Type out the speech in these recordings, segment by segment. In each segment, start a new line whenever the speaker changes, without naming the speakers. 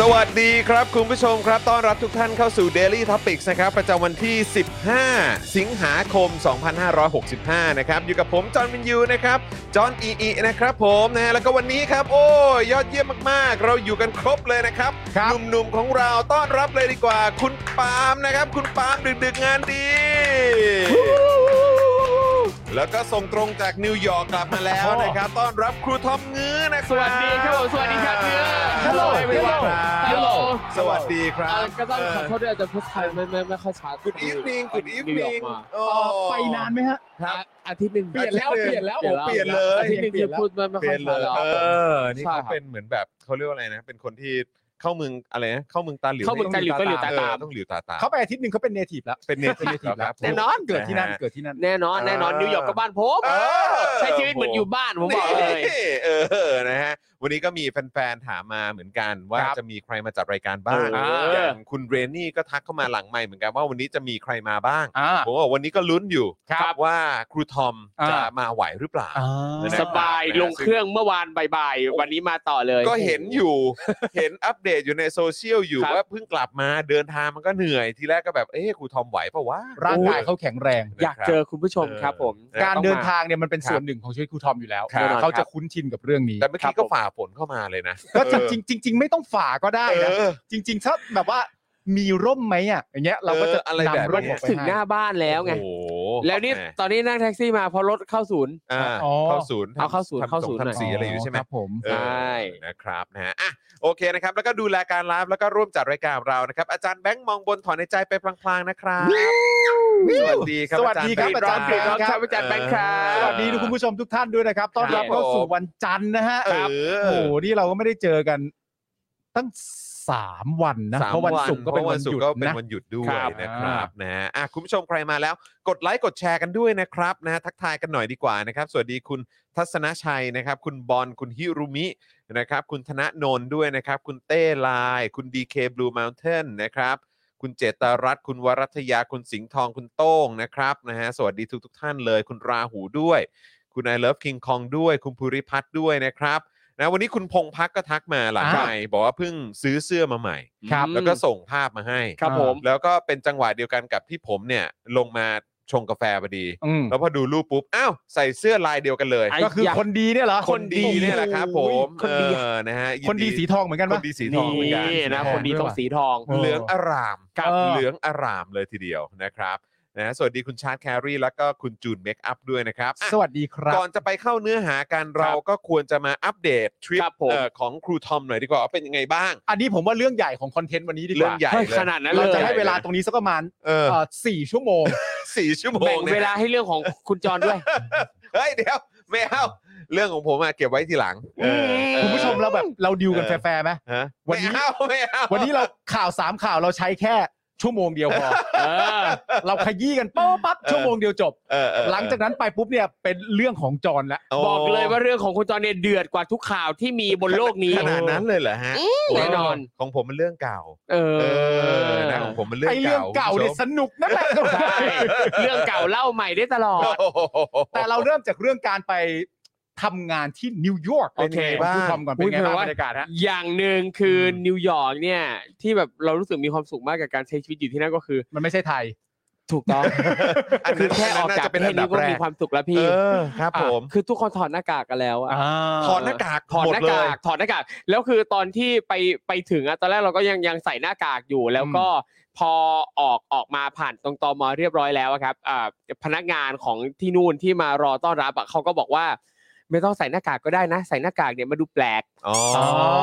สวัสดีครับ คุณผู้ชมครับ ต้อนรับทุกท่านเข้าสู่ Daily Topics นะครับ ประจำวันที่ 15 สิงหาคม 2565 นะครับ อยู่กับผม จอห์นวินยูนะครับ จอห์นอีอีนะครับผมนะฮะแล้วก็วันนี้ครับ โอ้ยยอดเยี่ยมมาก ๆ เราอยู่กันครบเลยนะครับ หนุ่ม ๆ ของเราต้อนรับเลยดีกว่า คุณปาล์มนะครับ คุณปาล์มดึก ๆ งานดี แล้วก็ส่งตรงจากนิวยอร์กกลับมาแล้วนะครับ ต้อนรับครูทอมงื้อนะครับ
สวัสดีครับผมสวัสดีครับเพื่อน
Hello everyone
Hello
สวัสดีครับ
อ่ะก็ต้องขอโทษด้วยอาจจะพูดไทยไม่ไม่ไม่ค่อยชัด
Good evening Good
นิวยอร์
evening
กมา
โอ้
ไปนานไหมฮะ
ครับ
อ่ะอาทิตย์หนึ่ง
เปลี่ยนแล้ว
อาทิ
เปลี่
ตหง
ยนแล้วโอ้เปลี่ยนเลย
อาทิตย์หนึ่งจะพูดไม่ไม่
เป
ค่
ลี่
อย
ยนเลย
ชัดแล้ว
เออ นี่
ใช่
เขา
ครับ
เป็นเหมือนแบบเขาเรียกว่าอะไรนะ เป็นคนที่เข้าเมืองอะไรนะ เข้าเมืองตาหลิว
เข้าเมืองตาหลิวก็หลิวตาตาม
เออต้องหลิวตาตาม
เขาไปอาทิตย์หนึ่งเขาเป็นเนทีฟแล้ว
เป็นเนทีฟแล้วครับ
แน่นอนเกิดที่นั่นเกิดที่นั่น
แน่นอนแน่นอน
เออ
นิวยอร์กก็บ้านผม
เออ
ใช้ชีวิตเหมือนอยู่บ้านผมบอกเลย
นี่เออ นะฮะ วันนี้ก็มีแฟนๆ ถามมาเหมือนกัน ว่า
ครับ
จะมีใครมาจัดรายการบ้าง
เอออ
อย่างคุณเรนนี่ก็ทักเข้ามาหลังใหม่เหมือนกันว่าวันนี้จะมีใครมาบ้าง
อ่า
ผมบอกวันนี้ก็ลุ้นอยู่
ครับ
ว่าครูทอมจะ
อ่าม
มาไหวหรือเปล่า
อ่า
สบายลงเครื่องเมื่อวานบ่ายๆวันนี้มาต่อเลย
ก็เห็นอยู่ เห็นอัปเดตอยู่ในโซเชียลอยู่
ครับ
ว่าเพิ่งกลับมาเดินทางมันก็เหนื่อย ทีแรกก็แบบเอ๊ะครูทอมไหวปะวะ
ร่างกายเขาแข็งแรง
อยากเจอคุณผู้ชม
เออ
ครับผม
การ
ต้องม
เดินทางเนี่ยมันเป็นส่วนหนึ่งของชีวิตครูทอมอยู่แล้ว
ครับ
เขาจะคุ้นชินกับเรื่องนี้
แต่เมื่อ
ครั
กี้
บ
ก็
ผม
ฝ่าฝนเข้ามาเลยนะ
ก็จริงจริงจริง ๆ ไม่ต้องฝ่าก็ได้
เอ
นะ
อ
จริง ๆ ถ้าแบบว่ามีร่มไหมอ่ะอย่างเงี้ยเราก็จะ
เอออะไรแบบ
นำร่มออกไป
ถึงหน้าบ้านแล้วไง
โอ้โห
แล้วนี่
หม
ตอนนี้นั่งแท็กซี่มาพอรถเข้าศูนย์
อ่า
อ๋อ
เข้าศูนย์ทำ
เอาเข้าศูนย์
ทำ
เข้าศูนย์หน่อย
ทำสีอะไรอยู่ใช่ไหม
ครับผม
เออ
ใช่
นะครับนะฮะอ่ะโอเคนะครับ แล้วก็ดูแลการไลฟ์แล้วก็ร่วมจัดรายการของเรานะครับ อาจารย์แบงค์มองบนถอนในใจไปพลางๆนะครับ สวัสดีครับ
สวัสดีครับ
อาจาย์
อาจาร รย์แบง
แบงค์
ค์ครับ
อาจารย์แบงค์ครับ
สวัสดีทุกคุณผู้ชมทุกท่านด้วยนะครับต้อนรับเข้าสู่วันจันทร์นะฮะ
เอ
โอ้โห
อ
นี่เราก็ไม่ได้เจอกันตั้งสามวันนะ
สาม
เพราะวันศุกร์ก็เป็น
พราะ
วันหยุด
ก็เป็น
นะ
วันหยุดด้วย
ครับ
นะครับนะฮะอ่ะคุณผู้ชมใครมาแล้ว กดไลค์กดแชร์กันด้วยนะครับนะฮะทักทายกันหน่อยดีกว่านะครับ สวัสดีคุณทัศนชัยนะครับ คุณบอลคุณฮิรุมินะครับ คุณธนนนท์ด้วยนะครับ คุณเต้ลาย คุณ DK Blue Mountain นะครับ คุณเจตรัตน์คุณวรัตยา คุณสิงห์ทอง คุณโต้งนะครับนะฮะ สวัสดีทุกทท่านเลย คุณราหูด้วย คุณไอเลิฟคิงคองด้วย คุณภูริพัฒน์ด้วยนะครับนะวันนี้คุณพงพักก็ทักมาหลัง
อ่า
ใหม่บอกว่าเพิ่งซื้อเสื้อมาใหม่
ครับ
แล้วก็ส่งภาพมาให้
ครับผม
แล้วก็เป็นจังหวะเดียวกันกับที่ผมเนี่ยลงมาชงกาแฟพอดี
อืม
แล้วพอดูรูปปุ๊บ อ้าว ใส่เสื้อลายเดียวกันเลย
ไอ้
ก็คือคนดีเนี่ยเหรอ
คนดีเนี่ยแหละครับผม
คนดี
เออนะฮะยิ
คนดีสีทองเหมือนกัน
ค
ปะ
นดีสีท
นี
องเหมือนกัน่
นะคนดีต้องสีทอง
เออ
เหลืองอร่าม
ครับเออ
เหลืองอร่ามเลยทีเดียวนะครับนะสวัสดีคุณชาร์ตแครีแล้วก็คุณจูนเมคอัพด้วยนะครับอ่ะ
สวัสดีครับ
ก่อนจะไปเข้าเนื้อหากันเราก็ควรจะมาอัปเดตทริป
ครับผม
เอ่อของครูทอมหน่อยดีกว่าว่าเป็นยังไงบ้าง
อันนี้ผมว่าเรื่องใหญ่ของคอนเทนต์วันนี้ดีก
เรื่อง
ว่า
ใหญ่
เฮ้ย
เลย
ขนาดนั้นเล
เรา
ย
จะให้เวลาตรงนี้สักประมาณ
เออ
เอ่อสี่ชั่วโมง
สี่ชั่วโม
แบ่
ง
ง
นี่ย
เวลาให้เรื่องของคุณจรด้วย
เฮ้ยเดี๋ยวไม่เอาเรื่องของผมอะเก็บไว้ทีหลังเออเออ
คุณผู้ชมเราแบบเราดิวกันแฟร์ๆไหม
ฮะ
วั
ไม่
นนี้
เอาไม่เอา
วันนี้เราข่าวสามข่าวเราใช้แค่ชั่วโมงเดียวพอ
เออ
เราขยี้กันป๊บปั๊บชั่วโมงเดียวจบ
เออเออ
หลังจากนั้นไปปุ๊บเนี่ยเป็นเรื่องของจอนละ
โ
บอกเลยว่าเรื่องของคุณจรเนี่ยเดือดกว่าทุกข่าวที่มีบนโลกนี้
ขนาดนั้นเลยเหรอฮะ
อืมแน่นอน
ของผมมันเรื่องเก่า
เออ
เออนะของผมมันเรื่อง
ไอเรื่องเก่าเนี่ยสนุกนั่นแหละ
ใช่เรื่องเก่าเล่าใหม่ได้ตลอด
โอ้โห
แต่เราเริ่มจากเรื่องการไป ทำงานที่นิวยอร์ก
เป็นยังไงบ้าง
พูดทอมก่อนเป็นยังไงบ้างบรรยากาศฮะ
อย่างหนึ่งคืออ
ม
นิวยอร์กเนี่ย ที่แบบเรารู้สึกมีความสุขมากกับการใช้ชีวิตอยู่ที่นั่นก็คือ
มันไม่ใช่ไทย
ถูกต้อง
อัน
คื
นั้
อนแค่ออกจากประเทศนี้ก็มีความสุขแล้วพี่
เออครับ
อ่ะ
ผม
คือทุกคนถอดหน้ากากกันแล้วอะ
ถอดหน้ากาก
ถอด
ม
หน้ากากถอดหน้ากากแล้วคือตอนที่ไปไปถึงอะตอนแรกเราก็ยังยังใส่หน้ากากอยู่ แล้วก็พอออกออกมาผ่านตรงตมเรียบร้อยแล้วอะครับอ่าพนักงานของที่นู่นที่มารอต้อนรับอะเขาก็บอกว่า ไม่ต้องใส่หน้ากากก็ได้นะ ใส่หน้ากากเนี่ยมาดูแปลก
อ๋อ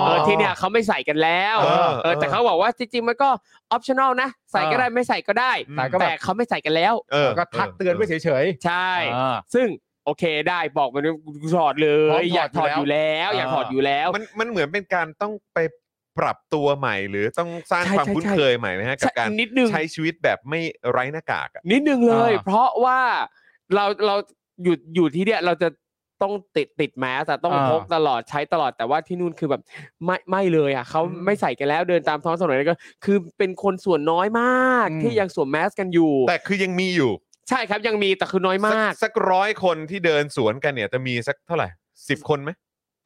เออที่เนี่ยเขาไม่ใส่กันแล้ว
เออ
เออแต่เขาบอกว่าจริงๆมันก็ออปชั่นอลนะ ใส่ก็ได้ไม่ใส่ก็ได้
อืม
แต่เขาไม่ใส่กันแล้ว
เออ
แล้วก็ทักเตือนไว้เฉย
ใช่
ๆอ่า
ซึ่งโอเคได้บอกมันด้วยกูถอดเล
พร้อย มถอด
อยากถอดอยู่แล้วอ
อยู่แล้ว
ยากถอดอยู่แล้ว
มันมันเหมือนเป็นการต้องไปปรับตัวใหม่หรือต้องสร้าง
ใช่
ความ
ใช่
คุ้น
ใช่
เคยใหม่ไหมฮะกับการ
นิดนึง
ใช้ชีวิตแบบไม่ไร้หน้ากากอะ
นิดนึงเลย
อ่า
เพราะว่าเราเราอยู่อยู่ที่เนี่ยเราจะต้องติดติดแมสอะต้อง
อ่า
พกตลอดใช้ตลอดแต่ว่าที่นู่นคือแบบไม่ไม่เลยอะเขา
อืม
ไม่ใส่กันแล้วเดินตามท้องถนนแล้วก็คือเป็นคนส่วนน้อยมาก
อืม
ที่ยังสวมแมสกันอยู่
แต่คือยังมีอยู่
ใช่ครับยังมีแต่คือน้อยมาก
สักร้อยคนที่เดินสวนกันเนี่ยจะมีสักเท่าไหร่สิบคนไหม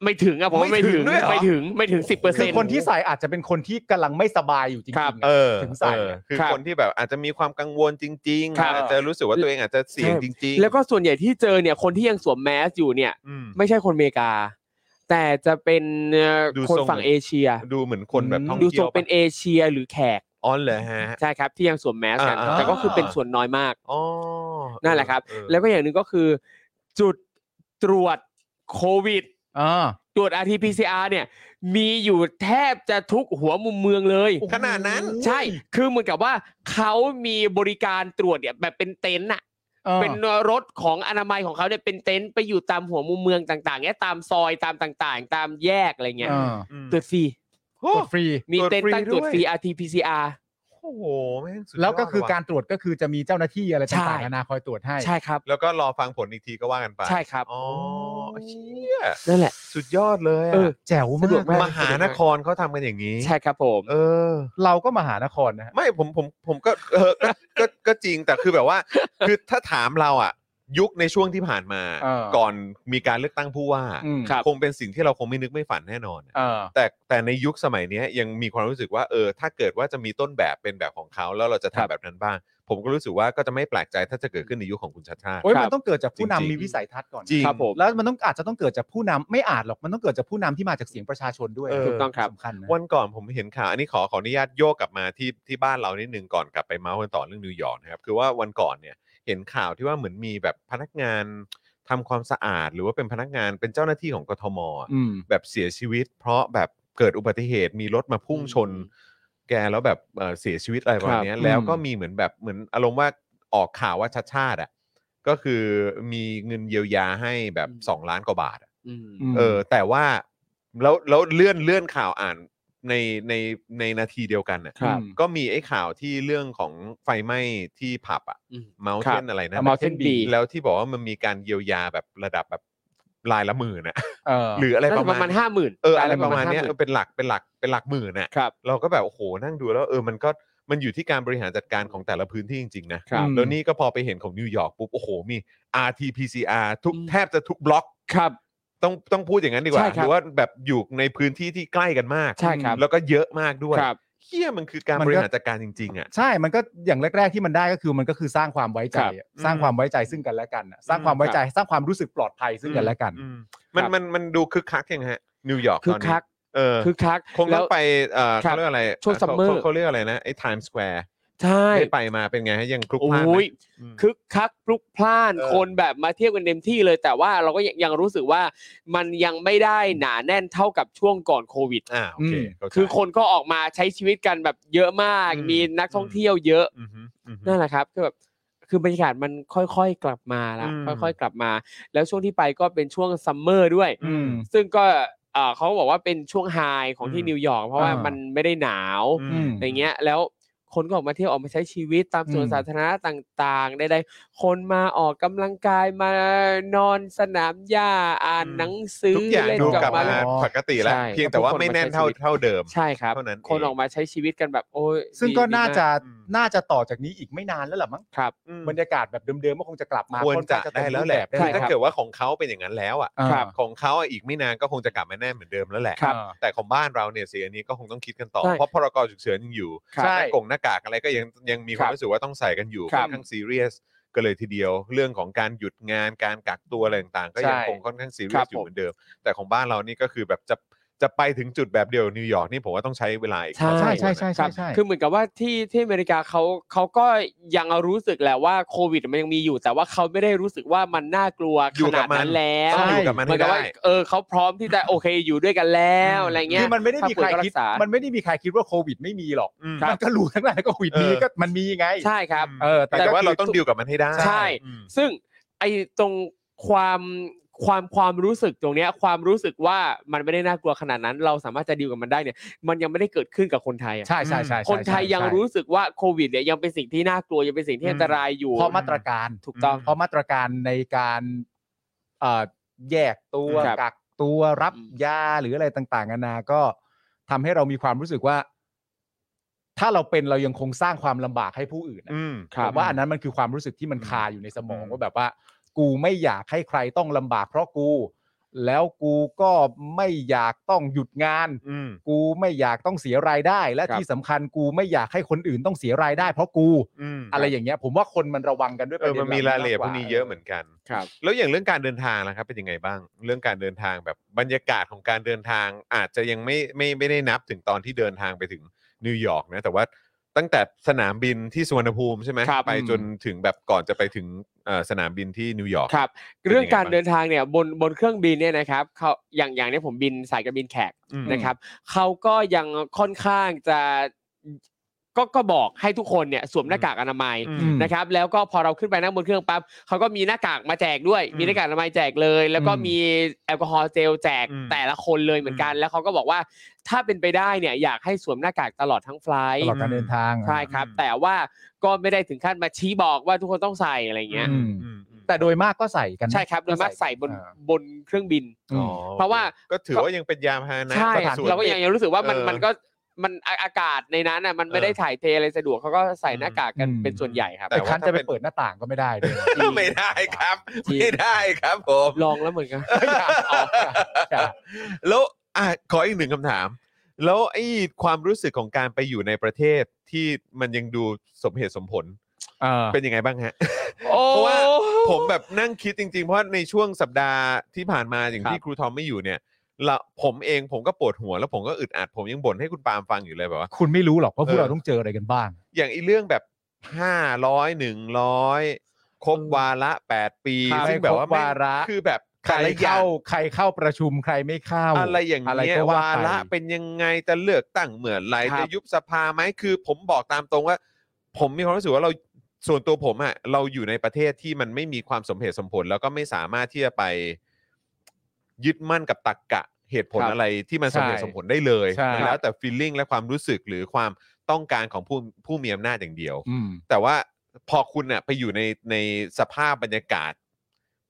ไม่ถึงอะผมว่า
ไม่
ไม่
ถึ
ถึ
ง
ง
ด้วยเหรอ
ไม่ถึงไม่ถึงสิบเปอร์
คื
เซ็
อน
ต์
คนที่ใส่อาจจะเป็นคนที่กำลังไม่สบายอยู่จริง
ครับ
ๆ
เอ
นะ
อ
ถึงใส่
เออคือ
ครับ
คนที่แบบอาจจะมีความกังวลจริง
ครั
ๆ
บ
อาจจะรู้สึกว่าตัวเองอาจจะเสี่ยงจริงๆ
แล้วก็ส่วนใหญ่ที่เจอเนี่ยคนที่ยังสวมแมสอยู่เนี่ย
อืม
ไม่ใช่คนอเมริกา แต่จะเป็นเอ่อ
ดู
คน
ทรง
ฝั่งเอเชีย
ดูเหมือนคนแบบท่อง
ดูท
เที่
ร
ย
ง
ว
เป็นเอเชียหรือแขก
อ๋อเหรอฮะ
ใช่ครับที่ยังสวมแมสกัน
อ่า
แต่ก็คือ
เออ
เป็นส่วนน้อยมาก
อ๋อ
นั่นแหละครับ
เออ
แล้วก็อย่างหนึ่งก็คือ จุดตรวจโควิด
อ่า
ตรวจ RT-PCR เนี่ย มีอยู่แทบจะทุกหัวมุมเมืองเลย
ขนาดนั้น
ใช่ คือเหมือนกับว่าเขามีบริการตรวจเนี่ยแบบเป็นเต็นท์อะเป็นรถของอนามัยของเขาเนี่ยเป็นเต็นท์ไปอยู่ตามหัวมุมเมืองต่างๆเนี่ยตามซอยตามต่างๆ ตามแยกอะไรเงี้ย
อ่า
อืม
ตรวจฟรี
โอ้
ตรวจฟรี
มี
ตรวจ
เต็นท์ตั้ง
ฟรี
ตรวจ
ด้วย
ฟรี RT-PCR
โอ้โหแม่งสุดยด
แล้วก็คือการ
ว่ะ
ตรวจก็คือจะมีเจ้าหน้าที่อะไร
ใช่
ต่างๆนานาคอยตรวจให้
ใช่ครับ
แล้วก็รอฟังผลอีกทีก็ว่ากันไป
ใช่ครับ
อ๋อเชี่ย
นั่นแหละ
สุดยอดเลยอะ
เออ
แจ๋วมา
สะดวกมาก
ก
มหานครเขาทำกันอย่างนี้
ใช่ครับผม
เออ
เราก็มหานครนะฮะ
ไม่ผมผมผมก็เออก็ก็ก็จริงแต่คือแบบว่า คือถ้าถามเราอ่ะ ยุคในช่วงที่ผ่านมา
เออ
ก่อนมีการเลือกตั้งผู้ว่า
อืม
ครับ
คงเป็นสิ่งที่เราคงไม่นึกไม่ฝันแน่นอน
เออ
แต่แต่ในยุคสมัยเนี้ยยังมีความรู้สึกว่าเออถ้าเกิดว่าจะมีต้นแบบเป็นแบบของเขาแล้วเราจะ
ครั
ทำ
บ
แบบนั้นบ้าง ผมก็รู้สึกว่าก็จะไม่แปลกใจถ้าจะเกิดขึ้นในยุคของคุณชาติชาติ
โอ้ย
ครับ
มันต้องเกิดจากผู้
จริ
นำ
งๆ
มีวิสัยทัศน์ก่อน
จริง
ครับผม
แล้วมันต้องอาจจะต้องเกิดจากผู้นำไม่อาจหรอกมันต้องเกิดจากผู้นำที่มาจากเสียงประชาชนด้วย
เออ
ถูกต้องครับ
สำคัญนะ
วันก่อนผมเห็นข่าวอันนี้ขอขออนุญาตโยกกลับมาที่ที่บ้านเรานิดนึงก่อนกลับไปเมาส์กันต่อเรื่องนิวยอร์กนะครับคือว่าวันก่อนเนี่ยเห็นข่าวที่ว่าเหมือนมีแบบพนักงานทำความสะอาด หรือว่าเป็นพนักงานเป็นเจ้าหน้าที่ของกทมอะ
อืม
แบบเสียชีวิต เพราะแบบเกิดอุบัติเหตุมีรถมาพุ่งชน
อืม
แกแล้วแบบเอ่อเสียชีวิตอะไรประมาณเนี้ย
ครับ
แล้วก็
อืม
มีเหมือนแบบเหมือนอารมณ์ว่าออกข่าวว่าชัดชาติอ่ะก็คือมีเงินเยียวยาให้แบบ
อืม
สองล้านกว่าบาทอะ
อืม
ม
เออแต่ว่าแล้วแล้วเลื่อนเลื่อนข่าวอ่านในในในนาทีเดียวกันน่ะ
ครับ
ก็มีไอ้ข่าวที่เรื่องของไฟไหม้ที่ผับอ่ะ
อืม
เมา
ครั
เท
บ
นอะไรนะ
อ่ะ Mountain Bee
แล้วที่บอกว่ามันมีการเยียวยาแบบระดับแบบรายละหมื่นนะ
เออ
หรืออะไร
น่า
ป
จะ
ระ
ป
มา
ระ
ณ
มาณห้าหมื่น
เอออะไรประมาณเนี้ย
50,000
เออเป็นหลักเป็นหลักเป็นหลักหมื่นน่ะ
ครับ
เราก็แบบโอ้โหนั่งดูแล้วเออมันก็มันอยู่ที่การบริหารจัดการของแต่ละพื้นที่จริงๆนะครับ แล้วนี่ก็พอไปเห็นของนิวยอร์กปุ๊บโอ้โหมี RT-PCR ทุก
อืม
แทบจะทุกบล็อก
ครับ
ต้องต้องพูดอย่างนั้นดีกว่า
ใช่
ห
ครับ
รือว่าแบบอยู่ในพื้นที่ที่ใกล้กันมาก
ใช่ครับ
แล้วก็เยอะมากด้วย
ครับ
เฮี้ยมันคือการ
มัน
บ
ก็
ริหารจัดการจริง ๆ อ่ะ
ใช่ มันก็อย่างแรก ๆที่มันได้ก็คือมันก็คือสร้างความไว้ใจอะ
ครับ
สร้าง
อืม
ความไว้ใจซึ่งกันและกันอะสร้างความไว้ใจสร้างความรู้สึกปลอดภัยซึ่งกันและกัน
อืมมันมันมันดูคึกคักยังฮะนิวยอร์ก
คึ
ต
ก
อน
คั
นี้
ก
เออ
คึกคัก
คงต้องไปเอ่อ
ค
เขา
บ
เรียกอะไร
ช่วง
ขา
summer
เขาเรียกอะไรนะไอ้ไทม์สแควร์
ใช่
ได้ไปมาเป็นไงฮะยังคลุก
โอ
พล่านไหม้
ย
อืม
คึกคักพลุกพล่าน
เออ
คนแบบมาเที่ยวกันเต็มที่เลย แต่ว่าเราก็ยังยังรู้สึกว่ามันยังไม่ได้หนาแน่นเท่ากับช่วงก่อนโควิด
อ่าโอเค
อืม
เข้าใจ
คือคนก็ออกมาใช้ชีวิตกันแบบเยอะมาก
อืม
มีนักท่องเที่ยวเยอะ
อือฮึอือฮึ
นั่นแหละครับก็แบบคือบรรยากาศมันค่อยๆกลับมาละ
อืม
ค่อยๆกลับมา แล้วช่วงที่ไปก็เป็นช่วงซัมเมอร์ด้วย
อืม
ซึ่งก็เอ่อเขาบอกว่าเป็นช่วงไฮของที่นิวยอร์กเพราะว่า
อ่ามั
มันไม่ได้หนาว
อืม
อย่างเงี้ยแล้วคนก็ออกมาเที่ยวออกมาใช้ชีวิตตามสวน
อืม
สาธารณะต่างๆใดๆคนมาออกกำลังกายมานอนสนามหญ้าอ่าน
อืม
หนังสือ
ทุกอย่าง
เล่น
ดู
กับ
กลับ
มา
มาปกติแล้ว
ใช่
เพียงแต่ว่าไม่แน่นเท่า
ใช่
เท่าเดิม
ใช่ครับ
เท่านั้นเอง
คนออกมาใช้ชีวิตกันแบบโอ้ย
ซึ่ง
ดี
ก็
ดี
น่าม จะ น่าจะต่อจากนี้อีกไม่นานแล้วล่ะมั้ง
ครับ
อืม
บรรยากาศแบบเดิมๆก็คงจะกลับมา
ควร
ค่อน
จะ
ข้าง
ได้
เต็ม
แล้ว
รูป
แหละ
บบ
คือ
ได้ว
ถ้า
ครับ
เกิดว่าของเขาเป็นอย่างนั้นแล้วอ่ะ
อ่า
ครับของเขาอ่ะอีกไม่นานก็คงจะกลับมาแน่เหมือนเดิมแล้วแหละ
ครับ
อ่า
แต่ของบ้านเราเนี่ยสิอันนี้ก็คงต้องคิดกันต่อ
ใช่
เพราะพรกฉุกเฉินยังอยู่
ครับ
ใช่
หน้ากงหน้ากากอะไรก็ยังยังมีความ
ครับ
รู้สึกว่าต้องใส่กันอยู่
ครั
ค่
บ
อนข้างซีเรียสก็เลยทีเดียว เรื่องของการหยุดงานการกักตัวอะไรต่างๆ ก็ยัง
ใช่
คงค่อนข้างซีเรี
ค
ย
รั
ส
บ
อยู่เหมือนเดิม แต่ของบ้านเรานี่ก็คือแบบจะจะไปถึงจุดแบบเดียวนิวยอร์กนี่ผมว่าต้องใช้เวลาอีก
ใช่
พอสมควร
ใช่
นะ
ใช่
ค
ใช่ใช่
รับ
ใช่
คือเหมือนกับว่าที่ที่อเมริกาเขาเขาก็ยังรู้สึกแหละว่าโควิดมันยังมีอยู่ แต่ว่าเขาไม่ได้รู้สึกว่ามันน่ากลัวข
อยู่กั
นา
บ
ด
มัน
นั้นแล้ว
ต้องอยู่กับมัน
เหมือ
ให้
นกับ
ได้
ว่าเออเขาพร้อมที่จะโอเคอยู่ด้วยกันแล้วอะไรเงี้ย
คือมันไม่ได้มีใคร
ถ้าป่วยก็
คิด
ษา
มันไม่ได้มีใครคิดว่าโควิดไม่มีหรอก
อืม
มันก็รู้ทั้งนั้นแล้วก็ โควิดมี
เออ
ก็มันมีไง
ใช่ครับ
เออ แต่
แต่
ก็
ว่าเรา
คือ
ต้องดิวกับมันให้ได้
ใช่
อืม
ซึ่งไอ้ตรงความความความรู้สึกตรงเนี้ยความรู้สึกว่ามันไม่ได้น่ากลัวขนาดนั้น เราสามารถจะดีลกับมันได้เนี่ย มันยังไม่ได้เกิดขึ้นกับคนไทยอะ
ใช่ใช่ใช่ใช่
คนไทย
ใช่
ยัง
ใช่
รู้สึกว่าโควิดเนี่ยยังเป็นสิ่งที่น่ากลัวยังเป็นสิ่งที่
อืม
อันตรายอยู่
เพราะมาตรการ
ถูกต้อง
เพราะมาตรการในการเอ่อแยกตัว
ครับ
กักตัวรับ
อืม
ยาหรืออะไรต่างๆนานาก็ทำให้เรามีความรู้สึกว่า ถ้าเราเป็นเรายังคงสร้างความลำบากให้ผู้อื่นอะ
อืม
ครั
ผ
บ
มว่าอันนั้นมันคือความรู้สึกที่มัน
อืม
คาอยู่ในสมอง
อืม
ว่าแบบว่า กูไม่อยากให้ใครต้องลำบากเพราะกู แล้วกูก็ไม่อยากต้องหยุดงาน
อืม
กูไม่อยากต้องเสียรายได้ และ
ครับ
ที่สำคัญกูไม่อยากให้คนอื่นต้องเสียรายได้ เพราะกู
อืม
อะไรอย่างเงี้ยผมว่าคนมันระวังกันด้วยป
เออ
ระเด็น
มันมีรายละเอียดพวกนี้เยอะเหมือนกัน
ครับ
แล้วอย่างเรื่องการเดินทางนะครับเป็นยังไงบ้าง เรื่องการเดินทางแบบบรรยากาศของการเดินทางอาจจะยังไม่ไม่ไม่ได้นับถึงตอนที่เดินทางไปถึงนิวยอร์กนะแต่ว่าตั้งแต่สนามบินที่สุวรรณภูมิใช่ไหม
ครับ
ไปจนถึงแบบก่อนจะไปถึงเอ่อสนามบินที่นิวยอร์ก
ครับ
เป็นยังไง
เรื่องการ
บ้าง
เดินทางเนี่ยบนบนเครื่องบินเนี่ยนะครับเขาอย่างอย่างเนี้ยผมบินสายการบินแขก
อืม
นะครับเขาก็ยังค่อนข้างจะก็ก็บอกให้ทุกคนเนี่ยสวมหน้ากากอนามัย
อืม
นะครับ แล้วก็พอเราขึ้นไปนั่งบนเครื่องปั๊บเขาก็มีหน้ากากมาแจกด้วย
อืม
มีหน้ากากอนามัยแจกเลย แล้วก็มีแอลกอฮอล์เจลแจก
อืม
แต่ละคนเลยเหมือนกัน แล้วเขาก็บอกว่าถ้าเป็นไปได้เนี่ยอยากให้สวมหน้ากากตลอดทั้งไฟลท์
ตลอดการเดินทาง
ใช่ครับ
อืม
แต่ว่าก็ไม่ได้ถึงขั้นมาชี้บอกว่าทุกคนต้องใส่อะไรเงี้ย
อืม
อืมอืม
แต่โดยมากก็ใส่กันนะ
ใช่ครับโดยมากใส่บน
อ่า
บนเครื่องบิน
อืม
อ๋อ
เพราะว่า
ก็ถือว่ายังเป็นยามพาหนะ
ใช่
สถนส่วน
เราก็ยังยังรู้สึกว่ามัน
เออ
มันก็มันอ่ะอากาศในนั้นน่ะมันไม่
เออ
ได้ถ่ายเทอะไรสะดวกเขาก็ใส่หน้ากากกัน
อืม
เป็นส่วนใหญ่ครับ
แต่
แต่คันจะ
ว่าถ้า
ไป
เป็น
เปิดหน้าต่างก็ไม่ได้ด้วย
ไม่ได้ครับ
จริง
ไม่ได้ครับผม
ลองแล้วเหมือนกัน
อย่าออกอย่าอย่า
แล้วอ่ะขออีกหนึ่งคำถาม แล้วไอ้ความรู้สึกของการไปอยู่ในประเทศที่มันยังดูสมเหตุสมผล
เออ
เป็นยังไงบ้างฮะ
โอ้
เพราะว่า ผมแบบนั่งคิดจริงๆ เพราะในช่วงสัปดาห์ที่ผ่านมาอย่างที่ครูทอมไม่อยู่เนี่ยเราผมเองผมก็ปวดหัวแล้วผมก็อึดอัดผมยังบ่นให้คุณปาล์มฟังอยู่เลยแบบว่า
คุณไม่รู้หรอกว่าพว
เอก อ
เราต้องเจออะไรกันบ้าง
อย่างไอีเรื่องแบบห้าร้อยหนึ่งร้อยครบวาระแปดปี
ครับ
ซึ่งแบบว่า
ไม่ครบวาระ
แม่งคือแบบ
ใคร
แต่ละอย่า
เข้าง ใครเข้าประชุมใครไม่เข้า
อะไรอย่าง
อะไร
เงี้ย
ก็ว่าไป
วาระเป็นยังไงจะเลือกตั้งเหมือนไร
ครับ
จะยุบสภาไหมคือ ผมบอกตามตรงว่า ผมมีความรู้สึกว่าเราส่วนตัวผมอะเราอยู่ในประเทศที่มันไม่มีความสมเหตุสมผล แล้วก็ไม่สามารถที่จะไป ยึดมั่นกับตรกกะเหตุผล
ครับ
อะไรที่มันสมเหตุ
ใช่
สมผลได้เลย
ใช่
มันแล้วแต่ฟีลลิ่งและความรู้สึกหรือความต้องการของผู้ผู้มีอำนาจอย่างเดียว
อืม
แต่ว่าพอคุณเนี่ยไปอยู่ในในสภาพบรรยากาศ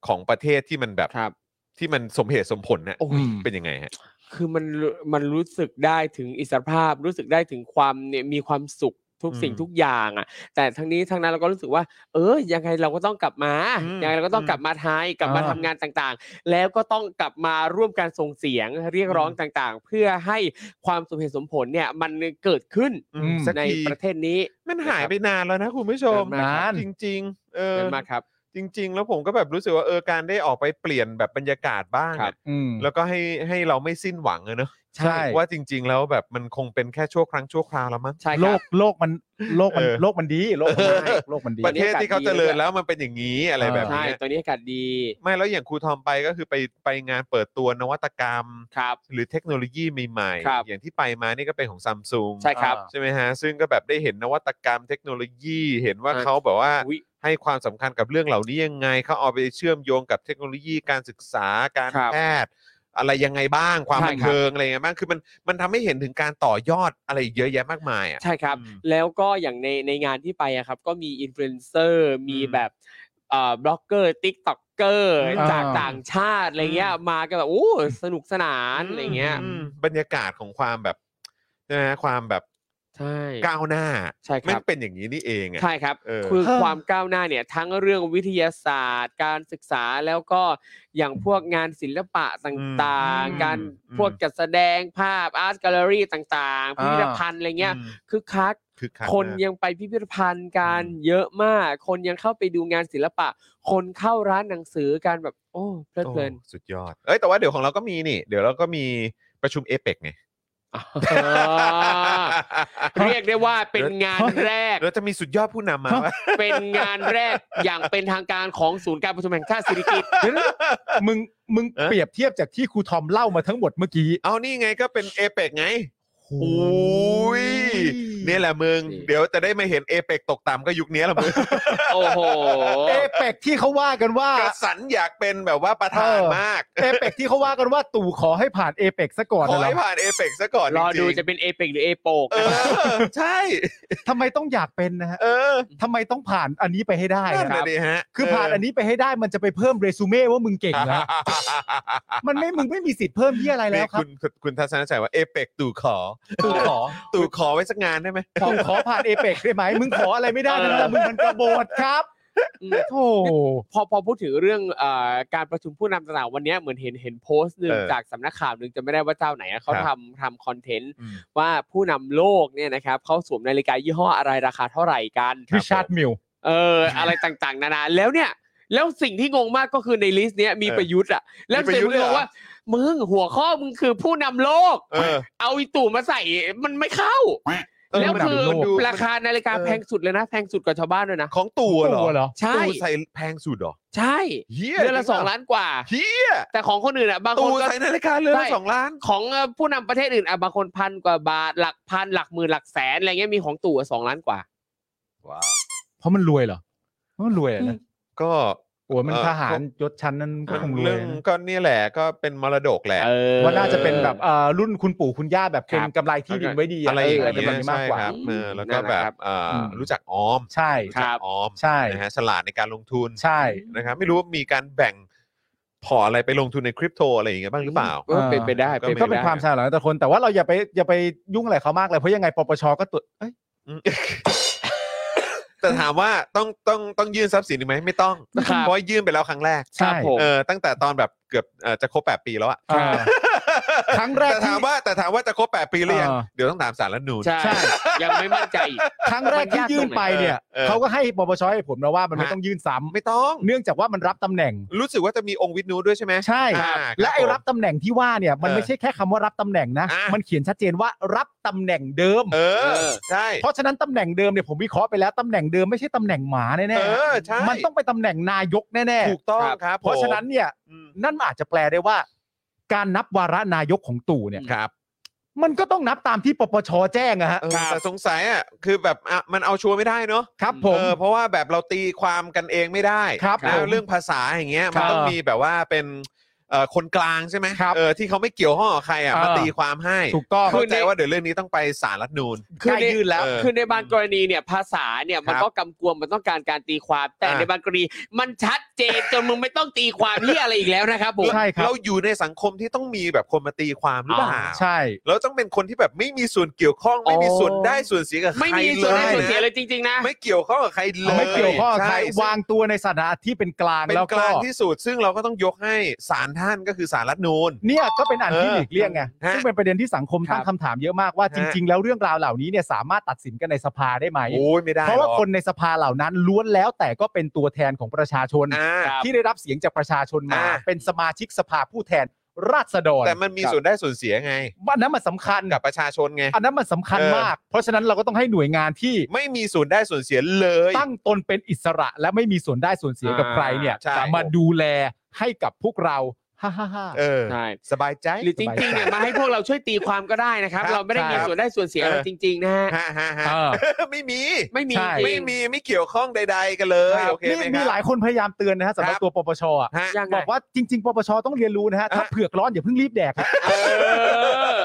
ของประเทศที่มันแบบ
ครับ
ที่มันสมเหตุสมผลเนี่ย
โอ้ย
เป็นยังไงฮะ
คือมันมันรู้สึกได้ถึงอิสรภาพรู้สึกได้ถึงความเนี่ยมีความสุขทุกสิ่ง
อืม
ทุกอย่างอ่ะ แต่ทั้งนี้ทั้งนั้นเราก็รู้สึกว่า เออยังไงเราก็ต้องกลับมา
อืม
ยังไงเราก็ต้องกลับมาไทยกลับมา
อ่า
ทำงานต่างๆ แล้วก็ต้องกลับมาร่วมการส่งเสียงเรียกร้องต่างๆ เพื่อให้ความสมเหตุสมผลเนี่ยมันเกิดขึ้น
อืมสัก
ใน
ที
ประเทศนี้
มันหายไปนานแล้วนะคุณผู้ชม
นานมาก
จริง ๆ เออ
นั่นมากครับ
จริง ๆ แล้วผมก็แบบรู้สึกว่าเออการได้ออกไปเปลี่ยนแบบบรรยากาศบ้าง
ครั
อะ
บ
อืม
แล้วก็ให้ให้เราไม่สิ้นหวังอะเนอะ
ใช่
ว่าจริง ๆ แล้วแบบมันคงเป็นแค่ชั่วครั้งชั่วคราวแล้วมั้ง
ใช่ค
โล
รับ
กโลกมันโลกมัน
เออ
โลกมันดีโลกมัน
เออ
ดีโลกมันดี
ประเทศที่เขาเจริญแล้วมันเป็นอย่างนี้อะไรแบบ
ใช่
เนี้ย
ตัวนี้อากาศดี
ไม่แล้วอย่างครูทอมไปก็คือไปไปงานเปิดตัวนวัตกรรม
ครับ
หรือเทคโนโลยีใหม่
ครับ
ๆอย่างที่ไปมานี่ก็เป็นของซัมซุง
ใช่ครับ
ใช่ไหมฮะซึ่งก็แบบได้เห็นนวัตกรรมเทคโนโลยีเห็นว่าเขาแบบว่า
อุ๊ย
ให้ความสำคัญกับเรื่องเหล่านี้ยังไง เขาเอาไปเชื่อมโยงกับเทคโนโลยีการศึกษาการ
ครับ
แพทย์ อะไรยังไงบ้าง ความ
ใช่
บัน
ครับ
เทิงอะไรยังไงบ้างคือมันมันทำให้เห็นถึงการต่อยอดอะไรเยอะแยะมากมายอ่ะ
ใช่ครับ
อืม
แล้วก็อย่างในในงานที่ไปอะครับ ก็มีอินฟลูเอนเซอร์มีแบบเอ่อบล็อกเกอร์ติ๊กต็อกเกอร์
อืม
จากต่างชาติอะไรเงี้ย
อืม
มากันแบบโอ้สนุกสนานอะไรเงี้ย
อืมบรรยากาศของความแบบนะฮะความแบบ
ใช่
ก้าวหน้า
ใช่ค
ไม่
รับ
เป็นอย่างนี้นี่เองอะ
ใช่ครับ
เออ
คือความก้าวหน้าเนี่ยทั้งเรื่องวิทยาศาสตร์ การศึกษาแล้วก็อย่างพวกงานศิลปะต่าง
อืม
ๆ การ
อื
ม
พวกจัดแสดงภาพอาร์ตแกลเลอรี่ต่างๆ พิ
อ่า
พิธภัณฑ์อะไรเงี้ย
อืม
คือคัก
คือคัก
คน
มาก
ยังไปพิพิธภัณฑ์กัน
อืม
เยอะมาก คนยังเข้าไปดูงานศิลปะ คนเข้าร้านหนังสือกันแบบ โอ้เพลิด
โอ้
เพลิน
สุดยอด เอ้ยแต่ว่าเดี๋ยวของเราก็มีนี่ เดี๋ยวเราก็มีประชุมเอเปกไง
เรียกได้ว่าเป็นงานแร ก
เราจะมีสุดยอดผู้นำมา
ฮะ
วะ
เป็นงานแรกอย่างเป็นทางการของศูนย์การประชุมแห่งชาติสิริกิติ์
มึงมึงเปรียบเทียบจากที่ครูทอมเล่ามาทั้งหมดเมื่อกี้
เอานี่ไงก็เป็นเอเปกไง
โอ้
โอ้ยเนี่ยแหละมึง
นี่
เดี๋ยวจะได้มาเห็นเอเปกตกต่ำก็ยุคนี้แหละมึง
โอ้โห
เอเปกที่เขาว่ากันว่า
กระสันอยากเป็นแบบว่าประธาน
เออ
มาก
เอเปกที่เขาว่ากันว่าตู่ขอให้ผ่านเอเปกซะก่อน
ขอ
นะ
ให้
ครับ
ผ่านเอเปกซะก่อน
รอดู
ริ
จะ
งๆ
เป็นเอเปกหรือเอโปก
เออ ใช่
ทำไมต้องอยากเป็นนะฮะ
เออ
ทำไมต้องผ่านอันนี้ไปให้ได้
นั่น
นะค
น่ะ
รับ
ดิฮะ
คือผ่านอันนี้ไปให้ได้มันจะไปเพิ่มเรซูเม่ว่ามึงเก่งนะ มันไม่มึงไม่มีสิทธิ์เพิ่มที่อะไรแล้ว
นี่
ครั
คุ
บ
ณคุณทัศนชัยว่าเอเปกตู่ขอ
ตู่ขอ
ตู่ขอไว้สักงานได้ไหม
ตู่ขอผ่านเอเปกได้ไหมมึงขออะไรไม่ได้ทั้งนั้นแหละมึงมันกบฏครับ
อืม
โธ่
พอพอพูดถึงเรื่องเออการประชุมผู้นำต่างๆวันเนี้ยเหมือนเห็นเห็นโพสต์หนึ่ง
เออ
จากสำนักข่าวหนึ่งจะไม่ได้ว่าเจ้าไหนอะเขา
ครั
ทำ
บ
ทำคอนเทนต์
อืม
ว่าผู้นำโลกเนี่ยนะครับเขาสวมนาฬิกายี่ห้ออะไรราคาเท่าไหร่กัน
ค
ริชาร์ดมิล
เออ อะไรต่างๆ นานาแล้วเนี่ย แล้วสิ่งที่งงมากก็คือในลิสต์เนี้ยมี
เออ
ประยุทธ์อ่ะแล้ว
มีประยุทธ์
เสร็จ
ด้วยเหรอ
ว่า มึงหัวข้อมึงคือผู้นำโลก
เออ
เอาอีตู่มาใส่มันไม่เข้า
เออ
แล้ว
มัน
คือ
ดูโลก
ราคานาฬิกาแพงสุดเลยนะแพงสุดกว่าชาวบ้านด้วยนะ
ของตู่เหรอ
ตัวเหรอ
ใช่
ตู่ใส่แพงสุดเหรอ
ใช่
เฮีย
เดือนละสองล้านกว่า
เฮีย
แต่ของคนอื่นอ่ะบางค
ตู
นก็
ใส่นาฬิกาเรือนละ
ใช่
สองล้าน
ของเอ่อผู้นำประเทศอื่นอ่ะบางคนพันกว่าบาทหลักพันหลักหมื่นหลักแสนอะไรเงี้ยมีของตู่สองล้านกว่า
ว้าว
เพราะมันรวยเหรอเพราะมันรวยอะนะ
ก็
โอ้ยมัน
เออ
ทหารยศชั้นนั้นก็คงรว
เรื่
ย
อง
นะ
ก็เนี่ยแหละก็เป็นมรดกแหละ
เออ
ว่าน่าจะเป็นแบบเอ่อรุ่นคุณปู่คุณย่าแบบเป็น
ครับ
กำไรที่ดินไว้ดี
อะไรอย่าง
เ
เงี้ย
แบบนี้
ใช่
มากกว่า
ครับเออแล้วก็
นั่นแห
แบ
ละ
บ
ครับ
เอ่ออ
ม
รู้จักออม
ใช่
ครับ
จักออม
ใช่
นะฮะฉลาดในการลงทุน
ใช่
นะครับ ไม่รู้ว่ามีการแบ่งพอร์ตอะไรไปลงทุนในคริปโตอะไรอย่างเงี้ยบ้างหรือเปล่า
เออเป็นไปได้
ก็
ก็
ไได้
เป็นความฉลาดของแต่ละคนแต่ว่าเราอย่าไปอย่าไปยุ่งอะไรเขามากเลยเพราะยังไงปปชก็ตรวจเอ้ย
แต่ถามว่าต้องต้องต้องยื่นทรัพย์สินอีกไหมไม่ต้อง
ครับ
เพราะยื่นไปแล้วครั้งแรก
ครั
ใช่
บผม
เออตั้งแต่ตอนแบบเกือบเอ่อจะครบแปดปีแล้วอะ
อ่า ครั้งแรกที่
แต่ถามว่าแต่ถามว่าจะครบแปดปีหรือยัง
เออ
เดี๋ยวต้องถามสารรัฐธรรมนูน
ใช่ ยังไม่มั่นใจอีก
ครั้งแรกที่ยื่นไปเนี่ย
เออ
เขาก็ให้ปปชให้ผมนะว่ามันไม่ต้องยื่นซ้ำ
ไม่ต้อง
เนื่องจากว่ามันรับตำแหน่ง
รู้สึกว่าจะมีองค์วิทย์นูด้วยใช่ไหม
ใช่
อ่าครับ
และไอ้รับตำแหน่งที่ว่าเนี่ยมัน
เออ
ไม่ใช่แค่คำว่ารับตำแหน่งนะ
อ่ะ
มันเขียนชัดเจนว่ารับตำแหน่งเดิม
เอ
เอ
อ
อ
ใช่
เพราะฉะนั้นตำแหน่งเดิมเนี่ยผมวิเคราะห์ไปแล้วตำแหน่งเดิมไม่ใช่ตำแหน่งหมาแน่
เออใช่
ๆมันต้องไปนตำแหน่งนายกแน่
ถูกต้องครับ
ๆเพราะฉะนั้นเนี่ย
ผมอืม
นั่นอาจจะแปลได้ว่า การนับวาระนายกของตู่เนี่ย
ครับ
มันก็ต้องนับตามที่ปปชแจ้งอะฮะ
เออแต่สงสัยอ่ะคือแบบอ่ะมันเอาชัวร์ไม่ได้เนาะ
ครับผม
เออเพราะว่าแบบเราตีความกันเองไม่ได้
ครับ
นะ
ผม
เรื่องภาษาอย่างเงี้ยมัน
ครับ
ต้องมีแบบว่าเป็นเอ่อคนกลางใช่ไหม
ครับ
เออที่เขาไม่เกี่ยวข้องกับใครอ่ะ
เออ
มาตีความให้
ถูกต้อง
เข้าใจว่าเดี๋ยวเรื่องนี้ต้องไปศาลรัฐธรรมนูน
คือใน
เออ
คือในบางกรณีเนี่ยภาษาเนี่ยมัน
ครับ
ก็กำกวมมันต้องการการตีความ แต่
อ่า
ในบางกรณีมันชัดเจนจนมึงไม่ต้องตีความเหียอะไรอีกแล้วนะครับผม
ใช่ครับ
เราอยู่ในสังคมที่ต้องมีแบบคนมาตีความหรือเปล่า
ใช่
เราต้องเป็นคนที่แบบไม่มีส่วนเกี่ยวข้องไม่มีส่วนได้ส่วนเสียกับใคร
ไม่มีส่วนได้
ล
ส่วน
นะ
เสียเลยจริง ๆ นะ
ไม่เกี่ยวข้องกับใครเลย
ไม่เกี่ยวข้องกับใคร
ช่
วางตัวในสถานะที่เป็นกลาง
เป็น
แล้ว
ก
ก็
ลางที่สุดซึ่งเราก็ต้องยกให้สารท่านก็คือสารรัฐธรรมนูน
เนี่ยก็เป็นอันที่
เออ
หลีกเลี่ยงไง
ฮะ
ซึ่งเป็นประเด็นที่สังคมตั้
ค
ง
รับ
คำถามเยอะมากว่า
ฮะ
จริง ๆ แล้วเรื่องราวเหล่านี้เนี่ยสามารถตัดสินกันในสภาได้ไหม
โอ้ยไม่ได้
เพราะว่า
หอก
คนในสภาเหล่านั้นล้วนแล้วแต่ก็เป็นตัวแทนของประชาชน
อ่า
ครับ
ที่ได้รับเสียงจากประชาชนมา
อ่า
เป็นสมาชิกสภาผู้แทนราษฎร
แต่มันมีส่วนได้ส่วนเสียไง
อันนั้นมันสำคัญ
กับประชาชนไง
อันนั้นมันสำคัญ
เออ
มาก เพราะฉะนั้นเราก็ต้องให้หน่วยงานที่
ไม่มีส่วนได้ส่วนเสียเลย
ตั้งตนเป็นอิสระและไม่มีส่วนได้ส่วนเสียกับ
อ่า
ใครเนี่ย
ใช่
จะมาดูแลให้กับพวกเราฮ่าฮ่าฮ่า
เออ
ใช่
สบายใจ
หรือจริงๆเนี่ยมาให้พวกเราช่วยตีความก็ได้นะครับ
ครับ
เราไม่ได้มี
ครับ
ส่วนได้ส่วนเสียอะไร
เออ
จริง ๆ นะฮะ
ฮะฮะฮะ
เออ
ไม่มี
ไม่มี
ใช่
จริง
ไม่มีไม่เกี่ยวข้องใด ๆ กันเลยโอเค
นี่
ไหมค
มี
รับ
หลายคนพยายามเตือนนะฮะสำหรับ
ครับ
ตัวปปชอ่ะ
ฮะ
ยังไง
บอกว่าจริง ๆ ปปชต้องเรียนรู้นะฮะถ้า
อ่ะ
เผือกร้อนอย่าเพิ่งรีบแดกฮะ
เอ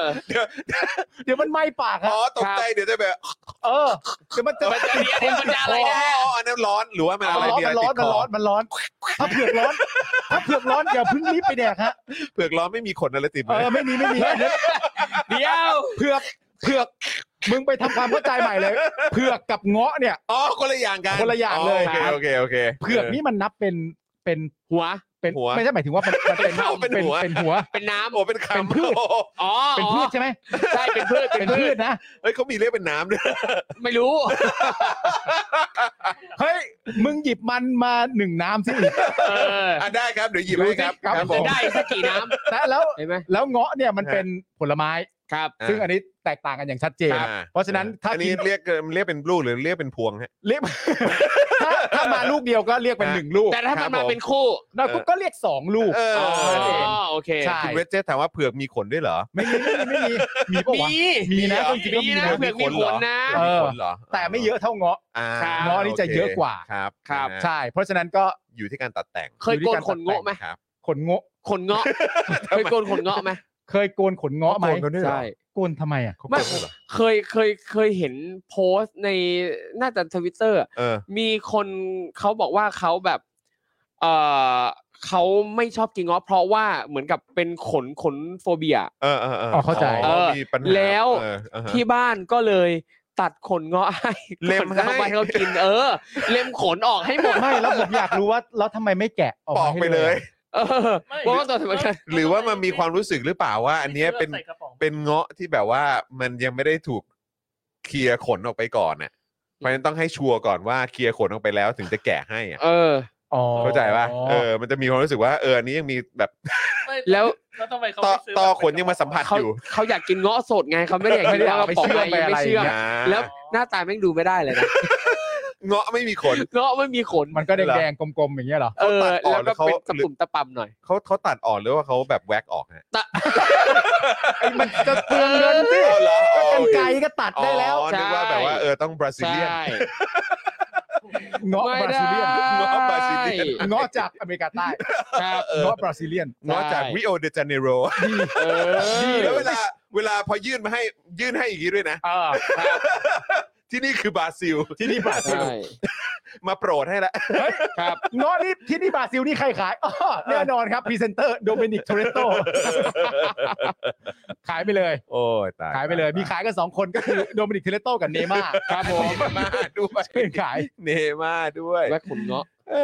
อ
เดี๋ยวมันไหม้ปากฮะ
อ๋อตกใจเดี๋ยวจะแบบ
เออเดี๋ยวมันจะ
มันจะเรียนมันจะอะไร
อ๋อ
นะ
อ๋ออันนั้นร้อนหรือว่ามันอะไร
ร้อน
มี
มั
อะ
น
ไร
ร้อ
ติ
น
ดคน
มัร้
อ
อนมันร้อน ถ้าเผือกร้อน ถ้าเผือกร้อนอย่าเพิ่งรีบไปแดกฮะ
เผือกร้อนไม่มีขนอะไรติด
เอ
มา
อไม่มีไม่มี
เดี๋
เดี๋ยว
ยว
เผือกเผือก มึงไปทำความเข้าใจใหม่เลย เผือกกับเงาะเนี่ย
อ๋อคนละอย่างกัน
คนละอย่างเลย
โอเคโอเคโอเค
เผือกนี่มันนับเป็นเป็น
หัว
เป็น
หัว
ไม่ใช่หมายถึงว่ามันมันเป็น
เป็นหัว
เป็นหัว
เป็นน้ำ
โอ้เป็นคำ
เป็นพืช
โอ้โห
อ๋อ
เป็นพืชใช่ไหม
ใช่ เป็นพืช
เป็นพืชนะ
เฮ้ยเขามีเรียกเป็นน้ำด้วย
ไม่รู้
เฮ้ยมึงหยิบมันมาหนึ่งน้ำสิ
เออ
อ่ะได้ครับเดี๋ยวหยิบ
ดู
ให้
สิ
ครับ
ครับ
ครับผ
จะ
ม
ได้สักกี่น้
แต่แล้ว
ำเห็นไหม
แล้วเงาะเนี่ยมัน
ฮะ
เป็นผลไม้
ครับ
อ่า
ซึ่งอันนี้แตกต่างกันอย่างชัดเจน
อ่
เพราะฉะนั้นถ้า
อันนี้
กิน
เรียกเอ่อเรียกเป็นลูกหรือเรียกเป็นพวงฮะ
เรียก ถ้าถ้ามาลูกเดียวก็เรียกเป็น
ฮะ
หนึ่งลูก
แต่ถ้า
ครั
มั
บ
นมา
ผม
เป็นคู่
แล้วก็ก็เรียกสองลูก
เออ
อ๋อ
นั่นเอง
โอเค
ใช่
คุณเวจเจถามว่าเผือกมีขนด้วยเหรอ
ไม่มีไม่มีไม่มีมีปะวะ
มี
มีนะ
เหรอ
จริงๆก็มี
มีนะ
นะ
เผือกมีขนนะ
เผือกมีขนเหรอ
แต่ไม่เยอะเท่าเงาะ
อ่า
ครับ
เงาะนี่จะเยอะกว่า
ครับ
ครับ
นะฮะ
ใช่ เพราะฉะนั้นก็
อยู่ที่การตัดแต่ง
เคยโกนขนเงาะไหม
ครับ
ขนเงาะ
ขนเงาะ เคยโกนขนเงาะไหม
เคยโกนขนเงาะไหม
ใช่
โกนทำไมอ่ะ
เขา
ไม่
โกนด้วยเหรอ
เคยเคยเคยเห็นโพสต์ในน่าจะทวิตเตอร์
เออ
มีคนเขาบอกว่าเขาแบบเออเขาไม่ชอบกินเงาะเพราะว่าเหมือนกับเป็นขนขนโฟเบีย
เออเออเออ
อเข้าใจ
อ๋อมีปัญหา
แล้ว
เออเออฮะ
ที่บ้านก็เลยตัดขนเงาะให้
เล็มให้
ก่อนอาไปให้เขากิน เออ เล็มขนออกให้หมด
ไม่แล้วผมอยากรู้ว่าแล้วทำไมไม่แกะออก
ปอ
มาก ให้
ไปเลย
เออเพราะว่าตัวสำคัญ
หรือว่ามันมีความรู้สึกหรือเปล่าว่าอันเนี้ยเป็น
ใส่กระป๋อง
เป็นเงาะที่แบบว่ามันยังไม่ได้ถูกเคลียร์ขนออกไปก่อนน่ะเพราะฉะนั้นต้องให้ชัวร์ก่อนว่าเคลียร์ขนออกไปแล้วถึงจะแกะให้อะ
เออ
อ๋อ
เข้าใจป่ะ เออ มันจะมีความรู้สึกว่า เออ อันนี้ยังมีแบบ
ไม่
แล้ว
แล้วทำไมเขา
ต่อ
ไม่ซื้อ
ต่อ
แบบ
ขนยังมาสัมผัส
เขา
อยู่
เขาอยากกินเงาะสดไงเขาไม่ได้อยากกินเงาะกระป๋องอะไรไม่เชื่อม
อ่า
แล้วหน้าตาแม่งดูไม่ได้เลยนะ
เงาะไม่มีขน
เงาะไม่มีขน
มันก็แดงๆกลมๆอย่างเงี้ยเหรอ
เออ
เขาตัดออก
แล้วก็
หรือเขา
เป็นตะปุ่มตะปำหน่อย
เขาเขาตัดออกหรือว่าเขาแบบแว็กออกฮะ
มันจะเปลืองเงินสิ
เอาเหรอ
ก็กันไกร
อ๋อ
ก็ตัดได้แล้ว
อ๋อนึกว่า
ใช่
แบบว่าเออต้องบราซิ
ใช่
เลียน
เงาะบ
ไม่ได้
ราซิเลียน
เงาะบราซิเลียน
เงาะจากอเมริกาใต้
ครับ
เออ
เงาะบราซิเลียน
เงาะจากวิโอเดจาเนโร
เออ
แล้วเวลาเวลาพอยื่นมาให้ยื่นให้อย่างนี้ด้วยนะ
เออครับ
ที่นี่คือบราซิล
ที่นี่บราซิล
ใช่
มาโปรดให้ละ
ครับ
เงาะนี่ที่นี่บราซิลนี่ใครขายอ้อแน่นอนครับพรีเซนเตอร์โดเมนิกโทเรโตขายไปเลย
โอ้ยตาย
ขายไปเลย มีขายกันสองคนก็คือโดเมนิกเทเลโตกับเนม่า
ครับผ
โอ้
ม
มาด้วย
เป็นขาย
เนมาด้วย
แม่ขุนเงาะ
เอ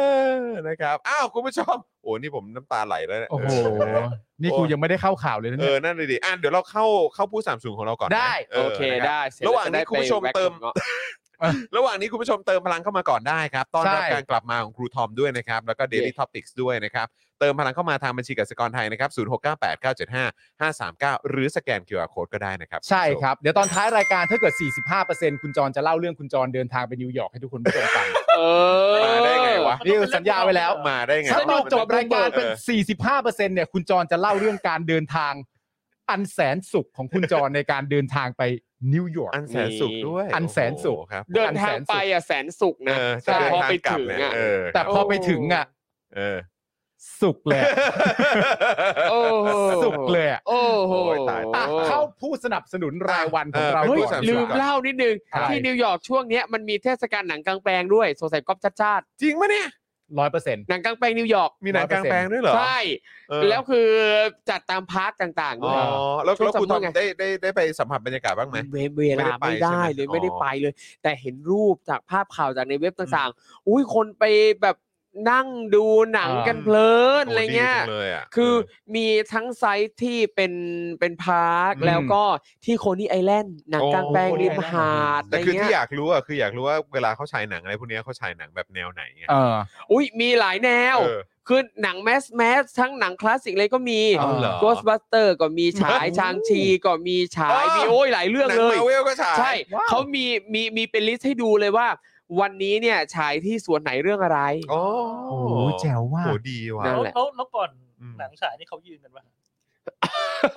อ นะครับ อ้าว คุณผู้ชม โอ้ นี่ผมน้ำตาไหลแล้วเนี่ย
โอ้โห
เออ
นี่กูยังไม่ได้เข้าข่าวเลยนะ
เออ
เนี่ย
นั่นเลยดิ อ่ะ เดี๋ยวเราเข้าเข้าผู้สามสูงของเราก่อนนะ
ได้
ออ
โอเค
นะครับ
ได้เสจแล้
ระหว่างนี้
จะได้
คุณผู้ชม
ไปแวะ
เติม
ขุนงาะ
ระหว่างนี้คุณผู้ชมเติมพลังเข้ามาก่อนได้ครับ ตอนรับ
ใช่
การกลับมาของครูทอมด้วยนะครับ แล้วก็ Daily Topics ด้วยนะครับ เติมพลังเข้ามาทางบัญชีกสิกรไทยนะครับ 0698975539 หรือสแกน QR Code ก็ได้นะครับ
ใช่ครับ เดี๋ยวตอนท้ายรายการถ้าเกิด 45%คุณจรจะเล่าเรื่องคุณจรเดินทางไปนิวยอร์กให้ทุกคนผู้ชมฟัง
เออ
มาได้ไง วะ
นี่สัญญาไว้แล้ว
มาได้ไง
ถ้าตอนจบรายการเป็น
ออ
45%เนี่ย คุณจรจะเล่าเรื่องการเดินทาง อันแสนสุขของคุณจรในการเดินทางไปนิวยอร์ก
อันแสนสุขด้วย
อันแสนสุข
โโหครับ
เดินทางไปอ่ะแสนสุข
เอ
นะ
อ
แต่
แต่
พอ
เดินทาง
ไป
กลับ
ถึง
เนี่ย
อ่ะ
เออ
แต่พอไปถึงอ่ะ
เออ
สุขเลย
โอ้โห
สุขเลยอะ
โอ้โห
โอ้ยตายตาย
อ่ะเข้าผู้สนับสนุนรายวันของเรา
เออ
เฮ้ย
ผู้ส
ก่อน
นับสนุน
ลืมเล่านิดนึง
อะไร
ที่นิวยอร์กช่วงเนี้ยมันมีเทศกาลหนังกลางแปลงด้วยสงสัยก๊อฟชัดชาติ
จริงปะเนี่ย
ร้อยเปอร์เซ็นต์
หนังกลางแปลงนิวยอร์ก
มีหนังกลางแปลงด้วยเหรอ
ใช่
เออ
แล้วคือจัดตามพาร์คต่างๆ
อ๋อ
ด้วย
แล้วแล้วครูทอม
ช่วงสำรวจไง
ได้ได้ได้ไปสัมผัสบรรยากาศบ้างไหม
เวเวลาไม่ได้เลย
ไม่ได้ไปใช่ไหม
ไม่ได้ไปเลย แต่เห็นรูปจากภาพข่าวจากในเว็บต่างๆ อุ้ยคนไปแบบนั่งดูหนังกัน
อ่า
เพลิน
โ
อะไรเงี้ย
ดีจัเลยะ
คือมีทั้งไซต์ที่เป็นเป็นพาร์ค
อืม
แล้วก็ที่โคนี่ไอแลนด์หนังกลางแปลงริมหาดอะ
แต่
ไร
คือ
เงี้
ที่อย ยากรู้อ่ะคืออยากรู้ว่าเวลาเขาฉายหนังอะไรพวกเนี้ยเขาฉายหนังแบบแนวไหนไง
เออ
อุ้ยมีหลายแนว
เออ
คือหนังแมสแมสทั้งหนังคลาสสิกเลยก็มี
อ๋อเหรอ
Ghostbuster ก็มีฉาย
โอ้โห
ชางชีก็มีฉาย
อ๋อ
มีโอ้ยหลายเรื่อง
หนั
เลย
มาเวลก็ฉาย
ใช่
ว้าว
เขามีมีมีเป็นลิสต์ให้ดูเลยว่า วันนี้เนี่ยฉายที่สวนไหนเรื่องอะไร
โอ้
โอ้โหแจ๋วว่า
โหดีว่ะ
นั่
แล้ว
นแหละ
แล้วแล้วก่อน
อืม
หนังฉายนี่เขายืนกันปะ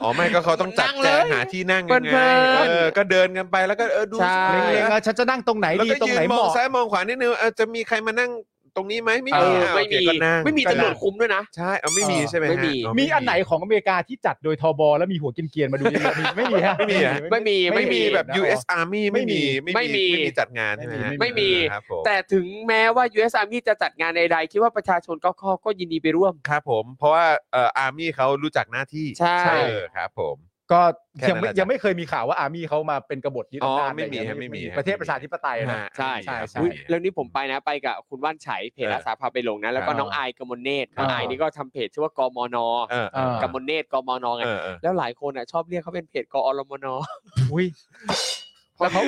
อ๋อไม่ก็เขาต้องจัด
นั่ง
แจ
เล
ง
ย
หาที่นั่ง
เพลิ
ยั
น
ง
ๆ
ไงเออก็เดินกันไปแล้วก็เออดู
ใช่
เล็งๆว่าฉันจะนั่งตรงไหน
แล้ว
ดี
ก็
ตรง
ยืน
ไหน
ม
เห
อง
มาะ
ซ้ายมองขวานิดนึงเออจะมีใครมานั่งตรงนี้ไหมไม่
เอ
มี
อ
อ่ะ
ไม่
โอเค
มี
ก็นั่ง
ไม่มี
ก็
ตำร
นั่
วจ
ง
คุ้มด้วยนะ
ใช่เอาไม่มี
เออ
ใช่ไหม
ไม่
ฮะ
มี
เา
มีอันไหนของอเมริกาที่จัดโดยทบแล้วมีหัวเกรียนๆมาดูดีมีไม่มีฮะ
ไม่มีอะ
ไม่มี
ไม่
ไม่
มี
มี
แบบ
นะ
U.S. Army ไม่มี
ไม่มี
ไม่มีจัดงานใช่ไหมฮะ
ไม่มี
ครับผม
แต่ถึงแม้ว่า US Army จะจัดงานใดๆคิดว่าประชาชนก็ก็ก็ยินดีไปร่วม
ครับผม เพราะว่าเอ่อ Army เขารู้จักหน้าที่
ใช่
เออครับผม
ก็
แค่
ยัง
นั้น
ไม่
แหละ
ยังไม่เคยมีข่าวว่าอาร์มี่เขามาเป็นกบฏยึด
อ๋อ
อำนาจอะร
ไม่มี
ยัง
ฮะไม่มีฮะ
ประเทศประชาธิปไตยนะ
ฮะ
ใช่
ใช่ใช่
อุ๊ยแล้วนี่ผมไปนะไปกับคุณว่านไฉเพจ
เออ
อาสาพาไปหลงนะ แล้วก็
อ่า
น้องไอายกมลเนตร
อ่า
น้องไอายนี่ก็ทำเพจชื่อว่ากมน
เออเออก
มลเนตรกมนไง
เออเออ
แล้วหลายคนอ่ะชอบเรียกเขาเป็นเพจกอรมน
อุ้ยแล้วเขา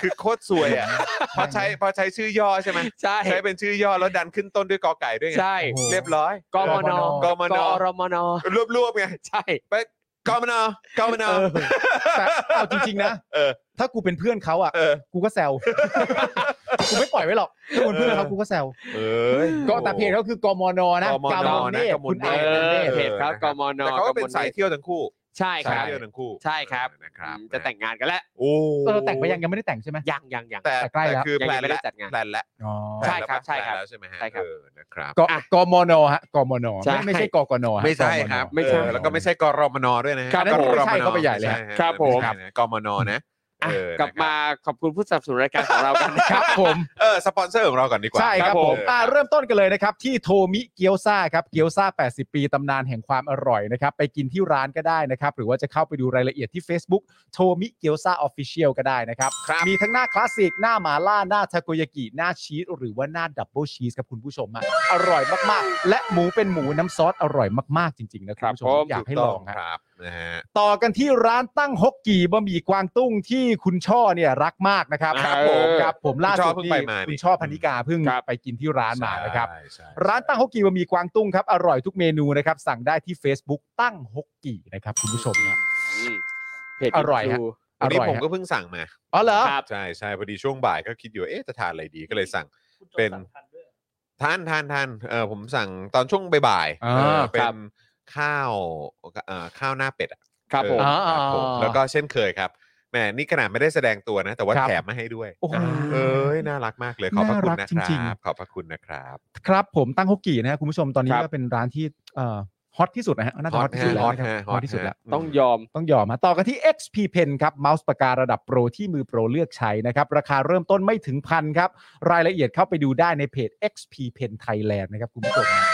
คือโคตรสวยอ่ะพอใช้พอใช้ชื่อย่อใช่ไหม
ใช่
ใช้เป็นชื่อย่อแล้วดันขึ้นต้นด้วยกอไก่ด้วยไง
ใช่
โอ้โห
เรียบร้อย
กมน
กมน
กอรมน
รวบรวบๆไง
ใช่
ไปกอมนอกอมนอ
เออแต่เอาจริงๆนะ
เออ
ถ้ากูเป็นเพื่อนเขาอ่ะ
เออ
กูก็แซ ว กูไม่ปล่อยไว้หรอกถ้ากูเป็นเพื่อนเขากูก็แซว
เอ้ย
ก็แต่เพจเขาคือกมนนะ
กมนนะ
เทพ
กมล
คุณ
เน
อา
ตร
ย
เออ
เทพ
เพจครับ
นะค
ก
รับ
มน
แต่เขาก็เป็นสาย
กมลตร
เที่ยวทั้งคู่
ใช่ค
สาย
รับ
เที่ยวทั้งคู่
ใช่ครับ
นะครับ
จะแต่งงานกันแล้ว
โอ้
เออแต่งไปยังยังไม่ได้แต่งใช่ไหม
ยังยังยัง
แต่
แต่ใกล้แล้ว
ต่คือ
ยั
แพ
ง
ลน
ไม่ได้
แล้ว
จัดงาน
แพลนแล้ว
อ๋อ
ใช่ครับใช่ครับ
แพลนแล้วใช่ไหมฮะ
ใช่ครับ
เออนะครับ
กกมนฮะกมน
ใช่
ไม่ไม่ใช่กกนฮะ
ไม่ใช่
กน
ครับ
ไม่ใช่
เออแล้วก็ไม่ใช่กรมนด้วยนะฮะ
ครับ
ก
ผม
ร
ไม่ใช่เข้าไปใหญ่เลย
ช่ฮะ
ครับผม
ไใช่นะกมนนะ
อ่ะ
เออก
ลับมาขอบคุณผู้สนับสนุนรายการของเรา กันนะ
ค
ค
รั
รับ
บผม
เออสปอนเซอร์ของเราก่อนดีกว่า
ใช่ครับผมอ่าเริ่มต้นกันเลยนะครับ ที่โทมิเกียวซาครับเกียวซา80 ปีตำนานแห่งความอร่อยนะครับ ไปกินที่ร้านก็ได้นะครับ หรือว่าจะเข้าไปดูรายละเอียดที่ Facebook โทมิเกียวซาออฟฟิเชียลก็ได้นะครับ
ครับ
มีทั้งหน้าคลาสสิก หน้าหมาล่า หน้าทาโกยากิ หน้าชีส หรือว่าหน้าดับเบิลชีสครับคุณผู้ชมอะอร่อยมากๆ และหมูเป็นหมูน้ำซอสอร่อยมากๆ จริงๆนะคุณผู้ชมอยากให้ลอง
ค
ฮะ
รับนะฮะ
ต่อกันที่ร้านตั้งฮกกี่บะหมี่กวางตุ้งที่คุณช่อเนี่ยรักมากนะครับ
ครับผม
ครับผมล่าสุด
คุณช่อเพิ่งไป
นี่
มานี่
คุณช่อพนิกาเพิ่งไปกินที่ร้านมานะครับ
ใช่ใช่
ร้านตั้งฮกกี่บะหมี่กวางตุ้งครับอร่อยทุกเมนูนะครับสั่งได้ที่ Facebook ตั้งฮกกี่นะครับคุณผู้ชมนะ
เพจ
อร่อยฮะ
ดู
วันนี้
อร่อย
ผม
ฮะ
ก็เพิ่งสั่งมา
อ๋อเหรอ
ครับ
ใช่ใช่พอดีช่วงบ่ายก็คิดอยู่เอ๊ะจะทานอะไรดีก็เลยสั่ง เป็น ทานทานทานเออผมสั่งตอนช่วงบ่ายๆ
อ่า
เออเป็
ครั
น
บ
ข้าวเอ่อข้าวหน้าเป็ดอะ
ครับผม
เออค
อ่า
รับผม
อ่า
แล้วก็เช่นเคยครับแหมนี่ขนาดไม่ได้แสดงตัวนะ แต่ว่า
ครับ
แถมมาให้ด้วย
โอ้โห
เอ้ยน่ารักมากเลย ขอบพระคุณนะ
น่ารักจ
ค
ริง
รับ
ๆ
ขอบพระคุณนะครับ
ครับผมตั้งฮกกี่นะครับคุณผู้ชมตอนนี้
ครับ
ก็เป็นร้านที่เอ่อฮอตที่สุดนะฮะน่าจะฮอตที่สุดแล้ว
ฮอต
นะครับ
ฮะ
ฮอตที่สุดแล้ว
ต้องยอม
ต้องยอมมาต่อกันที่ XP Pen ครับเมาส์ปากการะดับโปรที่มือโปรเลือกใช้นะครับ ราคาเริ่มต้นไม่ถึงพันครับ รายละเอียดเข้าไปดูได้ในเพจ XP Pen Thailand นะครับคุณผู้ชมนะ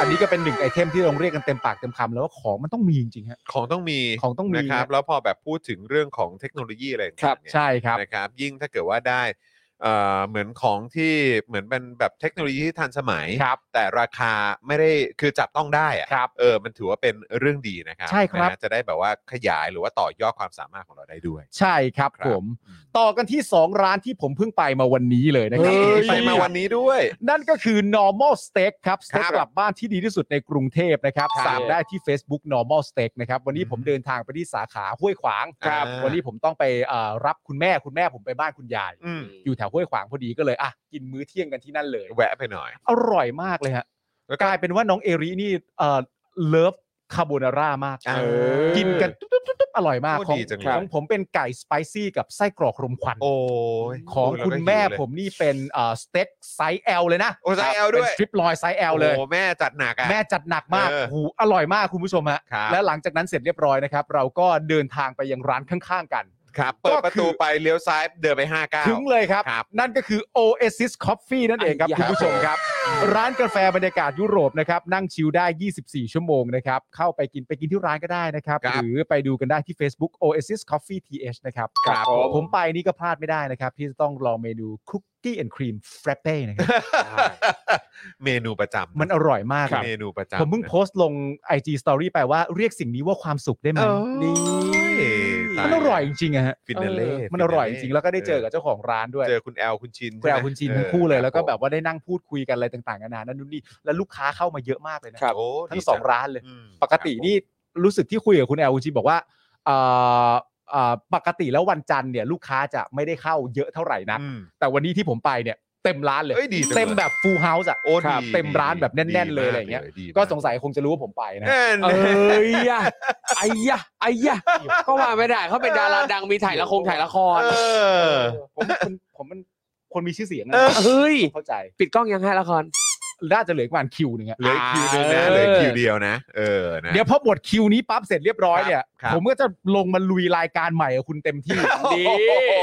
อันนี้ก็เป็นหนึ่งไอเทมที่เราเรียกกันเต็มปากเต็มคำแล้วว่าของมันต้องมีจริงๆฮะ
ของต้องมี
ของต้องมี
นะครับ
นะ
แล้วพอแบบพูดถึงเรื่องของเทคโนโลยีอะไรต่างๆ
ครับ
เนี่ย
ใช่ครับ
นะครับ ยิ่งถ้าเกิดว่าได้เอ่อเหมือนของที่เหมือนเป็นแบบเทคโนโลยีที่ทันสมัย
ครับ
แต่ราคาไม่ได้คือจับต้องได้อะ
ครับ
เออมันถือว่าเป็นเรื่องดีนะครับ
ใช่ครับ
นะฮะจะได้แบบว่าขยายหรือว่าต่อยอดความสามารถของเราได้ด้วย
ใช่ครับ
ครับ
ผม ต่อกันที่ 2 ร้านที่ผมเพิ่งไปมาวันนี้เลยนะครับ
เฮ้ยไปมาวันนี้ด้วย
นั่นก็คือ normal steak ครับส
ครับ
เต็กกลับบ้านที่ดีที่สุดในกรุงเทพนะครับ
ครับ
สั่งได้ที่ Facebook normal steak นะครับ วันนี้ผม
อืม
เดินทางไปที่สาขาห้วยขวาง
ครับ
วันนี้ผมต้องไปเอ่อรับคุณแม่คุณแม่ผมไปบ้านคุณยาย
อืม
อยู่แถวห้วยขวางพอดีก็เลยอ่ะกินมื้อเที่ยงกันที่นั่นเลย
แวะไปหน่อย
อร่อยมากเลยฮะ
แล้ว
กลายเป็นว่าน้องเอรินี่เอ่อเลิฟคาโบนาร่ามาก
อ่า
กินกันตุ๊บตุ๊บตุ๊บอร่อยมาก
โอ้
ของ
ดีจังเลย
ของผมเป็นไก่สไปซี่กับไส้กรอกรมควัน
โอ้ย
ของ
ดูล้ว
คุณ
ก็หิว
แม่
เลย
ผมนี่เป็นเอ่อสเต็กไซส์ L เลยนะ
โอ้ไซส์
ครับ
L ด้วย
เป็นสตริปลอยไซส์ L เลย
โอ้แม่จัดหนักอะ
แม่จัดหนักมาก
เออ
โอ้โหูอร่อยมากคุณผู้ชมฮะ
ครับ
และหลังจากนั้นเสร็จเรียบร้อยนะครับ เราก็เดินทางไปยังร้านข้างๆกัน
ครับ เปิด
ก็
ประ
คือ
ตูไปเลี้ยวซ้ายเดินไป5ก้าว
ถึงเลยครับ
ครับ
นั่นก็คือ Oasis Coffee นั่นเองครับ
อ่ะ
คุณผู้ชมครับ ร้านกาแฟบรรยากาศยุโรปนะครับ นั่งชิลได้ 24 ชั่วโมงนะครับ เข้าไปกินไปกินที่ร้านก็ได้นะครับ
ครับ
หรือไปดูกันได้ที่ Facebook Oasis Coffee TH นะครับ
ครับผม
ผมไปนี่ก็พลาดไม่ได้นะครับ ที่จะต้องลองเมนู Cookie and Cream Frappe นะครับ
เมนูประจำ
มันอร่อยมาก
เมนูประจำ
ผมเพิ่งโพสต์ลง IG Story ไปว่าเรียกสิ่งนี้ว่าความสุขได้ไหม
โอ้
นี่
ยตา
มันอร่อยจริงๆอะฮะ
ฟินาเล่
มันอร่อยจริงๆแล้วก็ได้เจอกับเจ้าของร้านด้วย
เจอคุณแอลคุณชิน
แปล
ใช่ไหม
คุณจีน
ออ
ทั้งคู่เลยแล้วก็
ค
แบ
รัผ
บว่าได้นั่งพูดคุยกันอะไรต่างๆกันานานั่นนู่นนี่แล้วลูกค้าเข้ามาเยอะมากเลยนะ
มโอ้
ทั้
ดี
งสอง
จั
ร้านเลย
อืม
ปกตินี่
ครับ
รู้สึกที่คุยกับคุณแอลคุณจีนบอกว่าเอ่อเอ่อปกติแล้ววันจันทร์เนี่ยลูกค้าจะไม่ได้เข้าเยอะเท่าไหร่นะ
อืม
แต่วันนี้ที่ผมไปเนี่ยเต็มร้านเลย
เอ้ยดีจัง
เต็ม
ลย
แบบฟูลเฮาส์อ่ะ
โอ้ดี
ครับเต็มร้านแบบแน่น
ดี
ๆ เลย
มาก
อะไรอย่างเงี้ย
ดีม
ก็สงสัยคงจะรู้ว่าผมไปนะ
เอ้ย
เอ้ยอะไอ้ยะไอ้ยะก็ว่าไม่ได้เขาเป็นดาราดังมีถ่ายละครถ่ายละคร
เออ
ผมผมผมมันคนมีชื่อเสียงนะ
เออ
เฮ้ย
เข้าใจ
ปิดกล้องยังให้ละคร
น่าจะเหลืออีกประมาณคิวหนึ่งอะ
เหลืออีกคิวเดียวนะ
เออ
เหลืออีกคิวเดียวนะ เออนะ
เดี๋ยวพอหมดคิวนี้ปั๊บเสร็จเรียบร้อยเนี่ย
ครับ
ผมก็จะลงมาลุยรายการใหม่กับคุณเต็มที่
ดี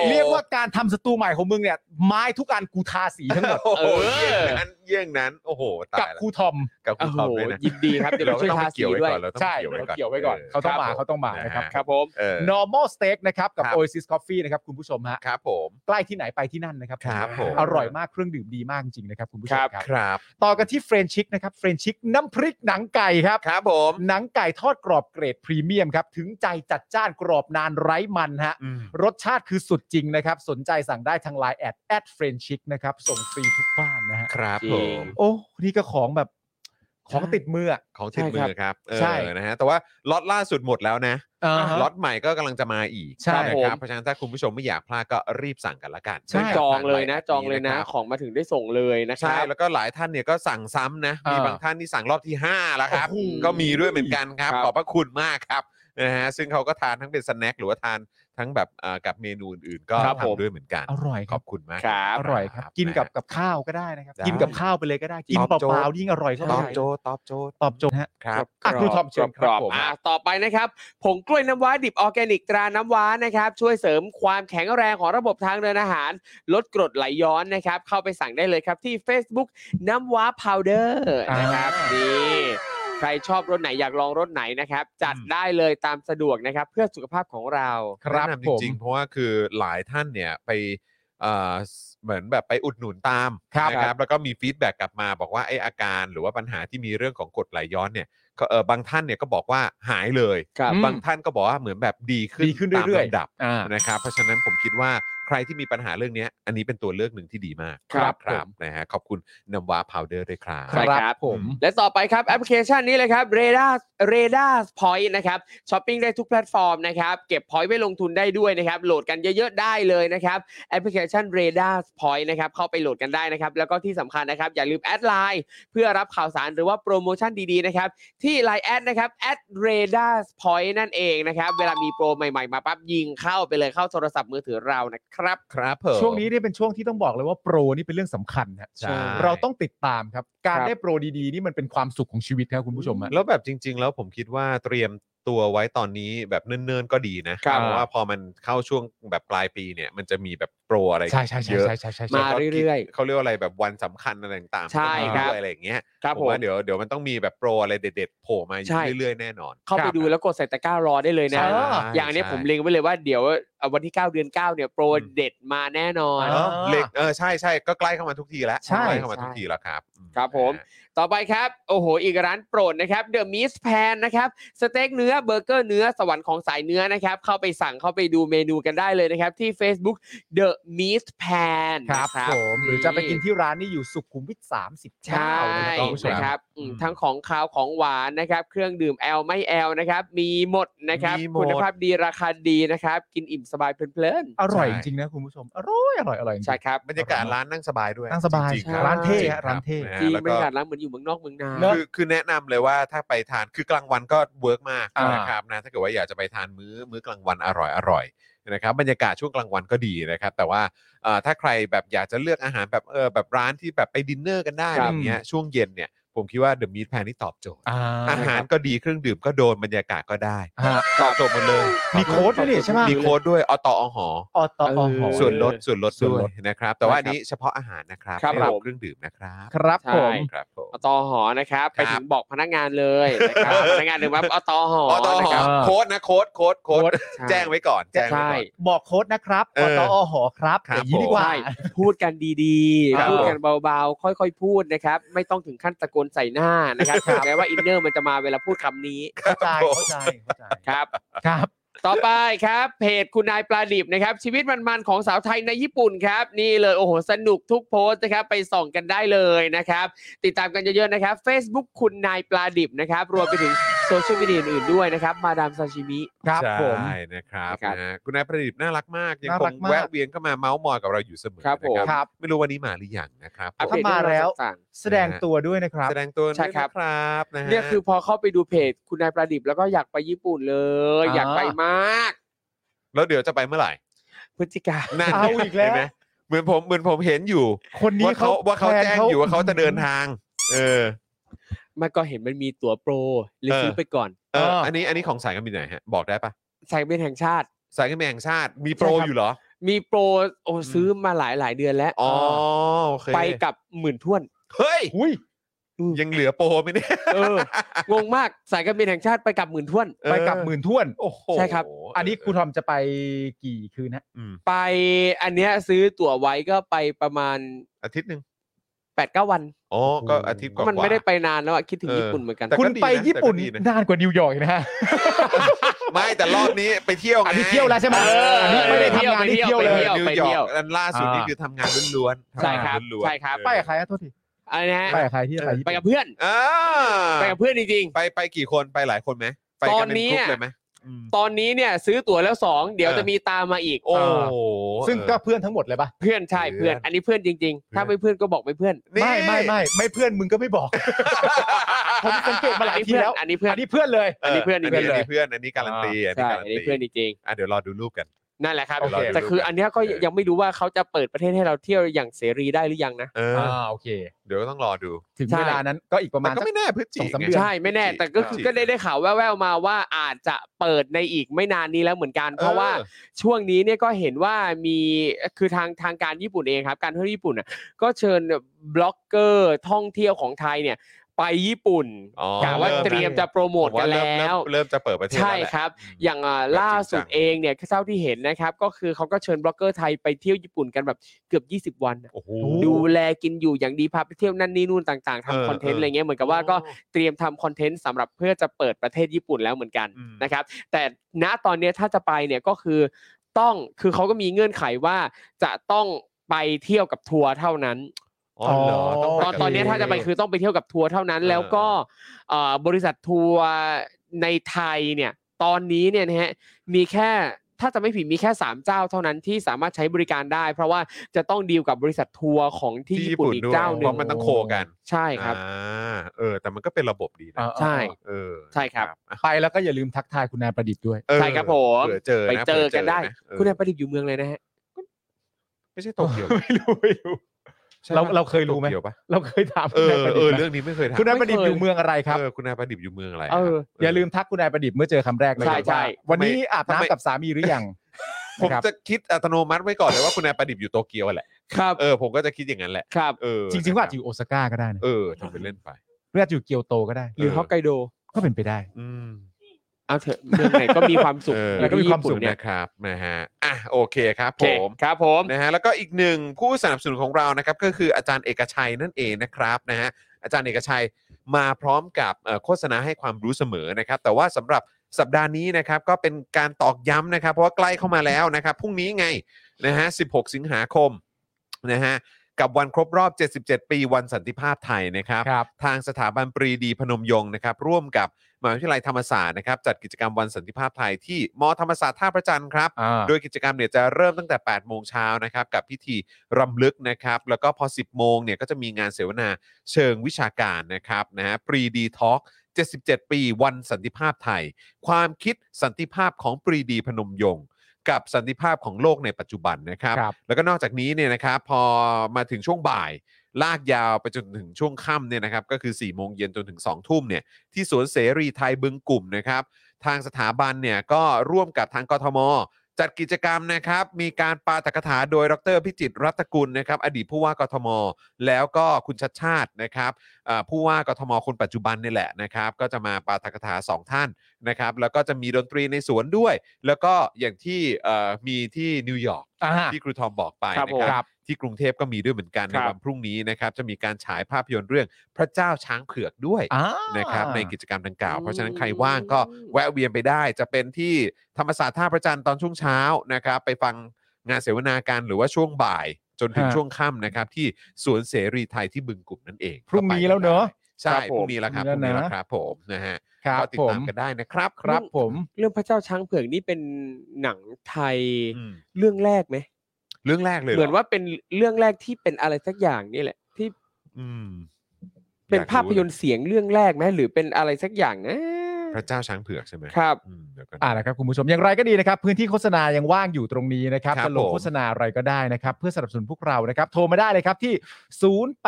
เรียกว่าการทำสตูใหม่ของมึงเนี่ย ไม้ทุกอันกูทาสีทั้งหมด
โอ้โห
เออ
เยี่ยงนั้นเยี่ยงนั้นโอ้โหตา
กับ
ยละ
ครูทอม
กับคุณ
โอ้โห
ทอมด้วยนะ
ยินดีครับเดี๋ยวเราช่วย
ต้อง
ทา
ไป
สี
เกี่ยวไว้
ด้วย
ก่อนเราต้อง
ใช่
ไปเกี่ยวไว้
เรา
ก่อน
เกี่ยวไว้ก่อนเขาต้องมาเขาต้องมา
นะ
นะ
ฮะ
ครับ
ครับผม
เออ
normal steak นะครับกับ
ครับ
Oasis Coffee นะครับคุณผู้ชมฮะ
ครับผม
ใกล้ที่ไหนไปที่นั่นนะครับ
ครับผม
อร่อยมากเครื่องดื่มดีมากจริงๆนะครับคุณผู้ชม
ครับ
ครับ
ครับ
ต่อกันที่เฟรนชิกนะครับเฟรนชิกน้ำพริกหนังไก่ครับ
ครับผม
หนังไก่ทอดกรอบเกรดพรีเมียมครับ ถึงใจจัดจ้านกรอบนานไร้มันฮะ
อืม
รสชาติคือสุดจริงนะครับ สนใจสั่งได้ทางไลน์แอดแอดเฟรนชิกนะครับ ส่งฟรีทุกบ้านนะฮะ
ครับ
จริ
ผ
ง
ม
โอ้ นี่ก็ของแบบของติดมืออะ
ของติดมื
ใช่
อครับเออ
ใช่
นะฮะแต่ว่าล็อตล่าสุดหมดแล้วนะ
อ่าฮะ
ล็อตใหม่ก็กำลังจะมาอีก
ใช่
นะครับ
ผม
เพราะฉะนั้นถ้าคุณผู้ชมไม่อยากพลาดก็รีบสั่งกันละกัน
ใช่
นะครับ
จองเลยนะ
ทาไฟ์
จองเลยนะ
ครับ
ของมาถึงได้ส่งเลยนะค
ใช่
รับ
แล้วก็หลายท่านเนี่ยก็สั่งซ้ำนะ
เออบ
มีางท่านที่สั่งรอบที่ 5 แล้วครับ
โอ้โห
ก็มีด้วยเหมือนกันครับ
ครับ
ขอบพระคุณมากครับนะฮะซึ่งเขาก็ทานทั้งเป็นสแน็คหรือว่าทานทั้งแบบเอ่อกับเมนูอื่นๆก็
ครับผม
ทำด้วยเหมือนกัน
อร่อยค
ข
รั
อ
บบ
คุณมาก
ครับ
อร่อยครับ กินกับกับข้าวก็ได้นะครับ กินกับข้าวไปเลยก็ได้ กินเปล่าๆยิ่งอร่อยเข้า
ต
ไป
อบโจทย์ตอบโจทย์
ตอบโจทย์ฮะ
ครับ
อ่ะครูทอมเชิญครับผม
อ่ะต่อไปนะครับผงกล้วยน้ำว้าดิบออร์แกนิกตราน้ำว้านะครับ ช่วยเสริมความแข็งแรงของระบบทางเดินอาหาร ลดกรดไหลย้อนนะครับ เข้าไปสั่งได้เลยครับที่ Facebook น้ำว้าพาวเดอร์นะครับ
อ่านี่
นี่ใครชอบรสไหนอยากลองรสไหนนะครับ จัดได้เลยตามสะดวกนะครับ เพื่อสุขภาพของเรา
ครับ
แนะนำ
ผ
จ
ม
ริงๆ เพราะว่าคือหลายท่านเนี่ยไปเอ่อเหมือนแบบไปอุดหนุนตาม
ครับ
นะครับแล้วก็มีฟีดแบ็กกลับมาบอกว่าไออาการหรือว่าปัญหาที่มีเรื่องของกรดไหลย้อนเนี่ยก็เออบางท่านเนี่ยก็บอกว่าหายเลย
ครับ
บางท่านก็บอกว่าเหมือนแบบดีขึ้น
ดีขึ้นเรื่อย
ตาม
ๆ
ลำดับ
อ่า
นะครับเพราะฉะนั้นผมคิดว่าใครที่มีปัญหาเรื่องเนี้ยอันนี้เป็นตัวเลือกหนึ่งที่ดีมาก
ครับ
ครั
ผ
บ
ม
นะฮะขอบคุณน้ำว้าพาวเดอร์ด้วยครับ
ค
ใช่ครับ
รับผม
และต่อไปครับแอปพลิเคชันนี้เลยครับ r a d a r r a d a r Point นะครับช้อปปิ้งได้ทุกแพลตฟอร์มนะครับเก็บ point ไว้ลงทุนได้ด้วยนะครับ โหลดกันเยอะๆได้เลยนะครับแอปพลิเคชัน r a d a r Point นะครับเข้าไปโหลดกันได้นะครับ แล้วก็ที่สำคัญนะครับ อย่าลืมแอดไลน์เพื่อรับข่าวสารหรือว่าโปรโมชั่นดีๆนะครับ ที่ Line แอดนะครับ r a d a r Point นั่นเองนะครับ เวลามีโปรใหม่ๆมาปั๊บยิงเข้าไปเลยเข้าโทรศัพท์มือถือเรานะครับ
ครับผม
ช่วงนี้เนี่ยเป็นช่วงที่ต้องบอกเลยว่าโปรนี่เป็นเรื่องสำคัญนะ
ใช่
เราต้องติดตามครับ การ
ครับ
ได้โปรดีๆนี่มันเป็นความสุขของชีวิตครับคุณผู้ชมฮะ
แล้วแบบจริง ๆ แล้วผมคิดว่าเตรียมตัวไว้ตอนนี้แบบเนิ่นๆก็ดีนะครับ เพราะว่าพอมันเข้าช่วงแบบปลายปีเนี่ยมันจะมีแบบโปรอะไร
ใช่ใช่ใช่
เยอะ
ใช่ใช่ใช่
มา
ใช่
เรื่อยๆ
เขาเรียกว่าอะไรแบบวันสำคัญอะไรต่างๆ
ใช่ครับ
มันก็มีด้วยอะไรอย่างเงี้ย
ครับ
ผม
ผม
ว่าเดี๋ยวเดี๋ยวมันต้องมีแบบโปรอะไรเด็ดๆโผล่มา
ใช่
เรื่อยๆแน่นอน
เข้าไปดูแล้วกดใส่ตะกร้ารอได้เลยนะ
ใช่
อย่างเนี้ย
ใช่
ผมเล็งไว้เลยว่าเดี๋ยวเอ่อวันที่ 9 เดือน 9 เนี่ยโปรเด็ดมาแน่นอน
อ๋
เนาะ
อ
เล็กเออใช่ใช่ก็ใกล้เข้ามาทุกทีแล้ว
ใช่
ใกล้เข้ามาทุกทีแล้วครับ
ครับผม ต่อไปครับ โอ้โห อีกร้านโปรดนะครับเดอะมิสแพนนะครับสเต็กเนื้อเบอร์เกอร์เนื้อสวรรค์ของสายเนื้อนะครับ เข้าไปสั่งเข้าไปดูเมนูกันได้เลยนะครับ ที่ Facebook The Meat Pan
ครับ
นะ
ผมหรือจะไปกินที่ร้านนี่อยู่สุขุมวิท30
ใช่
เก้านะครับคุณผู้ชม
นะครับอืมทั้งของคาวของหวานนะครับ เครื่องดื่มแอลไม่แอลนะครับ มีหมดนะครับ คุณภาพดีราคาดีนะครับ กินอิ่มสบายเพลิน
อร่อยจริงๆนะคุณผู้ชม อร่อยอร่อยอร่อยจริ
ๆ
ง
ใช่ครับ
บรรยากาศร้านนั่งสบายด้วย
นั่งสบาย
จงๆคบ
ร้านเท่
จงๆ
ฮะ
คบ
ร้านเท่
ะฮะ
จริง
แล้ว
บร
ก็
รยากาศร้านเหมือนอยู่เมืองนอกเมืองนา
เนอะ
คือคือแนะนำเลยว่าถ้าไปทานคือกลางวันก็เวิร์กมาก
อ่าน
นะครับนะถ้าเกิดว่าอยากจะไปทานมื้อมื้อกลางวันอร่อยอร่อยนะครับบรรยากาศช่วงกลางวันก็ดีนะครับ แต่ว่าเอ่อถ้าใครแบบอยากจะเลือกอาหารแบบเออแบบร้านที่แบบไปดินเนอร์กันได้
ค
อะ
รับ
ไรอย่างเงี้ยช่วงเย็นเนี่ยผมคิดว่าเดอะมีทแพนที่ตอบโจทย์
อ่า
อาหารก็ดีเครื่องดื่มก็โดนบรรยากาศก็ได้
ฮะ
ตอบโจทย์หมดเลย
มีโค้ดด้วยนี่ใช่ปะ
มีโค้ดด้วยอตออหอ
อตอหอ
เ
ส่วนลดส่วนลด
ส่วน
ด้ว
ล
ย
ด
นะครับแต่ว่าอันนี้เฉพาะอาหารนะครับ
ครับ
ไม่รับ
ผม
เครื่องดื่มนะครับ
ครับ
ใช่
ผม
ครับผม
อตอหอนะครับ
ครั
ไป
บ
ถึงบอกพนักงานเลยนะครับพนักงานถึงว่าอตอหอ
อตอ
นะ
ห
ค
อ
รับ
โค้ดนะโค้ดโค้ดโค้ด
ใช่
แจ้งไว้ก่อนแจ้งไว้
ใช่
ก่อน
บอกโค้ดนะครับ
เอ
อ
อ
ตอหอครับ
ครับ
อย่างนี้ดีกว่า
ใช่พูดกันดี
ครั
ๆ
บ
พูดกันเบาๆ ค่อยๆ พูดนะครับ ไม่ต้องถึงขั้นตะโกนใส่หน้านะครับถึงแม้ว่าอินเนอร์มันจะมาเวลาพูดคำนี้
เข้าใจ
ผม
เข้าใจเข้าใจ
ครับ
ครับ
ต่อไปครับเพจคุณนายปลาดิบนะครับ ชีวิตมันๆของสาวไทยในญี่ปุ่นครับ นี่เลยโอ้โห สนุกทุกโพสต์นะครับ ไปส่องกันได้เลยนะครับ ติดตามกันเยอะๆนะครับ Facebook คุณนายปลาดิบนะครับ รวมไปถึงโซเชียลมีเดียอื่นๆด้วยนะครับ มาดามซาชิมิ
ครับผม
ใช่นะครับ
ครับ
นะฮะคุณนายประดิษฐ์น่ารักมาก ยัง
น่า
ค
รั
ง
กมาก
แวะเวียนเข้ามาเมาส์มอยกับเราอยู่เสมอ
ครับผม
นะครับ ไม่รู้วันนี้มาหรือยังนะครับผ
อัป
ม
เดตเรื่องราวต่าง
แสดงตัวด้วยนะครับ
แสดงตัวด้วย
ใช่ครับ
นะครับนะ
ๆ
ฮะ
เนี่ยคือพอเข้าไปดูเพจคุณนายปลาดิบแล้วก็อยากไปญี่ปุ่นเลย
อ่า
อยากไปมาก
แล้วเดี๋ยวจะไปเมื่อไหร่
พฤศจิกา
นั่น
เอาอีกแล้ว
เห็นไหมเหมือนผมเหมือนผมเห็นอยู่
คนนี้
ว่าเขาว่าเขา
พลน
แจ้งอยู่ว่าเขาจะเดินทาง เออ
มันก็เห็นมันมีตั๋วโปรเลย
เออ
ซื้อไปก่อน
เออ
เอออั
อันนี้อันนี้ของสายการบินไหนฮะบอกได้ปะ
ใส่เป็นแห่งชาติ
สายการบินแห่งชาติมีโปร
ใช่ครับ
อยู่เหรอ
มีโปรโอซื้อมาหลายหลายเดือนแล้ว
อ๋อโอเค
ไปกับหมื่นท่วน
เฮ้ย
อุ้ย
ยังเหลือโปรไหมเนี่ย
เอองงมากสายการบินแห่งชาติไปกับหมื่นท่วน
เออ
ไปกับหมื่นท่วน
โอ้โห
ใช่ครับ
อันนี้ครูทอมจะไปกี่คืนฮะ
อืม
ไปอันเนี้ยซื้อตั๋วไว้ก็ไปประมาณ
อาทิตย์หนึ่ง
8ปดเก้าวัน
อ๋อก็อาทิตย์กว่า
มันไม่ได้
ๆ
ไปนานแล้วอะคิดถึง
เออ
ญี่ปุ่นเหมือนกัน
แต่ก็
คุณ
ดีนะ
ไปญี่ปุ่น
แต่ก็ดีนะ
นานกว่านิวยอร์กอีกนะฮะ
ไม่แต่รอบนี้ไปเที่ยวไง
อันนี้เที่ยวแล้วใช่ไหม
เอออั
นนี้ไม่ได้ทำงาน
ไป
นี่
เที่ยว
เที่ยวเลย
ไปเที่
นิวย
ยว
อร์กอันล่าสุด
อ่านี่
นี่คือทำงานล้วนๆ
ใช่ครับ
ทำงานล้วนๆ
ใช่ครับ
ไปกับใครฮะโทษที
อะไรนะฮะ
ไปกับใครที่ไปญี่
ไป
ปุ่น
กับเพื่อน
อ่า
ไปกับเพื่อนจริง
ไปไปกี่คนไปหลายคนไหมไป
ต
กั
อน น
เป็น
นี้
กรุ๊ปเลยไหมอืม
ๆ ตอนนี้เนี่ยซื้อตั๋วแล้วสองเดี๋ยว
เออ
จะมีตามมาอีก
โอ้โห
ซึ่งก็เพื่อนทั้งหมดเลยปะ
เพื่อนใช่เพื่อน อันนี้เพื่อนจริง ๆ ถ้าไม่เพื่อนก็บอกไม่เพื่อน
นี่
ไม่ไม่ไม่ไม่เพื่อนมึงก็ไม่บอก ผมสังเกตมาหลาย
อันนี้
ที
เพื่อน
แล้ว
อันนี้เพื่อน
อันนี้
อั
เพื่อนเลย
อันนี้
นนี้เพื่อน
เพื่อนเลย
เพื่อนอันนี้การันตีอันนี้
ใช่
การัน
อัน
ตี
นี้เพื่อนจริง
อ่ะเดี๋ยวรอดูรูปกัน
ๆนั่นแหละครับ
โอเค
แต่คืออันเนี้ยก็ยังไม่รู้ว่าเขาจะเปิดประเทศให้เราเที่ยวอย่างเสรีได้หรือยังนะ
เออ
อ่าโอเค
เดี๋ยวก็ต้องรอดู
ถึง
ใช่
เวลานั้นก็อีกประ
มั
มาน ณ
ก็
สัก
ไม่แน่พฤศจิ
สองสา
ไ
มเดือน
ใช่ไม่แน่ แต่ก็คือ
พฤศจิ
ก็ได้ได้ข่าวแว่วๆมาว่าอาจจะเปิดในอีกไม่นานนี้แล้วเหมือนกัน เพราะว่า
ออ
ช่วงนี้เนี่ยก็เห็นว่ามีคือทางทางการญี่ปุ่นเองครับ การท่องเที่ยวญี่ปุ่นน่ะก็เชิญบล็อกเกอร์ท่องเที่ยวของไทยเนี่ย ไปญี่ปุ่น
อ๋อก
ะว่า
เริ่ม
เตรียมจะโปรโมทกัน
ผาเริ่ม
แล้
เริ่
ว
มเริ่มจะเปิดประเทศแล้ว
ใช่
แหละ
ครับ อย่างอ่า
แบบจริง
ล่าสุด
จัง
เองเนี่ยเท่าที่เห็นนะครับ ก็คือเขาก็เชิญบล็อกเกอร์ไทยไปเที่ยวญี่ปุ่นกันแบบเกือบ 20 วันน่ะ
โอ้โห
ดูแลกินอยู่อย่างดีพาไปเที่ยวนั่นนี่นู่นต่าง ๆ
เออ
ทำคอนเทน
เอออ
ต์อะไรเงี้ยเหมือนกับว่าก็ เตรียมทำคอนเทนต์สำหรับเพื่อจะเปิดประเทศญี่ปุ่นแล้วเหมือนกัน
อืม
นะครับ แต่ณตอนเนี้ยถ้าจะไปเนี่ยก็คือต้องคือเขาก็มีเงื่อนไขว่าจะต้องไปเที่ยวกับทัวร์เท่านั้น
อ๋อเหรอต้องไป
ตอน
กับ
ตอนเนี้ยถ้าจะไปคือต้องไปเที่ยวกับทัวร์เท่านั้น
เออ
แล้วก็เอ่อบริษัททัวร์ในไทยเนี่ยตอนนี้เนี่ยนะฮะมีแค่ถ้าจะไม่ผิดมีแค่ 3 เจ้าเท่านั้นที่สามารถใช้บริการได้ เพราะว่าจะต้องดีลกับบริษัททัวร์ของที่ญี่ปุ่นอีก
ด้วย
เจ้าห
เพ
นึ่ง
ราะมันต้องโคกัน
ใช่ครับ
อ่าเออ แต่มันก็เป็นระบบดีนะ
อ่า
ใช่
เออ
ใช่ครับ
อ่ะ
ไปแล้วก็อย่าลืมทักทายคุณนายประดิษฐ์ด้วย
เออ
ใช่ครับผม
เผื่อเจอนะ
ไปเจอ
ผื่
กันได้
ะเออ
คุณนายประดิษฐ์อยู่เมืองเลยนะฮะ
ไม่ใช่โตเกียว
ไม่รู้ไม่รู้
ใช่ปะ
เราเราเคยรู้ไหม
โตกีวปะ
เราเคยถาม
เออ
คุ
น
ณายประ
เอ
ดิ
อ
ษฐ์ไหม
เรื่องนี้ไม่เคยถาม
คุณนายประดิษฐ์
ไม่
อ
เคย
ยู่เมืองอะไรครับ
เออคุณนายประดิษฐ์อยู่เมืองอะไร
เออ
ครับ
อย่าลืมทักคุณนายประดิษฐ์เมื่อเจอคำแรกเลย
ใช่
ครับ
ใช่
ว่าวันนี้อาบ
ทำไม
น้ำกับสามีหรือยัง
ผม
นะครับ
จะคิดอัตโนมัติไว้ก่อนเลยว่าคุณนายประดิษฐ์อยู่โตเกียวแหละ
ครับ
เออ ผมก็จะคิดอย่างนั้นแหละ
ครับ
เออ
จริงๆก็อาจ
นะ
จะ
คบ
อยู่โอซาก้าก็ได้นะ
เออทำเป็นเล่นไป
หรืออาจจะอยู่เกียวโตก็ได้
หรือฮอกไกโด
ก็เป็นไปได้
อืม
เอาเถอะเมืองไหนก็มีความสุข
เออ
อยู่ที่ญี่ปุ่นเนี่ย
นะครับนะฮะอ่ะโอเคครับ
โอเค
ผม
ครับผม
นะฮะแล้วก็อีกหนึ่งผู้สนับสนุนของเรานะครับก็คืออาจารย์เอกชัยนั่นเองนะครับนะฮะอาจารย์เอกชัยมาพร้อมกับเอ่อโฆษณาให้ความรู้เสมอนะครับแต่ว่าสำหรับสัปดาห์นี้นะครับก็เป็นการตอกย้ำนะครับ เพราะว่าใกล้เข้ามาแล้วนะครับพรุ่งนี้ไงนะฮะ16 สิงหาคมนะฮะกับวันครบรอบ 77 ปีวันสันติภาพไทยนะครับ
ครับ
ทางสถาบันปรีดีพนมยงค์นะครับร่วมกับมหาวิทยาลัยธรรมศาสตร์นะครับจัดกิจกรรมวันสันติภาพไทยที่มธรรมศาสตร์ท่าพระจันทร์ครับ
อ่า
โดยกิจกรรมเนี่ยจะเริ่มตั้งแต่ 8 โมงเช้านะครับกับพิธีรำลึกนะครับ แล้วก็พอ 10 โมงเนี่ยก็จะมีงานเสวนาเชิงวิชาการนะครับนะฮะปรีดีทอล์ก77 ปีวันสันติภาพไทย ความคิดสันติภาพของปรีดีพนมยงค์กับสันติภาพของโลกในปัจจุบันนะครับ
ครับ
แล้วก็นอกจากนี้เนี่ยนะครับพอมาถึงช่วงบ่าย ลากยาวไปจนถึงช่วงค่ำเนี่ยนะครับก็คือ4ี่โมงเย็นจนถึง2องทุ่มเนี่ยที่สวนเสรีไทยบึงกลุ่มนะครับ ทางสถาบันเนี่ยก็ร่วมกับทางกทม จัดกิจกรรมนะครับ มีการปาฐกถาโดยดรพิจิตรรัตนกุลนะครับ อดีตผู้ว่ากทม แล้วก็คุณชัดชาตินะครับอ่าผู้ว่ากทมคนปัจจุบันนี่แหละนะครับ ก็จะมาปาฐกถาสองท่านนะครับ แล้วก็จะมีดนตรีในสวนด้วย แล้วก็อย่างที่เอ่อมีที่นิวยอร์ก
อ่า
ที่ครูทอมบอกไป
ครับ
นะ
ผม
ค
ครั
รับบ ที่กรุงเทพก็มีด้วยเหมือนกันใน
ครับ
วันพรุ่งนี้นะครับ จะมีการฉายภาพยนตร์เรื่องพระเจ้าช้างเผือกด้วย
อ่า
นะครับในกิจกรรมดังกล่าว
อืม
เพราะฉะนั้นใครว่างก็แวะเวียนไปได้ จะเป็นที่ธรรมศาสตร์ท่าพระจันทร์ตอนช่วงเช้านะครับ ไปฟังงานเสวนาการหรือว่าช่วงบ่าย จนถึง
ฮะ
ช่วงค่ำนะครับ ที่สวนเสรีไทยที่บึงกลุ่มนั่นเอง
พรุ่งนี้แล้วเนอะ
ใช่
ครับ
พ
ผม
รุ่งนี้แล้วครับพ
พรุ่
รุ่ง
ง
นี้
นี้แล้วนะ
แล้วครับผมนะฮะ
ครับ
ก็ติด
ผ
ตาม มกันได้นะครับ
ครับผม
เรื่องพระเจ้าช้างเผือกนี่เป็นหนังไทย
อืม
เรื่องแรกไหม
เรื่องแรกเลยร
เหมือนว่าเป็นเรื่องแรกที่เป็นอะไรสักอย่างนี่แหละ ที่
อืม
เป็น
อ
ภาพ
รู้
ยนตร์เสียงเรื่องแรกไหมหรือเป็นอะไรสักอย่างนะ
พระเจ้าช้างเผือกใช่ไหม
ครับ
อืมเดี๋ยวก่อน
อ่านะครับคุณผู้ชมอย่างไรก็ดีนะครับ พื้นที่โฆษณายังว่างอยู่ตรงนี้นะครับ
ครับ
จะลง
ผม
โฆษณาอะไรก็ได้นะครับ เพื่อสนับสนุนพวกเรานะครับ โทรมาได้เลยครับที่ 0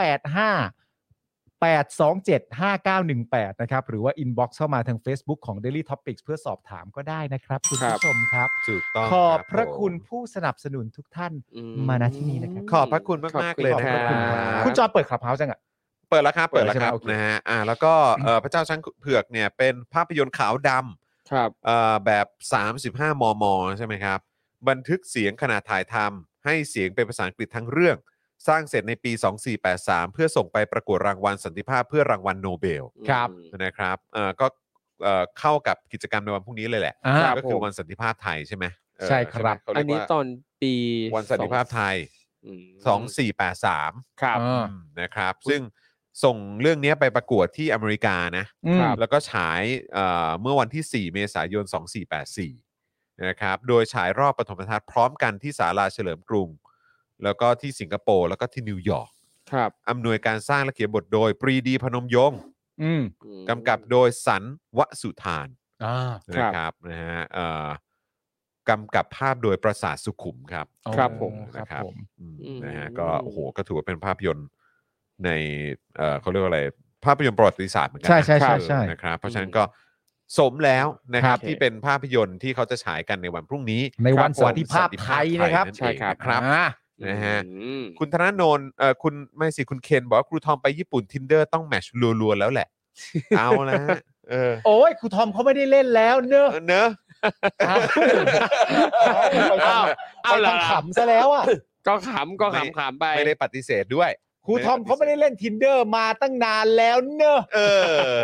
8 5 8275918 นะครับ หรือว่า inbox เข้ามาทาง Facebook ของ Daily Topics เพื่อสอบถามก็ได้นะครับ คุณ
ครั
ผู้
บ
ชมครับ
ถูกต้อง
ขอบ
ผม
พระคุณผู้สนับสนุนทุกท่าน
อื
มานะที่นี่นะครับ
ขอบพระคุณ
ขอบ
มากๆ
คุณ
เลย
ขอบ
นะครั
พระคุณ
ค
ครับ
บ
คุณจอเปิดขับเฮาส์จังอ่ะ
เปิดแล้วครับ เปิดแล้วครับ
เปิดแล้วใช่ไหม
นะฮะอ่าแล้วก็เอ่อพระเจ้าช้างเผือกเนี่ยเป็นภาพยนตร์ขาวด
ครับ
ำเอ่อแบบ 35 มม ใช่ไหมครับ บันทึกเสียงขณะถ่ายทำให้เสียงเป็นภาษาอังกฤษทั้งเรื่อง สร้างเสร็จในปี 2483 เพื่อส่งไปประกวดรางวัลสันติภาพเพื่อรางวัลโนเบล
ครับ
นะครับเอ่อก็เอ่อเข้ากับกิจกรรมในวันพรุ่งนี้เลยแหละ
อ่า
ก็คือวันสันติภาพไทยใช่ไหมเอ่อ
ใช่ครับ
ไหมเขา
อั
เรีย
น
ก
นี้
ว่า
ตอนปี
วันสันติภาพไทย
ม
2483
ครับ
อ่า
อืมนะครับซึ่งส่งเรื่องนี้ไปประกวดที่อเมริกานะ
อืม
แล้วก็ฉายเอ่อเมื่อวันที่ 4 เมษายน 2484 นะครับ โดยฉายรอบปฐมทัศน์พร้อมกันที่ศาลาเฉลิมกรุง แล้วก็ที่สิงคโปร์แล้วก็ที่นิวยอร์ก
ครับ
อำนวยการสร้างและเขียนบทโดยปรีดีพนมยงค์
อืม
อืม
กำกับโดยสันวสุธาน
อ่า
นะ
ค
ครับ รับนะฮะเอ่อกำกับภาพโดยประสาทสุขุมครับ
ครับผม
ครับ
นะครับ
ผม
อืม
อืม
นะฮะก็โอ้โหก็ถือว่าเป็นภาพยนตร์ในเอ่อเขาเรียกว่าอะไร ภาพยนตร์ประวัติศาสตร์เหมือนกัะ
ใช่ใช่ใช่
เออ
ใช่
นะครับเพราะฉะนั้นก็สมแล้วนะครับ
ครับ
ที่เป็นภาพยนตร์ที่เขาจะฉายกันในวันพรุ่งนี้
ในวัน
ครับ
สันติภาพไทยนะครับ
ใช่ครับนะครับ
อ่า
นะฮะ
อืม
คุณธนาโนนเอ่อคุณไม่สิคุณเคนบอกว่าครูทอมไปญี่ปุ่น Tinder ต้องแมทช์รัวๆแล้ว แหละ เอาละฮะเออ
โอ้ยครูทอมเขาไม่ได้เล่นแล้วเนอะ
เออเนอะ
ไปทาง
เอา
ไป
เหรอ
ทางขำซะแล้วอ่ะ
ก็ขำก็ขำขำๆไป
ไม่ได้ปฏิเสธด้วย
ครูทอมเขาไม่ได้เล่น tinder มาตั้งนานแล้วเนอะ
เออ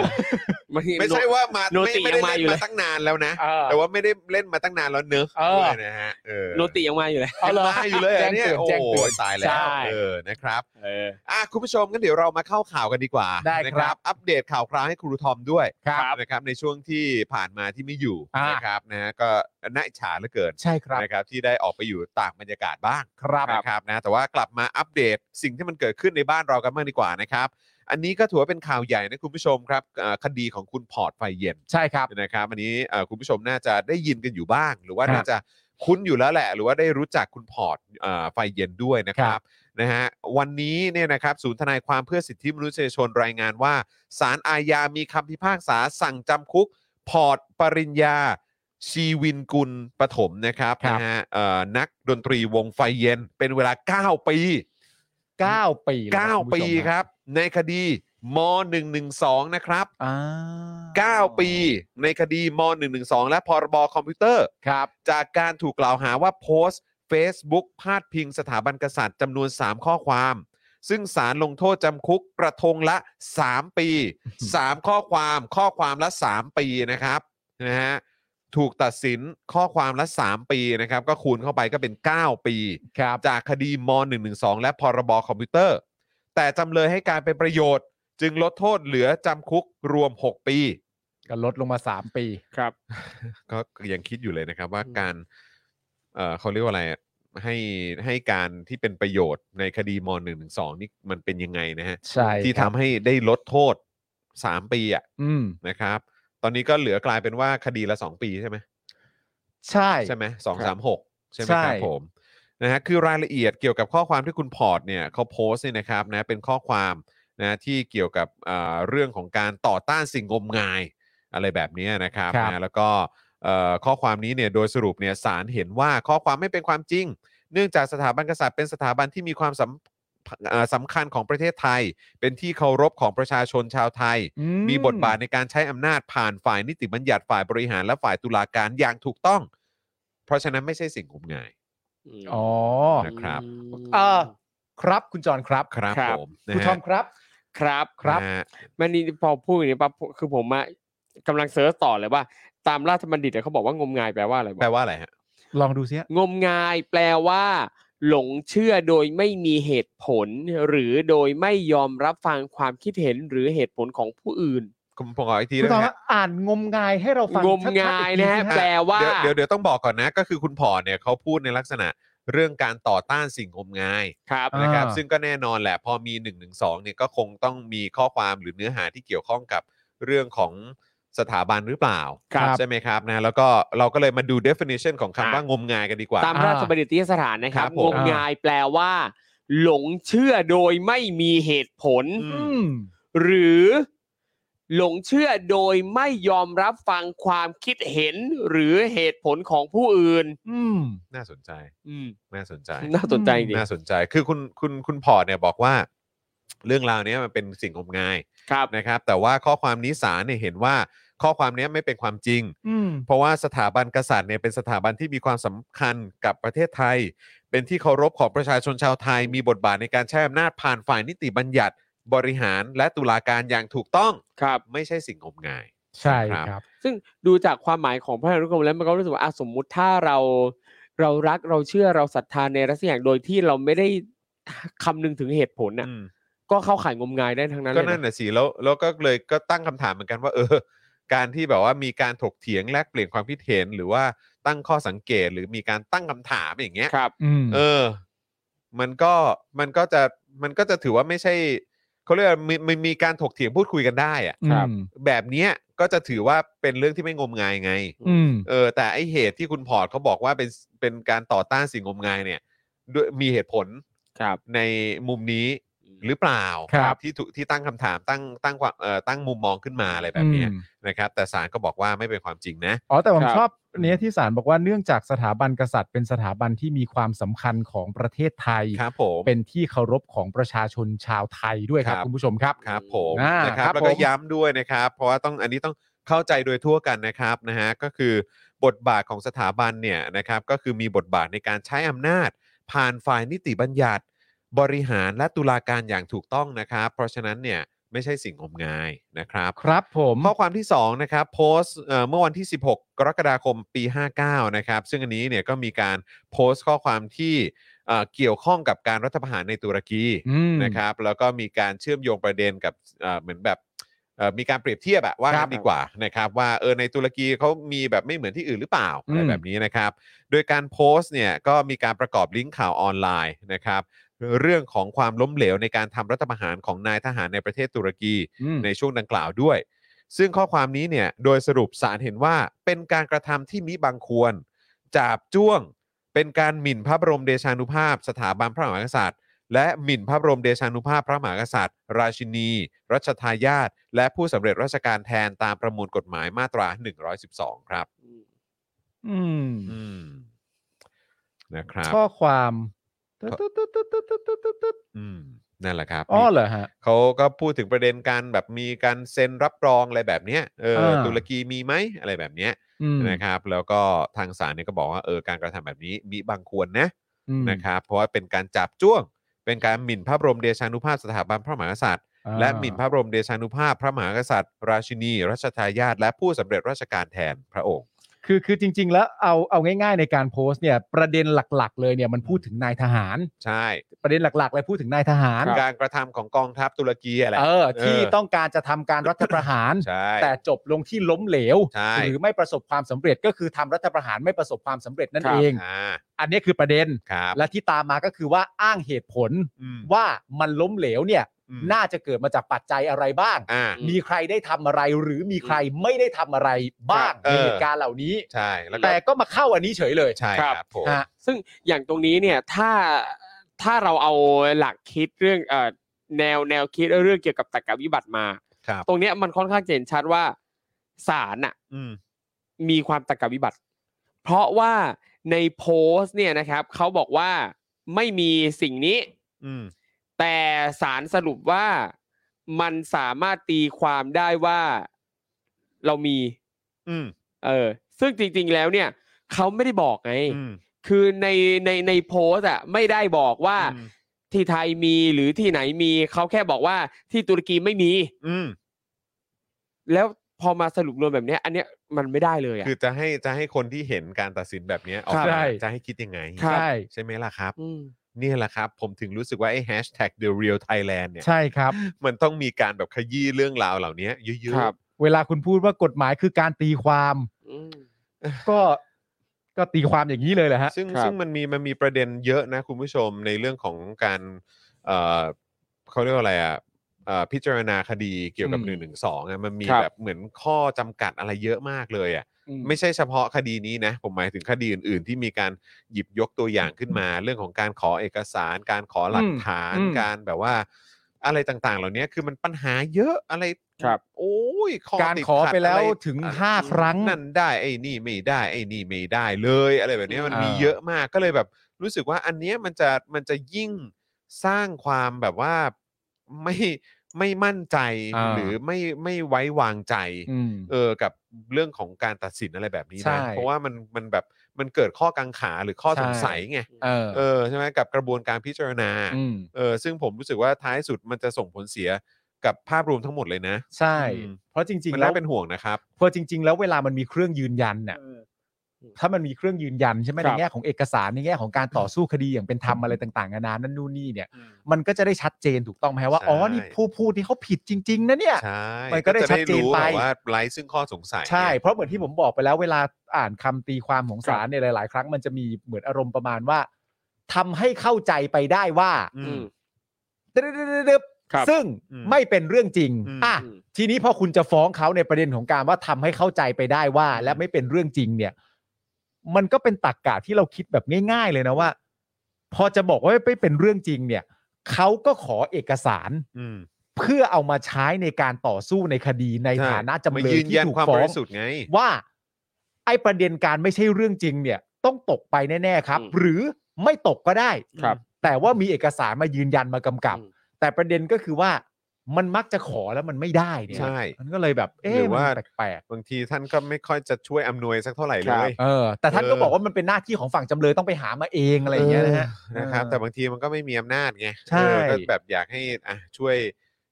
น
ไม่ใช่ว่ามา
โน
ไม่
ติ
ไม่ได้
ยังมา
เล่น
อยู่
มา
เลย
ตั้งนานแล้วนะ
เออ
แต่ว่าไม่ได้เล่นมาตั้งนานแล้วเนอะ
เออ
ด้วยนะฮะเออ
โนติยังมาอยู่เลย
เอาเลยอยู่เลย
แจ้
อะ
ง
เนี่ย
เตือน
โอ้
แจ้ง
โห
เตือน
ตายแล้ว
ใช่
เออนะครับ
เออ
อ่ะคุณผู้ชมงั้นเดี๋ยวเรามาเข้าข่าวกันดีกว่า
ได้
นะครับ อัปเดตข่าวคราวให้ครูทอมด้วย
ครับ
นะครับในช่วงที่ผ่านมาที่ไม่อยู่
อ่าน
นะครับนะฮะก็น่าอิจฉาเหลือเกิน
ใช่ครับ
นะครับที่ได้ออกไปอยู่ต่างบรรยากาศบ้าง
ครับ
นะครับนะแต่ว่ากลับมาอัปเดตสิ่งที่มันเกิดขึ้นในบ้านเรากันบ้างดีกว่านะครับ อันนี้ก็ถือว่าเป็นข่าวใหญ่นะคุณผู้ชมครับเอ่อคดีของคุณพอร์ตไฟเย็น
ใช่ครับ
นะครับอันนี้เอ่อคุณผู้ชมน่าจะได้ยินกันอยู่บ้าง หรือว่า
ครับ
น่าจะคุ้นอยู่แล้วแหละ หรือว่าได้รู้จักคุณพอร์ตเอ่อไฟเย็นด้วยนะค
ค
รั
รั
บบ นะฮะวันนี้เนี่ยนะครับศูนย์ทนายความเพื่อสิทธิมนุษยชนรายงานว่าศาลอาญามีคำพิพากษาสั่งจำคุก พอร์ตปริญญาชีวินกุลปฐมนะครับ
ครับ
นะฮะเอ่อนักดนตรีวงไฟเย็น เป็นเวลา 9 ปี
9 ปีแล้วนะ
9 ปี
ณผู้ชม
ครับ ในคดีม .112 นะครับ
อ่า
9 ปีในคดีม .112 และพรบคอมพิวเตอร์
ครับ
จากการถูกกล่าวหาว่าโพสต์ Facebook พาดพิงสถาบันกษัตริย์จำนวน 3 ข้อความ ซึ่งสารลงโทษจำคุกกระทงละ 3 ปี 3 ข้อความข้อความละ 3 ปีนะครับนะฮะถูกตัดสินข้อความละ 3 ปีนะครับ ก็คูณเข้าไปก็เป็น 9 ปี
ครับ
จากคดีม .112 และพรบคอมพิวเตอร์ แต่จำเลยให้การเป็นประโยชน์ จึงลดโทษเหลือจำคุกรวม 6 ปี
ก็ลดลงมา 3 ปี
ครับ
ก็ยังคิดอยู่เลยนะครับว่า
อืม
การเอ่อเขาเรียกว่าอะไรอะให้ให้การที่เป็นประโยชน์ในคดีม .112 นี่มันเป็นยังไงนะฮะ
ใช่
ที่
ครับ
ทำให้ได้ลดโทษ 3 ปีอะ
อืม
นะครับ ตอนนี้ก็เหลือกลายเป็นว่าคดีละ 2 ปีใช่ไหม
ใช่
ใช่ไหมสอง
ครั
สา
บ
มหกใช่ไหมค
ใช่
รับผมนะฮะคือรายละเอียดเกี่ยวกับข้อความที่คุณพอร์ตเนี่ยเขาโพสต์เนี่ยนะครับนะเป็นข้อความนะที่เกี่ยวกับอ่าเรื่องของการต่อต้านสิ่งงมงายอะไรแบบเนี้ยนะครับ
ครับ
นะแล้วก็เอ่อข้อความนี้เนี่ยโดยสรุปเนี่ยสารเห็นว่าข้อความไม่เป็นความจริง เนื่องจากสถาบันกษัตริย์เป็นสถาบันที่มีความสำอ่าสำคัญของประเทศไทย เป็นที่เคารพของประชาชนชาวไทย
อื
มีบทบาทในการใช้อำนาจผ่านฝ่ายนิติบัญญัติฝ่ายบริหารและฝ่ายตุลาการอย่างถูกต้อง เพราะฉะนั้นไม่ใช่สิ่งงมงาย
ม
อ๋อ
นะครับ
ม
เออครับคุณจอนครับ
ครับผมนะ
ครูทอมครับ
ครับ
ครับ
นะฮะ
แม่นี่พอพูดอย่างนี้ปั๊บคือผมอะกำลังเสิร์ชต่อเลยว่า ตามราชบัณฑิตเนี่ยเขาบอกว่างมงายแปลว่าอะไรบ้าง
แปลว่าอะไรฮะ
ลองดูซิฮะ
งมงายแปลว่า หลงเชื่อโดยไม่มีเหตุผล หรือโดยไม่ยอมรับฟังความคิดเห็นหรือเหตุผลของผู้อื่น
ผมขออีกที
ครู
นะ
ทอม
ฮะ
ฮะอ่านงมงายให้เราฟัง
งม
ชัดๆ
งาย
อีกที
นะฮะ
สิ
แปลว่า
เดี๋ยวเดี๋ยวเดี๋ยวต้องบอกก่อนนะ ก็คือคุณพอเนี่ยเขาพูดในลักษณะเรื่องการต่อต้านสิ่งงมงาย
ครับ
นะครับ ซึ่งก็แน่นอนแหละ พอมี1นึเนี่ยก็คงต้องมีข้อความหรือเนื้อหาที่เกี่ยวข้องกับเรื่องของสถาบันหรือเปล่า
ครับ
ใช่ไหมครับนะแล้วก็เราก็เลยมาดู definition ของคำว่างมงายกันดีกว่า
ตามราชบัณฑิตยสถานนะครั
ค
บ
รับผม
งมงายแปลว่า หลงเชื่อโดยไม่มีเหตุผล
อื
อื
ม
ม
หรือหลงเชื่อโดยไม่ยอมรับฟังความคิดเห็นหรือเหตุผลของผู้อื่น
อืม
น่าสนใจ
อืม
น่าสนใจ
น่าสนใจจริง
น่าสนใจ คือคุณคุณคุณพอร์ตเนี่ยบอกว่า เรื่องราวเนี้ยมันเป็นสิ่งงมงาย
ครับ
นะครับ แต่ว่าข้อความนี้สารเนี่ยเห็นว่าข้อความเนี้ยไม่เป็นความจริง
อืม
เพราะว่าสถาบันกษัตริย์เนี่ยเป็นสถาบันที่มีความสำคัญกับประเทศไทย เป็นที่เคารพของประชาชนชาวไทย มีบทบาทในการใช้อำนาจผ่านฝ่ายนิติบัญญัติบริหารและตุลาการอย่างถูกต้อง
ครับ
ไม่ใช่สิ่งงมงาย
ใช่
ครับ
ครับ
ซึ่งดูจากความหมายของพระอนุกรมแล้วมันก็รู้สึกว่าอ่ะสมมุติถ้าเรา เรารักเราเชื่อเราศรัทธาในรักสักอย่างโดยที่เราไม่ได้คำนึงถึงเหตุผลน่ะ
อืม
ก็เข้าข่ายงมงายได้ทั้งนั้น
ก็
เลย
นั่น
นะ
น่ะสิแล้วแล้วก็เลยก็ตั้งคำถามเหมือนกันว่า เออ การที่แบบว่ามีการถกเถียงแลกเปลี่ยนความคิดเห็น หรือว่าตั้งข้อสังเกตหรือมีการตั้งคำถามอย่างเงี้ย
ครับ
อืม
เออ มันก็มันก็จะมันก็จะถือว่าไม่ใช่เขาเรียกว่ามีมีมีการถกเถียงพูดคุยกันได้อะ
ครับ
แบบเนี้ยก็จะถือว่าเป็นเรื่องที่ไม่งมงายไง
อืม
เออ แต่ไอเหตุที่คุณพอร์ตเขาบอกว่าเป็นเป็นการต่อต้านสิ่งงมงายเนี่ยด้วยมีเหตุผล
ครับ
ในมุมนี้หรือเปล่า
ครับ
ที่ถูกที่ตั้งคำถามตั้งตั้งความเอ่อตั้งมุมมองขึ้นมาอะไรแบบเนี้ย
อืม
นะครับ แต่ศาลก็บอกว่าไม่เป็นความจริงนะ
อ๋อ แต่ผม
ครับ
ชอบอันเนี้ยที่สารบอกว่าเนื่องจากสถาบันกษัตริย์ เป็นสถาบันที่มีความสำคัญของประเทศไทย
ครับผม
เป็นที่เคารพของประชาชนชาวไทยด้วยครับ
ครับ
คุณผู้ชมครับ
ครับผม
อ่า
นะครับ
ครับ
แล้วก็
ผม
ย้ำด้วยนะครับ เพราะว่าต้องอันนี้ต้องเข้าใจโดยทั่วกันนะครับนะฮะก็คือบทบาทของสถาบันเนี่ยนะครับก็คือมีบทบาทในการใช้อำนาจ ผ่านฝ่ายนิติบัญญัติบริหารและตุลาการอย่างถูกต้องนะครับ เพราะฉะนั้นเนี่ยไม่ใช่สิ่งงมงายนะครับ
ครับผม
ข้อความที่ 2 นะครับ โพสต์เอ่อเมื่อวันที่ 16 กรกฎาคมปี 59 นะครับ ซึ่งอันนี้เนี่ยก็มีการโพสต์ข้อความที่เอ่อเกี่ยวข้องกับการรัฐประหารในตุรกี
อืม
นะครับ แล้วก็มีการเชื่อมโยงประเด็นกับเอ่อเหมือนแบบเอ่อมีการเปรียบเทียบอะว่า
ครับ
งั้นดีกว่านะครับ ว่าเออในตุรกีเขามีแบบไม่เหมือนที่อื่นหรือเปล่าอะไรแบบนี้นะครับ โดยการโพสต์เนี่ยก็มีการประกอบลิงก์ข่าวออนไลน์นะครับ เรื่องของความล้มเหลวในการทำรัฐประหารของนายทหารในประเทศตุรกี
อืม
ในช่วงดังกล่าวด้วย ซึ่งข้อความนี้เนี่ย โดยสรุปสารเห็นว่าเป็นการกระทำที่มิบังควร จาบจ้วง เป็นการหมิ่นพระบรมเดชานุภาพ สถาบันพระมหากษัตริย์ และหมิ่นพระบรมเดชานุภาพพระมหากษัตริย์ ราชินี รัชทายาทและผู้สำเร็จราชการแทนตามประมวลกฎหมายมาตรา 112 ครับ
อืม
อืมนะครับ
ข้อความ
ครับ อืมนั่นแหละครับ
อ๋อเหรอฮะ
เขาก็พูดถึงประเด็นการแบบมีการเซ็นรับรองอะไรแบบเนี้ยเออ
อ่า
ตุรกีมีไหมอะไรแบบเนี้ย
อืม
นะครับ แล้วก็ทางศาลเนี่ยก็บอกว่าเออการกระทำแบบนี้มีบางควรนะ
อืม
นะครับ เพราะว่าเป็นการจับจ้วง เป็นการหมิ่นพระบรมเดชานุภาพสถาบันพระมหากษัตริย์
อ่า
และหมิ่นพระบรมเดชานุภาพ พระมหากษัตริย์ ราชินี รัชทายาทและผู้สำเร็จราชการแทนพระองค์
คือคือจริง ๆ แล้วเอาเอาง่าย ๆ ในการโพสต์เนี่ย ประเด็นหลัก ๆ เลยเนี่ยมันพูดถึงนายทหาร
ใช่
ประเด็นหลักๆเลยพูดถึงนายทหาร
การกระทำของกองทัพตุรกีอะไร
เออ ที่
เออ
ต้องการจะทำการรัฐประหาร
ใช่
แต่จบลงที่ล้มเหลว
ใช่
หรือไม่ประสบความสำเร็จก็คือทำรัฐประหารไม่ประสบความสำเร็จนั่น
ครับ
เอง
อ่า
อันนี้คือประเด็น
ครับ
และที่ตามมาก็คือว่าอ้างเหตุผล
อืม
ว่ามันล้มเหลวเนี่ย
อืม
น่าจะเกิดมาจากปัจจัยอะไรบ้าง
อ่า
มีใครได้ทำอะไรหรือมีใครไม่ได้ทำอะไรบ้าง
เอ
ใน
อ
เหตุการณ์เหล่านี้
ใช่แล้วก็
แต่ก็มาเข้าอันนี้เฉยเลย
ใช่
ครับ
ครับผม
ฮะ
ซึ่งอย่างตรงนี้เนี่ยถ้าถ้าเราเอาหลักคิดเรื่องเอ่อแนวแนวคิดเรื่องเกี่ยวกับตรรกะวิบัติมา
ครับ
ตรงเนี้ยมันค่อนข้างจะเห็นชัดว่าศาลน่ะ
อืม
มีความตรรกะวิบัติ เพราะว่าในโพสต์เนี่ยนะครับเขาบอกว่าไม่มีสิ่งนี้
อืม
แต่ศาลสรุปว่ามันสามารถตีความได้ว่าเรามี
อืม
เออ ซึ่งจริงๆแล้วเนี่ยเขาไม่ได้บอกไง
อืม
คือในในในโพสต์อ่ะไม่ได้บอกว่า
อืม
ที่ไทยมีหรือที่ไหนมีเขาแค่บอกว่าที่ตุรกีไม่มี
อืม
แล้วพอมาสรุปรวมแบบเนี้ยอันเนี้ยมันไม่ได้เลยอ่ะ
คือจะให้จะให้คนที่เห็นการตัดสินแบบเนี้ยออก
ครับ
มา
ใช่
จะให้คิดยังไง
ครับ
ใช่
ใช่ไหมล่ะครับ
อืม
เนี่ยแหละครับ ผมถึงรู้สึกว่าไอ้แฮชแท็ก the real Thailand เนี่ย
ใช่ครับ
มันต้องมีการแบบขยี้เรื่องราวเหล่านี้เยอะ
ครับ
เวลาคุณพูดว่ากฎหมายคือการตีความ
อืม
ก็ก็ตีความอย่างนี้เลยแหละฮะ
ๆซึ่ง
ครับ
ซึ่งมันมีมันมีประเด็นเยอะนะคุณผู้ชมในเรื่องของการเอ่อเขาเรียกว่าอะไรอ่ะเอ่อพิจารณาคดีเกี่ยวกับ
อืม
หนึ่งหนึ่งสองอ่ะมันมี
ครับ
แบบเหมือนข้อจำกัดอะไรเยอะมากเลยอ่ะ
อืม
ไม่ใช่เฉพาะคดีนี้นะ ผมหมายถึงคดีอื่น ๆ ที่มีการหยิบยกตัวอย่างขึ้นมา เรื่องของการขอเอกสาร การขอหลักฐาน
อืมอืม
การแบบว่า อะไรต่างๆ เหล่านี้คือมันปัญหาเยอะอะไร
ครับ
โอ้ยข้
การ
ติด
ขอ
ขัด
ไปแล้ว
ะร
ถึง
อ่ะ
ห้าครั้ง
นั่นได้ไอ้นี่ไม่ได้ไอ้นี่ไม่ได้เลยอะไรแบบเนี้ยมัน
อ่ามี
มีเยอะมากก็เลยแบบรู้สึกว่าอันเนี้ยมันจะมันจะยิ่งสร้างความแบบว่าไม่ไม่มั่นใจ
อ่า
หรือไม่ไม่ไว้วางใจ
อืม
เออกับเรื่องของการตัดสินอะไรแบบนี้
ใช่
นะเพราะว่ามันมันแบบมันเกิดข้อกังขาหรือข้อ
ใช่
สงสัยไง
เออ
เออใช่ไหมกับกระบวนการพิจารณา
อืม
เออซึ่งผมรู้สึกว่าท้ายสุดมันจะส่งผลเสียกับภาพรวมทั้งหมดเลยนะ
ใช่
อืม
เพราะจริง
มั
ๆ
น
แล้ว
น่าเป็นห่วงนะครับ
เพราะจริง ๆ แล้วเวลามันมีเครื่องยืนยันน่ะ ถ้ามันมีเครื่องยืนยันใช่ไหม
ครั
ใน
บ
แง่ของเอกสารในแง่ของการต่อสู้คดีอย่างเป็นธรรมอะไรต่างๆนานานั่นนู่นนี่เนี่ย มันก็จะได้ชัดเจนถูกต้องไหมฮะว่า
ใช่
อ๋อนี่ผู้พูดที่เขาผิดจริง ๆ นะเนี่ย
ใช่
มันก็ได้ชัดเจนไป
ก็ะรู้แบบว่าไร้ซึ่งข้อสงสัย
ใช่ เพราะเหมือนที่ผมบอกไปแล้วเวลาอ่านคำตีความของศาลเนี่ยหลาย ๆ ครั้งมันจะมีเหมือนอารมณ์ประมาณว่าทำให้เข้าใจไปได้ว่า
อื
อื
ม
ม
ดึ๊บๆๆๆ
ครับ
ซึ่ง
อืม
ไม่เป็นเรื่องจริง
อืม
อ่ะ ทีนี้พอคุณจะฟ้องเขาในประเด็นของการว่าทำให้เข้าใจไปได้ว่า และไม่เป็นเรื่องจริงเนี่ย มันก็เป็นตรรกกะที่เราคิดแบบง่าย ๆ เลยนะว่า พอจะบอกว่าไม่เป็นเรื่องจริงเนี่ยเขาก็ขอเอกสาร
อืม
เพื่อเอามาใช้ในการต่อสู้ในคดีในฐานะจำ
มา
เลย
ยืน
ที่
ยัน
ถูก
ความ
ฟ้
บ
อง
ริสุทธิ์ไง
ว่า ไอ้ประเด็นการไม่ใช่เรื่องจริง เนี่ย ต้องตกไปแน่ๆครับ
อืม
หรือไม่ตกก็ได้
ครับ
แต่ว่ามีเอกสารมายืนยันมากำกับ
อืม
แต่ประเด็นก็คือว่ามันมักจะขอแล้วมันไม่ได้เนี่ย
ใช่
มันก็เลยแบบ เอ๊ะ
หรือว่ามั
นแปลก
บางทีท่านก็ไม่ค่อยจะช่วยอำนวยสักเท่าไหร่เล
ครับ
ย
ๆเออ แต่ท่านก็
เออ
บอกว่ามันเป็นหน้าที่ของฝั่งจำเลยต้องไปหามาเองอะไรอย่างเงี้ยนะฮะ
เออนะครับ แต่บางทีมันก็ไม่มีอำนาจไง
ใช่
เออก็แบบอยากให้อ่ะช่วย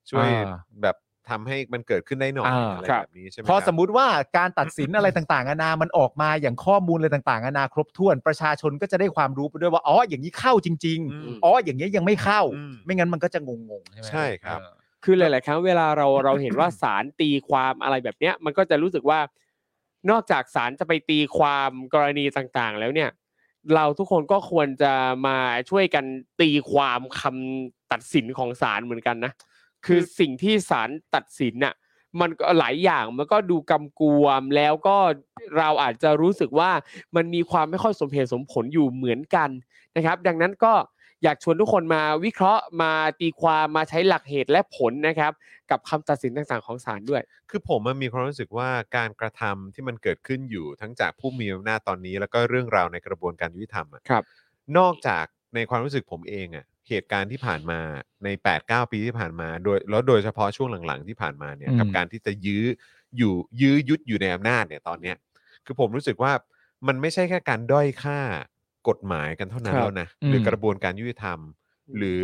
ช่วย
อ่า
แบบทำให้มันเกิดขึ้นได้หน่อย
อ่า
อะไร
ครับ
แบบนี้ใช่ไหม
พอ
ครับ
สมมุติว่าการตัดสินอะไรต่างๆนานามันออกมาอย่างข้อมูลอะไรต่างๆนานาครบถ้วนประชาชนก็จะได้ความรู้ไปด้วยว่า อ๋อ อย่างนี้เข้าจริง
อืม
ๆ อ๋อ อย่างนี้ยยังไม่เข้า
อืม
ไม่งั้นมันก็จะงงๆ ใช่ไหม
ใช่ครับ
เออ
คือหลาย ๆ ครั้งเวลาเราเราเห็นว่าศาลตีความอะไรแบบเนี้ย มันก็จะรู้สึกว่า นอกจากศาลจะไปตีความกรณีต่าง ๆ แล้วเนี่ย เราทุกคนก็ควรจะมาช่วยกันตีความคำตัดสินของศาลเหมือนกันนะ คือสิ่งที่ศาลตัดสินน่ะ มันก็หลายอย่างมันก็ดูกำกวมแล้วก็เราอาจจะรู้สึกว่ามันมีความไม่ค่อยสมเหตุสมผลอยู่เหมือนกันนะครับ ดังนั้นก็อยากชวนทุกคนมาวิเคราะห์มาตีความมาใช้หลักเหตุและผลนะครับ กับคำตัดสินต่างๆของศาลด้วย
คือผมมันมีความรู้สึกว่าการกระทำที่มันเกิดขึ้นอยู่ทั้งจากผู้มีอำนาจตอนนี้ แล้วก็เรื่องราวในกระบวนการยุติธรรมอะ
ครับ
นอกจากในความรู้สึกผมเองอ่ะเหตุการณ์ที่ผ่านมาใน 8-9 ปีที่ผ่านมาโดยแล้วโดยเฉพาะช่วงหลังๆ ที่ผ่านมาเนี่ย
อืม
กับการที่จะยื้ออยู่ยื้อยุดอยู่ในอำนาจเนี่ยตอนเนี้ย คือผมรู้สึกว่ามันไม่ใช่แค่การด้อยค่ากฎหมายกันเท่านั้น
ครับ
แล้วนะ
อืม
หรือกระบวนการยุติธรรม
อืม
หรือ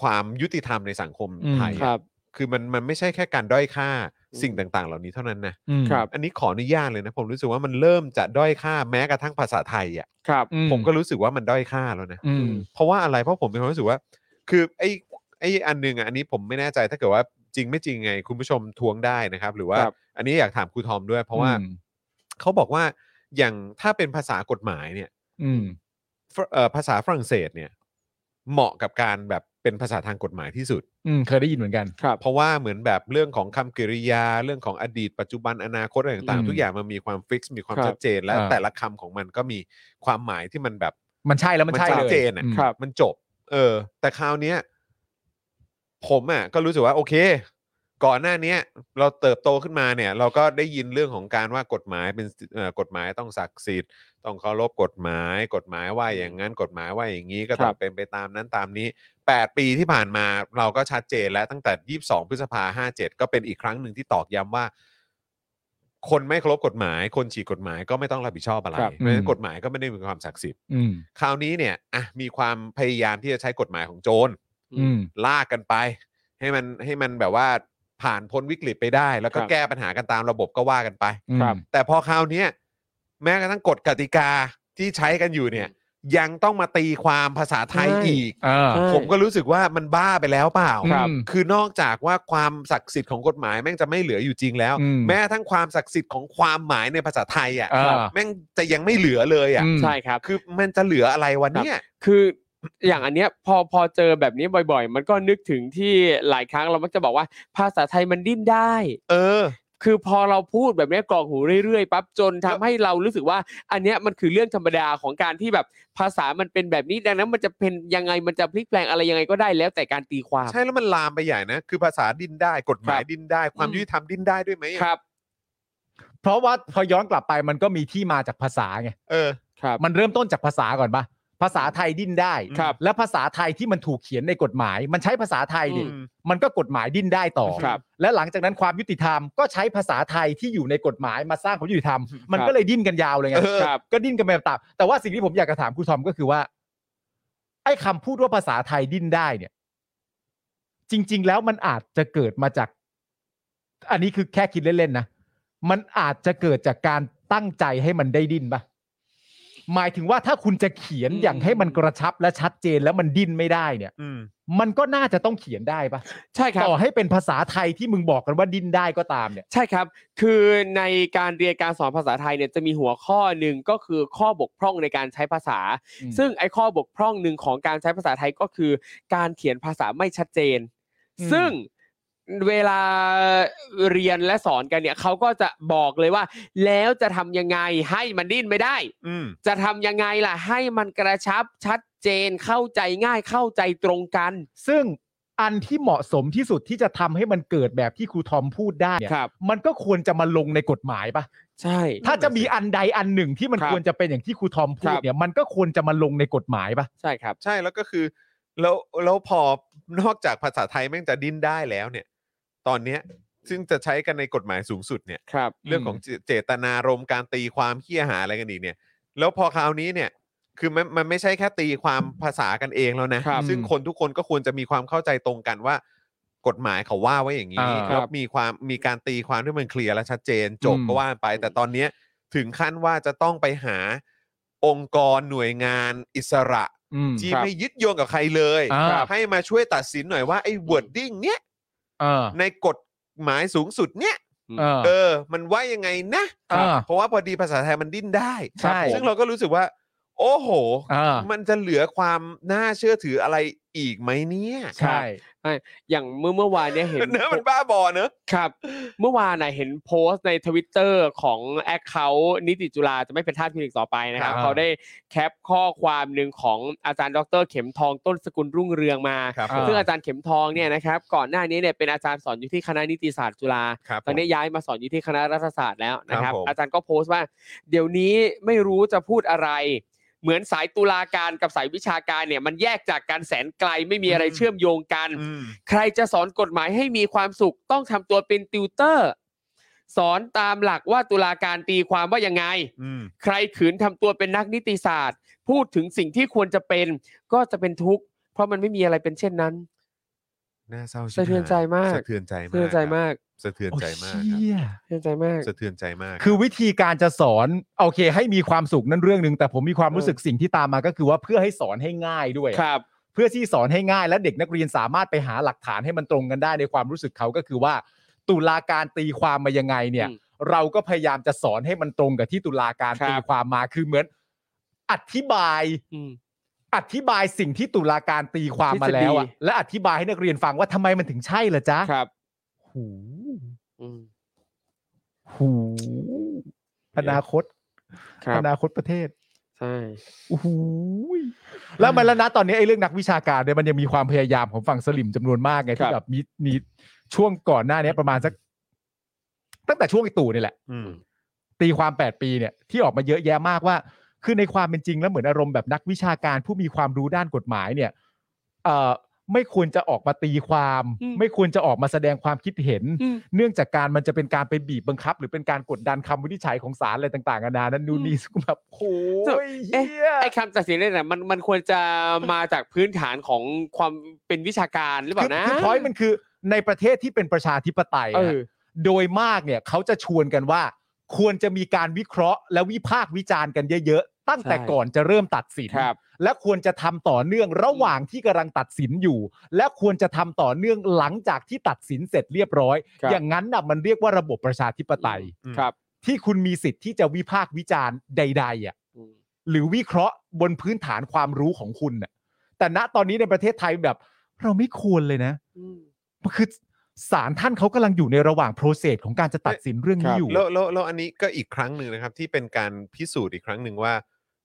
ความยุติธรรมในสังคม
อืม
ไทยอะ
ครับ
คือมันมันไม่ใช่แค่การด้อยค่า
อืม
สิ่งต่างๆ เหล่านี้เท่านั้นนะ
อืม
ครับ
อันนี้ขออนุญาตเลยนะ ผมรู้สึกว่ามันเริ่มจะด้อยค่าแม้กระทั่งภาษาไทยอ่ะ
ครับ
อื
ผมก็รู้สึกว่ามันด้อยค่าแล้วนะ
อืม
เพราะว่าอะไรเพราะผมมีความรู้สึกว่า คือไอ้ไอ้อันหนึงอ่ะอันนี้ผมไม่แน่ใจถ้าเกิดว่าจริงไม่จริงไง คุณผู้ชมทวงได้นะครับ หรือว่า
ครับ
อันนี้อยากถามครูทอมด้วย เพราะว่า
อืม
เขาบอกว่าอย่างถ้าเป็นภาษากฎหมายเนี่ย
อืม
ฝรเอ่อภาษาฝรั่งเศสเนี่ย เหมาะกับการแบบเป็นภาษาทางกฎหมายที่สุด
อืม เคยได้ยินเหมือนกัน
ครับ
เพราะว่าเหมือนแบบเรื่องของคำกริยาเรื่องของอดีตปัจจุบันอนาคตอะไรต่าง
อืม
ๆ ทุกอย่างมันมีความฟิกซ์มีความ
ครับ
ชัดเจน และ
อ่า
แต่ละคำของมันก็มีความหมายที่มันแบบ
มันใช่แล้วมันใช่
มันชั
เล
ด
ย
เจนอะ
อืม
ครับ
มันจบ เออ แต่คราวเนี้ยผมอ่ะก็รู้สึกว่าโอเค ก่อนหน้าเนี้ยเราเติบโตขึ้นมาเนี่ย เราก็ได้ยินเรื่องของการว่ากฎหมายเป็นเอ่อกฎหมายต้องศักดิ์สิทธิ์ต้องเคารพกฎหมาย กฎหมายว่าอย่างนั้นกฎหมายว่าอย่างนี้ก็ต้อง
ครับ
เป็นไปตามนั้นตามนี้ 8 ปีที่ผ่านมาเราก็ชัดเจนแล้วตั้งแต่ 22 พฤษภา57 ก็เป็นอีกครั้งหนึ่งที่ตอกย้ำว่า คนไม่เคารพกฎหมาย คนฉีกกฎหมายก็ไม่ต้องรับผิดชอบอะไร
ครับ
เพราะฉะนั้
อื
น
ม
กฎหมายก็ไม่ได้มีความศักดิ์สิทธิ
อืม
คราวนี้เนี่ยอ่ะมีความพยายามที่จะใช้กฎหมายของโจร
อืม
ลากกันไป ให้มันให้มันแบบว่าผ่านพ้นวิกฤตไปได้ แล้วก็
ครับ
แก้ปัญหากันตามระบบก็ว่ากันไป
ครับ
แต่พอคราวเนี้ยแม้กระทั่งกฎกติกาที่ใช้กันอยู่เนี่ย ยังต้องมาตีความภาษาไทย
ใช่
อีก
เออ
ใช่
ผมก็รู้สึกว่ามันบ้าไปแล้วเปล่า
ครับ
อนอกจากว่าความศักดิ์สิทธิ์ของกฎหมายแม่งจะไม่เหลืออยู่จริงแล้ว
อืม
แม้กระทั้งความศักดิ์สิทธิ์ของความหมายในภาษาไทย
อ่า
อะ่ะแม่งจะยังไม่เหลือเลยอ่ะ
อืม
ใช่ครับ
คือมันจะเหลืออะไรวันเนี้ย
คืออย่างอันเนี้ยพอพอเจอแบบนี้บ่อย ๆ มันก็นึกถึงที่หลายครั้งเรามักจะบอกว่าภาษาไทยมันดิ้นได้
เออ
คือพอเราพูดแบบเนี้ยกรองหูเรื่อยๆปั๊บจนทำให้เรารู้สึกว่า อันเนี้ยมันคือเรื่องธรรมดาของการที่แบบภาษามันเป็นแบบนี้ดังนั้นมันจะเป็นยังไงมันจะพลิกแปลงอะไรยังไงก็ได้แล้วแต่การตีความ
ใช่แล้วมันลามไปใหญ่นะ คือภาษาดิ้นได้กฎหมาย
ครับ
ดิ้นได้ ความยุติธรรมดิ้นได้ด้วยไหมอะ
ครับ
เพราะว่าพอย้อนกลับไปมันก็มีที่มาจากภาษาไง
เออ
ครับ
มันเริ่มต้นจากภาษาก่อนปะภาษาไทยดิ้นได้
ครับ
และภาษาไทยที่มันถูกเขียนในกฎหมาย มันใช้ภาษาไทยดิ
อืม
มันก็กฎหมายดิ้นได้ต่อ
ครับ
และหลังจากนั้นความยุติธรรมก็ใช้ภาษาไทยที่อยู่ในกฎหมายมาสร้างความยุติธรรม มันก็เลยดิ้นกันยาวเลยไง
เออ
ครับ
ก็ดิ้นกันไปตามๆแต่ว่าสิ่งที่ผมอยากจะถามครูทอมก็คือว่า ไอ้คำพูดว่าภาษาไทยดิ้นได้เนี่ย จริง ๆ แล้วมันอาจจะเกิดมาจาก อันนี้คือแค่คิดเล่น ๆ นะ มันอาจจะเกิดจากการตั้งใจให้มันได้ดิ้นปะหมายถึงว่าถ้าคุณจะเขียน
อืม
อย่างให้มันกระชับและชัดเจนแล้วมันดิ้นไม่ได้เนี่ย
อืม
มันก็น่าจะต้องเขียนได้ปะ
ใช่ครับ
ต่อให้เป็นภาษาไทยที่มึงบอกกันว่าดิ้นได้ก็ตามเนี่ย
ใช่ครับ คือในการเรียนการสอนภาษาไทยเนี่ยจะมีหัวข้อหนึ่งก็คือข้อบกพร่องในการใช้ภาษา
อืม
ซึ่งไอ้ข้อบกพร่องหนึ่งของการใช้ภาษาไทยก็คือ การเขียนภาษาไม่ชัดเจน
อืม
ซึ่งเวลาเรียนและสอนกันเนี่ยเขาก็จะบอกเลยว่า แล้วจะทำยังไงให้มันดิ้นไม่ได้
อืม
จะทำยังไงล่ะให้มันกระชับชัดเจนเข้าใจง่ายเข้าใจตรงกัน
ซึ่งอันที่เหมาะสมที่สุดที่จะทำให้มันเกิดแบบที่ครูทอมพูดได้เนี่ย
ครับ
มันก็ควรจะมาลงในกฎหมายปะ
ใช่
ถ้าจะมีอันใดอันหนึ่งที่มัน
ครับ
ควรจะเป็นอย่างที่ครูทอมพู
ค
ด
รับ
เนี่ยมันก็ควรจะมาลงในกฎหมายปะ
ใช่ครับ
ใช่แล้วก็คือ แล้วแล้วพอนอกจากภาษาไทยแม่งจะดิ้นได้แล้วเนี่ย ตอนเนี้ยซึ่งจะใช้กันในกฎหมายสูงสุดเนี่ย
ครับ
เรื่องของเจเจตนารมณ์การตีความเขี้ยหาอะไรกันอีกเนี่ย แล้วพอคราวนี้เนี่ย คือมันมันไม่ใช่แค่ตีความภาษากันเองแล้วนะ
ครับ
ซึ่งคนทุกคนก็ควรจะมีความเข้าใจตรงกันว่า กฎหมายเขาว่าไว้อย่างนี้
อ่า
แล้ว
ครับ
มีความมีการตีความที่มันเคลียร์และชัดเจนจบ
อืม
ก็ว่าไป แต่ตอนเนี้ยถึงขั้นว่าจะต้องไปหาองค์กรหน่วยงานอิสระ
อืม
ที่
ครับ
ไม่ยึดโยงกับใครเลย
อ่า
ให้มาช่วยตัดสินหน่อยว่าไอ้ wording เนี้ย
เออ
ในกฎหมายสูงสุดเนี้ย
เออ
เออ มันว่ายังไงนะ
อ่า
เพราะว่าพอดีภาษาไทยมันดิ้นได้
ใช่
ซึ่งเราก็รู้สึกว่า โอ้โห
เออ
มันจะเหลือความน่าเชื่อถืออะไรอีกไหมเนี่ย
ใช่
อย่างเมื่อเมื่อวาน เนี่ยเห็น
เนอะมันบ้าบอเนอะ
ครับ เมื่อวานน่ะเห็นโพสต์ในทวิตเตอร์ของแอคเคาท์นิติจุฬาจะไม่เป็นท่าสพินิกต่อไปนะครับ
ครับ
เขาได้แคปข้อความหนึ่งของอาจารย์ดรเข็มทองต้นสกุลรุ่งเรืองมา
ครับ
ซึ่งอาจารย์เข็มทองเนี่ยนะครับ ก่อนหน้านี้เนี่ยเป็นอาจารย์สอนอยู่ที่คณะนิติศาสตร์จุฬา
ครับ
ตอนนี้ย้ายมาสอนอยู่ที่คณะรัฐศาสตร์แล้วนะค
ครั
รับ
บผม
อาจารย์ก็โพสต์ว่า เดี๋ยวนี้ไม่รู้จะพูดอะไร เหมือนสายตุลาการกับสายวิชาการเนี่ยมันแยกจากกันแสนไกลไม่มีอะไรเชื่อมโยงกัน
อืม
ใครจะสอนกฎหมายให้มีความสุขต้องทำตัวเป็นติวเตอร์ สอนตามหลักว่าตุลาการตีความว่ายังไง
อืม
ใครขืนทำตัวเป็นนักนิติศาสตร์ พูดถึงสิ่งที่ควรจะเป็น ก็จะเป็นทุกข์ เพราะมันไม่มีอะไรเป็นเช่นนั้น
น่าเศร้า
สะเทือนใจมาก
สะเทือนใจมาก
เสียใจมาก
สะเทือนใจมากครั
โอ้
บ
เชี่ย
เสียใจมาก
สะเทือนใจมาก
คือวิธีการจะสอนโอเค ให้มีความสุขนั่นเรื่องหนึ่งแต่ผมมีความรู้สึกสิ่งที่ตามมาก็คือว่าเพื่อให้สอนให้ง่ายด้วย
ครับ
เพื่อที่สอนให้ง่ายและเด็กนักเรียนสามารถไปหาหลักฐานให้มันตรงกันได้ในความรู้สึกเขาก็คือว่า ตุลาการตีความมายังไงเนี่ย
อืม
เราก็พยายามจะสอนให้มันตรงกับที่ตุลาการ
ครับ
ตีความมาคือเหมือน อธิบาย
อืม
อธิบายสิ่งที่ตุลาการตีความมาแล้วอะ
ทฤษฎี
และอธิบายให้นักเรียนฟังว่าทำไมมันถึงใช่ล่ะจ๊ะ
ครับ
หู
อืม
หูอนาคต
ครั
อบนาคตประเทศ
ใช่
โอ้โหยแล้วมันแล้วนะตอนนี้ไอ้เรื่องนักวิชาการเนี่ยมันยังมีความพยายามของฝั่งสลิมจำนวนมากไงที่แบบมีมีช่วงก่อนหน้านี้ประมาณสัก ตั้งแต่ช่วงไอตู่นี่แหละ
อืม
ตีความ 8 ปีเนี่ยที่ออกมาเยอะแยะมากว่า คือในความเป็นจริงแล้วเหมือนอารมณ์แบบนักวิชาการผู้มีความรู้ด้านกฎหมายเนี่ยเอ่อไม่ควรจะออกมาตีความ ไม่ควรจะออกมาแสดงความคิดเห็น
อืม
เนื่องจากการมันจะเป็นการไปบีบบังคับ หรือเป็นการกดดันคำวินิจฉัยของศาลอะไรต่างๆนานานั้นนู่นนี่ซึ่งแบบโอ้ย
เอ๊ะ
เหี้ย
ไอ้คำตัดสินเนี่ยนะมันมันควรจะมาจากพื้นฐานของความเป็นวิชาการหรือเปล่านะ
คือพอยต์มันคือในประเทศที่เป็นประชาธิปไตย
เอ
อะ
อ
โดยมากเนี่ยเขาจะชวนกันว่า ควรจะมีการวิเคราะห์ และวิพากษ์วิจารณ์กันเยอะๆ ตั้งแต่
ใช่
ก่อนจะเริ่มตัดสิน
ครับ
และควรจะทำต่อเนื่องระหว่างที่กำลังตัดสินอยู่ และควรจะทำต่อเนื่องหลังจากที่ตัดสินเสร็จเรียบร้อย
ครับ
อย่างนั้นน่ะมันเรียกว่าระบบประชาธิปไตย
อืม
ครับ
ที่คุณมีสิทธิ์ที่จะวิพากษ์วิจารณ์ใดๆอ่ะ
อืม
หรือวิเคราะห์บนพื้นฐานความรู้ของคุณน่ะแต่ณตอนนี้ในประเทศไทยแบบ เราไม่ควรเลยนะ คือ ศาลท่านเขากำลังอยู่ในระหว่างโปรเซสของการจะตัดสินเรื่องนี้อยู่
แล้วแล้วแล้วอันนี้ก็อีกครั้งหนึ่งนะครับ ที่เป็นการพิสูจน์อีกครั้งหนึ่งว่า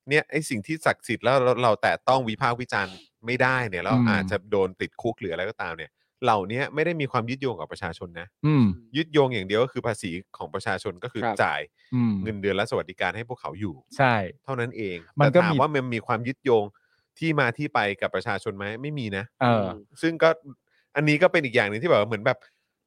เนี่ยไอสิ่งที่ศักดิ์สิทธิ์แล้วเราเราแต่ต้องวิพากษ์วิจารณ์ไม่ได้เนี่ยเรา
อืม
อาจจะโดนติดคุกหรืออะไรก็ตามเนี่ย เหล่านี้ไม่ได้มีความยึดโยงกับประชาชนนะ
อืม
ยึดโยงอย่างเดียวก็คือภาษีของประชาชนก็คือ
ครับ
จ่าย
อืม
เงินเดือนและสวัสดิการให้พวกเขาอยู่
ใช่
เท่านั้นเอง
มัน
แต่
ก็
ถาม
มี
ว่ามันมีความยึดโยงที่มาที่ไปกับประชาชนไหมไม่มีนะ
เออ
ซึ่งก็อันนี้ก็เป็นอีกอย่างหนึ่งที่แบบว่าเหมือนแบบ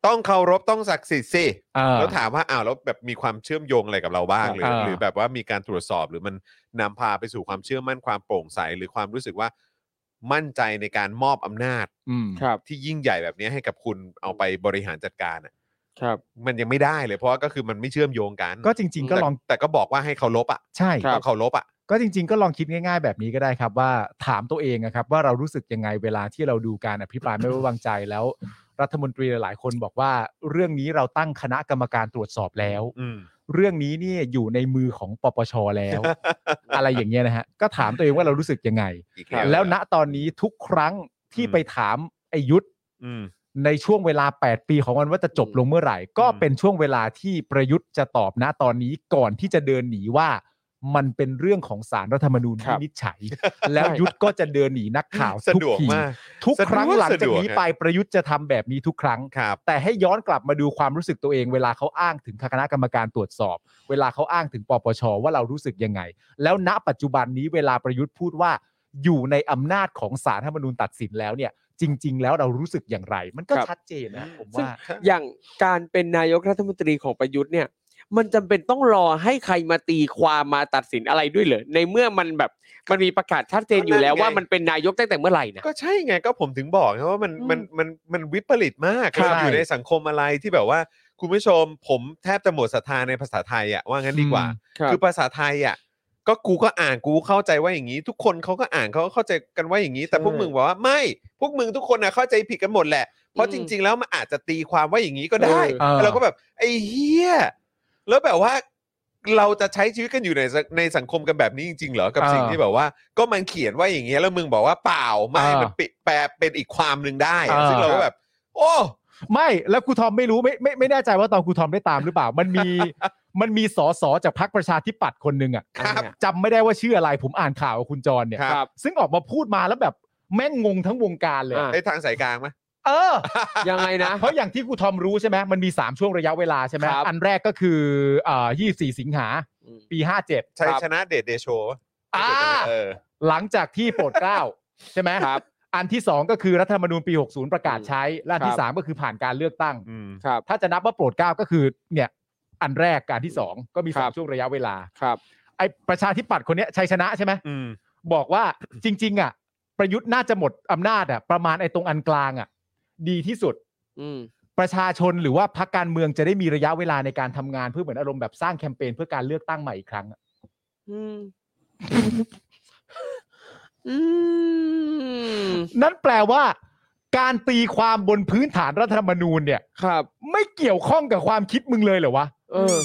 ต้องเคารพต้องศักดิ์สิทธิ์สิ
เออ
แล้วถามว่าอ้าวแล้วแบบมีความเชื่อมโยงอะไรกับเราบ้างหรือ
อ่า
หรือแบบว่ามีการตรวจสอบหรือมันนำพาไปสู่ความเชื่อมั่นความโปร่งใส หรือความรู้สึกว่ามั่นใจในการมอบอำนาจ
อืม
ครับ
ที่ยิ่งใหญ่แบบนี้ให้กับคุณเอาไปบริหารจัดการอะ
ครับ
มันยังไม่ได้เลยเพราะว่าก็คือมันไม่เชื่อมโยงกัน
ก็จริง ๆ ก็ลอง
แต่แต่ก็บอกว่าให้เคารพอ่ะ
ใช่
ครับ
ต้องเคารพอ่ะ
ก็จริง ๆ ก็ลองคิดง่าย ๆ แบบนี้ก็ได้ครับว่าถามตัวเองนะครับว่าเรารู้สึกยังไงเวลาที่เราดูการอภิปรายไม่ไว้วางใจแล้ว รัฐมนตรีหลายๆ คนบอกว่าเรื่องนี้เราตั้งคณะกรรมการตรวจสอบแล้ว
อืม
เรื่องนี้เนี่ยอยู่ในมือของปปชแล้ว อะไรอย่างเงี้ยนะฮะก็ถามตัวเองว่าเรารู้สึกยังไง
อีกแล้ว
แล้วณตอนนี้ทุกครั้งที่ไปถามไอยุทธ
อืม
ในช่วงเวลา 8 ปีของมันว่าจะจบลงเมื่อไหร่ ก็เป็นช่วงเวลาที่ประยุทธ์จะตอบณตอนนี้ก่อนที่จะเดินหนีว่า มันเป็นเรื่องของสารรัฐธรรมนูญ
ครั
วิ
บ
นิจฉัย แล้วยุทธก็จะเดินหนีนักข่าว
สะ
ทุก
ดวก
ที
มาก
ทุกครั้งหลัง
สะดวก
จากนี้
สะดวก
ไปประยุทธ์จะทำแบบนี้ทุกครั้ง
ครับ
แต่ให้ย้อนกลับมาดูความรู้สึกตัวเองเวลาเขาอ้างถึงคณะกรรมการตรวจสอบ เวลาเขาอ้างถึงปปชว่าเรารู้สึกยังไง แล้วณปัจจุบันนี้เวลาประยุทธ์พูดว่า อยู่ในอำนาจของสารรัฐธรรมนูญตัดสินแล้วเนี่ย จริง ๆ แล้วเรารู้สึกอย่างไร มันก็
ครับ
ชัดเจนนะผม
ซึ่ง
ว่า
อย่างการเป็นนายกรัฐมนตรีของประยุทธ์เนี่ย มันจำเป็นต้องรอให้ใครมาตีความมาตัดสินอะไรด้วยเหรอในเมื่อมันแบบมันมีประกาศชัดเจนอยู่แล้ว
ก็นั่นไง
ว่ามันเป็นนายกตั้งแต่เมื่อไหร่นะ
ก็ใช่ไงก็ผมถึงบอกไงว่ามัน
อืม
มันมันมันวิปริตมาก
ครับ
เราอยู่ในสังคมอะไรที่แบบว่า คุณผู้ชมผมแทบจะหมดศรัทธาในภาษาไทยอ่ะว่างั้นดีกว่า
อื
ครับ
คือภาษาไทยอ่ะก็กูก็อ่านกูเข้าใจว่าอย่างนี้ ทุกคนเขาก็อ่านเขาก็เข้าใจกันว่าอย่างนี้ แต่พวกมึงบอกว่าไม่พวกมึงทุกคนนะเข้าใจผิดกันหมดแหละเพราะจริง ๆ แล้วมันอาจจะตีความว่าอย่างนี้ก็ได้
เออ
แล้วเราก็แบบไอ้เฮียแล้วแบบว่าเราจะใช้ชีวิตกันอยู่ในสังในสังคมกันแบบนี้จริงๆเหรอกับสิ่งที่ แบบว่าก็มันเขียนว่าอย่างเงี้ยแล้วมึงบอกว่าเปล่าไม่
อ่ามั
มันปิแปลเป็นอีกความหนึ่งได้อะ
อ่า
ซึ่งเราก็แบบ โอ้
ไม่แล้วครูทอมไม่รู้ไม่ไม่ไม่แน่ใจว่าตอนครูทอมได้ตามหรือเปล่า มันมี มันมีสสจากพรรคประชาธิปัตย์คนหนึ่งอ่ะ
ครับ
จำไม่ได้ว่าชื่ออะไรผมอ่านข่าวกับคุณจรเนี่ย
ครับ
ซึ่งออกมาพูดมาแล้วแบบแม่งงงทั้งวงการเลย
อ่า
ไอ้ทางสายกลางไหม
เออ
ยังไงนะ
เพราะอย่างที่ครูทอมรู้ใช่ไหมมันมี 3 ช่วงระยะเวลาใช่ไหม
ครับ
อันแรกก็คือเอ่อ24 สิงหา
อืม
ปี 57
ชัย
ครับ
ชนะเดชเดโชวะ
อ่า
เออ
หลังจากที่โปรดเกล้า ใช่ไหม
ครับ
อันที่ 2 ก็คือรัฐธรรมนูญปี 60 ประกาศใช้ และอันที่
ครับ
3 ก็คือผ่านการเลือกตั้ง
อืม
ครับ
ถ้าจะนับว่าโปรดเกล้าก็คือเนี่ยอันแรกกับอันที่ 2 ก็มี
ครับ
3 ช่วงระยะเวลา
ครับ
ไอประชาธิปัตย์คนเนี้ยชัยชนะใช่ไหม
อืม
บอกว่าจริง ๆ อ่ะ ประยุทธ์น่าจะหมดอำนาจอ่ะประมาณไอตรงอันกลางอ่ะดีที่สุด
อืม
ประชาชนหรือว่าพรรคการเมืองจะได้มีระยะเวลาในการทำงานเพื่อเหมือนอารมณ์แบบสร้างแคมเปญเพื่อการเลือกตั้งใหม่อีกครั้งอะ
อืม อืม
นั่นแปลว่า การตีความบนพื้นฐานรัฐธรรมนูญเนี่ย
ครับ
ไม่เกี่ยวข้องกับความคิดมึงเลยเหรอวะ
เออ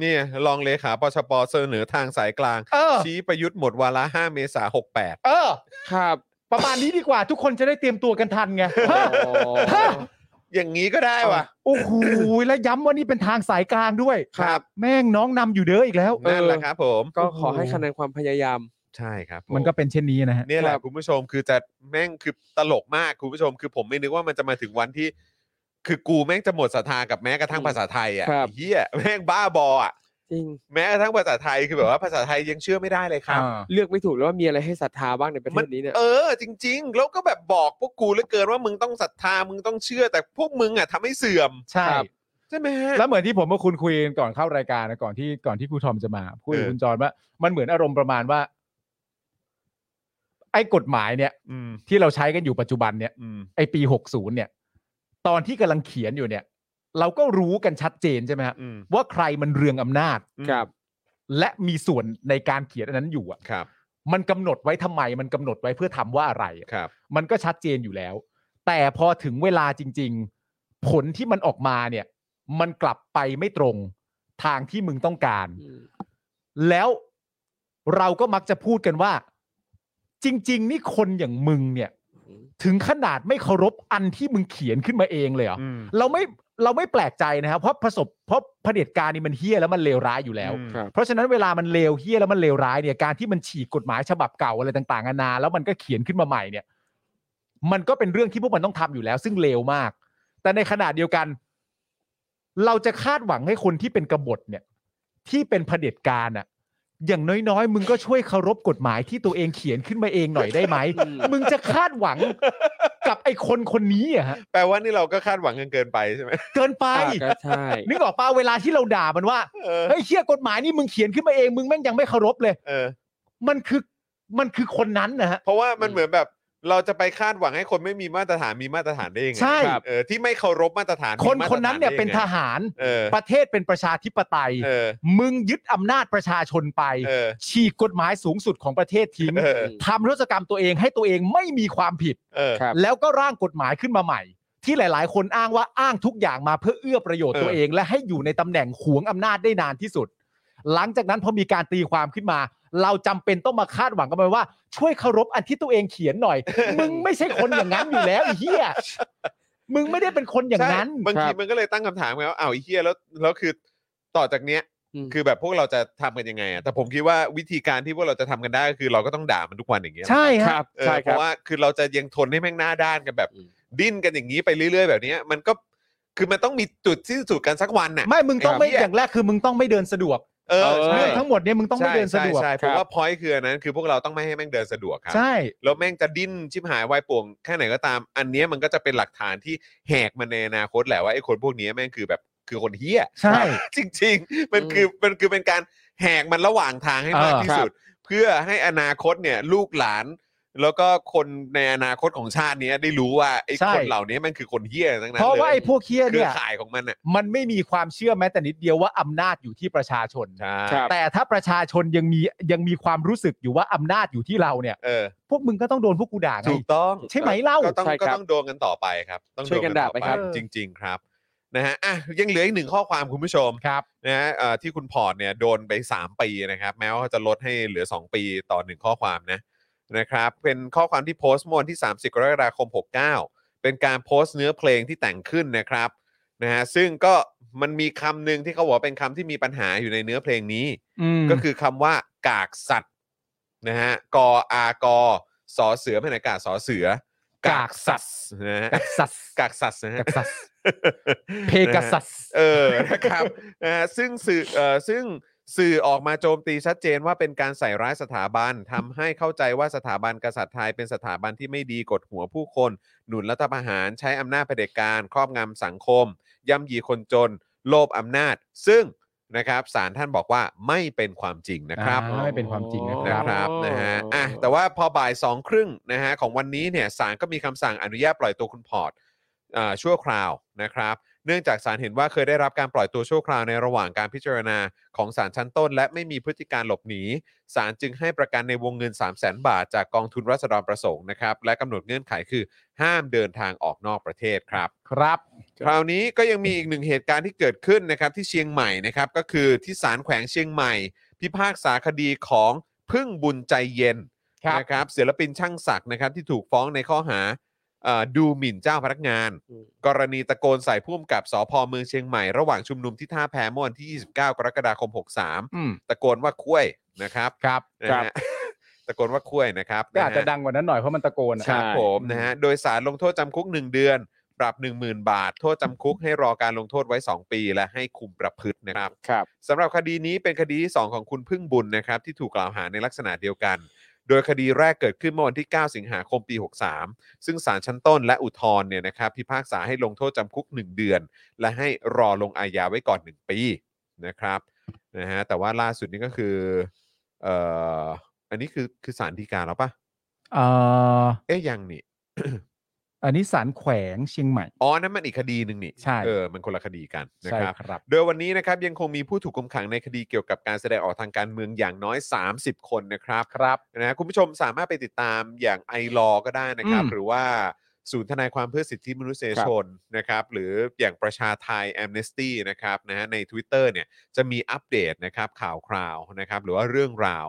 เนี่ยรองเลขาปชปเสนอทางสายกลาง
เออ
ชี้ประยุทธ์หมดวาระ5เมษา68
เออ
ครับ
ประมาณนี้ดีกว่า ทุกคนจะได้เตรียมตัวกันทัน ไงฮะ ฮะ
อย่างนี้ก็ได้ว่ะ
โอ้โหและย้ำว่านี่เป็นทางสายกลางด้วย
ครับ
แม่งน้องนำอยู่เด้ออีกแล้ว
เออ
นั่นแหละครับผม
ก็ขอให้คะแนนความพยายาม
ใช่ครับผ
มันก็เป็นเช่นนี้นะฮะ
เนี่ยแห
ค
ละ
รับ
คุณผู้ชมคือจะแม่งคือตลกมากคุณผู้ชมคือผมไม่นึกว่ามันจะมาถึงวันที่ คือกูแม่งจะหมดศรัทธากับแม้กระทั่งภาษาไทยอ่ะ
ครับ
ไอ้เฮียแม่งบ้าบออ่ะ
จริง
แม้กระทั่งภาษาไทยคือแบบว่าภาษาไทยยังเชื่อไม่ได้เลยครับ
เลือกไม่ถูกแล้วว่ามีอะไรให้ศรัทธาบ้างในประเท
มัน
ศนี้เนี่ย
เออ จริง ๆ แล้วก็แบบบอกพวกกูเหลือเกินว่ามึงต้องศรัทธามึงต้องเชื่อ แต่พวกมึงอ่ะทำให้เสื่อม
ใช่
ครับ
ใช่ไหมฮะ
แล้วเหมือนที่ผมกับคุณคุยกันก่อนเข้ารายการนะก่อนที่ก่อนที่ครูทอมจะมาคุยกับ
เออ
คุณจอนว่า มันเหมือนอารมณ์ประมาณว่า ไอ้กฎหมายเนี่ย
อืม
ที่เราใช้กันอยู่ปัจจุบันเนี่ย
อืม
ไอ้ปีหกศูนย์เนี่ย ตอนที่กำลังเขียนอยู่เนี่ย เราก็รู้กันชัดเจนใช่ไหมฮะ
อืม
ว่าใครมันเรืองอำนาจ
ครับ
และมีส่วนในการเขียนอันนั้นอยู่อะ
ครับ
มันกำหนดไว้ทำไม มันกำหนดไว้เพื่อทำว่าอะไรอะ
ครับ
มันก็ชัดเจนอยู่แล้ว แต่พอถึงเวลาจริง ๆ ผลที่มันออกมาเนี่ย มันกลับไปไม่ตรงทางที่มึงต้องการ
อืม
แล้วเราก็มักจะพูดกันว่า จริง ๆ นี่คนอย่างมึงเนี่ย
อืม
ถึงขนาดไม่เคารพอันที่มึงเขียนขึ้นมาเองเลยเหรอ
อืม
เราไม่เราไม่แปลกใจนะครับ เพราะประสบเพราะเผด็จการนี่มันเฮี้ยแล้วมันเลวร้ายอยู่แล้ว
อืม
ครับ
เพราะฉะนั้นเวลามันเลวเฮี้ยแล้วมันเลวร้ายเนี่ยการที่มันฉีกกฎหมายฉบับเก่าอะไรต่างๆนานาแล้วมันก็เขียนขึ้นมาใหม่เนี่ย มันก็เป็นเรื่องที่พวกมันต้องทำอยู่แล้ว ซึ่งเลวมาก แต่ในขณะเดียวกัน เราจะคาดหวังให้คนที่เป็นกบฏเนี่ย ที่เป็นเผด็จการอะอย่างน้อยๆ มึงก็ช่วยเคารพกฎหมายที่ตัวเองเขียนขึ้นมาเองหน่อย ได้ไหม
อืม
มึงจะคาดหวังกับไอ้คนคนนี้อะฮะ
แปลว่านี่เราก็คาดหวังกันเกินไปใช่ไหม
เกินไป
อ่าก็ใช่
นึกออกป่าเวลาที่เราด่ามันว่า
เออ
เฮ้ยเชี่ยกฎหมายนี่มึงเขียนขึ้นมาเองมึงแม่งยังไม่เคารพเลย
เออ
มันคือมันคือคนนั้นนะฮะ
เพราะว่ามันเหมือนแบบเราจะไปคาดหวังให้คนไม่มีมาตรฐานมีมาตรฐานได้ยังไง
ใช่
ครับเออที่ไม่เคารพมาตรฐาน
คน
มีมาตรฐา
คนนั้นเนี่ยเป็นทหาร
เออ
ประเทศเป็นประชาธิปไตย
เออ
มึงยึดอำนาจประชาชนไป
เออ
ฉีกกฎหมายสูงสุดของประเทศทิ้ง
เออ
ทำรัศกรรมตัวเองให้ตัวเองไม่มีความผิด
เออ
ครับ
แล้วก็ร่างกฎหมายขึ้นมาใหม่ ที่หลาย ๆ คนอ้างว่าอ้างทุกอย่างมาเพื่อเอื้อประโยชน์
เออ
ตัวเอง และให้อยู่ในตำแหน่งหวงอำนาจได้นานที่สุด หลังจากนั้นพอมีการตีความขึ้นมา เราจำเป็นต้องมาคาดหวังกันไปว่า ช่วยเคารพอันที่ตัวเองเขียนหน่อย มึงไม่ใช่คนอย่างนั้นอยู่แล้วไอ้เฮียมึงไม่ได้เป็นคนอย่างนั้น
ใช่บางที
ครับ
มันก็เลยตั้งคำถามไงว่าอ้าวไอ้เฮียแล้วแล้วคือต่อจากเนี้ย
อืม
คือแบบพวกเราจะทำกันยังไงอะแต่ผมคิดว่าวิธีการที่พวกเราจะทำกันได้ก็คือเราก็ต้องด่ามันทุกวันอย่างเงี้ย
ใช่
ค
ฮะ
รับ
เออ
ใช่
เพ
ครั
ราะ
บ
ว่าคือเราจะยังทนให้แม่งหน้าด้านกันแบบ
อืม
ดิ้นกันอย่างนี้ไปเรื่อย ๆ แบบเนี้ยมันก็คือมันต้องมีจุดสิ้นสุดกันสักวันน่ะ
ไม่มึงต้องไม่
เออ
อย่างแรกคือมึงต้องไม่เดินสะดวก
เออ
ใช่
เรื่องทั้งหมดเนี่ยมึงต้องไม่เดินสะดวก
ใช่ใช่ผมว่าพอยต์คืออันนั้นคือพวกเราต้องไม่ให้แม่งเดินสะดวกครั
ใช่
แล้วแม่งจะดิ้นชิบหายวายป่วงแค่ไหนก็ตาม อันเนี้ยมันก็จะเป็นหลักฐานที่แหกมาในอนาคตแหละว่าไอ้คนพวกเนี้ยแม่งคือแบบคือคนเฮี้ย
ใช่
จริงๆ มันคือมันคือเป็นการแหกมันระหว่างทางให้มาก
เออ
ที่สุด เพื่อให้อนาคตเนี่ยลูกหลาน แล้วก็คนในอนาคตของชาติเนี้ยได้รู้ว่าไอ้คนเหล่านี้มันคือคนเฮี้ยทั้งนั้น
เพราะว่า
ลย
ไอ้พวกเฮีย
เครือ
เนี่ย
ข่ายของมันอ่ะ
มันไม่มีความเชื่อแม้แต่นิดเดียวว่าอำนาจอยู่ที่ประชาชน
ใช่
ครับ
แต่ถ้าประชาชนยังมียังมีความรู้สึกอยู่ว่าอำนาจอยู่ที่เราเนี่ย
เออ
พวกมึงก็ต้องโดนพวกกูด่าไง
ถูกต้อง
ใช่ไหมเล่า
ก็ต้อง
ใช่ครับ
ก็ต้องโดนกันต่อไปครับ ต้อง
ช่วยกัน
โต่อ
ด่าไปครับ
จริง ๆ ครับนะฮะอ่ะยังเหลืออีกหนึ่งข้อความคุณผู้ชม
ครับ
นะฮะเอ่อที่คุณพอร์ตเนี่ยโดนไป 3 ปีนะครับ แม้ว่าเขาจะลดให้เหลือ 2 ปีต่อ 1 ข้อความนะนะครับ เป็นข้อความที่โพสต์เมื่อวันที่ 30 กรกฎาคม 69 เป็นการโพสต์เนื้อเพลงที่แต่งขึ้นนะครับนะฮะซึ่งก็มันมีคำหนึ่งที่เขาบอกว่าเป็นคำที่มีปัญหาอยู่ในเนื้อเพลงนี้ ก็คือคำว่ากากสัตว์นะฮะกออากอสอเสือพนากาศสอเสือ กากสัตว์นะฮะ
สัส
กากสัตว์นะฮะ
กับสัสเพกัสสัส
เออ นะครับนะฮะซึ่งสื่อเอ่อซึ่งสื่อออกมาโจมตีชัดเจนว่าเป็นการใส่ร้ายสถาบันทำให้เข้าใจว่าสถาบันกษัตริย์ไทยเป็นสถาบันที่ไม่ดีกดหัวผู้คน หนุนรัฐประหารใช้อำนาจเผด็จการ ครอบงำสังคม ย่ำยีคนจน โลภอำนาจ ซึ่งนะครับศาลท่านบอกว่าไม่เป็นความจริงนะครับ
อ่า ไม่เป็นความจริงนะ
นะครับนะฮะอ่ะแต่ว่าพอบ่ายสองครึ่งนะฮะของวันนี้เนี่ยศาลก็มีคำสั่งอนุญาตปล่อยตัวคุณพอร์ตอ่าชั่วคราวนะครับ เนื่องจากศาลเห็นว่าเคยได้รับการปล่อยตัวชั่วคราวในระหว่างการพิจารณาของศาลชั้นต้น และไม่มีพฤติการหลบหนีศาลจึงให้ประกันในวงเงิน 3 0 0แสนบาท จากกองทุนรัษฎรประสงค์นะครับและกำหนดเงื่อนไขคือห้ามเดินทางออกนอกประเทศครับ
ครับ
คราวนี้ก็ยังมีอีกหนึ่งเหตุการณ์ที่เกิดขึ้นนะครับที่เชียงใหม่นะครับก็คือที่ศาลแขวงเชียงใหม่ พิพากษาคดีของพึ่งบุญใจเย็น
ครับ
นะครับศิลปินช่างศักดิ์นะครับที่ถูกฟ้องในข้อหาเอ่อดูหมิ่นเจ้าพนักงาน
อืม
กรณีตะโกนใส่ผู้กำกับสพเมืองเชียงใหม่ระหว่างชุมนุมที่ท่าแพเมื่อวันที่ 29 กรกฎาคม 63
อืม
ตะโกนว่าคุ้ยนะครับ
ครับ
นะฮะตะโกนว่าคุ้ยนะครับ
ก็อาจ
นฮ
จะดังกว่านั้นหน่อยเพราะมันตะโกนอะ
ค
ใช่
รับผมนะฮะ โดยสารลงโทษจำคุก 1 เดือน ปรับ 10,000 บาท โทษจำคุกให้รอการลงโทษไว้ 2 ปี และให้คุมประพฤตินะครับ
ครับ
สำหรับคดีนี้เป็นคดีที่ 2 ของคุณพึ่งบุญนะครับ ที่ถูกกล่าวหาในลักษณะเดียวกัน โดยคดีแรกเกิดขึ้นเมื่อวันที่ 9 สิงหาคมปี 63 ซึ่งศาลชั้นต้นและอุทธรณ์เนี่ยนะครับพิพากษาให้ลงโทษจำคุก 1 เดือน และให้รอลงอาญาไว้ก่อน 1 ปีนะครับนะฮะแต่ว่าล่าสุดนี้ก็คือเอ่ออันนี้คือคือศาลฎีกาแล้วปะ
เอ่อ
เอ๊ยยังนี่
อันนี้สารแขวงเชียงใหม่
อ๋อ นั่นมันอีกคดีหนึ่งนี่
ใช่
เออ มันคนละคดีกันนะ
ใช่
ครับ
ครับ
โดยวันนี้นะครับยังคงมีผู้ถูกคุมขังในคดีเกี่ยวกับการแสดงออกทางการเมืองอย่างน้อย 30 คนนะครับ
ครับ
นะฮะคุณผู้ชมสามารถไปติดตามอย่างไอรอก็ได้นะครับ
อืม
หรือว่าศูนย์ทนายความเพื่อสิทธิมนุษยชนนะครับ หรืออย่างประชาไทยแอมเนสตี้นะครับนะฮะใน Twitter เนี่ยจะมีอัปเดตนะครับข่าวคราวนะครับ หรือว่าเรื่องราว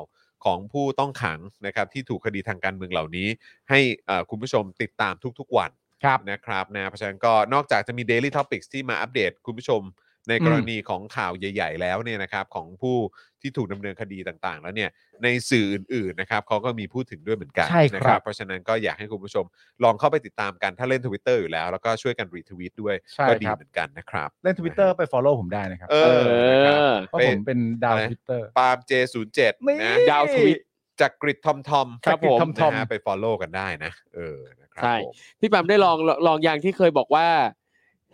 ของผู้ต้องขังนะครับที่ถูกคดีทางการเมืองเหล่านี้ ให้เอ่อคุณผู้ชมติดตามทุกๆวัน
ครับ
นะครับนะเพราะฉะนั้นก็นอกจากจะมี Daily Topics ที่มาอัปเดตคุณผู้ชมในกรณีของข่าวใหญ่ ๆ แล้วเนี่ยนะครับของผู้ที่ถูกดำเนินคดีต่างๆ แล้วเนี่ยในสื่ออื่นๆนะครับเขาก็มีพูดถึงด้วยเหมือนกัน
ใช่ครับ
นะเพราะฉะนั้นก็อยากให้คุณผู้ชมลองเข้าไปติดตามกันถ้าเล่น Twitter อยู่แล้ว แล้วก็ช่วยกันรีทวิตด้วย
ใช่
ก็ดี
ครับ
เหมือนกันนะครับ
เล่นทวิตเตอร์ไป Follow ผมได้นะครับ
เอ
เอ
อ นะครับ
อ
เพราะผมเป็นดาว
อะไร
ทวิตเตอร์
ปาล์ม J07 นะ
ดาวทวิต
จากกริดทอมทอม
ครับผม
นะฮะไป follow กันได้นะเออนะครับ
ใช่
ผม
พี่แปมได้ลองลองอย่างที่เคยบอกว่า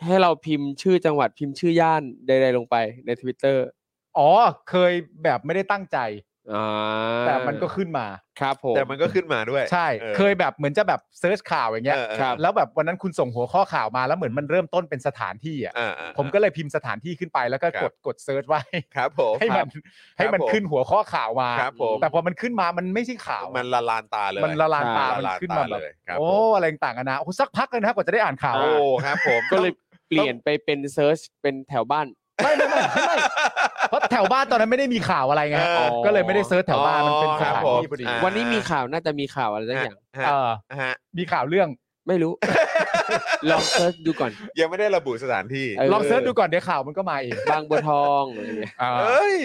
ให้เราพิมพ์ชื่อจังหวัดพิมพ์ชื่อย่านใดๆลงไปในทวิตเตอร์
อ๋อ เคยแบบไม่ได้ตั้งใจ
อ่า
แต่มันก็ขึ้นมา
ครับผม
แต่มันก็ขึ้นมาด้วย
ใช่
ออ
เคยแบบเหมือนจะแบบเซิร์ชข่าวอย่างเงี้ย
เออเออ
ครับ
แล้วแบบวันนั้นคุณส่งหัวข้อข่าวมาแล้วเหมือนมันเริ่มต้นเป็นสถานที่อ่ะ
อ่าๆๆ
ผมก็เลยพิมพ์สถานที่ขึ้นไปแล้วก็
ครั
ก
บ
ดกดเซิร์ชไว้
ครับผม
ให้มันให้มัน
ผม
ขึ้นหัวข้อข่าวมา
ครับผม
แต่พอมันขึ้นมามันไม่ใช่ข่าวอะ
มันละลานตาเลย
มันละลานตา
ใช่
มันขึ้นมาแบบ
เลยครับ
โอ้ อะไรต่างกันานะโอ้สักพักเลยนะครับกว่าจะได้อ่านข่าว
โอ้ครับผม
ก็เลยเปลี่ยนไปเป็นเซิร์ชเป็นแถวบ้าน
ไม่ไม่ไม่ไม่เพ ราะแถวบ้านตอนนั้นไม่ได้มีข่าวอะไรไงฮะ
เออ
ก็เลยไม่ได้เซิร์ชแถวบ้านมันเป็นส
ครับ
ถาน
ผม
ที่พอดี
อ่า
วันนี้มีข่าวน่าจะมีข่าวอะไรสักอย่าง
ฮะ
เออ
ฮะ
มีข่าวเรื่อง
ไม่รู้ ลองเซิร์ชดูก่อน
ยังไม่ได้ระบุสถานที่
เออ
ลองเซิร์ชดูก่อนเดี๋ยวข่าวมันก็มาเอง
บางบัวทองอะไรเงี้ย
เออ
เอ้ย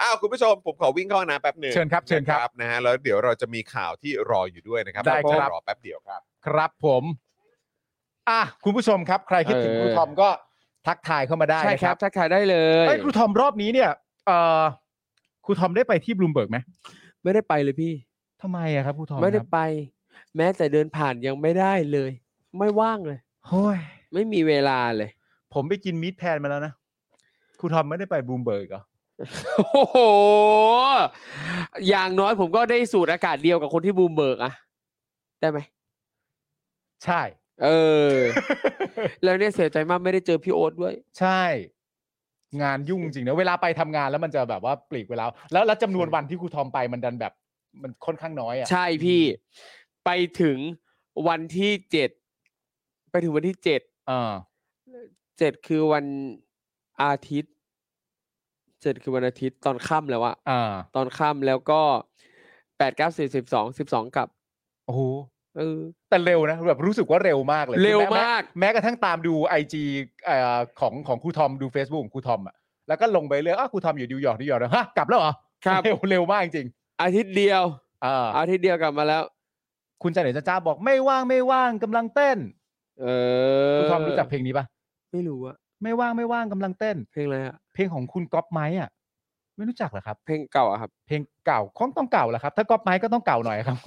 อ้าวคุณผู้ชมผมขอวิ่งเข้าห้องน้ำแป๊บหนึ่ง
เชิญครับเชิญครับ
นะนะฮะแล้วเดี๋ยวเราจะมีข่าวที่รออยู่ด้วยนะครับ
ได้ครับ
รอแป๊บเดียวครับ
ครับผม อ่ะคุณผู้ชมครับ ใครคิดถึง
เออ
ครูทอมก็ทักทายเข้ามาได้
ใช่
นะ
ค
ค
รั
รั
บบ ทักทายได้เลย
ไอ้ยครูทอมรอบนี้เนี่ยเอ่อครูทอมได้ไปที่บลูมเบิร์กไหม
ไม่ได้ไปเลยพี่
ทำไมอะครับครูทอม
ไม่ได้
ครับ
ไป แม้แต่เดินผ่านยังไม่ได้เลย ไม่ว่างเลย
โอ้ย
ไม่มีเวลาเลย
ผมไปกินมีทแพนมาแล้วนะครูทอมไม่ได้ไปบลูมเบิร์กเหรอ
โอ้โห อย่างน้อยผมก็ได้สูดอากาศเดียวกับคนที่บูมเบิร์กอะได้ไหม
ใช่
เออ แล้วเนี่ยเสียใจมากไม่ได้เจอพี่โอ๊ตด้วย
ใช่ งานยุ่งจริงนะเวลาไปทำงานแล้วมันจะแบบว่าปลีกเวลา แล้วแล้วจำนวนวันที่ครูทอมไปมันดันแบบมันค่อนข้างน้อยอะ
ใช่พี่ ไปถึงวันที่เจ็ด ไปถึงวันที่เจ็ด
เออ
เจ็ดคือวันอาทิตย์ เจ็ดคือวันอาทิตย์ตอนค่ำแล้วอะ
เออ
ตอนค่ำแล้วก็แปดเก้าสิบสิบสองสิบสองกลับ
โอ้โห
เออ
แต่เร็วนะแบบรู้สึกว่าเร็วมากเลยคือ
เร็ว
แแ
มาก
แม้กระทั่งตามดูไอจีของของครูทอมดู Facebook ของครูทอมอ่ะแล้วก็ลงไปเรื่อยอ้าวครูทอมอยู่นิวยอร์กนิวยอร์กแล้วฮะกลับแล้วเหรอ
ครับ
เร็วเร็วมากจริง
อาทิตย์เดียว
เออ
อาทิตย์เดียวกลับมาแล้ว
คุณจันเหนือจ้าจ้าบอกไม่ว่างไม่ว่างกำลังเต้น
เอ
ค
อ
รูทอมรู้จักเพลงนี้ปะ
ไม่รู้อะ
ไม่ว่างไม่ว่างกำลังเต้น
เพลงอะไรอะ
เพลงของคุณก๊อฟไม้อ่ะ ไม่รู้จักเหรอครับ
เพลงเก่าอะครับ
เพลงเก่าคงต้องเก่าแหละครับ ถ้าก๊อปไม้ก็ต้องเก่าหน่อยครับ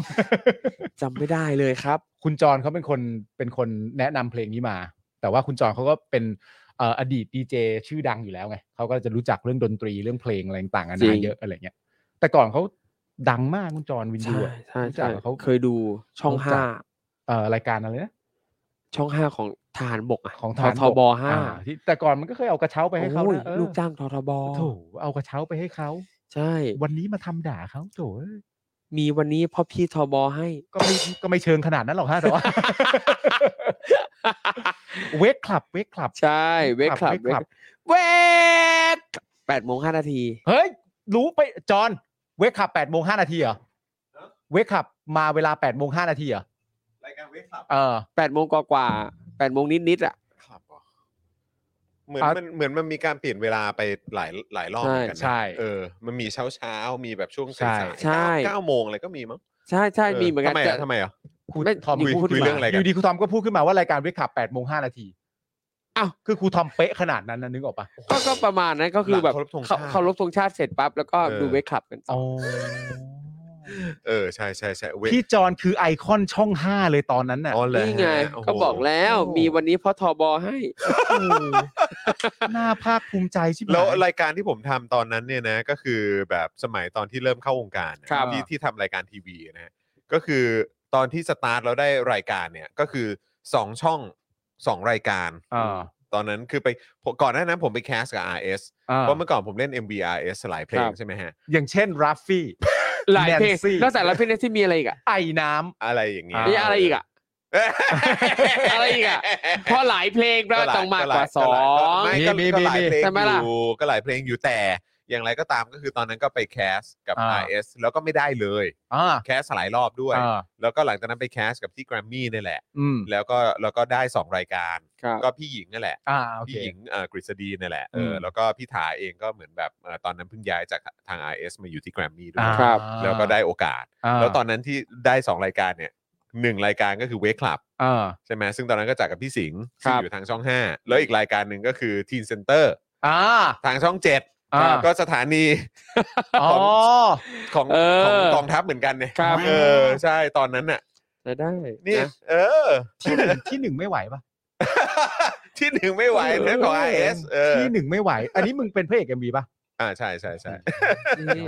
จำไม่ได้เลยครับ
คุณจรเขาเป็นคนเป็นคนแนะนำเพลงนี้มา แต่ว่าคุณจรเขาก็เป็นเอ่ออดีตดีเจชื่อดังอยู่แล้วไงเขาก็จะรู้จักเรื่องดนตรีเรื่องเพลงอะไรต่างๆกั
จริ
นาง เยอะอะไรเงี้ย แต่ก่อนเขาดังมากคุณจ รวินยู
ใช่
อะ
ใช่
รู้จั
ใช่
กเหรอเขา
เคยดูช่อง
รู้จั
ห้า
กเอ่อรายการอะไรนะ
ช่องห้าของทหารบกอะ
ของทหาร
ทบห้า
อ่ที่แต่ก่อนมันก็เคยเอากระเช้าไปให้เขา
โอ้ย
นะเออ
ลูกจ้างททบ
โถเอากระเช้าไปให้เขา
ใช่
วันนี้มาทำด่าเขาโถเอ้ย
มีวันนี้เพราะพี่ทบ ให้
ก็ไม่ก็ไม่เชิงขนาดนั้นหรอกฮะแต่ว่า เวกคลับเวกคลับ
ใช่เวกคลับ
Wake Club
เวกแปดโมงห้านาที
เฮ้ย รู้ไปจอนเวกขับ8โมง5นาทีเหรอเวกขับมาเวลา8โมง5นาทีเหรอ
รายการเวกับ
เออ
แปดโมงกว่ากว่าๆแปดโมงนิดนิดๆอ่ะ
ครับเหมือน
อ่ะ
มันเหมือนมันมีการเปลี่ยนเวลาไปหลายหลายรอบเหมือนกันนะ
ใช่
เออ มันมีเช้าเช้าๆมีแบบช่วง
ใช่
สายๆ
ใช่
เก้าเก้าโมงอะไรก็มีมั้ง
ใช่ใช่มีเหมือนกัน
ทำไม
แต่
อ่ะทำไมอ่ะ
ครู
ไม่
ทอม
อยู่
พูด
คุย
ขึ้น
เรื่อง
มา
อะไรกัน
อยู่ดีครูทอมก็พูดขึ้นมาว่ารายการเวกขับ8โมง5นาที
อ้าว
คือครูทอมเป๊ะขนาดนั้นนะนึกออกปะ
ก็ก็ประมาณนั้นก็คือแบบ
หลังเคารพธงชาติ
เคารพธงชาติเสร็จปั๊บแล้วก็
เออ
ดูเวกคลับกันต่อ
โอ้
เออ ใช่ใช่ใช่เว
พี่จอนคือไอคอนช่อง 5 เลยตอนนั้นน่ะ
อ๋อเหรอ
นี่ไง
โโห
ก็บอกแล้วมีวันนี้เพราะทบให้
โอ้หน้าภาคภูมิใจชิบหาย
แล้วรายการที่ผมทำตอนนั้นเนี่ยนะ ก็คือแบบสมัยตอนที่เริ่มเข้าวงการนะครับ ที่ที่ทำรายการทีวีนะฮะก็คือตอนที่สตาร์ทเราได้รายการเนี่ยก็คือสองช่องสองรายการ
อ่า
ตอนนั้นคือไปผมก่อนหน้านั้นผมไปแคสกับ RS
อ่า
เพราะเมื่อก่อนผมเล่น MVRS หลายเพลงใช่ไหมฮะ
อย่างเช่นรัฟฟี่
หลายเพลง
Nancy
แล้วแต่ละเพลงที่มีอะไรอีกอ่ะ
ไอน้ำ
อะไรอย่างเงี้ย
อ่า
มีอะไรอีกอ่ะ อะไรอี กอ่ะ เพราะหลายเพลงแปลว่าต้องมากกว่าสอง
ไม่ก็
มี
ก็หลาย
มีมี
เพลง
ใช่ไหมล่ะ
อยู่ก็หลายเพลงอยู่แต่ อย่างไรก็ตามก็คือตอนนั้นก็ไปแคสกับ
อ่า
RS แล้วก็ไม่ได้เลย
อ่า
แคสหลายรอบด้วย
อ่า
แล้วก็หลังจากนั้นไปแคสกับที่แกรมมี่นี่แหละ
อืม
แล้วก็แล้วก็ได้ 2 รายการ
ครับ
ก็พี่หญิงนั่นแหละ
อ่าโอเค
พี่หญิงเอ่อกฤษฎีนั่นแหละเอออ
ม
แล้วก็พี่ถาเองก็เหมือนแบบเอ่อตอนนั้นเพิ่งย้ายจากทาง RS มาอยู่ที่แกรมมี่ด้ว
อ่าย
ครับ
แล้วก็ได้โอกาส
า
แล้วตอนนั้นที่ได้ 2 รายการเนี่ยหนึ่งรายการก็คือเวคลับ
อ่า
ใช่ไหมซึ่งตอนนั้นก็จากกับพี่สิงห์
ครั
ซึ่ง
บ
อยู่ทางช่อง 5 แล้วอีกรายการหนึ่งก็คือทีนเซ็นเตอร์
อ่า
ทางช่อง 7
อ่า
ก็สถานี
อ๋อ
ของ
เออ
ของกองทัพเหมือนกันเนี่ย
ครับ
เออใช่ตอนนั้นน่ะ
จะได้
นี่
นะ
เออ
ที่หนึ่งที่หนึ่งไม่ไหวปะ
ที่หนึ่งไม่ไหวเรื่องของ IS เออ
ที่หนึ่งไม่ไหว อันนี้มึงเป็นพระเอกเอ็มบีปะ
อ่าใช่ใช่ใช่
นี่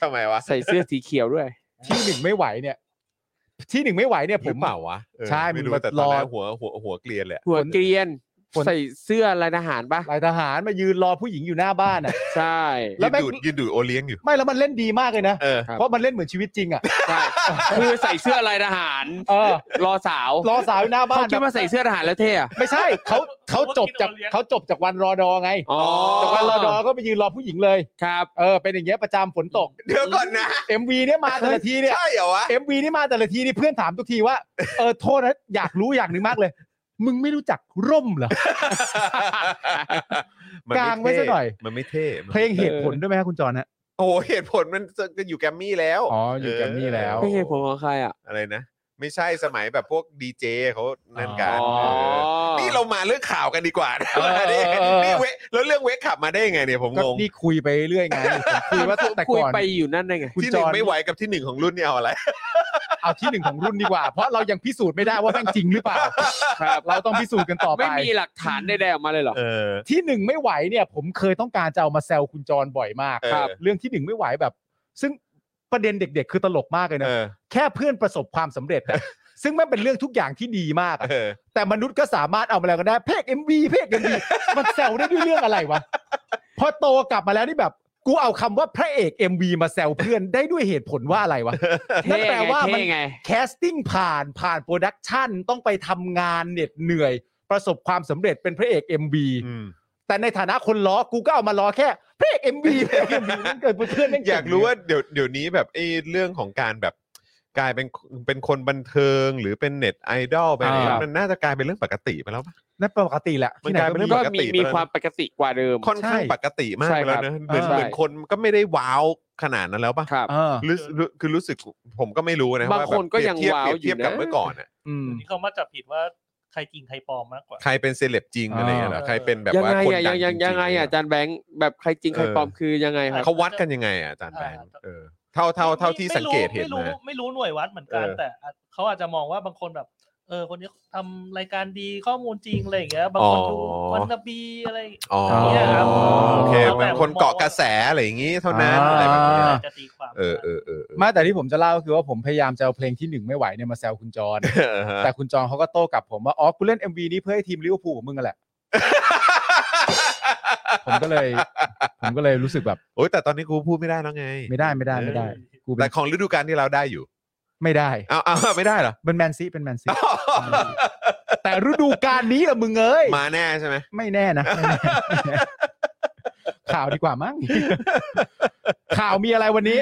ทำไมวะ
ใส่เสื้อสีเขียวด้วย
ที่หนึ่งไม่ไหวเนี่ย ที่หนึ่งไม่ไหวเนี่ย
ห
ผ
รือ
ม
เปล่าวะเออ
ใช่
ไม่รู้
มัน
แต่ตอนนั้น
รอ
หัวหัวหัวเกลียนเลยอะ
หัวเกรียน
คน
ใส่เสื้อลายทหารปะ
ลายทหารมายืนรอผู้หญิงอยู่หน้าบ้านอ่ะ
ใช่
แล้วแม่ง
ยืนดูดยืนดูดโอเลี้ยงอยู่
ไม่แล้วมันเล่นดีมากเลยนะ
เออ
เพราะมันเล่นเหมือนชีวิตจริงอ่ะ
ใช่คือใส่เสื้อลายทหาร
เออ
รอสาว
รอสาวอยู่หน้าบ้า
เขา
น
คิดว่าใส่เสื้อทหารแล้วเท่อะ
ไม่ใช่เขาเขาจบจากเขาจบจากวันรอดอไง
อ๋อ
จากวันรอดอก็ไปยืนรอผู้หญิงเลย
ครับ
เออเป็นอย่างเงี้ยประจำฝนตก
เดี๋ยวก่อนนะ
MV เนี่ยมาแต่ละทีเนี่ย
ใช่เหรอวะ
เอ็มวีนี่มาแต่ละทีนี่เพื่อนถามทุกทีว่า เออโทษนะอยากรู้อย่างหนึ่งมากเลย มึงไม่รู้จักร่มเหรอ
มันม่
กางไว้ซะหน่อย
มันไม่เท่มัน
เพลงเหตุผลด้วยไหมครับคุณจรฮะ
โอ้โห เหตุผลมันจะจะอยู่แกรมมี่แล้ว
อ๋ออยู่แกรมมี่แล้ว
ไม่ใช่ผมของใครอ่ะ
อะไรนะ ไม่ใช่สมัยแบบพวกดีเจเขานั่นกั
อ๋
น
อ
เออ นี่เรามาเรื่องข่าวกันดีกว่านะ
เออ
มาดิ
เออเออ
นี่เวแล้วเรื่องเวกขับมาได้ยังไงเนี่ยผม
ก็
งง
นี่คุยไปเรื่อยไงผมคุยว่าตั้งแต่
คุย
ก่อน
ไปอยู่นั่นได้ไง
คุณ
ที่ห
จ
นึ่ง
ร
ไม่ไหวกับที่หนึ่งของรุ่นนี่ เอาอะไร
เอาที่หนึ่งของรุ่นดีกว่า เพราะเรายังพิสูจน์ไม่ได้ว่าแม่งจริงหรือเปล่า
ครับ
เราต้องพิสูจน์กันต่อไป
ไม่มีหลักฐานใดๆออกมาเลยเหรอ
เออ
ที่หนึ่งไม่ไหวเนี่ย ผมเคยต้องการจะเอามาแซวคุณจรบ่อยมาก
ครับ
เรื่องที่หนึ่งไม่ไหวแบบ ซึ่งประเด็นเด็ก ๆ คือตลกมากเลย
เอ
นะ
อ
แค่เพื่อนประสบความสำเร็จอะซึ่งแม่งเป็นเรื่องทุกอย่างที่ดีมากอะ
เออ
แต่มนุษย์ก็สามารถเอามาแล้วก็ได้เพกเอ็มวีเพกเอ็มวีมันแซวได้ด้วยเรื่องอะไรวะ พอโตกลับมาแล้วนี่แบบ กูเอาคำว่าพระเอก MV มาแซวเพื่อนได้ด้วยเหตุผลว่าอะไรวะ นั่
เท่ไง
นแปลว่ามัน
เท่ไง
แคสติ้งผ่านผ่านโปรดักชันต้องไปทำงานเหน็ดเหนื่อย ประสบความสำเร็จเป็นพระเอก MV
อืม
แต่ในฐานะคนล้อกูก็เอามาล้อแค่พระเอก MV พระเอก MV มันเกิดเพื่อนแม่ง
อยากรู้
เ
ว่าเดี๋ยวเดี๋ยวนี้แบบไอ้เรื่องของการแบบกลายเป็นเป็นคนบันเทิงหรือเป็นเน็ตไอดอลไปอะไร
อ่า
มันน่าจะกลายเป็นเรื่องปกติไปแล้วปะ
นั่นปกติแหละ
มัน
ที่ไหน
กลายเป็
ก็
นเรื่องป
ก็
มี
กติ
มีมี
แล้ว
ความปกติกว่าเดิม
ค่อนข้าง
ใช่
ปกติมาก
ใช่
ไปแล้ว
ครับ
นะเหมือน
ใช่
เหมือนคนก็ไม่ได้ว้าวขนาดนั้นแล้วปะ
ครับ
เออ
รู้รู้คือรู้สึกผมก็ไม่รู้นะ
บางคนก็ยัง
เปรีบ
ว้าว
เทีบเปรีบเทียบ
อยู่นะ
กับเมื่อก่อนอะ
อืม
นี่เขามาจับผิดว่าใครจริงใครปลอมมากกว่า
ใครเป็นเซเลบจริงอะไรอย่างเงี้ยเหรอ
อ่า
ใครเป็นแบบ
ยัง
ว่า
ไง
คน
อ่ะ
ดั
ยังง
จ
ยั
ริ
งยัง
ๆ
ไง
อะ
อ่ะอาจารย์แบงค์แบบใครจริงใครปลอมคือยังไงครับ
เขาวัดกันยังไงอ่ะอาจารย์แบงค์เออเท่าเท่าเท่าที่
ไม่
สังเกตเห็น
ไม่รู้
นะ
ไม่รู้หน่วยวัดเหมือนกัน
เออ
แต่อาจเขาอาจจะมองว่าบางคนแบบ เออ คนนี้ทำรายการดีข้อมูลจริงอะไรอย่างเงี้ยบางคนดูวันนาบีอะไร
อ๋อโอเค
แล้วแต่
บางคนเกาะกระแสอะไรอย่างงี้เท่านั้น
อ่า
อะไรแบบเนี้ย
จะตีความ
เออเออเออเออ
ไมาแต่ที่ผมจะเล่าก็คือว่าผมพยายามจะเอาเพลงที่หนึ่งไม่ไหวเนี่ยมาแซวคุณจ ร
เออฮะ
แต่คุณจองเขาก็โต้กลับผมว่า อ๋อ กูเล่น MV นี้เพื่อให้ทีมลิเวอร์พูลของมึงนั่นแหละ ผมก็เลย ผมก็เลยรู้สึกแบบ
โอ้ยแต่ตอนนี้กูพูดไม่ได้แล้วไง
ไม่ได้ไม่ได้ไม่ได้ กูเป็
แต่
น
ของฤดูกาลที่เราได้อยู่
ไม่ได้
เอาเอา ไม่ได้เหรอ
เป็นแมนซีเป็นแมนซี แต่ฤดูกาลนี้ละมึงเอ้ย
มาแน่ใช่ไหม
ไม่แน่นะไม่แน่ไม่แน่ข่าวดีกว่ามั้ง ข่าวมีอะไรวันนี้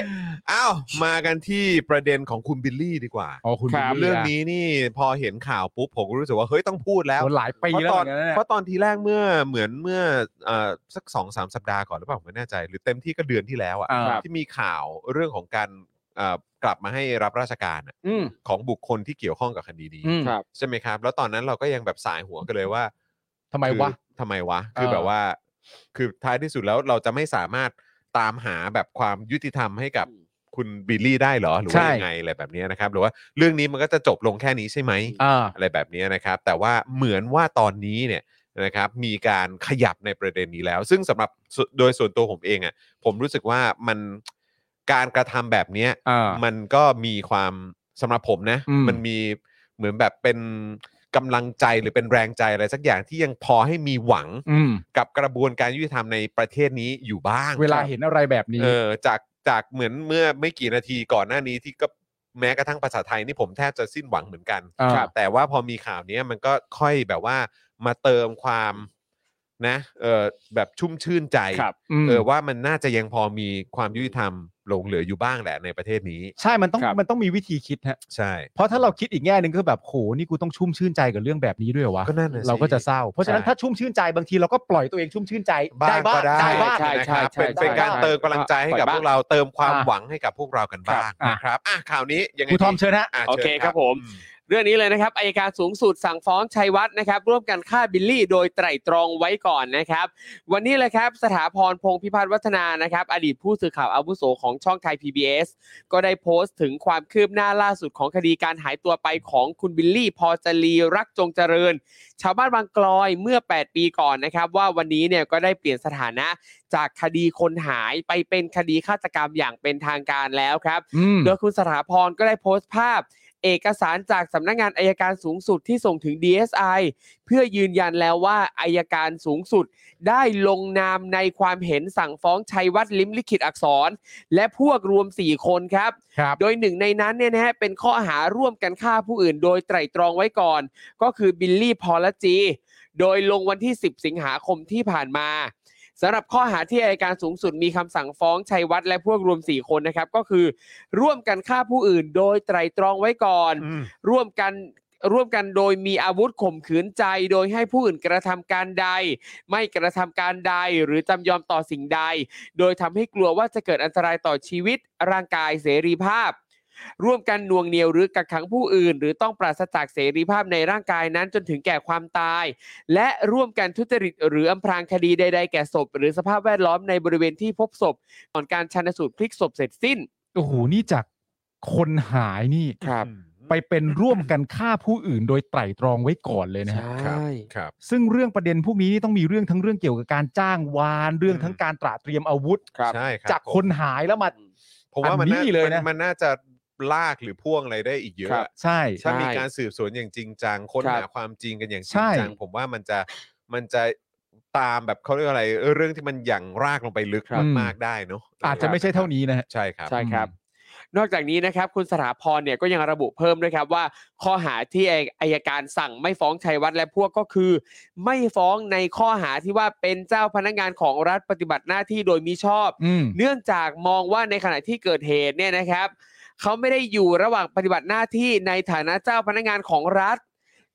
อ้าวมากันที่ประเด็นของคุณบิลลี่ดีกว่า
อ๋อคุณ
ครับ
เรื่องนี้นี่พอเห็นข่าวปุ๊บผมก็รู้สึกว่าเฮ้ยต้องพูดแล้ว
โอ้หลายปี
เพราะ
แล้ว
ตอ
เห
น
มือนกันนะเนี่ย
เพราะตอนทีแรกเมื่อเหมือนเมื่อเอ่อสักสองสามสัปดาห์ก่อนหรือเปล่าผมไม่แน่ใจ หรือเต็มที่ก็เดือนที่แล้ว
อ่า
อะ่ะที่มีข่าวเรื่องของการเอ่อกลับมาให้รับราชการอะ
อืม
ของบุคคลที่เกี่ยวข้องกับคดีนี้
อืม
ครับ
ใช่ไหมครับ แล้วตอนนั้นเราก็ยังแบบสายหัวกันเลยว่า
ทำไมวะ
คือทำไมวะ คือ
เออ
แบบว่า คือท้ายที่สุดแล้วเราจะไม่สามารถตามหาแบบความยุติธรรมให้กับคุณบิลลี่ได้เหรอหรือว่ายังไงอะไรแบบเนี้ยนะครับหรือว่าเรื่องนี้มันก็จะจบลงแค่นี้ใช่ไหม
อ่า
อะไรแบบนี้นะครับ แต่ว่าเหมือนว่าตอนนี้เนี่ยนะครับมีการขยับในประเด็นนี้แล้ว ซึ่งสำหรับส่วนโดยส่วนตัวผมเองอะ่ะผมรู้สึกว่ามันการกระทำแบบเนี้ย
อ่ามั
มันก็มีความสำหรับผมนะ
อืม
นมีเหมือนแบบเป็นกำลังใจหรือเป็นแรงใจอะไรสักอย่างที่ยังพอให้มีหวัง
อืม
กับกระบวนการยุติธรรมในประเทศนี้อยู่บ้าง
เวลาเห็นอะไรแบบนี้
เออจากจากเหมือนเมื่อไม่กี่นาทีก่อนหน้านี้ที่ก็แม้กระทั่งภาษาไทยนี่ผมแทบจะสิ้นหวังเหมือนกัน
อ่า
แต่ว่าพอมีข่าวเนี้ยมันก็ค่อยแบบว่ามาเติมความ นะเออแบบชุ่มชื่นใจ
ครับ
ม
เออว่ามันน่าจะยังพอมีความยุติธรรมหลงเหลืออยู่บ้างแหละในประเทศนี้
ใช่มันต้อง
ครับ
มันต้องมีวิธีคิดฮะ
ใช่
เพราะถ้าเราคิดอีกแง่หนึ่งคือแบบโหนี่กูต้องชุ่มชื่นใจกับเรื่องแบบนี้ด้วยเหรอวะ
ก็นั่นน่ะสิ
เราก็จะเศร้า เพราะฉะนั้น
ใช่
ถ้าชุ่มชื่นใจบางทีเราก็ปล่อยตัวเองชุ่มชื่นใจ
บ้าง
ได้บ้าง
ก็ได้
ได้บ้าง
ใช่
นะค
ใช่
รับ
ใช่
เป็น
ใช่
เป็นการ
ใช่
เติมกำลังใจให้กับ
ปล่อย
พ
บ้าง
วกเราเติมความ
อ่ะ
หวังให้กับพวกเรากันบ้าง
อ่ะ
นะครับอ่ะข่าวนี้ยังไง
ครูทอม
ดี
เชิญฮะ
ะ
โอเค
ชิญ
ครับผม
อื
เรื่องนี้เลยนะครับอายการสูงสุดสั่งฟ้องชัยวัฒน์นะครับ ร่วมกันฆ่าบิลลี่โดยไตร่ตรองไว้ก่อนนะครับ วันนี้เลยครับสถาพรพงศ์พิพัฒน์วัฒนานะครับ อดีตผู้สื่อข่าวอาวุโสของช่องไทย PBS ก็ได้โพสต์ถึงความคืบหน้าล่าสุดของคดีการหายตัวไปของคุณบิลลี่ พอจรีรักจงเจริญ ชาวบ้านบางกลอยเมื่อ 8 ปีก่อนนะครับ ว่าวันนี้เนี่ยก็ได้เปลี่ยนสถานะจากคดีคนหายไปเป็นคดีฆาตกรรมอย่างเป็นทางการแล้วครับ
อืม
โดยคุณสถาพรก็ได้โพสต์ภาพ เอกสารจากสำนักงานอายการสูงสุดที่ส่งถึง DSI เพื่อยืนยันแล้วว่าอายการสูงสุด ได้ลงนามในความเห็นสั่งฟ้องชัยวัฒน์ลิมลิขิตอักษร และพวกรวม 4 คนครับ
ครับ
โดยหนึ่งในนั้นเนี่ยนะฮะเป็นข้อหาร่วมกันฆ่าผู้อื่น โดยไตร่ตรองไว้ก่อน ก็คือบิลลี่พอลจี โดยลงวันที่ 10 สิงหาคมที่ผ่านมาสำหรับข้อหาที่อายการสูงสุดมีคำสั่งฟ้องชัยวัฒน์และพวกรวม 4 คนนะครับ ก็คือ ร่วมกันฆ่าผู้อื่น โดยไตร่ตรองไว้ก่อน ร่วมกันร่วมกันโดยมีอาวุธข่มขืนใจ โดยให้ผู้อื่นกระทำการใด ไม่กระทำการใดหรือจำยอมต่อสิ่งใด โดยทำให้กลัวว่าจะเกิดอันตรายต่อชีวิต ร่างกายเสรีภาพ ร่วมกันหน่วงเหนียวหรือกักขังผู้อื่น หรือต้องปราศจากเสรีภาพในร่างกายนั้นจนถึงแก่ความตาย และร่วมกันทุจริตหรืออำพรางคดีใด ๆ แก่ศพ หรือสภาพแวดล้อมในบริเวณที่พบศพก่อนการชันสูตรพลิกศพเสร็จสิ้น
โอ้โห นี่จากคนหายนี่
ครับ
ไปเป็นร่วมกันฆ่าผู้อื่น โดยไตร่ตรองไว้ก่อนเลยนะฮะ
ครับ ครับ
ซึ่งเรื่องประเด็นพวกนี้นี่ต้องมีเรื่องทั้งเรื่องเกี่ยวกับการจ้างวาน เรื่องทั้งการตระเตรียมอาวุธ
ครับ
ใช่ครับ
จากคนหายแล้วมา
ผมว่ามัน
อันนี้
น่า
เล
มั
ย
น
นะ
มันน่าจะลากหรือพ่วงอะไรได้อีกเยอะ
ครับ
ใช่
ถ้ามีการสืบสวนอย่างจริงจังค้นหา
ครับ
ความจริงกันอย่างจ
ใช่
ริงจังผมว่ามันจะมันจะตามแบบเขาเรียกอะไรเออเรื่องที่มันอย่างรากลงไปลึกมากๆได้เนาะ
อาจจะไม่ใช่เท่านี้นะฮะ
ใช่ครับ
ใช่ครับ
อื
นอกจากนี้นะครับคุณสถาพรเนี่ยก็ยังระบุเพิ่มด้วยครับว่า ข้อหาที่อายอัยการสั่งไม่ฟ้องชัยวัฒน์และพวกก็คือ ไม่ฟ้องในข้อหาที่ว่าเป็นเจ้าพนักงานของรัฐปฏิบัติหน้าที่โดยมิชอบ
อืม
เนื่องจากมองว่าในขณะที่เกิดเหตุเนี่ยนะครับ เขาไม่ได้อยู่ระหว่างปฏิบัติหน้าที่ในฐานะเจ้าพนักงานของรัฐ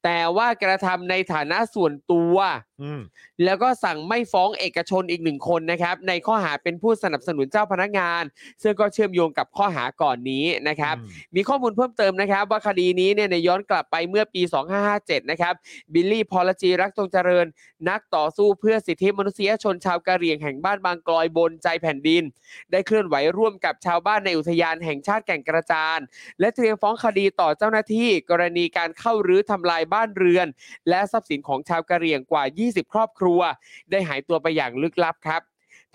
แต่ว่ากระทำในฐานะส่วนตัว
อืม
แล้วก็สั่งไม่ฟ้องเอกชนอีกหนึ่งคนนะครับ ในข้อหาเป็นผู้สนับสนุนเจ้าพนักงาน ซึ่งก็เชื่อมโยงกับข้อหาก่อนนี้นะครับ มีข้อมูลเพิ่มเติมนะครับ ว่าคดีนี้เนี่ยในย้อนกลับไปเมื่อปี 2557 นะครับ บิลลี่พอลจีรักจงเจริญ นักต่อสู้เพื่อสิทธิมนุษยชนชาวกะเหรี่ยงแห่งบ้านบางกลอยบนใจแผ่นดิน ได้เคลื่อนไหวร่วมกับชาวบ้านในอุทยานแห่งชาติแก่งกระจาน และเตรียมฟ้องคดีต่อเจ้าหน้าที่ กรณีการเข้ารื้อทำลายบ้านเรือน และทรัพย์สินของชาวกะเหรี่ยงกว่า 20 ครอบครัว ได้หายตัวไปอย่างลึกลับครับ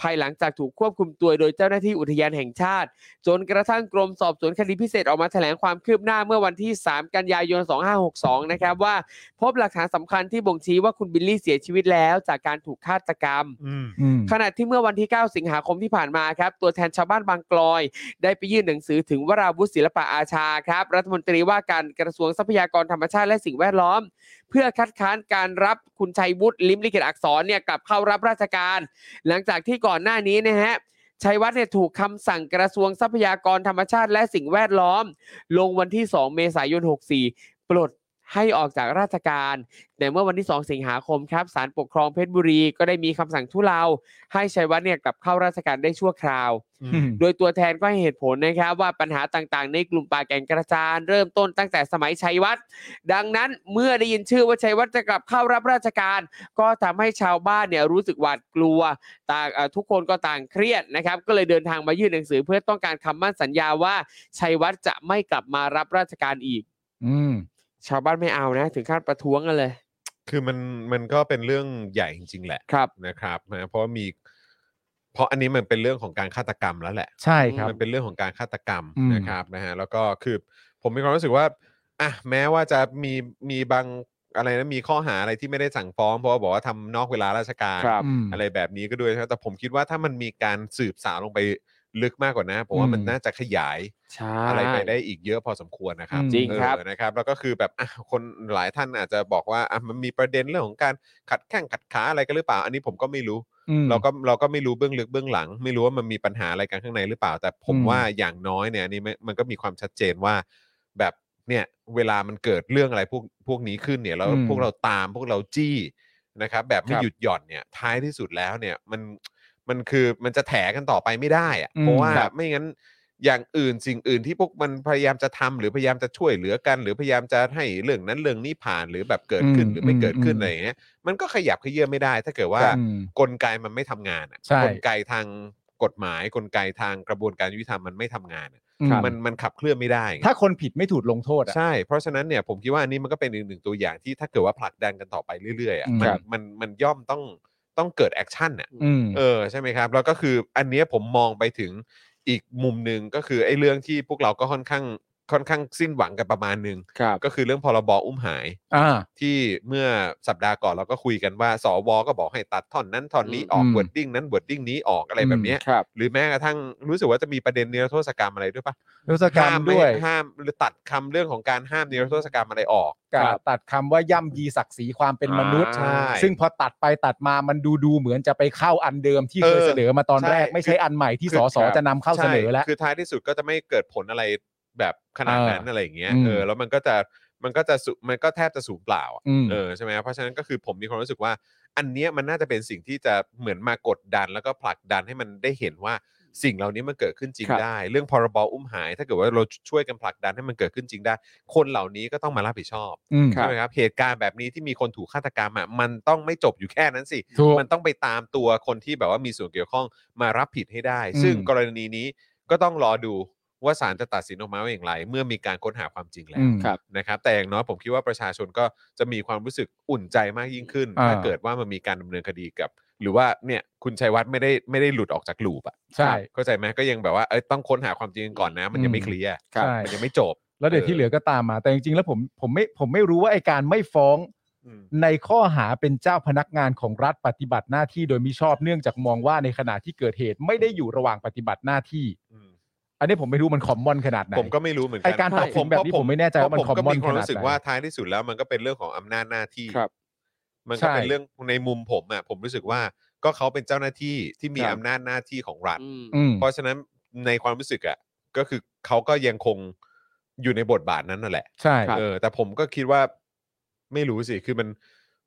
ภายหลังจากถูกควบคุมตัวโดยเจ้าหน้าที่อุทยานแห่งชาติ จนกระทั่งกรมสอบสวนคดีพิเศษออกมาแถลงความคืบหน้าเมื่อวันที่ 3 กันยายน 2562 นะครับว่า พบหลักฐานสำคัญที่บ่งชี้ว่าคุณบิลลี่เสียชีวิตแล้วจากการถูกฆาตกรรม
อืม
อืม
ขณะที่เมื่อวันที่ 9 สิงหาคมที่ผ่านมาครับ ตัวแทนชาวบ้านบางกลอย ได้ไปยื่นหนังสือถึงวราวุฒิศิลปะอาชาครับ รัฐมนตรีว่าการกระทรวงทรัพยากรธรรมชาติและสิ่งแวดล้อม เพื่อคัดค้านการรับคุณชัยวุฒิลิมลิขิตอักษรเนี่ยกลับเข้ารับราชการ หลังจากที่ก่อนหน้านี้นะฮะชัยวัฒน์เนี่ยถูกคำสั่งกระทรวงทรัพยากรธรรมชาติและสิ่งแวดล้อม ลงวันที่ 2 เมษายน 64 ปลดให้ออกจากราชการ แต่เมื่อวันที่ 2 สิงหาคมครับศาลปกครองเพชรบุรีก็ได้มีคำสั่งทุเลา ให้ชัยวัฒน์เนี่ยกลับเข้าราชการได้ชั่วคราว
อืม
โดยตัวแทนก็ให้เหตุผลนะครับว่าปัญหาต่างๆ ในกลุ่มป่าแก่งกระจานเริ่มต้นตั้งแต่สมัยชัยวัฒน์ดังนั้นเมื่อได้ยินชื่อว่าชัยวัฒน์จะกลับเข้ารับราชการ ก็ทำให้ชาวบ้านเนี่ยรู้สึกหวาดกลัวต่างเอ่อทุกคนก็ต่างเครียดนะครับ ก็เลยเดินทางมายื่นหนังสือเพื่อต้องการคำมั่นสัญญาว่าชัยวัฒน์จะไม่กลับมารับราชการอีก
อืม
ชาวบ้านไม่เอานะ ถึงขั้นประท้วงกันเลย
คือมันมันก็เป็นเรื่องใหญ่จริง ๆ แหละ
ครับ
นะครับนะเพราะมี เพราะอันนี้มันเป็นเรื่องของการฆาตกรรมแล้วแหละ
ใช่ครับ
มันเป็นเรื่องของการฆาตกรรม
อืม
นะครับนะฮะแล้วก็คือผมมีความรู้สึกว่าอ่ะแม้ว่าจะมีมีบางอะไรนะมีข้อหาอะไรที่ไม่ได้สั่งฟ้อง เพราะว่าบอกว่าทำนอกเวลาราชการ
ครับ
อืม
อะไรแบบนี้ก็ด้วยนะครับแต่ผมคิดว่าถ้ามันมีการสืบสาวลงไป ลึกมากกว่านะผมว่ามัน
อืม
น่าจะขยาย
ใช่
อะไรไปได้อีกเยอะพอสมควรนะครับ
จริง
เออ
ครับ
นะครับแล้วก็คือแบบอ่ะคนหลายท่านอาจจะบอกว่าอ่ะมันมีประเด็นเรื่องของการขัดแข้งขัดขาอะไรกันหรือเปล่า อันนี้ผมก็ไม่รู้
อืม
เราก็เราก็ไม่รู้เบื้องลึกเบื้องหลัง ไม่รู้ว่ามันมีปัญหาอะไรกันข้างในหรือเปล่า แต่ผม
อืม
ว่าอย่างน้อยเนี่ยอันนี่มันก็มีความชัดเจนว่า แบบเนี่ยเวลามันเกิดเรื่องอะไรพวกพวกนี้ขึ้นเนี่ยแล้วพวกเราตามพวกเราจี้นะครับแบบไม่หยุดหย่อนเนี่ยท้ายที่สุดแล้วเนี่ยมันมันคือมันจะแถกันต่อไปไม่ได้อะเพราะว่าไม่งั้นอย่างอื่นสิ่งอื่นที่พวกมันพยายามจะทำหรือพยายามจะช่วยเหลือกัน หรือพยายามจะให้เรื่องนั้นเรื่องนี้ผ่านหรือแบบเกิดขึ้นหรือไม่เกิดขึ้นอะไรอย่างเงี้ยมันก็ขยับเขยื่อไม่ได้ ถ้าเกิดว่า
อืม
กลไกมันไม่ทำงานอะ
ใช่
กลไกทางกฎหมาย กลไกทางกระบวนการยุติธรรมมันไม่ทำงานอะ
ครับ
มันมันขับเคลื่อนไม่ได้ไง
ถ้าคนผิดไม่ถูกลงโทษอ่ะ
ใช่เพราะฉะนั้นเนี่ยผมคิดว่าอันนี้มันก็เป็นอีกหนึ่งตัวอย่างที่ถ้าเกิดว่าผลักดันกันต่อไปเรื่อยๆอะมั
ครับ
มันมันย่อมต้องต้องเกิดแอคชั่นอ่ะ
อืม
เออใช่ไหมครับ แล้วก็คืออันเนี้ยผมมองไปถึงอีกมุมหนึ่งก็คือไอ้เรื่องที่พวกเราก็ค่อนข้างค่อนข้างสิ้นหวังกันประมาณหนึ่ง
ครับ
ก็คือเรื่องพรบอุ้มหาย
อ่า
ที่เมื่อสัปดาห์ก่อนเราก็คุยกันว่า สวก็บอกให้ตัดท่อนนั้นท่อนนี้ออก
อืม
วอร์ดดิ้งนั้นวอร์ดดิ้งนี้ออกอะไรแบบเนี้ย
ครับ
หรือแม้กระทั่งรู้สึกว่าจะมีประเด็นนิรโทษกรรมอะไรด้วยปะ
ุศกรรม
ห้ามไม่
ด้วย
ห้ามหรือตัดคำเรื่องของการห้ามนิรโทษกรรมอะไรออก
กับตัดคำว่าย่ำยีศักดิ์ศรีความเป็นมนุษย์
อ่าใช่
ซึ่งพอตัดไปตัดมามันดูดูเหมือนจะไปเข้าอันเดิมที่เคย
เออ
เสนอมาตอนแรก
ใช่
ไม่ใช่อันใหม่ที่
คือ
สส
ครับ
จะนำเข้าเสนอแล้ว
ใช่คือท้ายที่สุดก็จะไม่เกิดผลอะไรแบบขนาดนั้น
เอออ
อะไรอย่างเงี้ย
อืม
เออแล้วมันก็จะมันก็จะสุมันก็แทบจะสูญเปล่าอะ
ม
เออใช่ไหมเพราะฉะนั้นก็คือผมมีความรู้สึกว่า อันเนี้ยมันน่าจะเป็นสิ่งที่จะเหมือนมากดดัน แล้วก็ผลักดันให้มันได้เห็นว่าสิ่งเหล่านี้มันเกิดขึ้นจริง
ครับ
ได้ เรื่องพรบอุ้มหาย ถ้าเกิดว่าเราช่วยกันผลักดันให้มันเกิดขึ้นจริงได้ คนเหล่านี้ก็ต้องมารับผิดชอบ
อืม
ครับ
ใช่ไหมครับเหตุการณ์แบบนี้ที่มีคนถูกฆาตกรรมอ่ะมันต้องไม่จบอยู่แค่นั้นสิ
ถูก
มันต้องไปตามตัวคนที่แบบว่ามีส่วนเกี่ยวข้องมารับผิดให้ได้
อืม
ซึ่งกรณีนี้ก็ต้องรอดูว่าศาลจะตัดสินออกมาว่าอย่างไร เมื่อมีการค้นหาความจริงแล้
อื
ว
ม
ครับ
นะครับ แต่อย่างน้อยผมคิดว่าประชาชนก็จะมีความรู้สึกอุ่นใจมากยิ่งขึ้น
อ่า
ถ้าเกิดว่ามันมีการดำเนินคดีกับ หรือว่าเนี่ยคุณชัยวัฒน์ไม่ได้ไม่ได้หลุดออกจากลูปอ่ะ
ใช่
เข้าใจไหมก็ยังแบบว่าเอ้ยต้องค้นหาความจริงก่อนนะ มันยังไม่เคลียร์
ใช่
มันยังไม่จบ
แล้วเดี๋ยวที่เหลือก็ตามมา แต่จริงๆแล้วผมผมไม่ผมไม่รู้ว่าไอการไม่ฟ้อง
อืม
ในข้อหาเป็นเจ้าพนักงานของรัฐปฏิบัติหน้าที่โดยมิชอบเนื่องจากมองว่าในขณะที่เกิดเหตุไม่ได้อยู่ระหว่างปฏิบัติหน้าที่
อืม
อันนี้ผมไม่รู้มันคอมมอนขนาดไหน
ผมก็ไม่รู้เหมือนกั
ไอ้การตัดสินแบบนี้
เพะ
ผมไม่แน่ใจว่ามัน
เพระผก็
common
มีความรู้สึก
ขนาดไหน
ว่าท้ายที่สุดแล้วมันก็เป็นเรื่องของอำนาจหน้าที่
ครับ
มันก็เป็น
ใช่
เรื่องในมุมผมอ่ะผมรู้สึกว่าก็เขาเป็นเจ้าหน้าที่ที่มี
ครับ
อำนาจหน้าที่ของรัฐ
อืม
เพราะฉะนั้นในความรู้สึกอ่ะก็คือเขาก็ยังคงอยู่ในบทบาทนั้นนั่นแหละ
ใช่
ครับ
เออแต่ผมก็คิดว่าไม่รู้สิคือมัน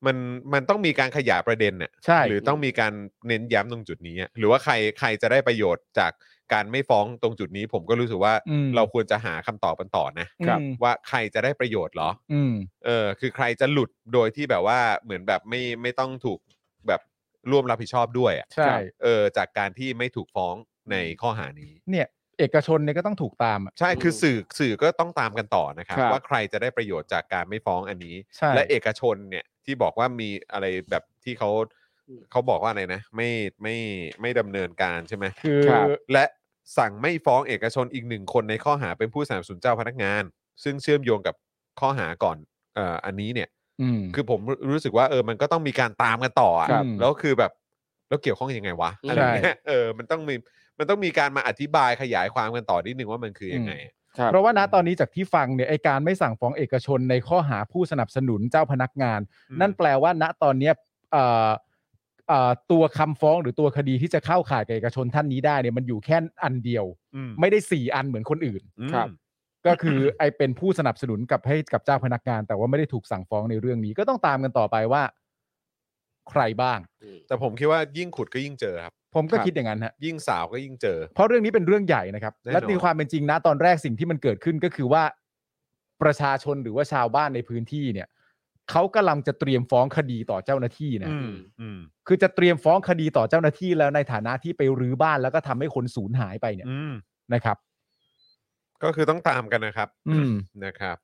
มันมันต้องมีการขยายประเด็นน่ะ
ใช่
หรือต้องมีการเน้นย้ำตรงจุดนี้อะหรือว่าใครใครจะได้ประโยชน์จากการไม่ฟ้องตรงจุดนี้ ผมก็รู้สึกว่า
อืม
เราควรจะหาคำตอบกันต่อนะ
ครับ
ว่าใครจะได้ประโยชน์เหรอ
อืม
เออ คือใครจะหลุดโดยที่แบบว่าเหมือนแบบไม่ไม่ต้องถูกแบบร่วมรับผิดชอบด้วยอะ
ใช่
เออ จากการที่ไม่ถูกฟ้องในข้อหานี้
เนี่ย เอกชนเนี่ยก็ต้องถูกตามอะ
ใช่ คือสื่อสื่อก็ต้องตามกันต่อนะครับ
ครับ
ว่าใครจะได้ประโยชน์จากการไม่ฟ้องอันนี้
ใช่
และเอกชนเนี่ยที่บอกว่ามีอะไรแบบที่เขาเขาบอกว่าอะไรนะ ไม่ไม่ไม่ดำเนินการใช่ไหม
คือ
ครับ
และสั่งไม่ฟ้องเอกชนอีกหนึ่งคนในข้อหาเป็นผู้สนับสนุนเจ้าพนักงาน ซึ่งเชื่อมโยงกับข้อหาก่อนเอ่ออันนี้เนี่ย
อืม
คือผมรู้สึกว่าเออมันก็ต้องมีการตามกันต่ออะ
ครับ
แล้วคือแบบแล้วเกี่ยวข้องยังไงวะอะไรเงี้ยเออมันต้องมีมันต้องมีการมาอธิบายขยายความกันต่อนิดนึงว่ามันคือยังไง
อืม
ครับ
เพราะว่าณตอนนี้จากที่ฟังเนี่ยไอการไม่สั่งฟ้องเอกชนในข้อหาผู้สนับสนุนเจ้าพนักงาน
อืม
นั่นแปลว่าณตอนเนี้ยเอ่อเอ่อตัวคำฟ้องหรือตัวคดีที่จะเข้าข่ายกับเอกชนท่านนี้ได้เนี่ยมันอยู่แค่อันเดียว
อืม
ไม่ได้สี่อันเหมือนคนอื่น
อืม
ครับ
ก็คือไอเป็นผู้สนับสนุนกับให้กับเจ้าพนักงาน แต่ว่าไม่ได้ถูกสั่งฟ้องในเรื่องนี้ ก็ต้องตามกันต่อไปว่า ใครบ้าง
แต่ผมคิดว่ายิ่งขุดก็ยิ่งเจอครับ
ผมก็
ครับ
คิดอย่างนั้นฮะ
ยิ่งสาวก็ยิ่งเจอ
เพราะเรื่องนี้เป็นเรื่องใหญ่นะครับ
แน่นอน
และในความเป็นจริงนะตอนแรกสิ่งที่มันเกิดขึ้นก็คือว่า ประชาชนหรือว่าชาวบ้านในพื้นที่เนี่ยเขากำลังจะเตรียมฟ้องคดีต่อเจ้าหน้าที่นะ
อืมอืม
คือจะเตรียมฟ้องคดีต่อเจ้าหน้าที่แล้วในฐานะที่ไปรื้อบ้านแล้วก็ทำให้คนสูญหายไปเนี่ย
อืม
นะครับ
ก็คือต้องตามกันนะครับ
อืม
นะครับ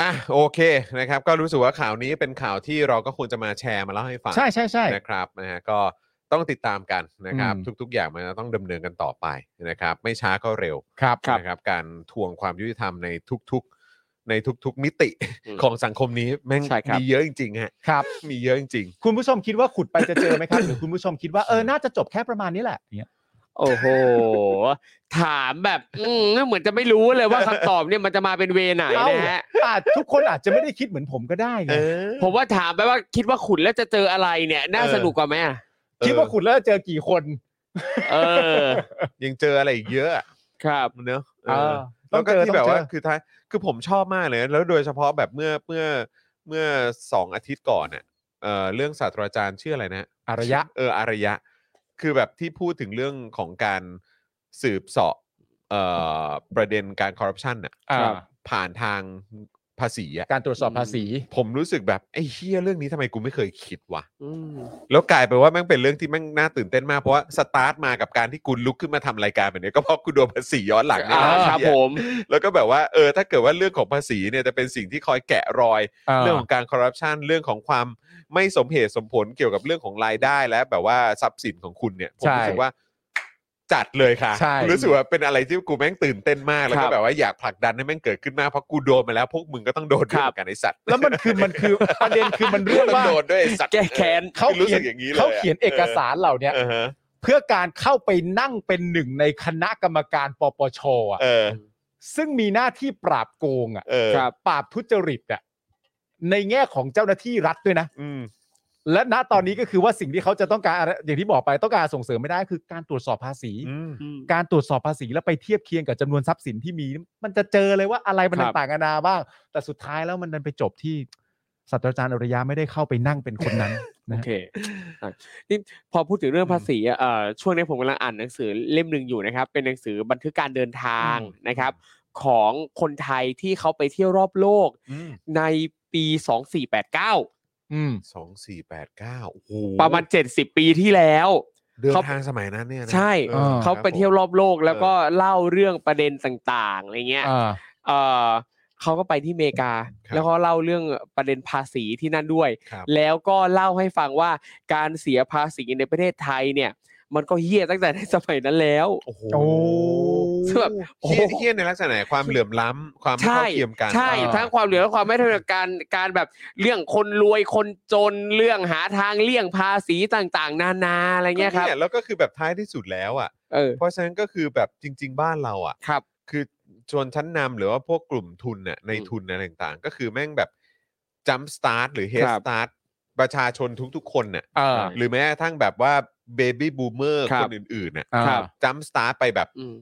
อ่ะโอเคนะครับ ก็รู้สึกว่าข่าวนี้เป็นข่าวที่เราก็ควรจะมาแชร์มาเล่าให้ฟัง
ใช่ใช่ใช่
นะครับนะฮะก็ต้องติดตามกันนะครับ
อืม
ทุก ๆ อย่างมันต้องดำเนินกันต่อไปนะครับ ไม่ช้าก็เร็ว
ครับ
นะครับ การทวงความยุติธรรมในทุก ๆ ในทุก ๆ มิติ
อืม
ของสังคมนี้แม่ง
ใช่ครับ
มีเยอะจริงๆฮะ
ครับ
มีเยอะจริง
คุณผู้ชมคิดว่าขุดไปจะเจอไหมครับ หรือคุณผู้ชมคิดว่าเออน่าจะจบแค่ประมาณนี้แหละอย่างเงี้ย
โอ้โห ถามแบบอืมเหมือนจะไม่รู้เลยว่าคำตอบเนี่ยมันจะมาเป็นเวไหน
เอ้า
นะฮะ
อาจทุกคนอาจจะไม่ได้คิดเหมือนผมก็ได้ไง
เออ
ผมว่าถามไปว่าคิดว่าขุนแล้วจะเจออะไรเนี่ย น่า
เออ
สนุกกว่าไหมอะ
คิดว่าคุณแล้วเจอกี่คน
เออ
ยังเจออะไรอีกเยอะอะ
ครับ
เนอะเอ
เอ
อ
อต้
แล้
อ
ว
ง
ก็
เจอ
ที่
ต้อ
แบบ
งเจ
ว่า
อ
คือท้ายคือผมชอบมากเลยนะแล้วโดยเฉพาะแบบเมื่อเมื่อเมื่อสองอาทิตย์ก่อนเนี่ยเอ่อเรื่องศาสตราจารย์ชื่ออะไรนะ
อารยะ
เอออารยะ คือแบบที่พูดถึงเรื่องของการสืบเสาะเอ่อประเด็นการคอร์รัปชันน่ะ
อ่า
ผ่านทางภาษีอะ
การตรวจสอบภาษี
ผมรู้สึกแบบไอ้เฮียเรื่องนี้ทำไมกูไม่เคยคิดวะ
อืม
แล้วกลายเป็นว่าแม่งเป็นเรื่องที่แม่งน่าตื่นเต้นมาก เพราะว่าสตาร์ทมากับการที่คุณลุกขึ้นมาทำรายการแบบนี้ก็เพราะคุณโดนภาษีย้อนหลังเนี่ย
อ่า
แหละ
ครับ
เหี้ย
ผม
แล้วก็แบบว่าเออถ้าเกิดว่าเรื่องของภาษีเนี่ยจะเป็นสิ่งที่คอยแกะรอย เรื่องของการคอร์รัปชันเรื่องของความไม่สมเหตุสมผลเกี่ยวกับเรื่องของรายได้และแบบว่าทรัพย์สินของคุณเนี่ยผม
ใช่
รู้สึกว่าจัดเลยค่ะ
ใช่
รู้สึกว่าเป็นอะไรที่กูแม่งตื่นเต้นมากแล้ว
ครั
ก็
บ
แบบว่าอยากผลักดันให้แม่งเกิดขึ้นมากเพราะกูโดนมาแล้วพวกมึงก็ต้องโดนด้วย
ค
เห
รับ
มือนกันไอสัตว์
แล้วมันคือมันคือประเด็นคือมันเรื่อง
ต้อง
ว่า
โดนด้วยไอ้สัตว์
แก้แค้น
เขา
รู้
เขี
สึ
ยน
กอย่างนี้เลย
เขา
อะ
เขียนเอกสารเหล่าเนี้ย
เออฮะ
เพื่อการเข้าไปนั่งเป็นหนึ่งในคณะกรรมการปปชอ่ะ
เออ
ซึ่งมีหน้าที่ปราบโกงอ่ะ
เออ
ครับ
ปราบทุจริตอ่ะในแง่ของเจ้าหน้าที่รัฐด้วยนะ
อืม
และณตอนนี้ก็คือว่าสิ่งที่เขาจะต้องการอะไรอย่างที่บอกไปต้องการส่งเสริมไม่ได้คือการตรวจสอบภาษี
อืม
อืม
การตรวจสอบภาษีแล้วไปเทียบเคียงกับจำนวนทรัพย์สินที่มี มันจะเจอเลยว่าอะไรมัน
ครับ
ต่างกันานาบ้าง แต่สุดท้ายแล้วมันดันไปจบที่ศาสตราจารย์อริยะไม่ได้เข้าไปนั่งเป็นคนนั้น
โอ
นะ
เคอ่ะนี่พอพูดถึงเรื่องภาษีอ่ะเอ่อช่วงนี้ผมกำลังอ่านหนังสือเล่มหนึ่งอยู่นะครับ เป็นหนังสือบันทึกการเดินทางนะครับ ของคนไทยที่เขาไปเที่ยวรอบโลก
อืม
ในปี 2489
อืม
สองสี่แปดเก้าโอ้โห
ประมาณ 70 ปีที่แล้ว
เดิน
เขา
ทางสมัยนั้นเนี่ยนะ
ใช่
ออ
เออ
เขา
คบ
ไปเที่ยวร
ผม
อบโลกแล้วก็เล่าเรื่องประเด็นต่างๆอะไรเงี้ย
อ่า
เอ่อเขาก็ไปที่อเมริกา
ครับ
แล้วเขาเล่าเรื่องประเด็นภาษีที่นั่นด้วย
ครับ
แล้วก็เล่าให้ฟังว่าการเสียภาษีในประเทศไทยเนี่ย มันก็เฮี้ยตั้งแต่ในสมัยนั้นแล้ว
โอ้โห
โอ้
คือแบบ โอ้โห
เหี้ยเฮี้ยในลักษณะไหนความเหลื่อมล้ำความไม่
ใช่
เท่าเทียมกัน
ใช่
อ่า
ทั้งความเหลือและความไม่เท่าเทียมกันการแบบเรื่องคนรวยคนจนเรื่องหาทางเลี่ยงภาษีต่างๆ นานาอะไร
ก็
เงี้ยครับ
แล้วก็คือแบบท้ายที่สุดแล้วอ่ะ
เออ
เพราะฉะนั้นก็คือแบบจริง ๆ บ้านเราอ่ะ
ครับ
คือชนชั้นนำหรือว่าพวกกลุ่มทุนน่ะใน
อืม
ทุนอะไรต่างๆ ก็คือแม่งแบบจัมสตาร์ทหรือเฮด
ครับ
สตาร์ทประชาชนทุกๆ คนน่ะ
อ่า
หรือแม้กระทั่งแบบว่าเบบี้บูมเมอร์
ครั
ค
บ
นอื่นๆน่ะ
อ่า
ครับ
จัมสตาร์ทไปแบบ
อืม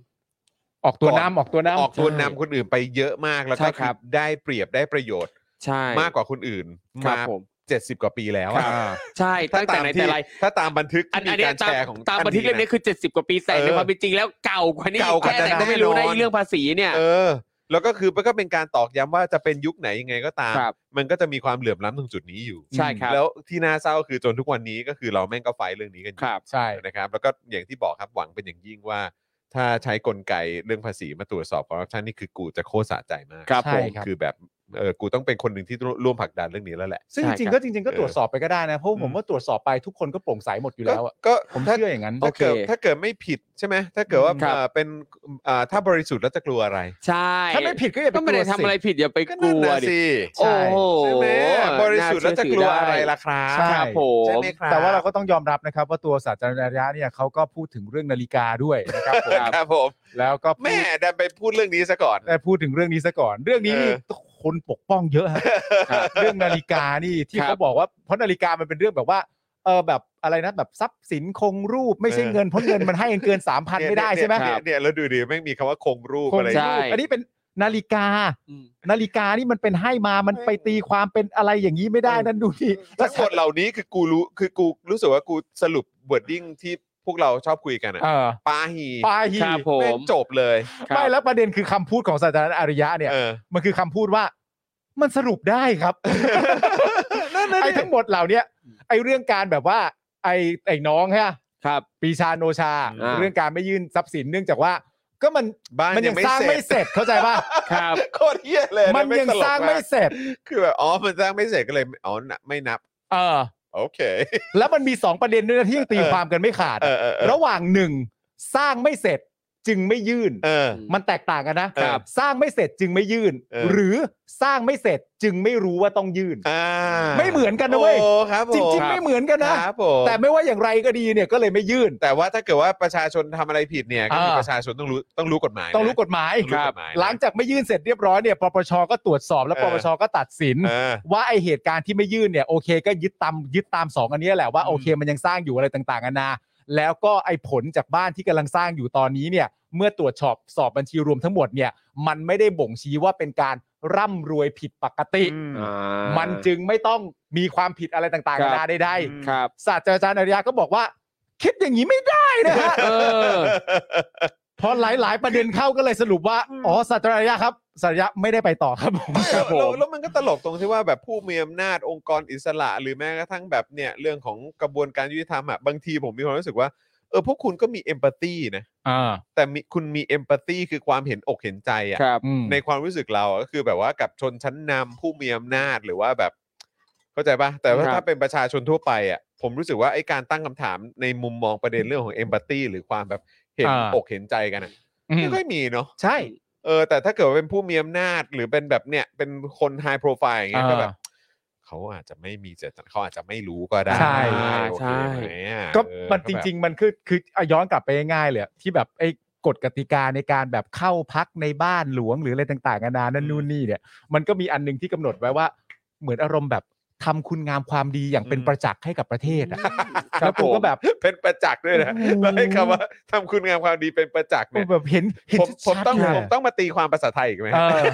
ออกตัวน้ำออกตัวน้ำ
ออกตัวนำคนอื่นไปเยอะมากแล้ว
ใช่
ก็
ครับ
อได้เปรียบได้ประโยชน์
ใช่
มากกว่าคนอื่น
ครับ
มา
ผม
เจ็ดสิบกว่าปีแล้วอะ
ใช่ตั้งแต่ไหนแต่ไร
ถ้าตามบันทึก
อัน
ที่
อัน
มี
เนี้
กาย ร
ตา
แช
ม
ร์ของ
ตามบันทึกเล่มนี้คือ 70 กว่าปีแต่ในความเป็นจริงแล้วเก่ากว่านี้
เก่า
แค่ไหนก็ไม่รู้นะ
แน่นอ
ไอ้เรื่องภาษีเนี่ย
เออ แล้วก็คือมันก็เป็นการตอกย้ำว่าจะเป็นยุคไหนยังไงก็ตาม
ครับ
มันก็จะมีความเหลื่อมล้ำตรงจุดนี้อยู่
ใช่ครับ
แล้วที่น่าเศร้าคือจนทุกวันนี้ก็คือเราแม่งก็ไฟท์เรื่องนี้กันอ
ค
ยู่
รับ
ใช่
นะครับ แล้วก็อย่างที่บอกครับหวังเป็นอย่างยิ่งว่า ถ้าใช้กลไกเรื่องภาษีมาตรวจสอบคอร์รัปชันนี่คือกูจะโคตรสะใจมาก
ครับ
ใช่
ผม
ครับ
คือแบบเออกูต้องเป็นคนหนึ่งที่ร่วมผลักดันเรื่องนี้แล้วแหละ
ซึ่ง
ใช่ค
จ
รับ
ริงๆก็จริง ๆ ก็
เออ
ตรวจสอบไปก็ได้นะ เพราะผมว่าตรวจสอบไปทุกคนก็โปร่งใสหมดอยู่แล้วอะ
ก็
ผม
ถ้า
เชื่ออย่างนั้น
โ
ถ้าเกิด
โอเค
ถ้าเกิดไม่ผิดใช่ไหมถ้าเกิดว่า
ครับ
เอ่อเป็นเอ่อถ้าบริสุทธิ์แล้วจะกลัวอะไร
ใช่
ถ้าไม่ผิดก็อย่าไป
ก็ไม่ได้
กลัว
ทำ
สิ
อะไรผิดอย่าไป
ก็
ก
นั่น
ลัว
นะ
ดิ
สิ
ใช่
โอ้โห
ใช่ไหมบริสุทธิ์แล้วจะกลัวอะไรล่ะครับ
ใช่
ครับผม
ใช่ไหมครับ
แต่ว่าเราก็ต้องยอมรับนะครับ ว่าตัวศาสตราจารย์อารยะเนี่ยเขาก็พูดถึงเรื่องนาฬิกาด้วยนะครับผม
ครับผม
แล้วก็พู
แม่
ด
ดันไปพูดเรื่องนี้ซะก่อน
ได้พูดถึงเรื่องนี้ซะก่อน เรื่องนี้นี่
เออ
คนปกป้องเยอะฮะ
ครับ
เรื่องนาฬิกานี่ที่
ครับ
เขาบอกว่าเพราะนาฬิกามันเป็นเรื่องแบบว่าเออแบบอะไรนะแบบทรัพย์สินคงรูปไม่ใช่เงินเพราะเงินมันให้เกินสามพันไม่ได้ใช่ไหม
เนี่ยเนี่ยเนี่ยแล้วดูดิแม่งมีคำว่าคงรูป
คง
อะไร
ใช่
รูปอันนี้เป็นนาฬิกา
อืม
นาฬิกานี่มันเป็นให้มามันไปตีความเป็นอะไรอย่างนี้ไม่ได้นั่นดูนี่
ทั้งหมดเหล่านี้คือกูรู้คือกูรู้สึกว่ากูสรุปวอร์ดิ้งที่พวกเราชอบคุยกันอะ
เออ
ปาหี
ปาหี
ครับผม
แม่งจบเลย
ครับ
ไม่แล้วประเด็นคือคำพูดของศาสตราจารย์อริยะเนี่ย
เออ
มันคือคำพูดว่ามันสรุปได้ครับ
นั่นน่ะดิ
ไอ้ทั้งหมดเหล่าเนี้ยไอ้เรื่องการแบบว่า ไอ้ไอ้น้องฮะ
ครับ
ปีชาโนชา
อ่า
เรื่องการไม่ยื่นทรัพย์สินเนื่องจากว่า ก็มัน
บ้าน
มั
ยัง
ยั
ไม่
สร้าง
เสร็
ไม่
จ
เสร็จเข้าใจป่ะ
ครับ
โคตรเฮี้ยเลยะ
มันยัง
ตลก
สร้างไม่
ก
เสร็จ
คือแบบอ๋อมันสร้างไม่เสร็จก็เลยอ๋อน่ะไม่นับ
เออ
โอเค
แล้วมันมีสองประเด็นด้วยนะที่ยังตี
เออ
ความกันไม่ขาด
เออเออเออ
ระหว่างหนึ่งสร้างไม่เสร็จ จึงไม่ยื่น
เออ
มันแตกต่างกันนะครับ สร้างไม่เสร็จจึงไม่ยื่น
เออ
หรือสร้างไม่เสร็จจึงไม่รู้ว่าต้องยื่น
อ่า
ไม่เหมือนกันนะเว้ย
โอ้ครับผม
จริงๆไม่เหมือนกันนะครับ
ผม
แต่ไม่ว่าอย่างไรก็ดีเนี่ยก็เลยไม่ยื่น
แต่ว่าถ้าเกิดว่าประชาชนทำอะไรผิดเนี่ยก็มี
อ่า
ประชาชนต้องรู้ต้องรู้กฎหมายนะ
ต้องรู้กฎหมาย
ต้องรู้กฎหมายนะ
หลังจากไม่ยื่นเสร็จเรียบร้อยเนี่ยปปชก็ตรวจสอบแล้ว
เออ
ปปชก็ตัดสิน
เออ
ว่าไอเหตุการณ์ที่ไม่ยื่นเนี่ยโอเคก็ยึดตามยึดตามสองอันเนี้ยแหละว่าโอเคมันยังสร้างอยู่อะไรต่างๆนานาแล้วก็ไอผลจากบ้านที่กำลังสร้างอยู่ตอนนี้เนี่ยเมื่อตรวจสอบสอบบัญชีรวมทั้งหมดเนี่ยมันไม่ได้บ่งชี้ว่าเป็นการร่ำรวยผิดปกติ
อ่า
มันจึงไม่ต้องมีความผิดอะไรต่างๆ
ครั
นา
บ
นาใด
ครับ
ๆศาสตราจารย์อริยาก็บอกว่า คิดอย่างนี้ไม่ได้นะฮะ
เออ
พอหลายๆ ประเด็นเข้าก็เลยสรุปว่าอ๋อศาสตราจารย์ครับศาสตราจารย์ไม่ได้ไปต่อครับผม
แล้วแล้วแล้วมันก็ตลกตรงที่ว่าแบบผู้มีอำนาจองค์กรอิสระ หรือแม้กระทั่งแบบเนี่ยเรื่องของกระบวนการยุติธรรมอ่ะบางทีผมมีความรู้สึกว่าเออพวกคุณก็มีเอมพัตตีนะ
อ่า
แต่มีคุณมีเอมพัตตีคือความเห็นอกเห็นใจอ่ะ
ครับ
อืม
ในความรู้สึกเราอะก็คือแบบว่ากับชนชั้นนำผู้มีอำนาจหรือว่าแบบ เข้าใจปะแต่ว่า
ครับ
ถ้าเป็นประชาชนทั่วไปอ่ะผมรู้สึกว่าไอ้การตั้งคำถามในมุมมองประเด็นเรื่องของเอมพัตตีหรือความแบบเห็น
อ่า
อกเห็นใจกันอะ
อืม
ไม่ค่อยมีเนาะ
ใช่
เออแต่ถ้าเกิดว่าเป็นผู้มีอำนาจหรือเป็นแบบเนี่ยเป็นคนไฮโปรไฟล์อย่างเงี้ย
อ่า
ก็แบบเขาอาจจะไม่มีเจตนาเขาอาจจะไม่รู้ก็ได้
ใช่
โอเคไหมอ่ะ
ก็
เออ
มันจ
แบบ
ริง ๆ มันคือคือเอาย้อนกลับไปง่ายๆเลยอะที่แบบไอ้กฎกติกาในการแบบเข้าพักในบ้านหลวงหรืออะไรต่างๆนานานั่นนู่นนี่เนี่ย มันก็มีอันหนึงที่กำหนดไว้ว่า เหมือนอารมณ์แบบทำคุณงามความดีอย่างเป็น
อืม
ประจักษ์ให้กับประเทศอะ
ค
แล้
รับ
วผมก็แบบ
เป็นประจักษ์ด้วยนะแล้วให้คำว่าทำคุณงามความดีเป็นประจักษ์เนี่ย
แบบเห็นเห็น
ผมผม
ชัด
ต้อง
ๆเลย
ผมต้องมาตีความภาษาไทยอีกไหม
เออ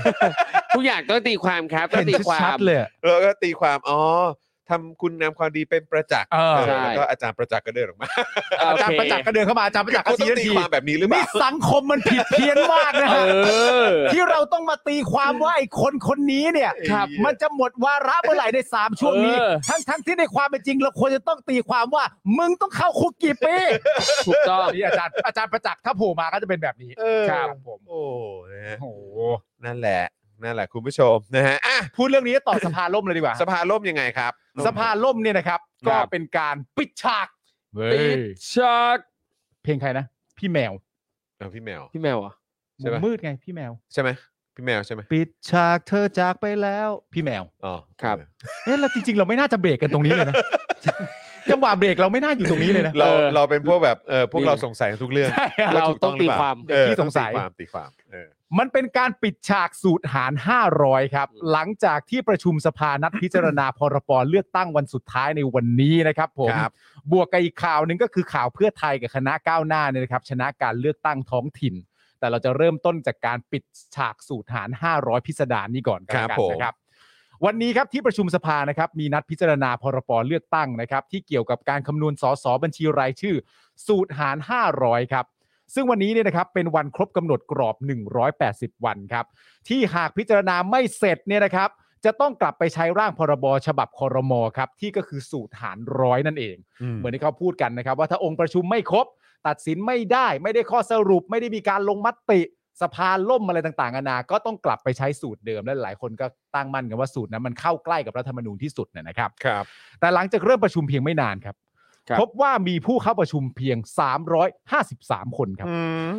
ทุกอย่างต้องตีความครับต้อง
เห็น
ตีควา
ชั
ม
ดๆเลย
แล้วก็ตีความอ๋อทำคุณงามความดีเป็นประจักษ์
เออ
เออแล้วก็อาจารย์ประจักษ์ก็เดินออกมา
เออ
อา
โอเค
จารย์ประจักษ์ก็เดินเข้ามาอาจารย์ประจักษ์ก็
เขาต้อง
ชี้ทัน
ตี
ที
ความแบบนี้หรือเป
นี่
ล่า
สังคมมันผิดเพี้ยนมากนะ
เอ
ฮะ
อ
ที่เราต้องมาตีความว่าไอ้คนคนนี้เนี่ย
ครับ
มันจะหมดวาระเมื่อไหร่ในสามช่วงนี้
เออ
ทั้งทั้งที่ในความเป็นจริงเราควรจะต้องตีความว่า มึงต้องเข้าคุกกี่ปี
ถูกต้อง
นี่อาจารย์อาจารย์ประจักษ์ถ้าโผล่มาก็จะเป็นแบบนี้
เออ
ครับผม
โอ้นะฮะ
โอ้โห
นั่นแหละ นั่นแหละคุณผู้ชม นะฮะอ่ะ
พูดเรื่องนี้ต่อสภาล่มเลยดีกว่า
สภาล่มยังไงครับ
สภาล่มเนี่ยนะครับ
ค
ก็
รับ
เป็นการปิดฉาก
ปิดฉาก
เพลงใครนะ พี่แมว
เออพี่แมว
พี่แมวเหรอ่ะ
ใช่ปะ
มุมมืดไงพี่แมว
ใช่ไหมพี่แมวใช่ไหม
ปิดฉากเธอจากไปแล้ว พี่แมว
อ๋อเออ
เอ๊ะเราจริง ๆ เราไม่น่าจะเบรกกันตรงนี้เลย นะ จังหวะเบรกเราไม่น่าอยู่ตรงนี้เลยนะ
เราเราเป็นพวกแบบเออพวกเราสงสัยทุกเรื่อง
ใช่ฮะ
เรา
ถูก
ต้อง
ห
ตี
เปล่
ความ
เออ
ที่สงสัย
ตีความตีความเออ
มันเป็นการปิดฉากสูตรหาร 500 ครับ หลังจากที่ประชุมสภานัดพิจารณา พรบเลือกตั้งวันสุดท้ายในวันนี้นะครับผม
ครับ
บวกกับอีกข่าวหนึ่งก็คือข่าวเพื่อไทยกับคณะก้าวหน้าเนี่ยนะครับ ชนะการเลือกตั้งท้องถิ่น แต่เราจะเริ่มต้นจากการปิดฉากสูตรหาร 500 พิสดารนี่ก่อนกัน
ครั
แล้วกับ
ผ
น
ม
นะครับ วันนี้ครับที่ประชุมสภานะครับมีนัดพิจารณาพรบเลือกตั้งนะครับ ที่เกี่ยวกับการคำนวณสสบัญชีรายชื่อ สูตรหาร 500 ครับ ซึ่งวันนี้เนี่ยนะครับเป็นวันครบกำหนดกรอบ 180 วันครับ ที่หากพิจารณาไม่เสร็จเนี่ยนะครับ จะต้องกลับไปใช้ร่างพรบฉบับคอรมอครับ ที่ก็คือสูตรหารร้อยนั่นเอง เหมือนที่เขาพูดกันนะครับ ว่าถ้าองค์ประชุมไม่ครบ ตัดสินไม่ได้ไม่ได้ข้อสรุป ไม่ได้มีการลงมติ สภาล่มอะไรต่างๆนานา ก็ต้องกลับไปใช้สูตรเดิมและหลายคนก็ตั้งมั่นกันว่าสูตรนั้นมันเข้าใกล้กับรัฐธรรมนูญที่สุดนะนะครับ
ครับ
แต่หลังจากเริ่มประชุมเพียงไม่นานครับ
ครับ
พบว่ามีผู้เข้าประชุมเพียง 353 คนครับ
อื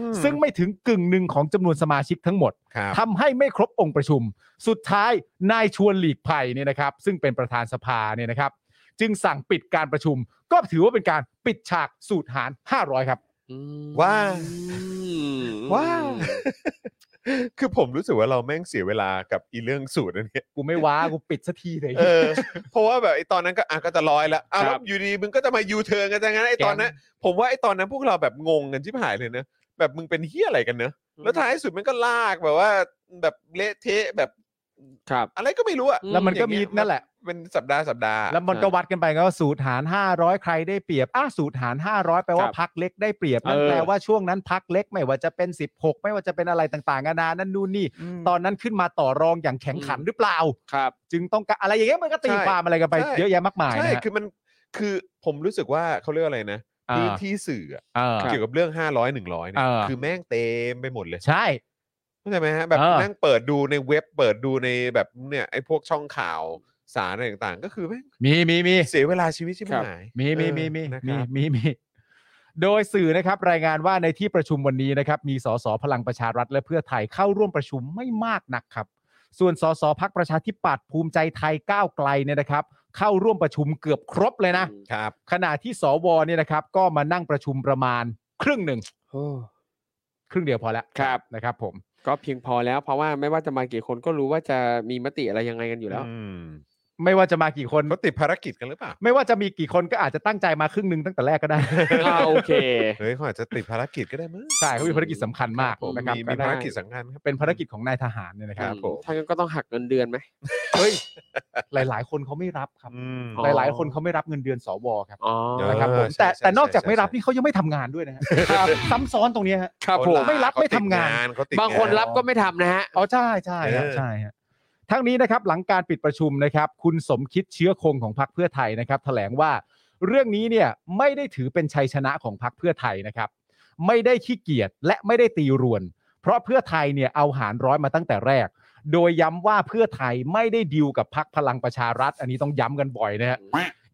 ม
ซึ่งไม่ถึงกึ่งหนึ่งของจำนวนสมาชิกทั้งหมด
ครับ
ทำให้ไม่ครบองค์ประชุม สุดท้ายนายชวนหลีกภัยเนี่ยนะครับ ซึ่งเป็นประธานสภาเนี่ยนะครับ จึงสั่งปิดการประชุม ก็ถือว่าเป็นการปิดฉากสูตรหาร 500 ครับ
อืม
ว่า
อืม
ว้าว คือผมรู้สึกว่าเราแม่งเสียเวลากับอีเรื่องสูตรอันเนี้ย
กูไม่ว้า กูปิดสักทีเลย
เออ เพราะว่าแบบไอ้ตอนนั้นก็อ่ะก็จะลอยแล้วอ้าวแล้วอยู่ดีมึงก็จะมายูเทิร์นกันจังงั้นไอ้ตอนนั้นผมว่าไอ้ตอนนั้นพวกเราแบบงงกันชิบหายเลยเนอะแบบมึงเป็นเฮี้ยอะไรกันเนอะแล้วท้ายสุดมันก็ลากแบบว่าแบบเละเทะแบบ
ครับ
อะไรก็ไม่รู้อะ
แล้วมันก็มี
อย่างเงี้ย
นั่นแหละ
เป็นสัปดาห์สัปดาห์
แล้วมันก็วัดกันไปก็ว่าสูตรหาร 500 ใครได้เปรียบอ้าสูตรหาร 500 แปลว่า
ครับ
พักเล็กได้เปรียบนั่น
เออ
แปลว่าช่วงนั้นพักเล็กไม่ว่าจะเป็น 16 ไม่ว่าจะเป็นอะไรต่างๆนานานั่นนู่นนี่ ตอนนั้นขึ้นมาต่อรองอย่างแข็งขันหรือเปล่า
ครับ
จึงต้องการอะไรอย่างเงี้ยมันก็ตีความอะไรกันไปเยอะแยะมากมาย
ใช่
นะฮะ
คือมันคือผมรู้สึกว่าเขาเรียกอะไรนะพื้นที่สื่ออะ
อ่า
เกี่ยวกับเรื่อง 500 100เนี่ย
เออ
คือแม่งเต็มไปหมดเลย
ใช่
เข้าใจไหมฮะแบบ
เออ
นั่งเปิดดูในเว็บเปิดดูในแบบเนี่ยไอ้พวกช่องข่าวสารอะไรต่างๆ ก็คือแม่ง
มีมีมี
เสียเวลาชีวิตชิบหาย
มีมีมีมี
เออนะค
มี
รับ
มีมี โดยสื่อนะครับรายงานว่าในที่ประชุมวันนี้นะครับมีสสพลังประชารัฐและเพื่อไทยเข้าร่วมประชุมไม่มากนักครับ ส่วนสสพักประชาธิปัตย์ภูมิใจไทยก้าวไกลเนี่ยนะครับ เข้าร่วมประชุมเกือบครบเลยนะ
ครับ
ขณะที่สวเนี่ยนะครับ ก็มานั่งประชุมประมาณครึ่งหนึ่ง
โอ้
ครึ่งเดียวพอแล้ว
ครับ
นะครับผม
ก็เพียงพอแล้ว เพราะว่าไม่ว่าจะมากี่คนก็รู้ว่าจะมีมติอะไรยังไงกันอยู่แล้ว
อืม
ไม่ว่าจะมากี่คน
เขาติดภารกิจกันหรือเปล่า
ไม่ว่าจะมีกี่คนก็อาจจะตั้งใจมาครึ่งหนึ่งตั้งแต่แรกก็ได้
อ่าโอเค
เฮ้ยเขาอาจจะติดภารกิจก็ได้มั้ง
ใช่เขามีภารกิจสำคัญมาก
ครับผม
นะครับ
มี
ก็
มี
ได้
ภารกิจสำคัญครับ
เป็นภารกิจของนายทหารเนี่ยนะค
อื
รับ
มถ้างั้นก็ต้องหักเงินเดือนไหม
เฮ้ยหลาย ๆ คนเขาไม่รับครับ
อืม
อ๋อ
หลาย ๆ คนเขาไม่รับเงินเดือนสวครับ
อ๋อ
เออ
นะครับผม
ใช่
แต่
ใช่
แต่นอกจาก
ใช่
ไม่รับ
ใช่
นี่เขายังไม่ทำงานด้วยนะฮะซ้ำซ้อนตรงเนี้ยฮะ
ครับ
เขา
ผม
ลา
ไม่รับ
เขา
ไม่
ติด
ทำงาน
เขติด
บางคนรับก็ไม่ทำนะฮะ
อ๋อใช่ใช่ครับ
เออ
ใช่ฮะทั้งนี้นะครับหลังการปิดประชุมนะครับ คุณสมคิดเชื้อคงของพรรคเพื่อไทยนะครับแถลงว่าเรื่องนี้เนี่ยไม่ได้ถือเป็นชัยชนะของพรรคเพื่อไทยนะครับ ไม่ได้ขี้เกียจและไม่ได้ตีรวน เพราะเพื่อไทยเนี่ยเอาหารร้อยมาตั้งแต่แรก โดยย้ำว่าเพื่อไทยไม่ได้ดิวกับพรรคพลังประชารัฐ อันนี้ต้องย้ำกันบ่อยนะฮะ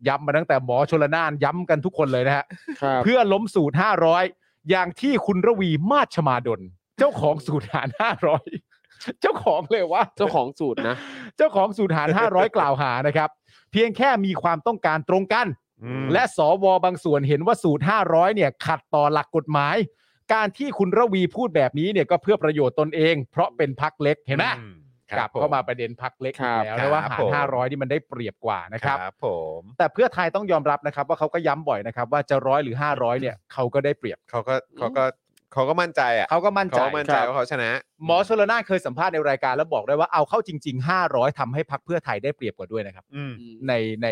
ย้ำมาตั้งแต่หมอชลนานย้ำกันทุกคนเลยนะฮะ
ครับ
เพื่อล้มสูตร 500 อย่างที่คุณระวีมาชมาดล เจ้าของสูตรหาร 500 เจ้าของเลยว่า
เจ้าของสูตรนะ
เจ้าของสูตรหาร 500 กล่าวหานะครับ เพียงแค่มีความต้องการตรงกัน
อืม
และสวบางส่วนเห็นว่าสูตร 500 เนี่ยขัดต่อหลักกฎหมาย การที่คุณระวีพูดแบบนี้เนี่ยก็เพื่อประโยชน์ตนเอง เพราะเป็นพักเล็กเห็นไหม
อืค
ก
รั
ลั
บบ
เข้ามา
ผ
ประเด็นพักเล็ก
ครับ
อีกแล้วนะว่า
ครั
หา
บผม
ร 500 นี่มันได้เปรียบกว่านะค
ค
รั
รับ บผม
แต่เพื่อไทยต้องยอมรับนะครับ ว่าเขาก็ย้ำบ่อยนะครับ ว่าจะร้อยหรือ 500 เนี่ยเขาก็ได้เปรียบ
เขาก็เขาก็เขาก็มั่นใจอ่ะ
เขาก็มั่นใจ
เขามั่นใจว่าเขาชนะ
หมอชลนานเคยสัมภาษณ์ในรายการแล้วบอกได้วยว่าเอาเข้าจริง ๆ 500ทำให้พักเพื่อไทยได้เปรียบกว่าด้วยนะครับ
อืม
ในใน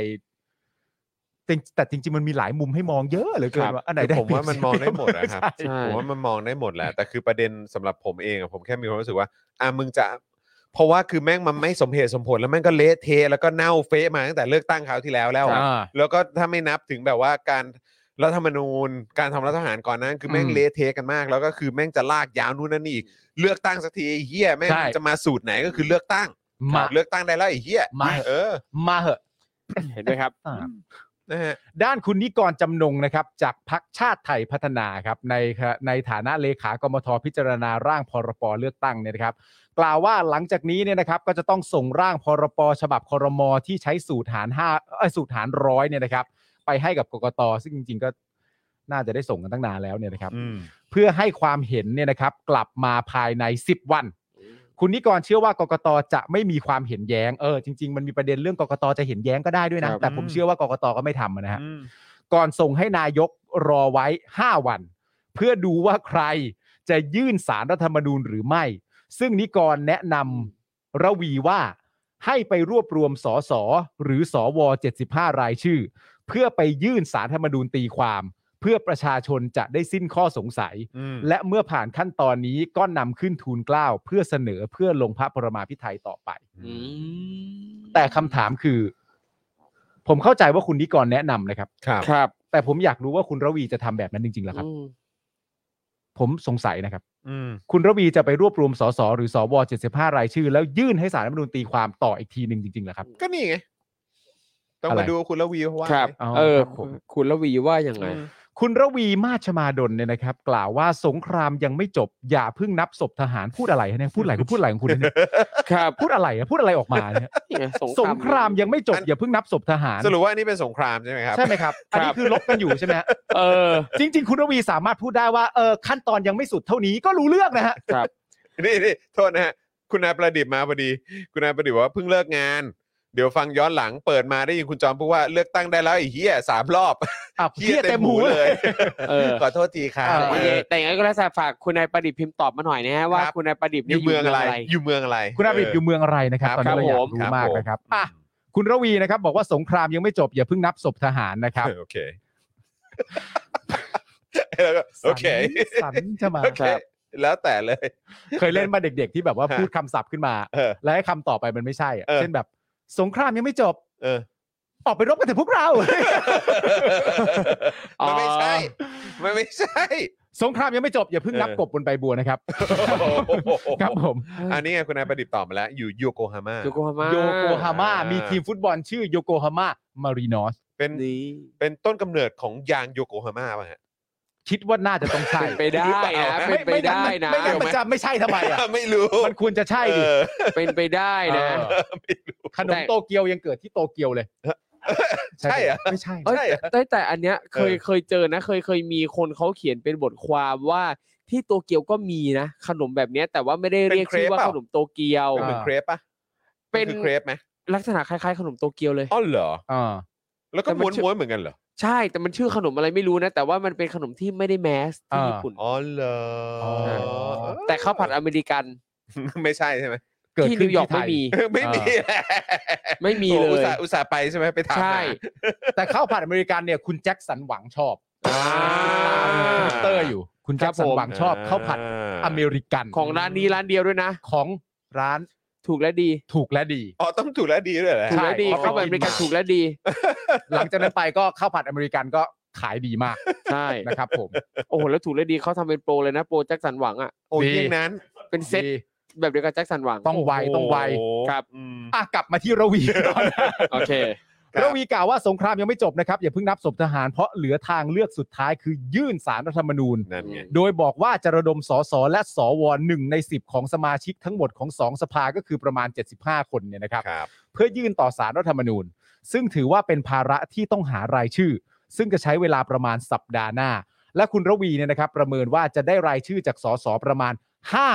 แต่แต่จริง ๆ มันมีหลายมุมให้มองเยอะเหลือเกินว่าอันไหนได้
คือผม
เปรียบ
ว่ามันมองได้หมดนะครับ
ใช่
ใช่
ผมว่ามันมองได้หมดแหละ แต่คือประเด็นสำหรับผมเองอะผมแค่มีความรู้สึกว่า อ่ะมึงจะ เพราะว่าคือแม่งมันไม่สมเหตุสมผลแล้วแม่งก็เละเทะแล้วก็เน่าเฟะมาตั้งแต่เลือกตั้งคราวที่แล้วแล้วอะ
อ่า
แล้วก็ถ้าไม่นับถึงแบบว่าการรัฐธรรมนูญ การทำรัฐประหารก่อนหนั้านคือแม่ง
อืม
เละเทะกันมาก แล้วก็คือแม่งจะลากยาวนู่นนั่นนี่อีกเลือกตั้งสักทีไอ้เฮียแม่ง
ใช่
จะมาสูตรไหนก็คือเลือกตั้ง
มา
เลือกตั้งได้แล้วไอ้เฮีย
มา
เออ
มาเหอะ
เห็นไหมครับ
อ่า
นะฮะ
ด้านคุณนิกรจำนงนะครับจากพักชาติไทยพัฒนาครับในในฐานะเลขากมทพิจารณาร่างพรปเลือกตั้งเนี่ยนะครับ กล่าวว่าหลังจากนี้เนี่ยนะครับก็จะต้องส่งร่างพรปฉบับครมที่ใช้สูตรหารห้าเอ้ยสูตรหารร้อยเนี่ยนะครับ ไปให้กับกกตซึ่งจริง ๆ ก็น่าจะได้ส่งกันตั้งนานแล้วเนี่ยนะครับ
อืม
เพื่อให้ความเห็นเนี่ยนะครับ กลับมาภายใน 10 วัน คุณนิกรเชื่อว่ากกตจะไม่มีความเห็นแย้งเออจริง ๆ มันมีประเด็นเรื่องกกตจะเห็นแย้งก็ได้ด้วยนะครับ แต่ผมเชื่อว่ากกตก็ไม่ทำนะฮะ
อืม
ก่อนส่งให้นายกรอไว้ 5 วัน เพื่อดูว่าใครจะยื่นสารรัฐธรรมนูญหรือไม่ ซึ่งนิกรแนะนำระวีว่าให้ไปรวบรวมสสหรือสอว75 รายชื่อ เพื่อไปยื่นสารธรรมนูญตีความ เพื่อประชาชนจะได้สิ้นข้อสงสัย
อืม
และเมื่อผ่านขั้นตอนนี้ก็นำขึ้นทูลเกล้าเพื่อเสนอเพื่อลงพระปรมาภิไธยต่อไป
อืม
แต่คำถามคือ ผมเข้าใจว่าคุณนิกรแนะนำนะครับ
ครับ
ครับ
แต่ผมอยากรู้ว่าคุณระวีจะทำแบบนั้นจริงๆเหรอครับ
อืม
ผมสงสัยนะครับ
อืม
คุณระวีจะไปรวบรวมสสหรือสว75 รายชื่อ แล้วยื่นให้สารรัฐธรรมนูญตีความต่ออีกทีหนึ่งจริงๆเหรอครับ
ก็นี่ไง ต้อง
อะไร
มาดูคุณละวีเพราะว่า
ครับ
อ๋อ
เออ
ครับผม
คุณละวีว่าอย่างไง
คุณระวีมาชมาดลเนี่ยนะครับ กล่าวว่าสงครามยังไม่จบ อย่าเพิ่งนับศพทหารพูดอะไรฮะเนี่ยพูดอะไรคุณพูดอะไรของคุณเนี่ย
ครับ
พูดอะไรอะพูดอะไรออกมาเนี่ย สงครามยังไม่จบอย่าเพิ่งนับศพทหาร
สรุปว่าอันนี่เป็นสงครามใช่ไหมครับ
ใช่ไหมครับอันนี้คือลบกันอยู่ใช่ไหมฮะ
เออ
จริง ๆ คุณระวีสามารถพูดได้ว่าเออขั้นตอนยังไม่สุดเท่านี้ก็รู้เรื่องนะฮะ
นี่นี่โทษนะฮะ คุณนายประดิษฐ์มาพอดี คุณนายประดิษฐ์บอกว่าเพิ่งเลิกงาน เดี๋ยวฟังย้อนหลังเปิดมาได้ยินคุณจอมพูดว่าเลือกตั้งได้แล้วไอ้เหี้ยสามรอบ
อ่ะเหี้ยเต็มหูเลย
เออ
ขอโทษทีครับ
เออ
แต่ยังไงแต่ยังไงก็แล้วแต่ฝากคุณนายประดิษฐ์พิมพ์ตอบมาหน่อยนะฮะว่า
ครับ
คุณนายประดิษฐ์
อ
เนี่ย
ยู่เมืองอะไร
ยู่
อยู่เมืองอะไร
คุณอาบิดอยู่เมืองอะไรนะครับ
ครับ
ตอนนี้เราอยากรู้
คบ
มาก
ผ
นะครับอ่ะคุณระวีนะครับ บอกว่าสงครามยังไม่จบ อย่าเพิ่งนับศพทหารนะครับ
เออโอเคแล้วก็โอเค
สันจะมา
โอเค แล้วแต่เลย
เคยเล่นมาเด็กๆที่แบบว่า
ฮะ
พูดคำศัพท์ขึ้นมา
เออ
แล้วให้คำต่อไปมันไม่ใช่อะ
เออ
เช่นแบบ สงครามยังไม่จบ
เออ
ออกไปรบกันเถอะพวกเรา
อ๋อ
มันไม่ใช่ มันไม่ใช่
สงครามยังไม่จบ อย่าเพิ่งนับกบบนใบบัวนะครับ ครับผม
อันนี้ไงคุณนายประดิษฐ์ตอบมาแล้ว อยู่โยโกฮาม่า
โยโกฮาม่า
โยโกฮาม่ามีทีมฟุตบอลชื่อโยโกฮาม่ามารีนอส
เป็น
นี่
เป็นต้นกำเนิดของยางโยโกฮาม่าป่ะฮะ
คิดว่าน่าจะต้องใช่
เป็นไปได้นะ
ม่
เป็นไปได้นะ
ไม่งั้นมันจะไม่ใช่ทำไมอ่ะ
ไม่รู้
มันควรจะใช่
เอ
ดิ
อ
เป็นไปได้นะ
เออขนมโตเกียวยังเกิดที่โตเกียวเลย
ใช่เหรอ
ไม่ใช่
เอ้ย
ใช่เหรอ
แต่แต่อันเนี้ยเคย
เออ
เคยเจอนะ เคยเคยมีคนเขาเขียนเป็นบทความว่าที่โตเกียวก็มีนะขนมแบบเนี้ยแต่ว่าไม่ได้เรียกชื่อว่าขนมโตเกียว
อ่า
เหมือนเครปปะ
เป็น
มัคือเครปไหม
ลักษณะคล้ายๆ ขนมโตเกียวเลย
อ๋อเหรอ
อ่า
แล้วก็
แต่มั
ม้วน น
ชื่อ
ม้วนๆเหมือนกันเหรอ
ใช่แต่มันชื่อขนมอะไรไม่รู้นะ แต่ว่ามันเป็นขนมที่ไม่ได้แมสที่
อ่า
ญี่ปุ่น
อ๋อเหรอ
อ๋อ
เออ
แต่ข้าวผัดอเมริกัน
ไม่ใช่ใช่ไหม
เกิด
ที่
ขึ้
นิ
น
วยอร์ก
ที่ท
ไม่มี
ไม่มี
ไม่มีเล
โอ้อุต
ย
ส่าห์อุตส่าห์ไปใช่ไหมไปถาม
ใช่
หา
แต่ข้าวผัดอเมริกันเนี่ยคุณแจ็คสันหวังชอบ
อ่า
ทวิตเตอร์อยู่ คุณแจ็คสันหวังชอบข้าวผัดอเมริกัน
ของร้านนี้ร้านเดียวด้วยนะ
ของร้าน
ถูกและดี
ถูกและดี
อ๋อต้องถูกและดีด้วยแหละ
ถูกและดี
ใช่
ข้าวผัดอเมริกัน
เพราะไปกินมา
ถูกและดี
หลังจากนั้นไปก็ข้าวผัดอเมริกันก็ขายดีมาก
ใช่
นะครับผม
โอ้โหแล้วถูกและดีเขาทำเป็นโปรเลยนะโปรแจ็คสันหวังอ่ะ
โอ้ยยิ่งนั้น
เป็นเซต
ดี
แบบเดียวกับแจ็คสันหวัง
ต้องไวต้องไว
โโห
ครับ
อืม
อ่ะกลับมาที่ ระวี
โอเค
ครับ
ระวีกล่าวว่าสงครามยังไม่จบนะครับ อย่าเพิ่งนับศพทหารเพราะเหลือทางเลือกสุดท้ายคือยื่นสารรัฐธรรมนูญ
นั่นไง
โดยบอกว่าจะระดมสสและสวหนึ่งใน 10 ของสมาชิกทั้งหมดของ 2 สภาก็คือประมาณ 75 คนเนี่ยนะครับ
ครับ
เพื่อยื่นต่อสารรัฐธรรมนูญ ซึ่งถือว่าเป็นภาระที่ต้องหารายชื่อ ซึ่งจะใช้เวลาประมาณสัปดาห์หน้า และคุณระวีเนี่ยนะครับ ประเมินว่าจะได้รายชื่อจากสสประมาณ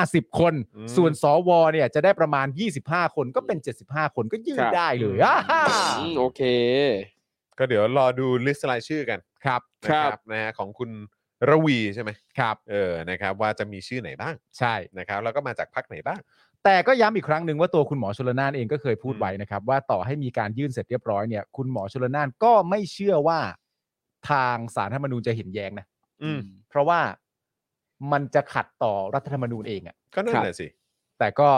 50 คน
อืม
ส่วนสวเนี่ยจะได้ประมาณ 25 คนก็เป็น 75 คนก็ยื่
ค
น
รับ
ได้เลยอ่าฮ่า
อืมโอเค
ก็เดี๋ยวรอดูลิสต์รายชื่อกัน
ครับ
นะนะฮะของคุณระวีใช่ไหม
ครับ
เออนะครับ ว่าจะมีชื่อไหนบ้าง
ใช่
นะครับแล้วก็มาจากพักไหนบ้าง
แต่ก็ย้ำอีกครั้งหนึ่งว่าตัวคุณหมอชลนานเองก็เคยพูด
อืม
ไว้นะครับ ว่าต่อให้มีการยื่นเสร็จเรียบร้อยเนี่ยคุณหมอชลนานก็ไม่เชื่อว่าทางสารรัฐธรรมนูญจะเห็นแย้งนะ
อืม
เพราะว่ามันจะขัดต่อรัฐธรรมนูญเองอะ
ก็นั่น
ครับ
แหละสิ
แต่ก็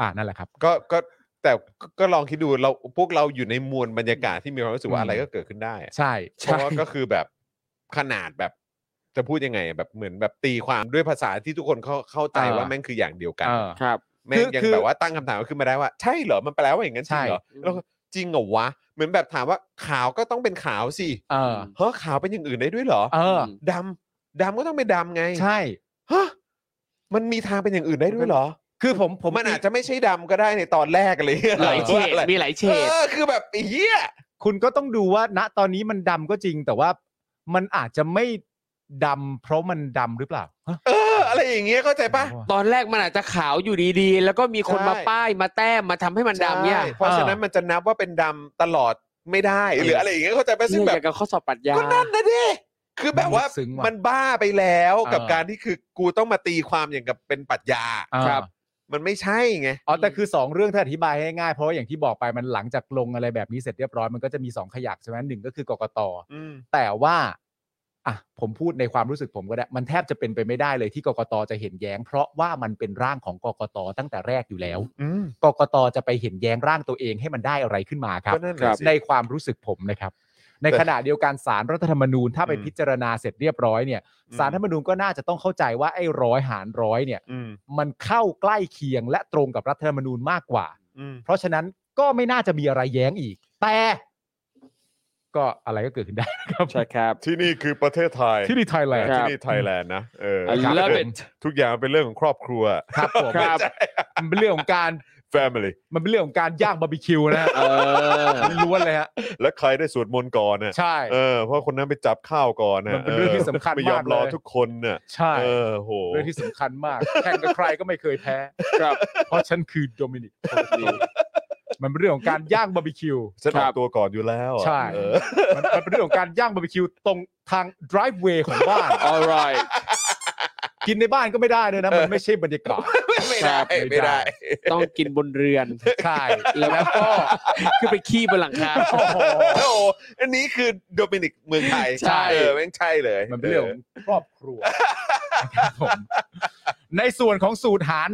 อ่านั่นแหละครับ
ก็ก็แต่ก็ลองคิดดูเราพวกเราอยู่ในมวลบรรยากาศที่มีความรู้สึกว่า
อืม
อะไรก็เกิดขึ้นได้อะ
ใช่
เพราะว่าก็คือแบบขนาดแบบจะพูดยังไงอะแบบเหมือนแบบตีความด้วยภาษาที่ทุกคนเข้าเข้าใจ
อ่า
ว่าแม่งคืออย่างเดียวกัน
เออ
ครับ
แม่ง
คือ
ยัง
คือ
แบบว่าตั้งคำถามขึ้นมาได้ว่า ใช่เหรอมันแปลว่าอย่างนั้นจริงเหรอ
ใช่
แล้วก็จริงเหรอวะเหมือนแบบถามว่าขาวก็ต้องเป็นขาวสิ
เออ
เฮ้อขาวเป็นอย่างอื่นได้ด้วยเหรอ
เออ
ดำดำก็ต้องเป็นดำไง
ใช่
ฮะมันมีทางเป็นอย่างอื่นได้ด้วยเหรอ
คือผมผ
ผม
ม
มันอาจจะไม่ใช่ดำก็ได้ในตอนแรก อะไรเงี้ย
หลายเฉด
อะไร
มีหลายเฉ
เอ
ด
อคือแบบไอ้เหี้ย
คุณก็ต้องดูว่าณตอนนี้มันดำก็จริง แต่ว่ามันอาจจะไม่ดำเพราะมันดำหรือเปล่าฮะ
เออ อะไรอย่างเงี้ยเข้าใจปะ
ตอนแรกมันอาจจะขาวอยู่ดีๆ แล้วก็มีคนมาป้ายมาแต้มมาทำให้มันดำเนี่ย
ใช่เพราะฉะนั้นมันจะนับว่าเป็นดำตลอดไม่ได้หรืออะไรอย่างเงี้ยเข้าใจปะซึ่
เนี่
ง
ย
แบ
อบ ย่างกับข้อสอบปรัชญา
ก็นั่นนะดิ คือแบบว่า
ซึ้งว่ะ
มันบ้าไปแล้ว
เออ
กับการที่คือกูต้องมาตีความอย่างกับเป็นปรัชญา
ครับ
อ่า
มันไม่ใช่ไง
อ๋อแต่คือ 2 เรื่องถ้าอธิบายให้ง่ายเพราะว่าอย่างที่บอกไปมันหลังจากลงอะไรแบบนี้เสร็จเรียบร้อยมันก็จะมี 2 ขยักใช่ไหมหนึ่งก็คือกกต
อืม
แต่ว่าอ่ะผมพูดในความรู้สึกผมก็ได้ มันแทบจะเป็นไปไม่ได้เลยที่กกตจะเห็นแย้ง เพราะว่ามันเป็นร่างของกกตตั้งแต่แรกอยู่แล้ว
อืม
กกตจะไปเห็นแย้งร่างตัวเองให้มันได้อะไรขึ้นมาครับ
ก็นั่นแห
ครั
ละ
บ
สิ
ในความรู้สึกผมนะครับ ในขณะเดียวกันสารรัฐธรรมนูญถ้าไป
อืม
พิจารณาเสร็จเรียบร้อยเนี่ยสารรัฐธรรมนูญก็น่าจะต้องเข้าใจว่าไอ้ร้อยหารร้อยเนี่ย
อืม
มันเข้าใกล้เคียงและตรงกับรัฐธรรมนูญมากกว่า
อืม
เพราะฉะนั้นก็ไม่น่าจะมีอะไรแย้งอีก แต่ก็อะไรก็เกิดขึ้นได้นะครับ
ใช่ครับ
ที่นี่คือประเทศไทย
ที่นี่ไทยแลนด์
ครั
ที่
บ
นี่ไทยแลนด์นะเออ
I
ครับ
love
ผม
it
ทุกอย่างเป็นเรื่องของครอบครัว
ครับผม
ครับ
มันเป็นเรื่องของการ
Family
มันเป็นเรื่องของการย่างบาร์บีคิวนะฮะ
เออ
ล้วนเลยฮะ
และใครได้สวดมนต์ก่อนน่ะ
ใช่
เออเพราะคนนั้นไปจับข้าวก่อนน่ะ
มันเป็นเรื่องที่สำคัญ
ไม่ยอม
มากเลย
รอทุกคนน่ะ
ใช่
เออโห
เรื่องที่สำคัญมากแข่งกับใครก็ไม่เคยแพ้
ครับ
เพราะฉันคือโดมินิกมันเป็นเรื่องของการย่างบาร์บีคิว
ฉันอ
ค
อ
รั
ก
บ
ตัวก่อนอยู่แล้วอ่ะ
ใช่
เออ
มันมันเป็นเรื่องของการย่างบาร์บีคิวตรงทาง driveway ของบ้าน
alright
กินในบ้านก็ไม่ได้เลยนะมันไม่ใช่บรรยากาศ
ไม่ได้ไม่ได้
ต้องกินบนเรือน
ใช่ แล้วก็
ขึ้นไปขี้บนหลังคา
โอ้โห
โอ้โหอันนี้คือโดมินิกเมืองไทย
ใช่
เออแม่งใช่เลย
มันเป็นเรื่องของครอบครัวนะครับผมในส่วนของสูตรหาร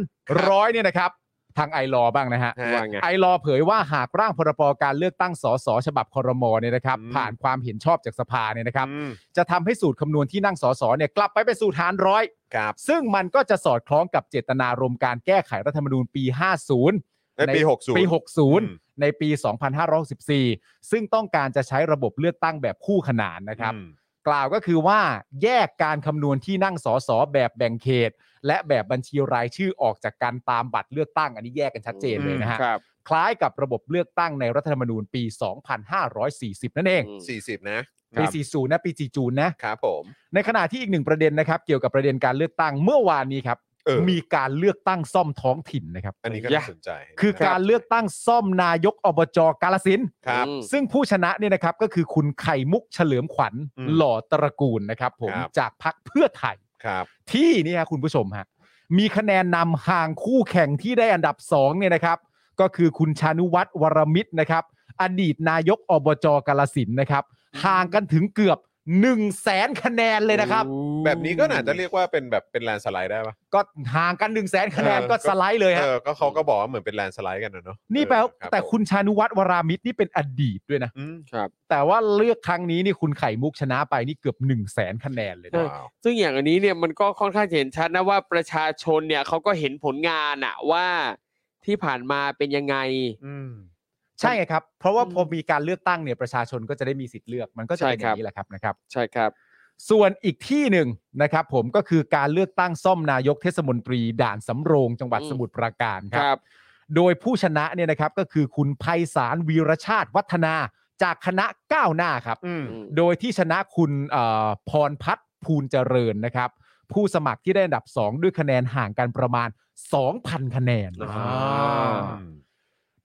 ร้อยเนี่ยนะครับ ทางไอรอบ้างนะฮะ
ฮะ
ว่าไง
ไอรอเผยว่าหากร่างพรบการเลือกตั้งสสฉบับคอรมอเนี่ยนะครับ
อืม
ผ่านความเห็นชอบจากสภาเนี่ยนะครับ
อืม
จะทำให้สูตรคำนวณที่นั่งสสเนี่ยกลับไปเป็นสูตรหารร้อย
ครับ
ซึ่งมันก็จะสอดคล้องกับเจตนารมณ์การแก้ไขรัฐธรรมนูญปี 50
ในปี 60
ปี
ม
60 ในปี 2564 ซึ่งต้องการจะใช้ระบบเลือกตั้งแบบคู่ขนานนะครับ
อืม
กล่าวก็คือว่าแยกการคำนวณที่นั่งสสแบบแบ่งเขต และแบบบัญชีรายชื่อออกจากการตามบัตรเลือกตั้งอันนี้แยกกันชัดเจนเลยนะฮะ
ครับ
คล้ายกับระบบเลือกตั้งในรัฐธรรมนูญปี 2540 นั่นเอง
อืม
40 นะ
ปี 40 นะ ปี 40 นะ
ครับผม
ในขณะที่อีกหนึ่งประเด็นนะครับ เกี่ยวกับประเด็นการเลือกตั้งเมื่อวานนี้ครับ
เออ
มีการเลือกตั้งซ่อมท้องถิ่นนะครับ
อันนี้ก็
ยะ
น่าสนใจ
คือการเลือกตั้งซ่อมนายกอบจกาลสินธุ์
ครับ
อืม
ซึ่งผู้ชนะเนี่ยนะครับก็คือคุณไข่มุกเฉลิมขวัญ
อืม
หล่อตระกูลนะครับผม
ครับ
จากพักเพื่อไทย
ครับ
ที่เนี่ยคุณผู้ชมฮะมีคะแนนนำห่างคู่แข่งที่ได้อันดับ2เนี่ยนะครับ ก็คือคุณชานุวัตรวรมิตรนะครับ อดีตนายกอบจกาลสินธุ์นะครับห่างกันถึงเกือบ 1 0 0 0 0แสนคะแนนเลยนะครับ
แบบนี้ก็น่าจะเรียกว่าเป็นแบบเป็นแลนด์สไลด์ได้ปะ
ก็ห่างกัน 1 0 0 0 0แสนคะแนน
เออ
ก็สไลด์เลย
เอ
ฮะ
อก็เขาก็บอกว่าเหมือนเป็นแลนด์สไลด์กันนะเนาะ
นี่แปลว่า
เออรับ
แต่คุณชานุวัตรวรามิตรนี่เป็นอดีตด้วยนะ
อืม
แต่ว่าเลือกครั้งนี้นี่คุณไข่มุกชนะไปนี่เกือบ 1 0 0 0 0แสนคะแนนเลยนะ
เออ
ว้าว
ซึ่งอย่างอันนี้เนี่ยมันก็ค่อนข้างจะเห็นชัดนะว่าประชาชนเนี่ยเขาก็เห็นผลงานอะว่าที่ผ่านมาเป็นยังไง
อืม
ใช่ไงครับ เพราะว่า
อืม
พอมีการเลือกตั้งเนี่ยประชาชนก็จะได้มีสิทธิ์เลือกมันก็จะเป็นอ
ใช่ครับ
ย่างนี้แหละครับนะครับ
ใช่ครับ
ส่วนอีกที่หนึ่งนะครับผมก็คือการเลือกตั้งซ่อมนายกเทศมนตรีด่านสำโรงจังหวัด
อืม
สมุทรปราการค
ครับ รับ
โดยผู้ชนะเนี่ยนะครับก็คือคุณไพศาลวีรชาติวัฒนาจากคณะก้าวหน้าครับ
อืม
โดยที่ชนะคุณเอ่อพรพัฒน์ภูลเจริญนะครับ ผู้สมัครที่ได้อันดับ 2 ด้วยคะแนนห่างกันประมาณ 2,000 คะแนน
อ่า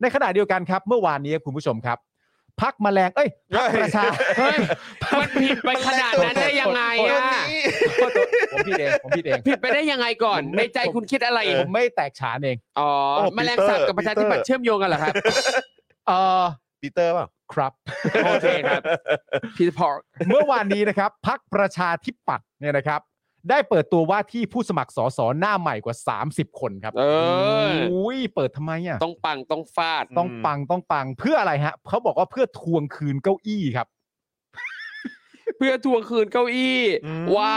ในขณะเดียวกันครับ เมื่อวานนี้ครับคุณผู้ชมครับ พักแมลงเอ้ยพักประชา
เฮ้ยมันผิดไปขนาดนั้นได้ยังไงอะ
ผมพี่เองผมพี่เอง
ผิดไปได้ยังไงก่อน
ผมไม่
ในใจคุณคิดอะไร
ผมไม่แตกฉานเอง
อ๋อ
โอ้
แมลงสาบกับประชาธิปัต
ปีเตอร์
ย์เชื่อมโยงกันเหรอครับ
เออ
ปีเตอร์เปล่า
ครับ
โอเคครับพีทพอร์
เมื่อวานนี้นะครับพักประชาธิปัตย์เนี่ยนะครับ ได้เปิดตัวว่าที่ผู้สมัครสสหน้าใหม่กว่า 30 คนครับ
เออ
โอ้ยเปิดทำไมอ่ะ
ต้องปังต้องฟาด
ต้องปังต้องปังเพื่ออะไรฮะเขาบอกว่าเพื่อทวงคืนเก้าอี้ครับ
เพื่อทวงคืนเก้าอี้ ว้า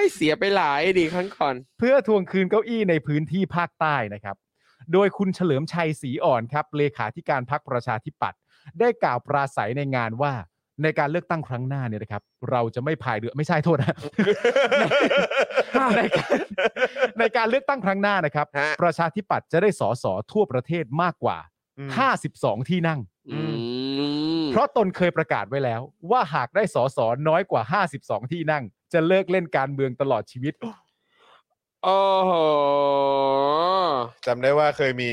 ยเสียไปหลายดีครั้งก่อน
เพื่อทวงคืนเก้าอี้ในพื้นที่ภาคใต้นะครับ โดยคุณเฉลิมชัยศรีอ่อนครับ เลขาธิการพักประชาธิปัตย์ได้กล่าวปราศัยในงานว่าในการเลือกตั้งครั้งหน้าเนี่ยนะครับ เราจะไม่พายเรือไม่ใช่โทษนะ ในการในการเลือกตั้งครั้งหน้านะครับ
ฮะ
ประชาธิปัตย์จะได้สสทั่วประเทศมากกว่า
อืม
52 ที่นั่ง
อื
อืม
เพราะตนเคยประกาศไว้แล้ว ว่าหากได้สสน้อยกว่า 52 ที่นั่ง จะเลิกเล่นการเมืองตลอดชีวิต
โอ้โห
จำได้ว่าเคยมี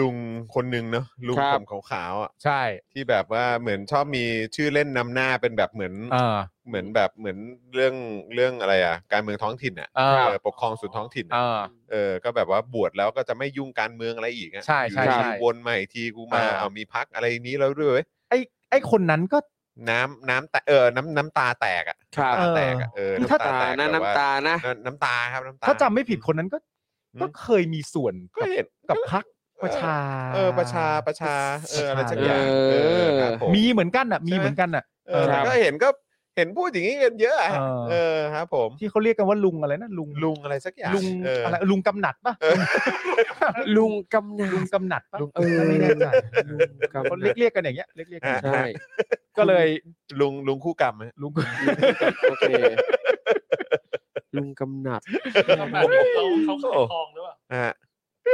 ลุงคนหนึ่งเนาะลุง
ครั
ผ
บ
มขาวๆอ่ะ
ใช่
ที่แบบว่าเหมือนชอบมีชื่อเล่นนำหน้าเป็นแบบเหมือน
เออ
เหมือนแบบเหมือนเรื่องเรื่องอะไรอ่ะ การเมืองท้องถิ่นอ่ะ
อ่า
เออปกครองส่วนท้องถิ่น
เอ
อะ
อ
เออก็แบบว่าบวชแล้วก็จะไม่ยุ่งการเมืองอะไรอีกอะ
ใช่ใช่
อยู่ดี
ใช่
วนมาอีกทีกูมา
อ่า
เอามีพักอะไรนี้แล้วด้วยเว้ย
ไอ้ไอ้คนนั้นก็
น้ำน้ำตาเออน้ำน้ำตาแตกอ่ะ
ครับ
น้ำตาแตกอ่ะเออ
ถ้า
น้ำตา
ตา
แตก
นะ
แบบว่
น้ำตานะ
น้ำน้ำตาครับน้ำตา
ถ้าจำไม่ผิดคนนั้นก็
อืม
ก็เคยมีส่วน
ก็
กับ
เห็น
กับพักประชา
เออประชาประชาเอออะไรสักอย่าง
เออ
เออครับผม
มีเหมือนกันอ่ะมีเหมือนกันอ่ะ
เออ
ครับ
ก็เห็นก็เห็นพูดอย่างนี้กันเยอะอะ
เออ
เออครับ ผม
ที่เขาเรียกกันว่าลุงอะไรนะลุง
ลุงอะไรสักอย่าง
ลุง
เอออ
อะไรลุงกำหนัดปะ
เออ
ลุงกำนั
ลุ
น
งกำหนัดปะ
เออ
ไม่แน่ใจ
ลุงกำ
เขา
นัน
เรียกๆกันอย่างเงี้ยเรียกๆกัน
อ่ะ
ใช่
ก็เลย
ลุงลุงคู่กรรมไหม
ลุง
โอเค ลุงกำนัด
เขาเขาขายทองหรือเปล่า
นะฮะ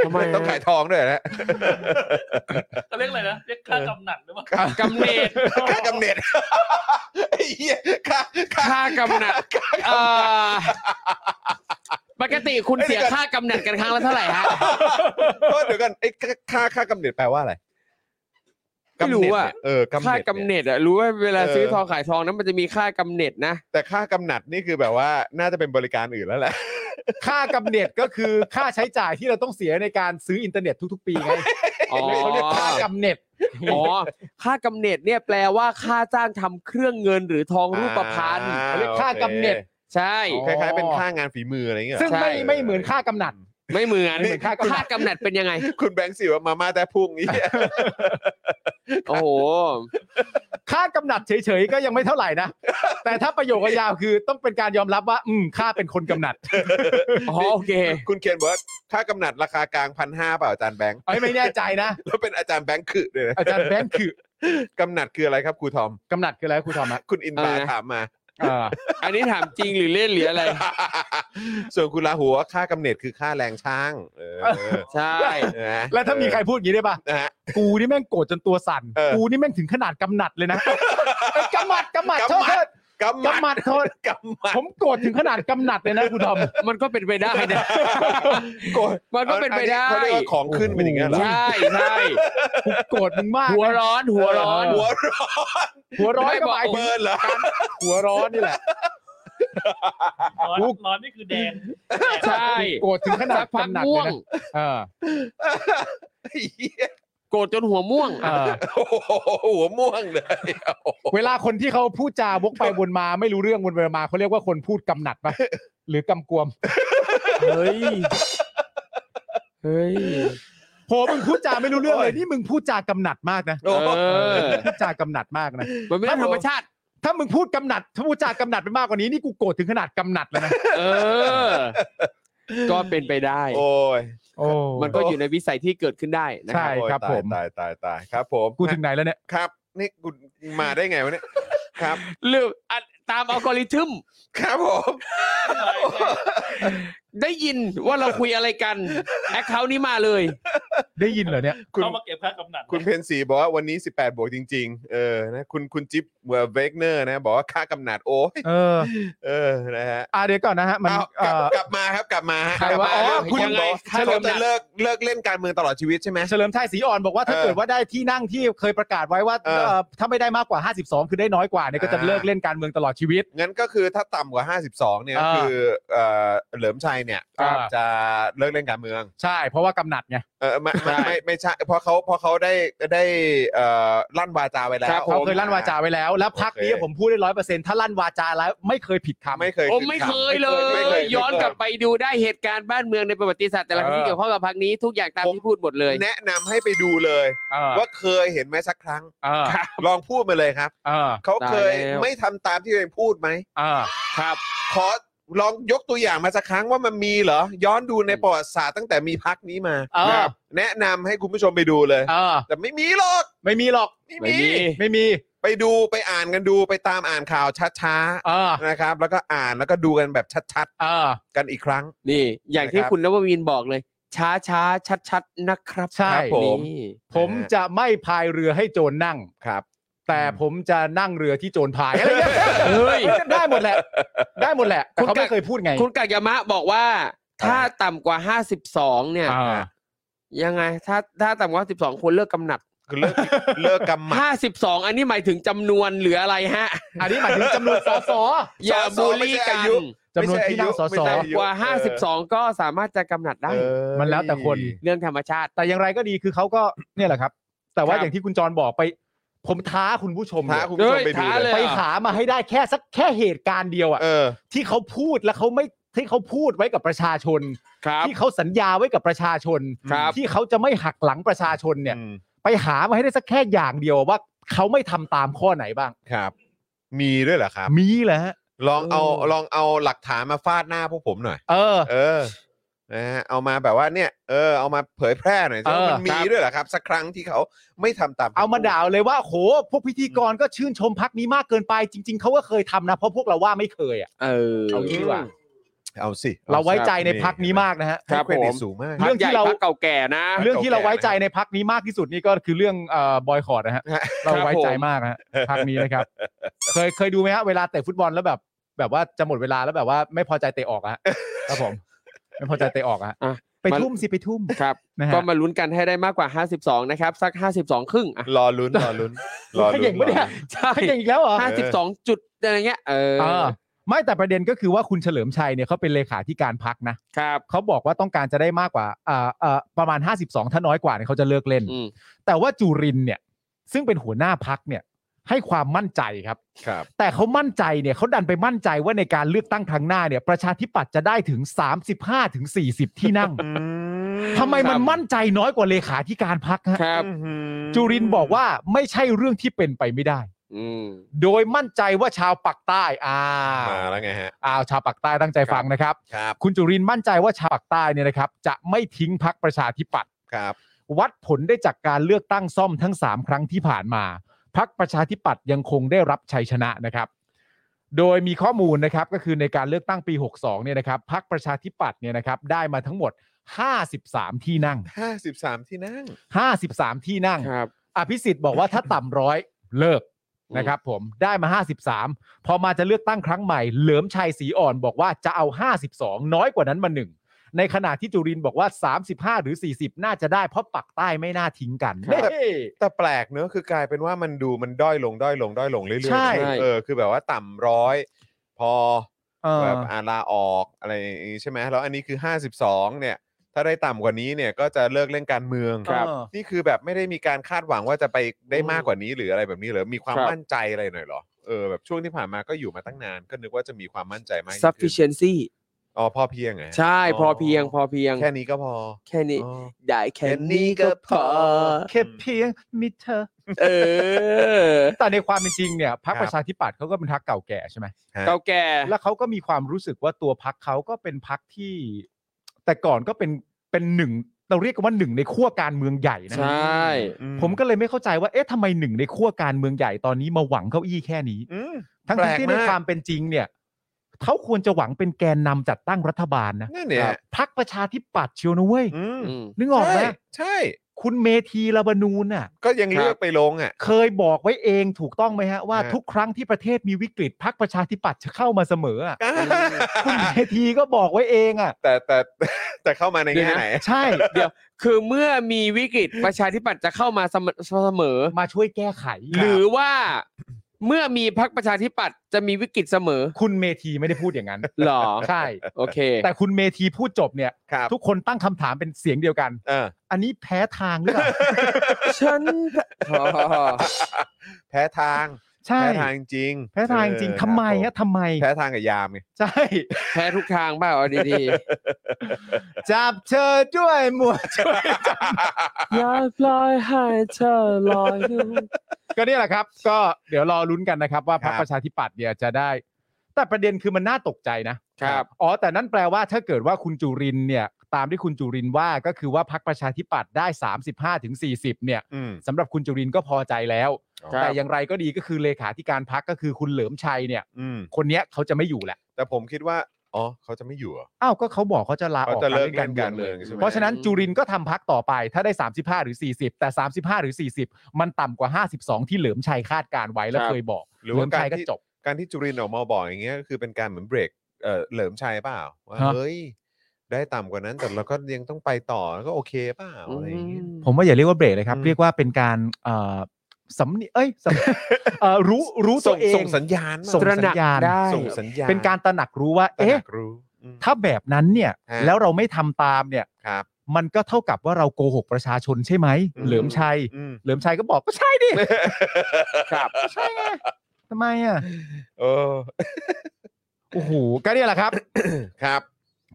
ทำไมฮะ
ต้องขายทองด้วยนะ
เขาเรียกอะไรนะเรียกค่ากำหนัดหรือเปล่า
กำเนิด
ค่ากำเนิด ไอ้เหี้ยค่าค่า
ค่ากำนัดเอ่อปกติคุณเสียค่ากำนัดกันครั้งละเท่าไหร่ฮะ
โทษเดี๋ยวกันไอ้ค่าค่าค่ากำเนิดแปลว่าอะไร
ไม่รู้อะ
กำเนิดเนี่ยเออกำ
ค่า
เนิด
กำ
เนี่ย
เนิดอะรู้ว่าเวลา
เออ
ซื้อทองขายทองนั้นมันจะมีค่ากำเนิดนะ
แต่ค่ากำหนัดนี่คือแบบว่าน่าจะเป็นบริการอื่นแล้วแหละ
ค่ากำเนิดก็คือค่าใช้จ่ายที่เราต้องเสียในการซื้ออินเทอร์เน็ตทุกๆ ปีไง
อ๋อ
เขาเรียกค่ากำเนิด
อ๋อ ค่ากำเนิดเนี่ยแปลว่าค่าจ้างทำเครื่องเงินหรือทองรูปพรรณ
อ่
เขาเรียกค่ากำเนิด
ใช่
อ๋อ
คล้ายๆเป็นค่างานฝีมืออะไรอย่างเงี้ย
ซึ่ง
ใช่
ไม่ไม่เหมือนค่ากำหนัด
ไม่เหมือน
ไม่เหมือนค่ากำนัด
ค่ากำเนิดเป็นยังไง
คุณแบงค์สิว่ามาม่าแต่พุ่งนี้
โอ้โห
ค่ากำหนัดเฉยๆก็ยังไม่เท่าไหร่นะ แต่ถ้าประโยคยาวคือต้องเป็นการยอมรับว่า อืมข้าเป็นคนกำหนัด
อ๋อโอเค
คุณเคนบอกว่าค่ากำหนัดราคากลางพันห้าเปล่าอาจารย์แบงค์
ไอ้ยไม่แน่ใจนะ
แล้วเป็นอาจารย์แบงค์คือด้วยนะ
อาจารย์แบงค์คือก
ำหนัดคืออะไรครับครูทอม
กำหนัดคืออะไรครับครูทอมฮะ
คุณอินบา
อะไรนะ
ถามมา
เออ
อันนี้ถามจริงหรือเล่นหรืออะไร
ส่วนคุณลาหัวค่ากำเนิดคือค่าแรงช่างเออ
ใช่
นะ
แล้วถ้ามีใครพูดอย่างนี้ได้ป่ะ
นะฮะ
กูนี่แม่งโกรธจนตัวสั่น
เออ
กูนี่แม่งถึงขนาดกำหนัดเลยนะเอ้ยกำหมัดกำหมัดโท
กำ
ษ
หมัด
โทษ
กำมัดกำ
กำหมัดโทษ
มัด
ผมโกรธถึงขนาดกำหนัดเลยนะคุณทอม
มันก็เป็นไปได้นะ
โกรธ
มันก็เป็นไปได้
อัเขาเรียกว่าของขึ้นเป็นอย่างเงี้ยเหรอ
ใช่ใช่
กูโกรธมึงมาก
หัวร้อนหัวร้อน
หัวร้อน
หัวร้อนก็หมายถึ
เบิ
ง
ร์นเหรอ
หัวร้อนนี่แหละ
ร้อน
กู
ร้อนนี่คือแดง
ใช่
โกรธถึงขนา
สั
ด
กพัก
กำหนัด
ม่
เล
วย ง
นะเออ
เหี้ย
โกรธจนหัวม่วง
เออ
โอ้โหหัวม่วงเลย
เวลาคนที่เขาพูดจาวกไปวนมาไม่รู้เรื่องวนไปมาเขาเรียกว่าคนพูดกำหนัดปะหรือกำกวม
เฮ้ย เฮ้ย
โหมึงพูดจาไม่รู้เรื่องเลยนี่มึงพูดจากำหนัดมากนะ
เออ
พูดจากำหนัดมากนะ
มันไม่ได้ธรรมชาติ
ถ้ามึงพูดกำหนัดถ้าพูดจากำหนัดไปมากกว่านี้นี่กูโกรธถึงขนาดกำหนัดแล้วนะ
เออ ก็เป็นไปได้
โอ้ย
โอ้
มันก็อยู่ในวิสัยที่เกิดขึ้นได้นะค
ใช่
รับ
ครับ
โอ้ย
ผม
ตายตายตายครับผม
กูถึงไหนแล้วเนี่ย
ครับ นี่กูมาได้ไงวะเนี่ยครับ
หรืออ่ะตามอัลกอริทึม
ครับผม
ได้ยินว่าเราคุยอะไรกัน แอคเคาท์นี้มาเลย
ได้ยินเหรอเนี่ย
คุณ
เข้ามาเก็บค่ากำหนัด
คุณเพนสีบอกว่าวันนี้ 18 บวกจริง ๆ เออนะคุณคุณจิ๊บเวอร์เวกเนอร์นะ บอกว่าค่ากำหนัดโอ้ย
เออ
เออนะฮะ
อ่ะเดี๋ยวก่อนนะฮะ มัน
เอาก
เอ่
ลับ
อก
ลับมาครับกลับมาฮะ
ใคร
กลับ
ว่า
มา
อ๋อ
เรื่อง
คุณ
ยังไง
ยังไง
เขา
เฉลิม
จะ
น่ะ
เลิกเลิกเล่นการเมืองตลอดชีวิตใช่ไหม
เฉลิมชัยศรีอ่อนบอกว่าถ้า
เออ
เกิดว่าได้ที่นั่งที่เคยประกาศไว้ว่า
เออ
เอ่อถ้าไม่ได้มากกว่า 52 คือได้น้อยกว่าเนี่ยก็จะ
อ่า
เลิกเล่นการเมืองตลอดชีวิต
งั้นก็คือถ้าต่ำกว่า 52 เนี่ยก็
อ่า
คือเอ่อเหลิมชัยเนี่ย
อ่า
จะเลิกเล่นการเมือง
ใช่ เพราะว่ากำหนัดไง
เออไม่
ใช่
ไม่ไม่ไม่ใช่เพราะเขาเพราะเขาได้ได้เอ่อลั่นวาจาไว้แล้ว
ครับ
เขาเคยลั่นวาจาไว้แล้ว แล้วพักนี้
โอเค
ผมพูดได้ร้อยเปอร์เซ็นต์ถ้าลั่นวาจาแล้วไม่เคยผิดคำ
ไม่เคย
โอ้
ขึ้น
ไม่
ข่าว
เคยเล
ไม่
ย
เค
ย้อนกลับไปดูได้เหตุการณ์บ้านเมืองในประวัติศาสตร์แต่ละครั้งที่
เออ
เกี่ยวข้องกับพักนี้ทุกอย่างตามที่พูดหมดเลย
แนะนำให้ไปดูเลย
เออ
ว่าเคยเห็นไหมสักครั้ง
เออ
ลองพูดมาเลยครับ
เออ
เขาเคย
ได้แล้ว
ไม่ทำตามที่ตัวเองพูดไหม
เออ
ครับ
ขอลองยกตัวอย่างมาสักครั้งว่ามันมีเหรอ ย้อนดูในประวัติศาสตร์ตั้งแต่มีพักนี้มา
เออ
ครับแนะนำให้คุณผู้ชมไปดูเลย
เออ
แต่ไม่มีหรอก
ไม่มีหรอก
ไม่
ไม่
มี
มี
ไม่มี
ไปดูไปอ่านกันดูไปตามอ่านข่าวช้า
เออ
ๆนะครับ แล้วก็อ่านแล้วก็ดูกันแบบชัด
เออ
ๆ กันอีกครั้ง
นี่ อย่างที่
นะครับ
คุณนววินบอกเลย ช้าช้าชัดชัดๆนะครับ
ใช่
ครับ
ผม
นี่
ผมจะไม่พายเรือให้โจรนั่ง
ครับ
แต่ผมจะนั่งเรือที่โจรพายอะไรอย่างเงี้ยเฮ้ยได้หมดแหละ ได้หมดแหละแต่เขาไม่เคยพูดไง
คุณกายามะบอกว่า ถ้าต่ำกว่า 52 เนี่ย
อ่า
ยังไง ถ้าถ้าต่ำกว่า 12 คนเลิกกำหนัด
คือเลิก เลิกกำหมัด
52 อันนี้หมายถึงจำนวนหรืออะไรฮะ
อันนี้หมายถึงจำนวนสส
อย่า
สอสอ
บูล
ไม่
ลี่
ใช่
กั
อาน ยุ
จำนวนที่นั่งส
ไม่
ส
ใช่อายุไม่ใช่อายุ
กว่า 52 ก็สามารถจะกำหนัดได้
เออ
มันแล้วแต่คน
เรื่องธรรมชาติ
แต่อย่างไรก็ดีคือเขาก็เนี่ยแหละครับ แต่
ค
ว่า
รับ
อย่างที่คุณจรบอกไป ผมท้าคุณผู้ชม
ท้า
เลย
คุณผู้ชมไปดู
เฮ้ยท้า
เล
เลย ย
ไปหามาให้ได้แค่สักแค่เหตุการณ์เดียวอะ
เออ
ที่เขาพูดแล้วเขาไม่ที่เขาพูดไว้กับประชาชน
ครับ
ที่เขาสัญญาไว้กับประชาชน
ครับ
ที่เขาจะไม่หักหลังประชาชนเนี่ย
อืม
ไปหามาให้ได้สักแค่อย่างเดียวว่าเขาไม่ทำตามข้อไหนบ้าง
ครับ มีด้วยเหรอครับ
มีแหละ
ลองเอา
เออ
ลองเอาหลักฐานมาฟาดหน้าพวกผมหน่อย
เออ
เออนะฮะเอามาแบบว่าเนี่ย เออ เอามาเผยแพร่หน่อยสิ
เออ
ว่ามันมีด้วยเหรอครับ สักครั้งที่เขาไม่ทำตาม
เอามาด่าเลยว่าโหพวกพิธีกรก็ชื่นชมพักนี้มากเกินไป จริง ๆเขาก็เคยทำนะเพราะพวกเราว่าไม่เคยอ่ะ
เออ
เอางี้ดีกว่า
เอาสิ
เราไว้ใจใน
นี่
พักนี้มากนะฮะ
ครับ
ให้เดิต
ผม
สูงมาก
เรื่องที่เรา
พกใหญ่พกเก่าแก่นะ
เรื่องที่เราไว้ใจในพักนี้มากที่สุดนี่ก็คือเรื่องเอ่อบอยคอรนะฮะ
ครับ
เราไว้ใจมากนะฮะพักนี้นะครับ เคยเคยดูไหมฮะเวลาเตะฟุตบอลแล้วแบบ แบบว่าจะหมดเวลาแล้วแบบว่าไม่พอใจเตะออกอะฮะครับผม ไม่พอใจเตะออกอะฮะ
อ่ะ
ไปทุ่มสิไปทุ่ม
ครับ
นะฮะ
ก็มาลุ้นกันให้ได้มากกว่า 52 นะครับ สัก 52 ครึ่งอ่ะ
รอลุ้นรอลุ้นรอ
ข
ลุ้น
ย่งปะเนี่ย
ใช่
ขย่งอีกแล้วเหรอ
52 จุดอะไรเงี้ยเออ
เออไม่แต่ประเด็นก็คือว่าคุณเฉลิมชัยเนี่ยเขาเป็นเลขาธิการพักนะครับ เขาบอกว่าต้องการจะได้มากกว่าอ่าอ่าประมาณ 52 ถ้าน้อยกว่าเนี่ยเขาจะเลิกเล่น
อืม
แต่ว่าจุรินทร์เนี่ย ซึ่งเป็นหัวหน้าพักเนี่ย ให้ความมั่นใจครับ
ครับ
แต่เขามั่นใจเนี่ยเขาดันไปมั่นใจว่าในการเลือกตั้งครั้งหน้าเนี่ย ประชาธิปัตย์จะได้ถึง 35ถึง40 ที่นั่งทำไมมันมั่นใจน้อยกว่าเลขาธิการพักฮะ
ครับ
จุรินทร์บอกว่าไม่ใช่เรื่องที่เป็นไปไม่ได้
อืม
โดยมั่นใจว่าชาวปักใต้อ่า
มาแล้วไงฮะ
อ้าวชาวปักใต้ตั้งใจฟังนะครับ
ครับ
คุณจุรินทร์มั่นใจว่าชาวปักใต้เนี่ยนะครับ จะไม่ทิ้งพักประชาธิปัตย์
ครับ
วัดผลได้จากการเลือกตั้งซ่อมทั้ง 3 ครั้งที่ผ่านมา พักประชาธิปัตย์ยังคงได้รับชัยชนะนะครับ โดยมีข้อมูลนะครับก็คือในการเลือกตั้งปี 62เนี่ยนะครับพักประชาธิปัตย์เนี่ยนะครับได้มาทั้งหมด 53 ที่นั่ง
53 ที่นั่ง
53 ที่นั่ง
ครับ
อภิสิทธิ์บอกว่าถ้าต่ำร้อยเลิก
อืม
นะครับผมได้มา 53 พอมาจะเลือกตั้งครั้งใหม่ เหลิมชัยศรีอ่อนบอกว่าจะเอา 52 น้อยกว่านั้นมาหนึ่งในขณะที่จุรินทร์บอกว่า 35 หรือ 40 น่าจะได้เพราะปักใต้ไม่น่าทิ้งกัน
ครับ
เฮ้ย
แต่แปลกเนอะคือกลายเป็นว่ามันดูมันด้อยลงด้อยลงด้อยลงเรื่อยๆ
ใช่
เออคือแบบว่าต่ำร้อยพอ
เออ
แบบอาลาออกอะไรอย่างงี้ใช่ไหมแล้วอันนี้คือ 52 เนี่ย ถ้าได้ต่ำกว่านี้เนี่ยก็จะเลิกเล่นการเมือง
ครับ
นี่คือแบบไม่ได้มีการคาดหวังว่าจะไปได้มากกว่านี้หรืออะไรแบบนี้เหรือมีความ
ครับ
มั่นใจอะไรหน่อยเหรอเออแบบช่วงที่ผ่านมาก็อยู่มาตั้งนานก็นึกว่าจะมีความมั่นใจมากยิ่งขึ้น
sufficiency
อ๋อพอเพียงไง
ใช่พอเพียงพอเพียง
แค่นี้ก็พอ
แค่นี้
อ๋อ
ได้แค่นี้ก็พอ
แค่เพียงมิเธอ
เออ
แต่ในความเป็นจริงเนี่ยพรรค
ครับ
ประชาธิปัตย์เขาก็เป็นพรรคเก่าแก่ใช่ไหม
เก่าแก่
แล้วเขาก็มีความรู้สึกว่าตัวพรรคเขาก็เป็นพรรคที่ แต่ก่อนก็เป็นเป็นหนึ่งเราเรียกกันว่าหนึ่งในขั้วการเมืองใหญ่นะ
ใช่
อื
ผมก็เลยไม่เข้าใจว่า เอ๊ะทำไมหนึ่งในขั้วการเมืองใหญ่ตอนนี้มาหวังเก้าอี้แค่นี้
อืม
ทั้ง
แปลก
ๆที่ใน
มาก
ความเป็นจริงเนี่ยเขาควรจะหวังเป็นแกนนำจัดตั้งรัฐบาลนะ
นั่นเนี่ย
พักประชาธิปัตย์เชียวนะเว้ย
อืม
อืม
นึกออกไหม
ใช่ใช่
คุณเมธีระบนูนน่ะ
ก็ยัง
ครับ
เลือกไปลงอ่ะ
เคยบอกไว้เองถูกต้องไหมฮะ ว่า
ฮะ
ทุกครั้งที่ประเทศมีวิกฤตพักประชาธิปัตย์จะเข้ามาเสมออะคุณเมธีก็บอกไว้เองอ่ะ
แต่แต่ แต่เข้ามาใน
เดี๋ยว
แง่
นะ
ไหน
ใช่
คือเมื่อมีวิกฤตประชาธิปัตย์จะเข้ามาเสมอเสมอ
มาช่วยแก้ไข
หรือว่าเมื่อมีพรรคประชาธิปัตย์จะมีวิกฤตเสมอ
คุณเมธีไม่ได้พูดอย่างนั้น
หรอ
ใช่
โอเค
แต่คุณเมธีพูดจบเนี่ย
ครับ
ทุกคนตั้งคำถามเป็นเสียงเดียวกัน
เอ อ
อันนี้แพ้ทางหรือเปล่า
ฉันอ๋อ
แพ้ทาง
ใช่
แพ้ทางจริง
แพ้ทางจริง
เออ
ทำไม
ครั
ฮะ
บ
ทำไม
ผมแพ้ทางกับยาม ไง
ใช่
แพ้ทุกทางเปล่าเอาดี
จับเธอด้วยหมวด
ๆอยากปล่อยให้เธอลอยดู
ก็เนี่ยแหละครับ ก็เดี๋ยวรอลุ้นกันนะครับ ว่าพรรคประชาธิปัตย์เนี่ยจะได้ แต่ประเด็นคือมันน่าตกใจนะครับ อ๋อแต่นั่นแปลว่าถ้าเกิดว่าคุณจุรินทร์เนี่ย ตามที่คุณจุรินทร์ว่าก็คือว่าพรรคประชาธิปัตย์ได้ 35ถึง40 เนี่ย
อืม
สำหรับคุณจุรินทร์ก็พอใจแล้ว
ครับ
แต่อย่างไรก็ดีก็คือเลขาธิการพรรคก็คือคุณเหลิมชัยเนี่ย
อืม
คนเนี้ยเขาจะไม่อยู่แหละ
แต่ผมคิดว่า อ๋อ เขาจะไม่อยู่เหรอ
อ้าวก็เขาบอกเขาจะลาอ
เขา
อก
จะ
จ
เลิกเล่นการเมืองใช่ไหม
เพราะฉะนั้นจุรินทร์ก็ทำพักต่อไป ถ้าได้ 35 หรือ 40 แต่ 35 หรือ 40 มันต่ำกว่า 52 ที่เหลิมชัยคาดการไว้แล้ว
ครับ
เคยบอก
หรือ
เหลิ
ว่าม การ
ชัยก็
ที่
จบ
การที่จุรินทร์ออกมาบอกอย่างเงี้ยก็คือเป็นการเหมือนเบรกเออเหลิมชัยเปล่าว่า
ฮะ
เฮ้ยได้ต่ำกว่านั้นแต่เราก็ยังต้องไปต่อแล้วก็โอเคเปล่าอะไรอย่างเงี้ย
ผมว่าอย่าเรียกว่าเบรกเลยครับ
อืม
เรียกว่าเป็นการเอ่อสำเนียเอ้ยส ำ เอ่อรู้รู้ตั
ส่
ว
ง
เอง
ส่งสัญญาณมา
ส่ง
ตระห
สั
นัก
ญญาณ
ได้
ส่งสัญญาณ
เป็นการตระหนักรู้ว่า
ตระห
เอ๊ะ
นักรู้อืม
ถ้าแบบนั้นเนี่ย
ฮะ
แล้วเราไม่ทำตามเนี่ย
ครับ
มันก็เท่ากับว่าเราโกหกประชาชนใช่ไหม
อืม
เหลิมชัย
อืม
เหลิมชัยก็บอกก็ใช่ดิ
ครับ
ใช่ไงทำไมอ่ะ
เออ
โอ้โหก็เนี่ยแหละครับ
ครับ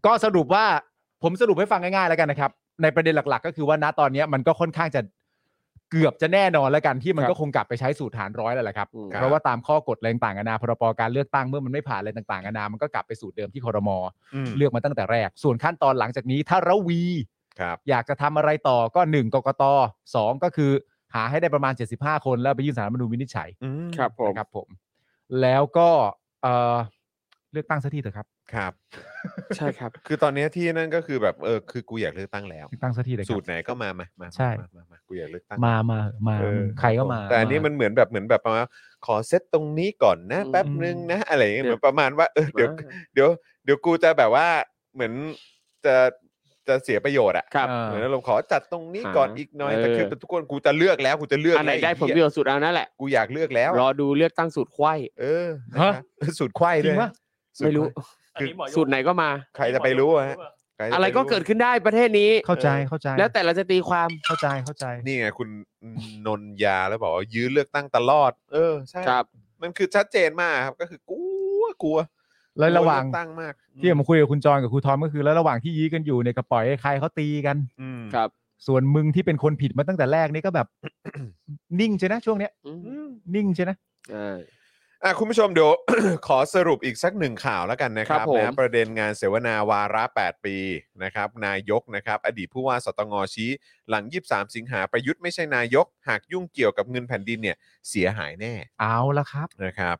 ก็สรุปว่าผมสรุปให้ฟังง่ายๆแล้วกันนะครับ ในประเด็นหลักๆ ก็คือว่าณตอนเนี้ยมันก็ค่อนข้างจะเกือบจะแน่นอนแล้วกันที่มันก็คงกลับไปใช้สูตรฐานร้อยแล้วแหละครับ
อืม
เพราะว่าตามข้อกฎอะไรต่างๆนานาพรบการเลือกตั้งเมื่อมันไม่ผ่านอะไรต่างๆนานามันก็กลับไปสูตรเดิมที่คอรมอ
อืม
เลือกมาตั้งแต่แรก ส่วนขั้นตอนหลังจากนี้ถ้าระวี
ครับ
อยากจะทำอะไรต่อก็หนึ่งกกตสองก็คือหาให้ได้ประมาณ 75 คนแล้วไปยื่นสารรัฐธรรมนูญวินิจฉัย
อืม
ครับผม
นะครับผม แล้วก็เอ่อเลือกตั้งสักทีเถอะครับ
ครับ
ใช่ครับ
คือตอนเนี้ยที่นั่นก็คือแบบเออคือกูอยากเลือกตั้งแล้ว
เลือกตั้งสักทีเถอะค
สู
รั
ต
บ
รไหนก็มามามา
ใช่
มามามากูอยากเลือกตั้ง
มามามา
เออ
ใครก็มา
แต่อันนี้มันเหมือนแบบเหมือนแบบประมาณขอเซตตรงนี้ก่อนนะ
อืม
แป๊บนึงนะ อะไรอย่างเงี้ย
เดี๋
เหมือ
ยว
นประมาณว่าเออเดี๋ยวเดี๋ยวเดี๋ยวกูจะแบบว่าเหมือนจะจะเสียประโยชน์อะ
ครับ
เออ
เหมือนเราขอจัดตรงนี้ก่อน
หา
อีกหน่อยแต่
เออ
คือทุกคนกูจะเลือกแล้วกูจะเลือก
อันไหน
แล้ว
ได้ผล
อ้
ป
เหี้ย
ระโยชน์สุดเอานั่นแหละ
กูอยากเลือกแล้ว
รอ
อะ
ดูเลือกตั้งสูตรไขว้
เออ
ฮะ
นะครับสูตรไขว้
จ
ด้
ริ
วย
งปะ
สูต
ไม่รู้
ขว้
อันนี้หมอยง
สูตรไหนก็มา
ใครจะไปรู้อะฮะ ใคจป
อะไรก็เกิดขึ้นได้ประเทศนี้
เข้าใจเข้าใจ
แล้วแต่เราจะตีความ
เข้าใจเข้าใจ
นี่ไงคุณนนยาแล้วบอกว่ายื้อเลือกตั้งตลอด เออใช่
ครับ
มันคือชัดเจนมากครับก็คือกลัวกลัว
แล้วระหว่าง
กลัเลือกตั้งมาก
ที่ผมคุยกับคุณจอนกับครูทอมก็คือแล้วระหว่างที่ยี้กันอยู่เนี่ยก็ปล่อยให้ใครเขาตีกัน
อืม
ครับ
ส่วนมึงที่เป็นคนผิดมาตั้งแต่แรกนี่ก็แบบ นิ่งใช่นะช่วงเนี้ย
อืม
นิ่งใช่นะ
อ่า
อ่ะคุณผู้ชมเดี๋ยว ขอสรุปอีกสักหนึ่งข่าวแล้วกันนะครั
ครับ บผม
นะประเด็นงานเสวนาวาระ 8 ปีนะครับ นายกนะครับ อดีตผู้ว่าสตงชี้ หลัง 23 สิงหาประยุทธ์ไม่ใช่นายก หากยุ่งเกี่ยวกับเงินแผ่นดินเนี่ยเสียหายแน่
เอาละครับ
นะครับ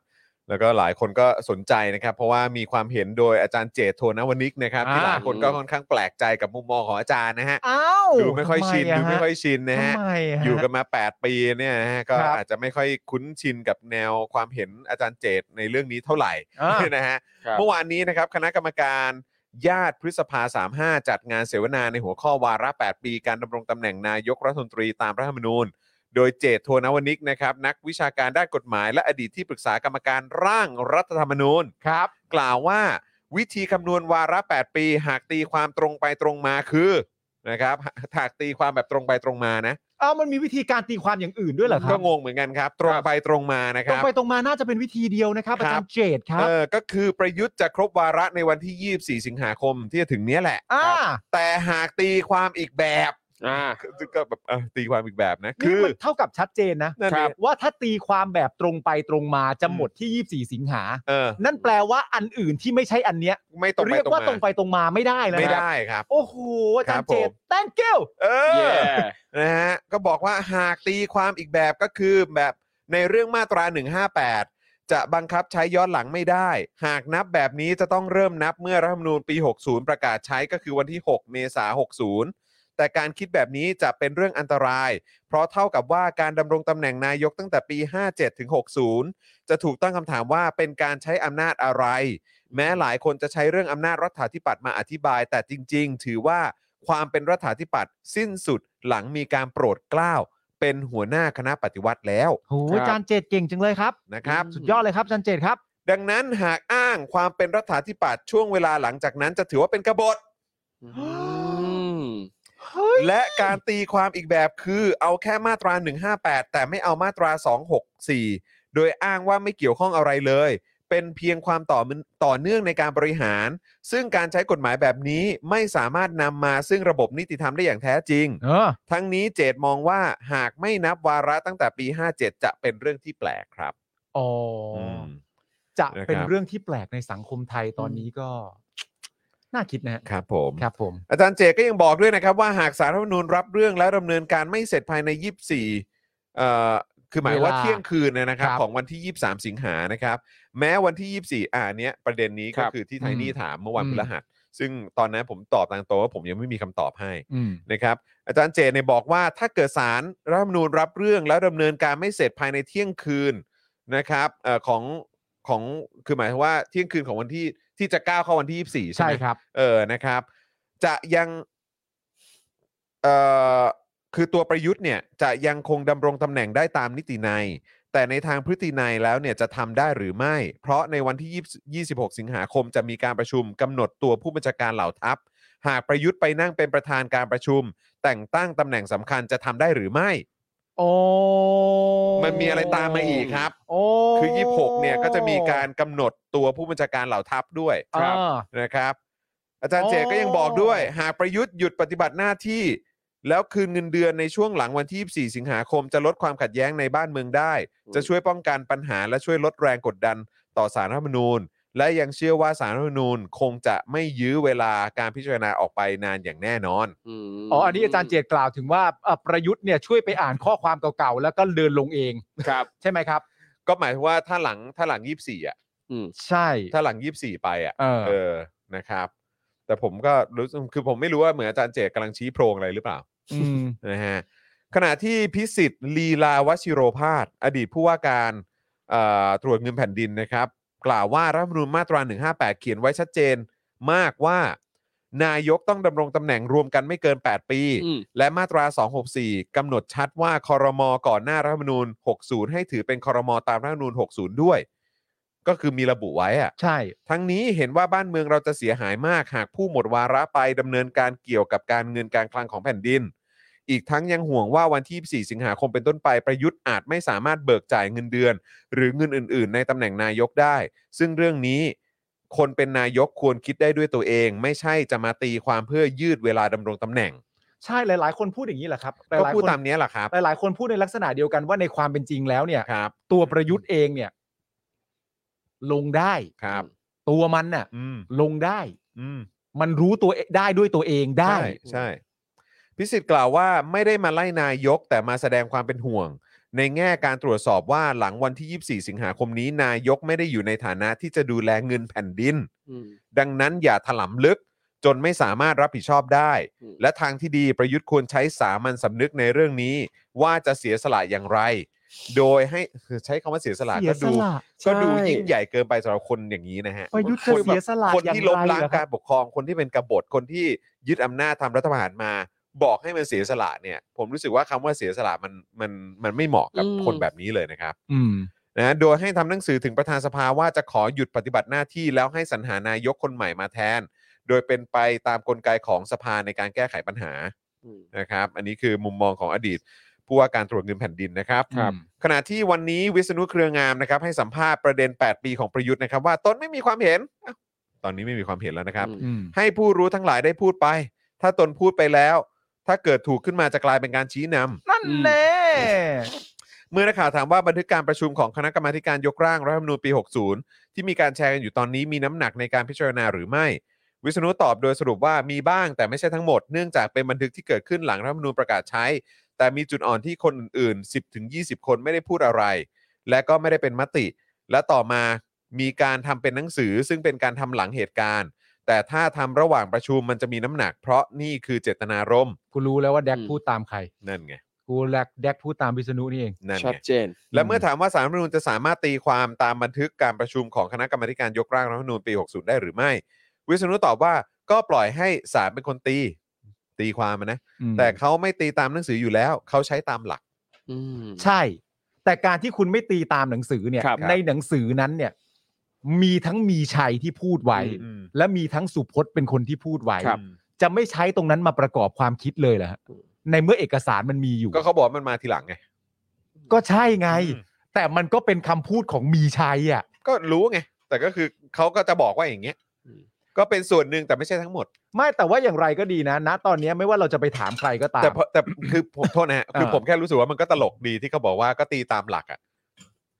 แล้วก็หลายคนก็สนใจนะครับ เพราะว่ามีความเห็นโดยอาจารย์เจตโทนวนิกนะครับที่
อ่า
หลายคนก็ค่อนข้างแปลกใจกับมุมมองของอาจารย์นะฮะ
อ้าว
ดูไม่ค่อยชินดูไม่ค่อยชินนะฮะ
ทำไมฮะ
อยู่กันมา 8 ปีเนี่ยนะฮะก็
ครับ
อาจจะไม่ค่อยคุ้นชินกับแนวความเห็นอาจารย์เจตในเรื่องนี้เท่าไหร่
อ่า
นะฮะ
ครับ
เมื่อวานนี้นะครับคณะกรรมการญาติพฤษภา 35 จัดงานเสวนาในหัวข้อวาระ 8 ปีการดำรงตำแหน่งนายกรัฐมนตรีตามรัฐธรรมนูญ โดยเจตโทนวนิกนะครับนักวิชาการด้านกฎหมาย และอดีตที่ปรึกษากรรมการร่างรัฐธรรมนูญ
ครับ
กล่าวว่าวิธีคำนวณวาระ 8 ปี หากตีความตรงไปตรงมาคือนะครับหากตีความแบบตรงไปตรงมานะ
เอ้ามันมีวิธีการตีความอย่างอื่นด้วยเหรอครั
ก็
บ
งงเหมือนกันครับ ตรงไปตรงมานะค
ตรง
รับ
ไปตรงมาน่าจะเป็นวิธีเดียวนะครับ
ครั
อา
บ
จารย์เจตครับ
เออก็คือประยุทธ์จะครบวาระในวันที่ 24 สิงหาคมที่จะถึงเนี้ยแหละ
อ่า
แต่หากตีความอีกแบบ
อ่า
คือก็แบบเออตีความอีกแบบนะ คื
นี่
อ
มันเท่ากับชัดเจนนะ
นั่นดิ
ว่าถ้าตีความแบบตรงไปตรงมาจะหมดที่ 24 สิงหา
เออ
นั่นแปลว่าอันอื่นที่ไม่ใช่อันเนี้ย
ไม่ตรงไป
เรียก
ตรง
ว่า
มา
ตรงไปตรงมาไม่ได้แล้ว
ไม่
นะครับ
ได้ครับ
โอ้โหอาจา
ครั
รย์
บ
เจ
ผ
ต
ม
thank you
เออ
yeah
นะฮะก็บอกว่าหากตีความอีกแบบก็คือแบบในเรื่องมาตรา 158 จะบังคับใช้ย้อนหลังไม่ได้ หากนับแบบนี้จะต้องเริ่มนับเมื่อรัฐธรรมนูญปี 60 ประกาศใช้ก็คือวันที่ 6 เมษายน60 แต่การคิดแบบนี้จะเป็นเรื่องอันตราย เพราะเท่ากับว่าการดำรงตำแหน่งนายกตั้งแต่ปี 57 ถึง 60 จะถูกตั้งคำถามว่าเป็นการใช้อำนาจอะไร แม้หลายคนจะใช้เรื่องอำนาจรัฐาธิปัตย์มาอธิบาย แต่จริง ๆ ถือว่าความเป็นรัฐาธิปัตย์สิ้นสุดหลังมีการโปรดเกล้า เป็นหัวหน้าคณะปฏิวัติแล้ว
โหอาจารย์เจตเก่งจังเลยครับ
นะครับ
สุดยอดเลยครับอาจารย์เจตครับ
ดังนั้นหากอ้างความเป็นรัฐาธิปัตย์ช่วงเวลาหลังจากนั้นจะถือว่าเป็นกบฏ
อืม
และการตีความอีกแบบคือเอาแค่มาตรา 158 แต่ไม่เอามาตรา 264 โดยอ้างว่าไม่เกี่ยวข้องอะไรเลย เป็นเพียงความต่อมันต่อเนื่องในการบริหาร ซึ่งการใช้กฎหมายแบบนี้ไม่สามารถนำมาซึ่งระบบนิติธรรมได้อย่างแท้จริง
เออ
ทั้งนี้เจตมองว่าหากไม่นับวาระตั้งแต่ปี 57 จะเป็นเรื่องที่แปลกครับ
อ๋ออ
ม
จะเป็น
นะครับ
เรื่องที่แปลกในสังคมไทยตอนนี้ก็ น่าคิดนะฮะ
ครับผม
ครับผม
อาจารย์เจก็ยังบอกด้วยนะครับว่าหากสารรัฐธรรมนูญรับเรื่องแล้วดำเนินการไม่เสร็จภายใน 24เอ่อคือหมายว่า
เวลา
เที่ยงคืนเนยนะครับ
ครับ
ของวันที่ 23 สิงหานะครับ แม้วันที่ 24 อ่าเนี้ยประเด็นนี้ก็คือที่ไทนี่ถามเมื่อวัน
อืม
พฤหัส ซึ่งตอนนั้นผมตอบตางตัวว่าผมยังไม่มีคำตอบให้
อืม
นะครับอาจารย์เจเนี่ยบอกว่าถ้าเกิดสารรัฐธรรมนูญรับเรื่องแล้วดำเนินการไม่เสร็จภายในเที่ยงคืนนะครับเอ่อของของคือหมายถึงว่าเที่ยงคืนของวันที่ที่จะก้าวเข้าวันที่ 24 ใช่
ใช่
ไหม
ครับ
เออนะครับ จะยังเอ่อคือตัวประยุทธ์เนี่ยจะยังคงดำรงตำแหน่งได้ตามนิติในยแต่ในทางพฤตินัยแล้วเนี่ยจะทำได้หรือไม่ เพราะในวันที่ 20 26 สิงหาคมจะมีการประชุมกำหนดตัวผู้บัญชาการเหล่าทัพ หากประยุทธ์ไปนั่งเป็นประธานการประชุม แต่งตั้งตำแหน่งสำคัญจะทำได้หรือไม่
โอ้
มันมีอะไรตามมาอีกครับ
โอ้
คือ 26 เนี่ยก็จะมีการกำหนดตัวผู้บัญชาการเหล่าทัพด้วย
ครับ
นะครับ อาจารย์
อ๋อ
เจก็ยังบอกด้วย หากประยุทธ์หยุดปฏิบัติหน้าที่ แล้วคืนเงินเดือนในช่วงหลังวันที่ 24 สิงหาคมจะลดความขัดแย้งในบ้านเมืองได้ จะช่วยป้องกันปัญหาและช่วยลดแรงกดดันต่อสารรัฐธรรมนูญ และยังเชื่อว่าสารรัฐธรรมนูญคงจะไม่ยื้อเวลาการพิจารณาออกไปนานอย่างแน่นอน
ม
อ๋ออันนี้อาจารย์เจตกล่าวถึงว่าเอ่อประยุทธ์เนี่ยช่วยไปอ่านข้อความเก่าๆ แล้วก็เดินลงเอง
ครับ
ใช่ไหมครับ
ก็หมายถึงว่าถ้าหลังถ้าหลัง 24อ่ะ
อืม
ใช่
ถ้าหลัง 24 ไปอ่ะ
เออ
เออ นะครับ แต่ผมก็รู้สึกคือผมไม่รู้ว่าเหมือนอาจารย์เจตกำลังชี้โพรงอะไรหรือเปล่า
ม
นะฮะ ขณะที่พิสิทธิ์ลีลาวชิโรพาสอดีตผู้ว่าการเอ่อตรวจเงินแผ่นดินนะครับ กล่าวว่ารัฐธรรมนูญมาตรา 158 เขียนไว้ชัดเจนมากว่า นายกต้องดำรงตำแหน่งรวมกันไม่เกิน 8 ปี
อืม
และมาตรา 264กำหนดชัดว่าคอรมอก่อนหน้ารัฐธรรมนูญ 60 ให้ถือเป็นคอรมอตามรัฐธรรมนูญ 60 ด้วย ก็คือมีระบุไว้อะ
ใช่
ทั้งนี้เห็นว่าบ้านเมืองเราจะเสียหายมาก หากผู้หมดวาระไปดำเนินการเกี่ยวกับการเงินการคลังของแผ่นดิน อีกทั้งยังห่วงว่าวันที่ 4 สิงหาคมเป็นต้นไปประยุทธ์อาจไม่สามารถเบิกจ่ายเงินเดือน หรือเงินอื่น ๆ ในตำแหน่งนายกได้ ซึ่งเรื่องนี้ คนเป็นนายกควรคิดได้ด้วยตัวเอง ไม่ใช่จะมาตีความเพื่อยืดเวลาดำรงตำแหน่ง
ใช่หลายๆ คนพูดอย่างนี้แหละครับห
ก็
ลายๆ
พูด
คน
ตามเนี้ยแหละครับ
หลายๆ คนพูดในลักษณะเดียวกันว่าในความเป็นจริงแล้วเนี่ย
ครับ
ตัวประยุทธ์เองเนี่ย ลงได้
ครับ
ตัวมันน่ะ
อืม
ลงได้
อืม
มันรู้ตัวเองได้ด้วยตัวเองได้
ใช่ใช่ พิสิทธิ์กล่าวว่าไม่ได้มาไล่นายกแต่มาแสดงความเป็นห่วง ในแง่การตรวจสอบว่าหลังวันที่ 24 สิงหาคมนี้ นายกไม่ได้อยู่ในฐานะที่จะดูแลเงินแผ่นดิน
อืม
ดังนั้นอย่าถลำลึกจนไม่สามารถรับผิดชอบได้
อืม
และทางที่ดีประยุทธ์ควรใช้สามัญสำนึกในเรื่องนี้ ว่าจะเสียสละอย่างไร โดยให้ใช้คำว่าเสียสละก็ดูก็ดูยิ่งใหญ่เกินไปสำหรับคนอย่างนี้นะฮะ
ประยุทธ์จะเสียสละ
คนที่ล้มล้าง
อย่ไรเหอค
การ
บ
ปกครองคนที่เป็นกบฏคนที่ยึดอำนาจทำรัฐประหารมา บอกให้มันเสียสละเนี่ย ผมรู้สึกว่าคำว่าเสียสละมันมันมันไม่เหมาะกับ
อืม
คนแบบนี้เลยนะครับ
อืม
นะโดยให้ทำหนังสือถึงประธานสภาว่าจะขอหยุดปฏิบัติหน้าที่แล้วให้สรรหานายกคนใหม่มาแทน โดยเป็นไปตามกลไกของสภาในการแก้ไขปัญหา
อืม
นะครับ อันนี้คือมุมมองของอดีตผู้ว่าการตรวจเงินแผ่นดินนะครับ
ครับ
ขณะที่วันนี้วิษณุเครืองามนะครับ ให้สัมภาษณ์ประเด็น 8 ปีของประยุทธ์นะครับ ว่าตนไม่มีความเห็นอ้าวตอนนี้ไม่มีความเห็นแล้วนะครับ
อืม
อืม
ให้ผู้รู้ทั้งหลายได้พูดไป ถ้าตนพูดไปแล้ว ถ้าเกิดถูกขึ้นมาจะกลายเป็นการชี้นำ
นั่นแน่
เมื่อนักข่าวถามว่าบันทึกการประชุมของคณะกรรมาธิการยกร่างรัฐธรรมนูญปี 60 ที่มีการแชร์กันอยู่ตอนนี้มีน้ำหนักในการพิจารณาหรือไม่ วิษณุตอบโดยสรุปว่ามีบ้างแต่ไม่ใช่ทั้งหมด เนื่องจากเป็นบันทึกที่เกิดขึ้นหลังรัฐธรรมนูญประกาศใช้ แต่มีจุดอ่อนที่คนอื่นๆ 10ถึง20 คนไม่ได้พูดอะไร และก็ไม่ได้เป็นมติ และต่อมามีการทำเป็นหนังสือ ซึ่งเป็นการทำหลังเหตุการณ์ แต่ถ้าทำระหว่างประชุมมันจะมีน้ำหนัก เพราะนี่คือเจตนารมณ์
กูรู้แล้วว่าแดก
อืม
พูดตามใคร
นั่นไง
กูแลกแดกพูดตามวิษณุนี่เอง
นั่น
ชัด
ไง
เจน
และเมื่อถามว่าสารรัฐธรรมนูญจะสามารถตีความตามบันทึกการประชุมของคณะกรรมาธิการยกร่างรัฐธรรมนูญปี 60 ได้หรือไม่ วิษณุตอบว่าก็ปล่อยให้ศาลเป็นคนตี ตีความอะนะ
อืม
แต่เขาไม่ตีตามหนังสืออยู่แล้ว เขาใช้ตามหลัก
อืม
ใช่ แต่การที่คุณไม่ตีตามหนังสือเนี่ย
ครับ
ในหนังสือนั้นเนี่ย มีทั้งมีชัยที่พูดไว้
อื
อืม
และมีทั้งสุพจน์เป็นคนที่พูดไว้
ครับ
จะไม่ใช้ตรงนั้นมาประกอบความคิดเลยเหรอฮะในเมื่อเอกสารมันมีอยู่
ก็เขาบอกว่ามันมาทีหลังไง
ก็ใช่ไง
อืม
แต่มันก็เป็นคำพูดของมีชัยอ่ะ
ก็รู้ไง แต่ก็คือเขาก็จะบอกว่าอย่างเงี้ย
อืม
ก็เป็นส่วนหนึ่งแต่ไม่ใช่ทั้งหมด
ไม่แต่ว่าอย่างไรก็ดีนะ ณ ตอนนี้ไม่ว่าเราจะไปถามใครก็ตาม
แต่พอแต่คือผมโทษนะฮะคือ
เออ
ผมแค่รู้สึกว่ามันก็ตลกดีที่เขาบอกว่าก็ตีตามหลักอะ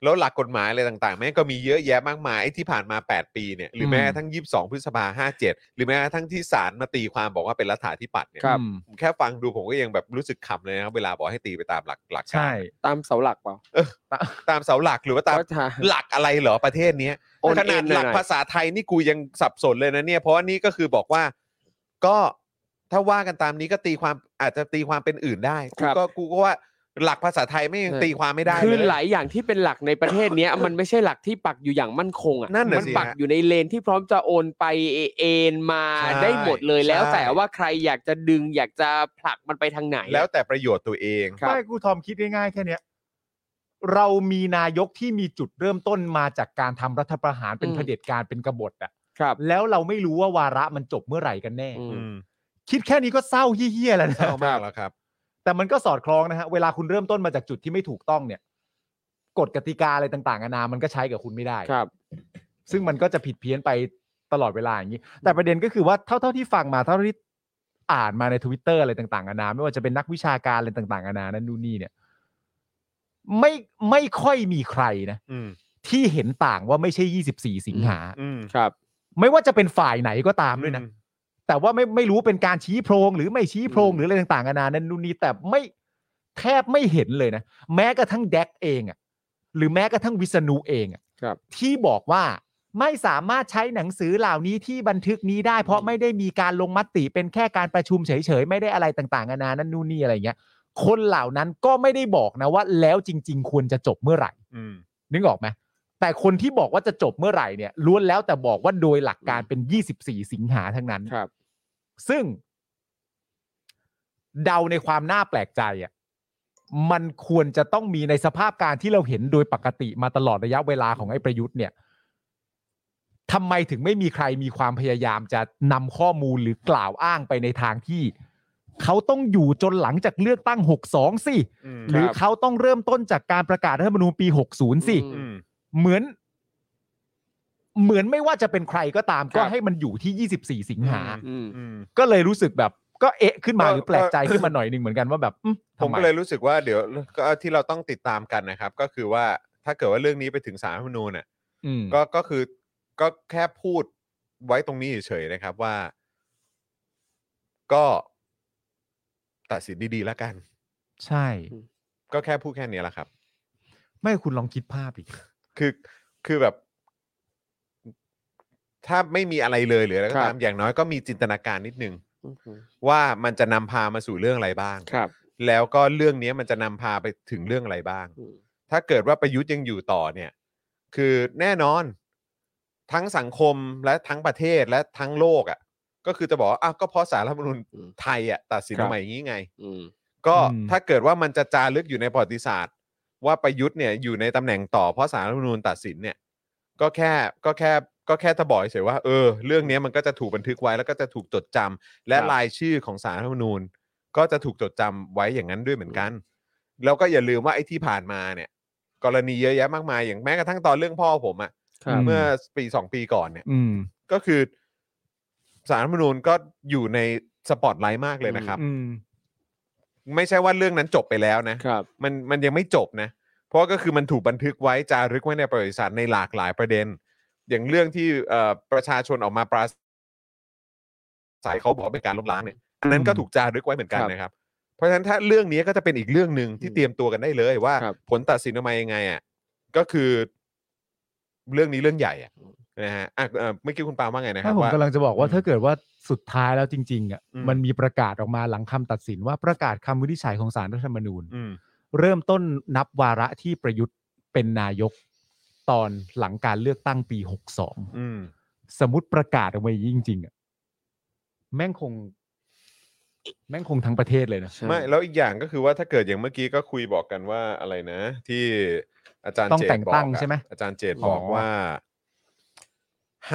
แล้วหลักกฎหมายอะไรต่างๆแม่งก็มีเยอะแยะมากมายไอ้ที่ผ่านมา 8 ปีเนี่ยหรือแม้กระทั้ง 22 พฤษภาห้าเจ็ดหรือแม้กระทั้งที่ศาลมาตีความบอกว่าเป็นรัฐาธิปัตย์เนี่ย
อืม
ผมแค่ฟังดูผมก็ยังแบบรู้สึกขำเลยนะครับเวลาบอกให้ตีไปตามหลักหลักการ
ใช่
ตามเสาหลักเปล่า
ตามเสาหลักหรือว่าตาม
ก็ทาง
หลักอะไรเหรอประเทศเนี้ย
โอน
ข
เอ็น
นาดหลัก
หน่อยๆ
ภาษาไทยนี่กูยังสับสนเลยนะเนี่ย เพราะว่านี่ก็คือบอกว่า ก็ถ้าว่ากันตามนี้ก็ตีความอาจจะตีความเป็นอื่นได้กูก็กูก็ว่าหลักภาษาไทยไม่ยังตีความไม่ได้
คือ
เลย
หลายอย่างที่เป็นหลักในประเทศเนี้ย มันไม่ใช่หลักที่ปักอยู่อย่างมั่นคงอ่ะ
นั่นน่ะ
มั
สิ
ปัก
ฮะ
อยู่ในเลนที่พร้อมจะโอนไปเอ็นมา
ใช่
ได้หมดเลย
ใช่
แล้วแต่ว่าใครอยากจะดึงอยากจะผลักมันไปทางไหนอะ
แล้วแต่ประโยชน์ตัวเอง
ครับ
ไม่กูทอมคิดง่ายๆแค่เนี้ยเรามีนายกที่มีจุดเริ่มต้นมาจากการทำรัฐประหารเป็น
อืม
เผด็จการเป็นกบฏอ่ะ
ครับ
แล้วเราไม่รู้ว่าวาระมันจบเมื่อไหร่กันแน่
อืม
อืม
คิดแค่นี้ก็เศร้าเฮี้ยๆแล้วนะ
เศร้ามากแล้วครับ
แต่มันก็สอดคล้องนะฮะเวลาคุณเริ่มต้นมาจากจุดที่ไม่ถูกต้องเนี่ยกฎกติกาอะไรต่างๆนานามันก็ใช้กับคุณไม่ได้
ครับ
ซึ่งมันก็จะผิดเพี้ยนไปตลอดเวลาอย่างนี้ แต่ประเด็นก็คือว่าเท่าเท่าที่ฟังมาเท่าที่อ่านมาในทวิตเตอร์อะไรต่างๆนานาไม่ว่าจะเป็นนักวิชาการอะไรต่างๆนานานั่นนู่นนี่เนี่ย ไม่ไม่ค่อยมีใครนะ
อืม
ที่เห็นต่างว่าไม่ใช่ 24 สิงหา
อืม
ครับ
ไม่ว่าจะเป็นฝ่ายไหนก็ตามด้วยนะ แต่ว่าไม่ไม่รู้เป็นการชี้โพรงหรือไม่ชี้โพรงหรืออะไรต่างๆนานานั่นนู่นนี่แต่ไม่แทบไม่เห็นเลยนะ แม้กระทั่งแดกเองอะหรือแม้กระทั่งวิษณุเองอะ
ครับ
ที่บอกว่าไม่สามารถใช้หนังสือเหล่านี้ที่บันทึกนี้ได้ เพราะไม่ได้มีการลงมติเป็นแค่การประชุมเฉยๆ ไม่ได้อะไรต่างๆนานานั่นนู่นนี่อะไรเงี้ย คนเหล่านั้นก็ไม่ได้บอกนะว่าแล้วจริง ๆ ควรจะจบเมื่อไหร่
อืม
นึกออกไหมแต่คนที่บอกว่าจะจบเมื่อไหร่เนี่ยล้วนแล้วแต่บอกว่าโดยหลักการเป็น 24 สิงหาทั้งนั้น
ครับ
ซึ่ง เดาในความน่าแปลกใจอะ่ะมันควรจะต้องมีในสภาพการที่เราเห็นโดยปกติมาตลอดระยะเวลาของไอ้ประยุทธ์เนี่ยทำไมถึงไม่มีใครมีความพยายามจะนำข้อมูลหรือกล่าวอ้างไปในทางที่ เขาต้องอยู่จนหลังจากเลือกตั้ง 62 สิ
อืม
หรือ
ครับ
เขาต้องเริ่มต้นจากการประกาศรัฐธรรมนูญปี 60 สิ
อืม
เหมือน เหมือนไม่ว่าจะเป็นใครก็ตาม
ค
ก็
รับ
ให้มันอยู่ที่ 24 สิงหา
อื
อืม
อืม
ก็เลยรู้สึกแบบ ก็เอะขึ้นมา
ก็
หรือแปลกใจขึ้นมาหน่อยหนึ่งเหมือนกันว่าแบบอื
ผม
ทำไ
ก็เลยรู้สึกว่าเดี๋ยวก็ที่เราต้องติดตามกันนะครับ ก็คือว่าถ้าเกิดว่าเรื่องนี้ไปถึงสารรัฐธรรมนูญเนี่ย
อืม
ก็ก็คือก็แค่พูดไว้ตรงนี้เฉยๆนะครับว่า ก็ตัดสินดีๆแล้วกัน
ใช่
ก็แค่พูดแค่นี้แหละครับ
ไม่คุณลองคิดภาพอีก
คือคือแบบ ถ้าไม่มีอะไรเลยหรืออะไรก็
ครับ
ตามอย่างน้อยก็มีจินตนาการนิดนึง ว่ามันจะนำพามาสู่เรื่องอะไรบ้าง
ครับ
แล้วก็เรื่องนี้มันจะนำพาไปถึงเรื่องอะไรบ้าง
อืม
ถ้าเกิดว่าประยุทธ์ยังอยู่ต่อเนี่ย คือแน่นอน ทั้งสังคมและทั้งประเทศและทั้งโลกอะ่ะ ก็คือจะบอกว่าอ้าวก็เพราะสารรัฐธรรมนูญ
อืม
ไทยอะ่ะตัดสิน
ครั
อ
บ
อกมาอย่างนี้ไง
อืม
ก็
อืม
ถ้าเกิดว่ามันจะจารึกอยู่ในประวัติศาสตร์ ว่าประยุทธ์เนี่ยอยู่ในตำแหน่งต่อเพราะสารรัฐธรรมนูญตัดสินเนี่ย ก็แค่ก็แค่ก็แค่จะบอกเฉยๆว่าเออเรื่องเนี้ยมันก็จะถูกบันทึกไว้แล้วก็จะถูกจดจำและ
ครับ
รายชื่อของสารรัฐธรรมนูญ ก็จะถูกจดจำไว้อย่างนั้นด้วยเหมือนกัน แล้วก็อย่าลืมว่าไอ้ที่ผ่านมาเนี่ย กรณีเยอะแยะมากมายอย่างแม้กระทั่งตอนเรื่องพ่อผมอะ
ครับ
เมื่อปีสองปีก่อนเนี่ย
อืม
ก็คือสารรัฐธรรมนูญก็อยู่ในสปอตไลท์มากเลยนะครับ
อืม
ไม่ใช่ว่าเรื่องนั้นจบไปแล้วนะ
ครับ
มันมันยังไม่จบนะ เพราะก็คือมันถูกบันทึกไว้จารึกไว้ในประวัติศาสตร์ในหลากหลายประเด็น อย่างเรื่องที่เอ่อประชาชนออกมาปราศรัยเขาบอกว่าเป็นการล้มล้างเนี่ยอันนั้นก็ถูกจารึกไว้เหมือนกันนะครับ เพราะฉะนั้นถ้าเรื่องนี้ก็จะเป็นอีกเรื่องหนึ่งที่เตรียมตัวกันได้เลยว่า
ครับ
ผลตัดสินออกมายังไงอ่ะก็คือ เรื่องนี้เรื่องใหญ่อะนะฮะอ่ะเอ่อเมื่อกี้คุณปาล์มว่าไงนะครั
ถ้า
บ
ผม
ว่า
กำลังจะบอกว่าถ้าเกิดว่าสุดท้ายแล้วจริง ๆอ่ะ
อืม
มันมีประกาศออกมาหลังคำตัดสินว่าประกาศคำวินิจฉัยของสารรัฐธรรมนูญ
อืม
เริ่มต้นนับวาระที่ประยุทธ์เป็นนายกตอนหลังการเลือกตั้งปี
อืม
62 สมมติประกาศออกมาอย่างนี้จริงๆอ่ะแม่งคง แม่งคงทั้งประเทศเลยนะ
ไม่แล้วอีกอย่างก็คือว่าถ้าเกิดอย่างเมื่อกี้ก็คุยบอกกันว่าอะไรนะ ที่อาจารย์
ต้อง
เจต
แต่ง
บอก
ตั้ง
อะ
ใช่ไหม
อาจารย์เจต
อ๋
บ
อ
อกว่า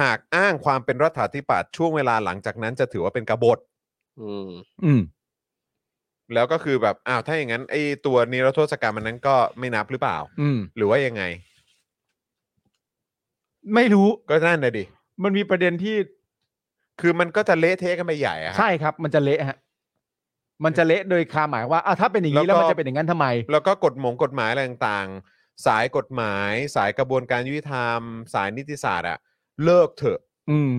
หากอ้างความเป็นรัฐาธิปัตย์ช่วงเวลาหลังจากนั้นจะถือว่าเป็นกบฏ
อืม
อืม
แล้วก็คือแบบอ้าวถ้าอย่างนั้นไอ้ตัวนิรโทษกรรมมันนั้นก็ไม่นับหรือเปล่า
อืม
หรือว่ายังไง
ไม่รู้
ก็นั่นนะดิ
มันมีประเด็นที่
คือมันก็จะเละเทะกันไปใหญ่อะครับ
ใช่ครับ มันจะเละฮะ มันจะเละโดยความหมายว่าอ่ะถ้าเป็นอย่างนี้
แล้
แล้วว
ก็
มันจะเป็นอย่างนั้นทำไม
แล้วก็กฎหมงกฎหมายอะไรต่างๆ สายกฎหมาย สายกระบวนการยุติธรรม สายนิติศาสตร์อะเลิกเถอะ
อืม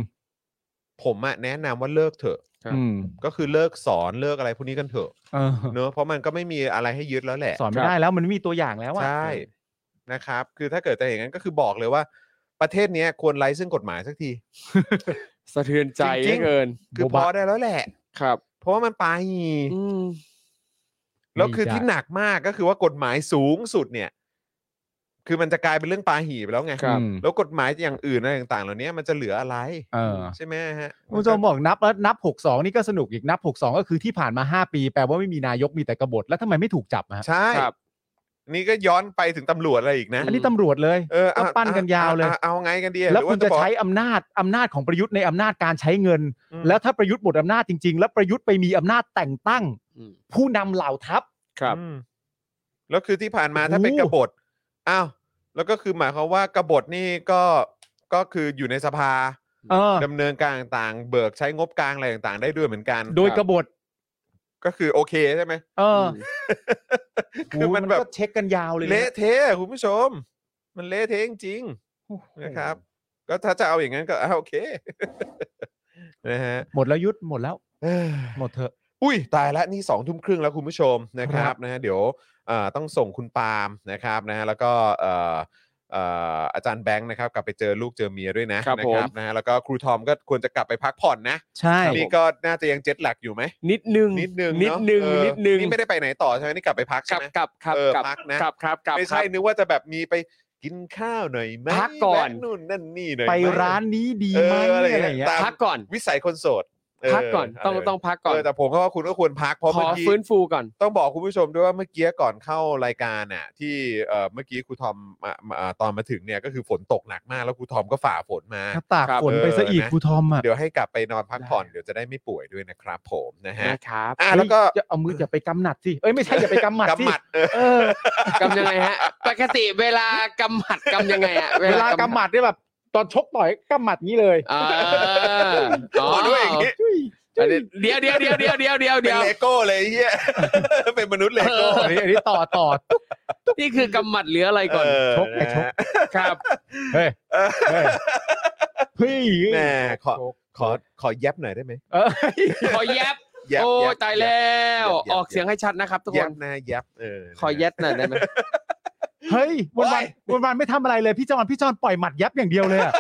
ผมอะแนะนำว่าเลิกเถอะ
ครับ
อืม
ก็คือเลิกสอนเลิกอะไรพวกนี้กันเถอะ
เออ
เนอะเพราะมันก็ไม่มีอะไรให้ยึดแล้วแหละ
สอนไม่ได้แล้วมันไม่มีตัวอย่างแล้วอ่ะ
ใช่นะครับ คือถ้าเกิดจะอย่างนั้นก็คือบอกเลยว่า ประเทศเนี้ยควรไร้ซึ่งกฎหมายสักที
สะเทือนใจ
จริๆ
เหลืองเกิน
คือพอได้แล้วแหละ
ครับ
เพราะว่ามันไป
อืม
แล้วคือที่หนักมากก็คือว่ากฎหมายสูงสุดเนี่ย คือมันจะกลายเป็นเรื่องปาหีไปแล้วไง
ครับ
อืม
แล้วกฎหมายอย่างอื่นอะไรต่างๆ เหล่านี้มันจะเหลืออะไร
เออ
ใช่ไหมฮะ
คุณผู้ชมบอกนับแล้วนับ 62 นี่ก็สนุกอีกนับ 62 ก็คือที่ผ่านมา 5 ปีแปลว่าไม่มีนายกมีแต่กบฏแล้วทำไมไม่ถูกจับอะฮะ
ใช่
ครับ
นี่ก็ย้อนไปถึงตำรวจอะไรอีกนะ
อันนี้ตำรวจเลย
เออ
ก็
เอา
ปั้นกันยาวเลย
ออเอาไงกันดี
แล้วคุณ
หรือ
จะ
ว่าบอก
ใช้อำนาจอำนาจของประยุทธ์ในอำนาจการใช้เงิน
อืม
แล้วถ้าประยุทธ์หมดอำนาจจริง ๆ แล้วประยุทธ์ไปมีอำนาจแต่งตั้ง
อืม
ผู้นำเหล่าทัพ
ครับ
อืมแล้วคือที่ผ่านมาถ้า
โอ้โห
เป็นกบฏอ้าวแล้วก็คือหมายความว่ากบฏนี่ก็ก็คืออยู่ในสภา
เออ
ดำเนินการต่างๆ เบิกใช้งบกลางอะไรต่างๆ ได้ด้วยเหมือนกัน
โดยกบฏ
ก็คือโอเคใช่ไหม
เออ
คือมันแบบ
โยก็เช็คกันยาวเลยน
เละเทะอะคุณผู้ชม มันเละเทะจริง
โอ้โห
ๆนะครับ ก็ถ้าจะเอาอย่างนั้นก็อ้าวโอเค นะฮะ
หมดแล้วยุดหมดแล้ว
เอ้ย
หมดเถอะ
อุ้ยตายละนี่สองทุ่มครึ่งแล้วคุณผู้ชมนะค
ค
รั
รั
บบ นะฮะเดี๋ยวเอ่อต้องส่งคุณปาล์มนะครับนะฮะแล้วก็เอ่อเอ่ออาจารย์แบงค์นะครับกลับไปเจอลูกเจอเมียด้วยนะครับ นะ
ผม
นะฮะแล้วก็ครูทอมก็ควรจะกลับไปพักผ่อนนะ
ใช่
นี่ก็น่าจะยังเจ็ตหลักอยู่ไหม
นิดนึง
นิดนึง
นิด
เอะ
นึง
เออ
นิดนึง
นี่ไม่ได้ไปไหนต่อใช่ไหมนี่กลับไปพัก
ก
ใช่
ลั
ไห
บ
ม
กลับครับ
เออก
ลับ
พักนะ
กลับครับกลับ
ไม่ใช่
ครับ
นึกว่าจะแบบมีไปกินข้าวหน่อยไหม
พักก่อน
แวะนู่นนั่นนี่หน่อย
ไป
หม
ร้านนี้ดี
เอ
ไหม
ออะไร
อะไรอย่างเงี้ย
ตาม
พักก่อน
วิสัยคนโสดเ
พักก่อนต้อง
ะไร
ต้องพักก่อน
เแต่ผมก็ว่าคุณก็ควรพักเพราะ
ขอ
เมื่อกี้
ฟื้นฟูก่อน
ต้องบอกคุณผู้ชมด้วยว่าเมื่อกี้ก่อนเข้ารายการน่ะที่เอ่อเมื่อกี้ครูทอมมามาอ่าตอนมาถึงเนี่ยก็คือฝนตกหนักมากแล้วครูทอมก็ฝ่าฝนมา
ถ้าตากฝนไปซะอีก
เออนะ
ครูทอมอ่ะ
เดี๋ยวให้กลับไปนอนพักผ่อนเดี๋ยวจะได้ไม่ป่วยด้วยนะครับผมนะฮะ
นะครับ
อ่ะแล้วก็
เฮ้ยอย่าเอามืออย่าไปกำหนัดสิ เอ้ยไม่ใช่อย่าไปกำหมัดสิ
กำหมัดเออ
เออก
ำยังไงฮะ ปกติเวลากำหมัดกำยังไงฮะ
เวลากำหมัดเนี่ยแบบ ตอนชกต่อยกำหมัดงี้เลย
อ่าอ๋อ
โอ้ด้วยอย่างงี้
จุ้ยจุ้
อัน
ย
นี้เดี๋ยวเดี๋ยวเดี๋ยวเดี๋ยวเดี๋ยวเดี๋ยว
เป็น
เดี๋ยว
เลโก้เลยไอ้เฮีย เป็นมนุษย์เลโก้
อันนี้อันนี้ต่อต่อ
นี่คือกำหมัดหรืออะไรก่อน
เออ
ชกไงชก
นะฮะ
ครับ
เฮ้ยเฮ้ยเฮ้ย
แหม่ขอ
ชก
ขอขอแยบหน่อยได้ไหม
เอ้ย
ขอแยบ
แยบ
โอ้
แบ
ยตายแล้ว
แยบแยบ
ออกเสียงให้ชัดนะครับทุก
แย
ค
บ
น
นะแยบเออ
ขอแยบหน่อยได้ไหม
เฮ้ยวัน
เฮ้
วัน
ย
วันวันไม่ทำอะไรเลยพี่จอนพี่จอนปล่อยหมัดยับอย่างเดียวเลยอะ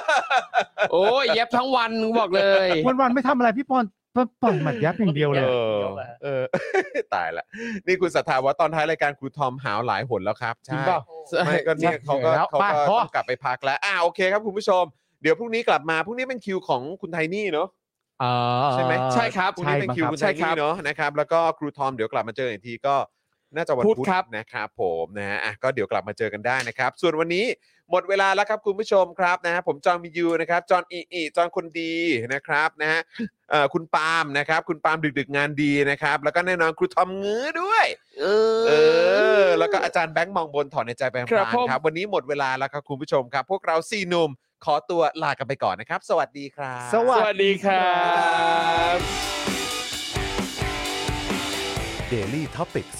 โอ้ยเย็บทั้งวันกูบอกเลย
วันวันไม่ทำอะไรพี่ปอนปล่อยหมัดยับอย่างเดียวเลย
เออเออ ตายละ นี่คุณสัทธาว่าตอนท้ายรายการครูทอมหาวหลายหนแล้วครับ
จริ
ใช่
งเปล่า
ไม่ก็เนี่ยเขาก็
เหนื่อยแล้ว
เขา
ไป
ก็
พอ
ต้องกลับไปพักแล้วอ่าโอเคครับคุณผู้ชม เดี๋ยวพรุ่งนี้กลับมาพรุ่งนี้เป็นคิวของคุณไทนี่เนาะใช่ไหม
ใช่ครับ
พรุ่งนี้เป็นคิว
มั้งรับ
คุณไทนี่เนาะนะครับแล้วก็ครูทอมเดี๋ยวกลับมาเจออีกทีก็น่าจะวัน
พุ
พุ
ธ
ธ
ครับ
นะครับผมนะฮะอ่ะก็เดี๋ยวกลับมาเจอกันได้นะครับ ส่วนวันนี้หมดเวลาแล้วครับคุณผู้ชมครับนะฮะผมจอห์นวินยูนะครับจอห์นอีอีจอห์นคนดีนะครับนะฮะเอ่อคุณปาล์มนะครับคุณปาล์มดึกๆงานดีนะครับแล้วก็แน่นอนครูทอมงื้อด้วย
เอ
เออ แล้วก็อาจารย์แบงค์มองบนถอนในใจไปพล
ครับ
าง
ผม
ๆครับ วันนี้หมดเวลาแล้วครับคุณผู้ชมครับ พวกเราสี่หนุ่ม ขอตัวลากันไปก่อนนะครับ สวัสดีครับ
สวั
สวัสดีครับ
Daily Topics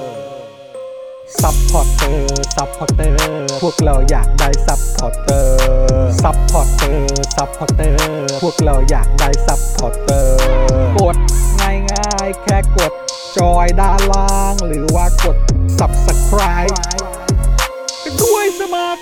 ซัพพอร์เตอร์ซัพพอร์เตอร์พวกเราอยากได้ซัพพอร์เตอร์ซัพพอร์เตอร์ซัพพอร์เตอร์พวกเราอยากได้ซัพพอร์เตอร์กดง่ายๆ แค่กด จอยด้านล่าง หรือว่ากด subscribe ไปด้วยสมัคร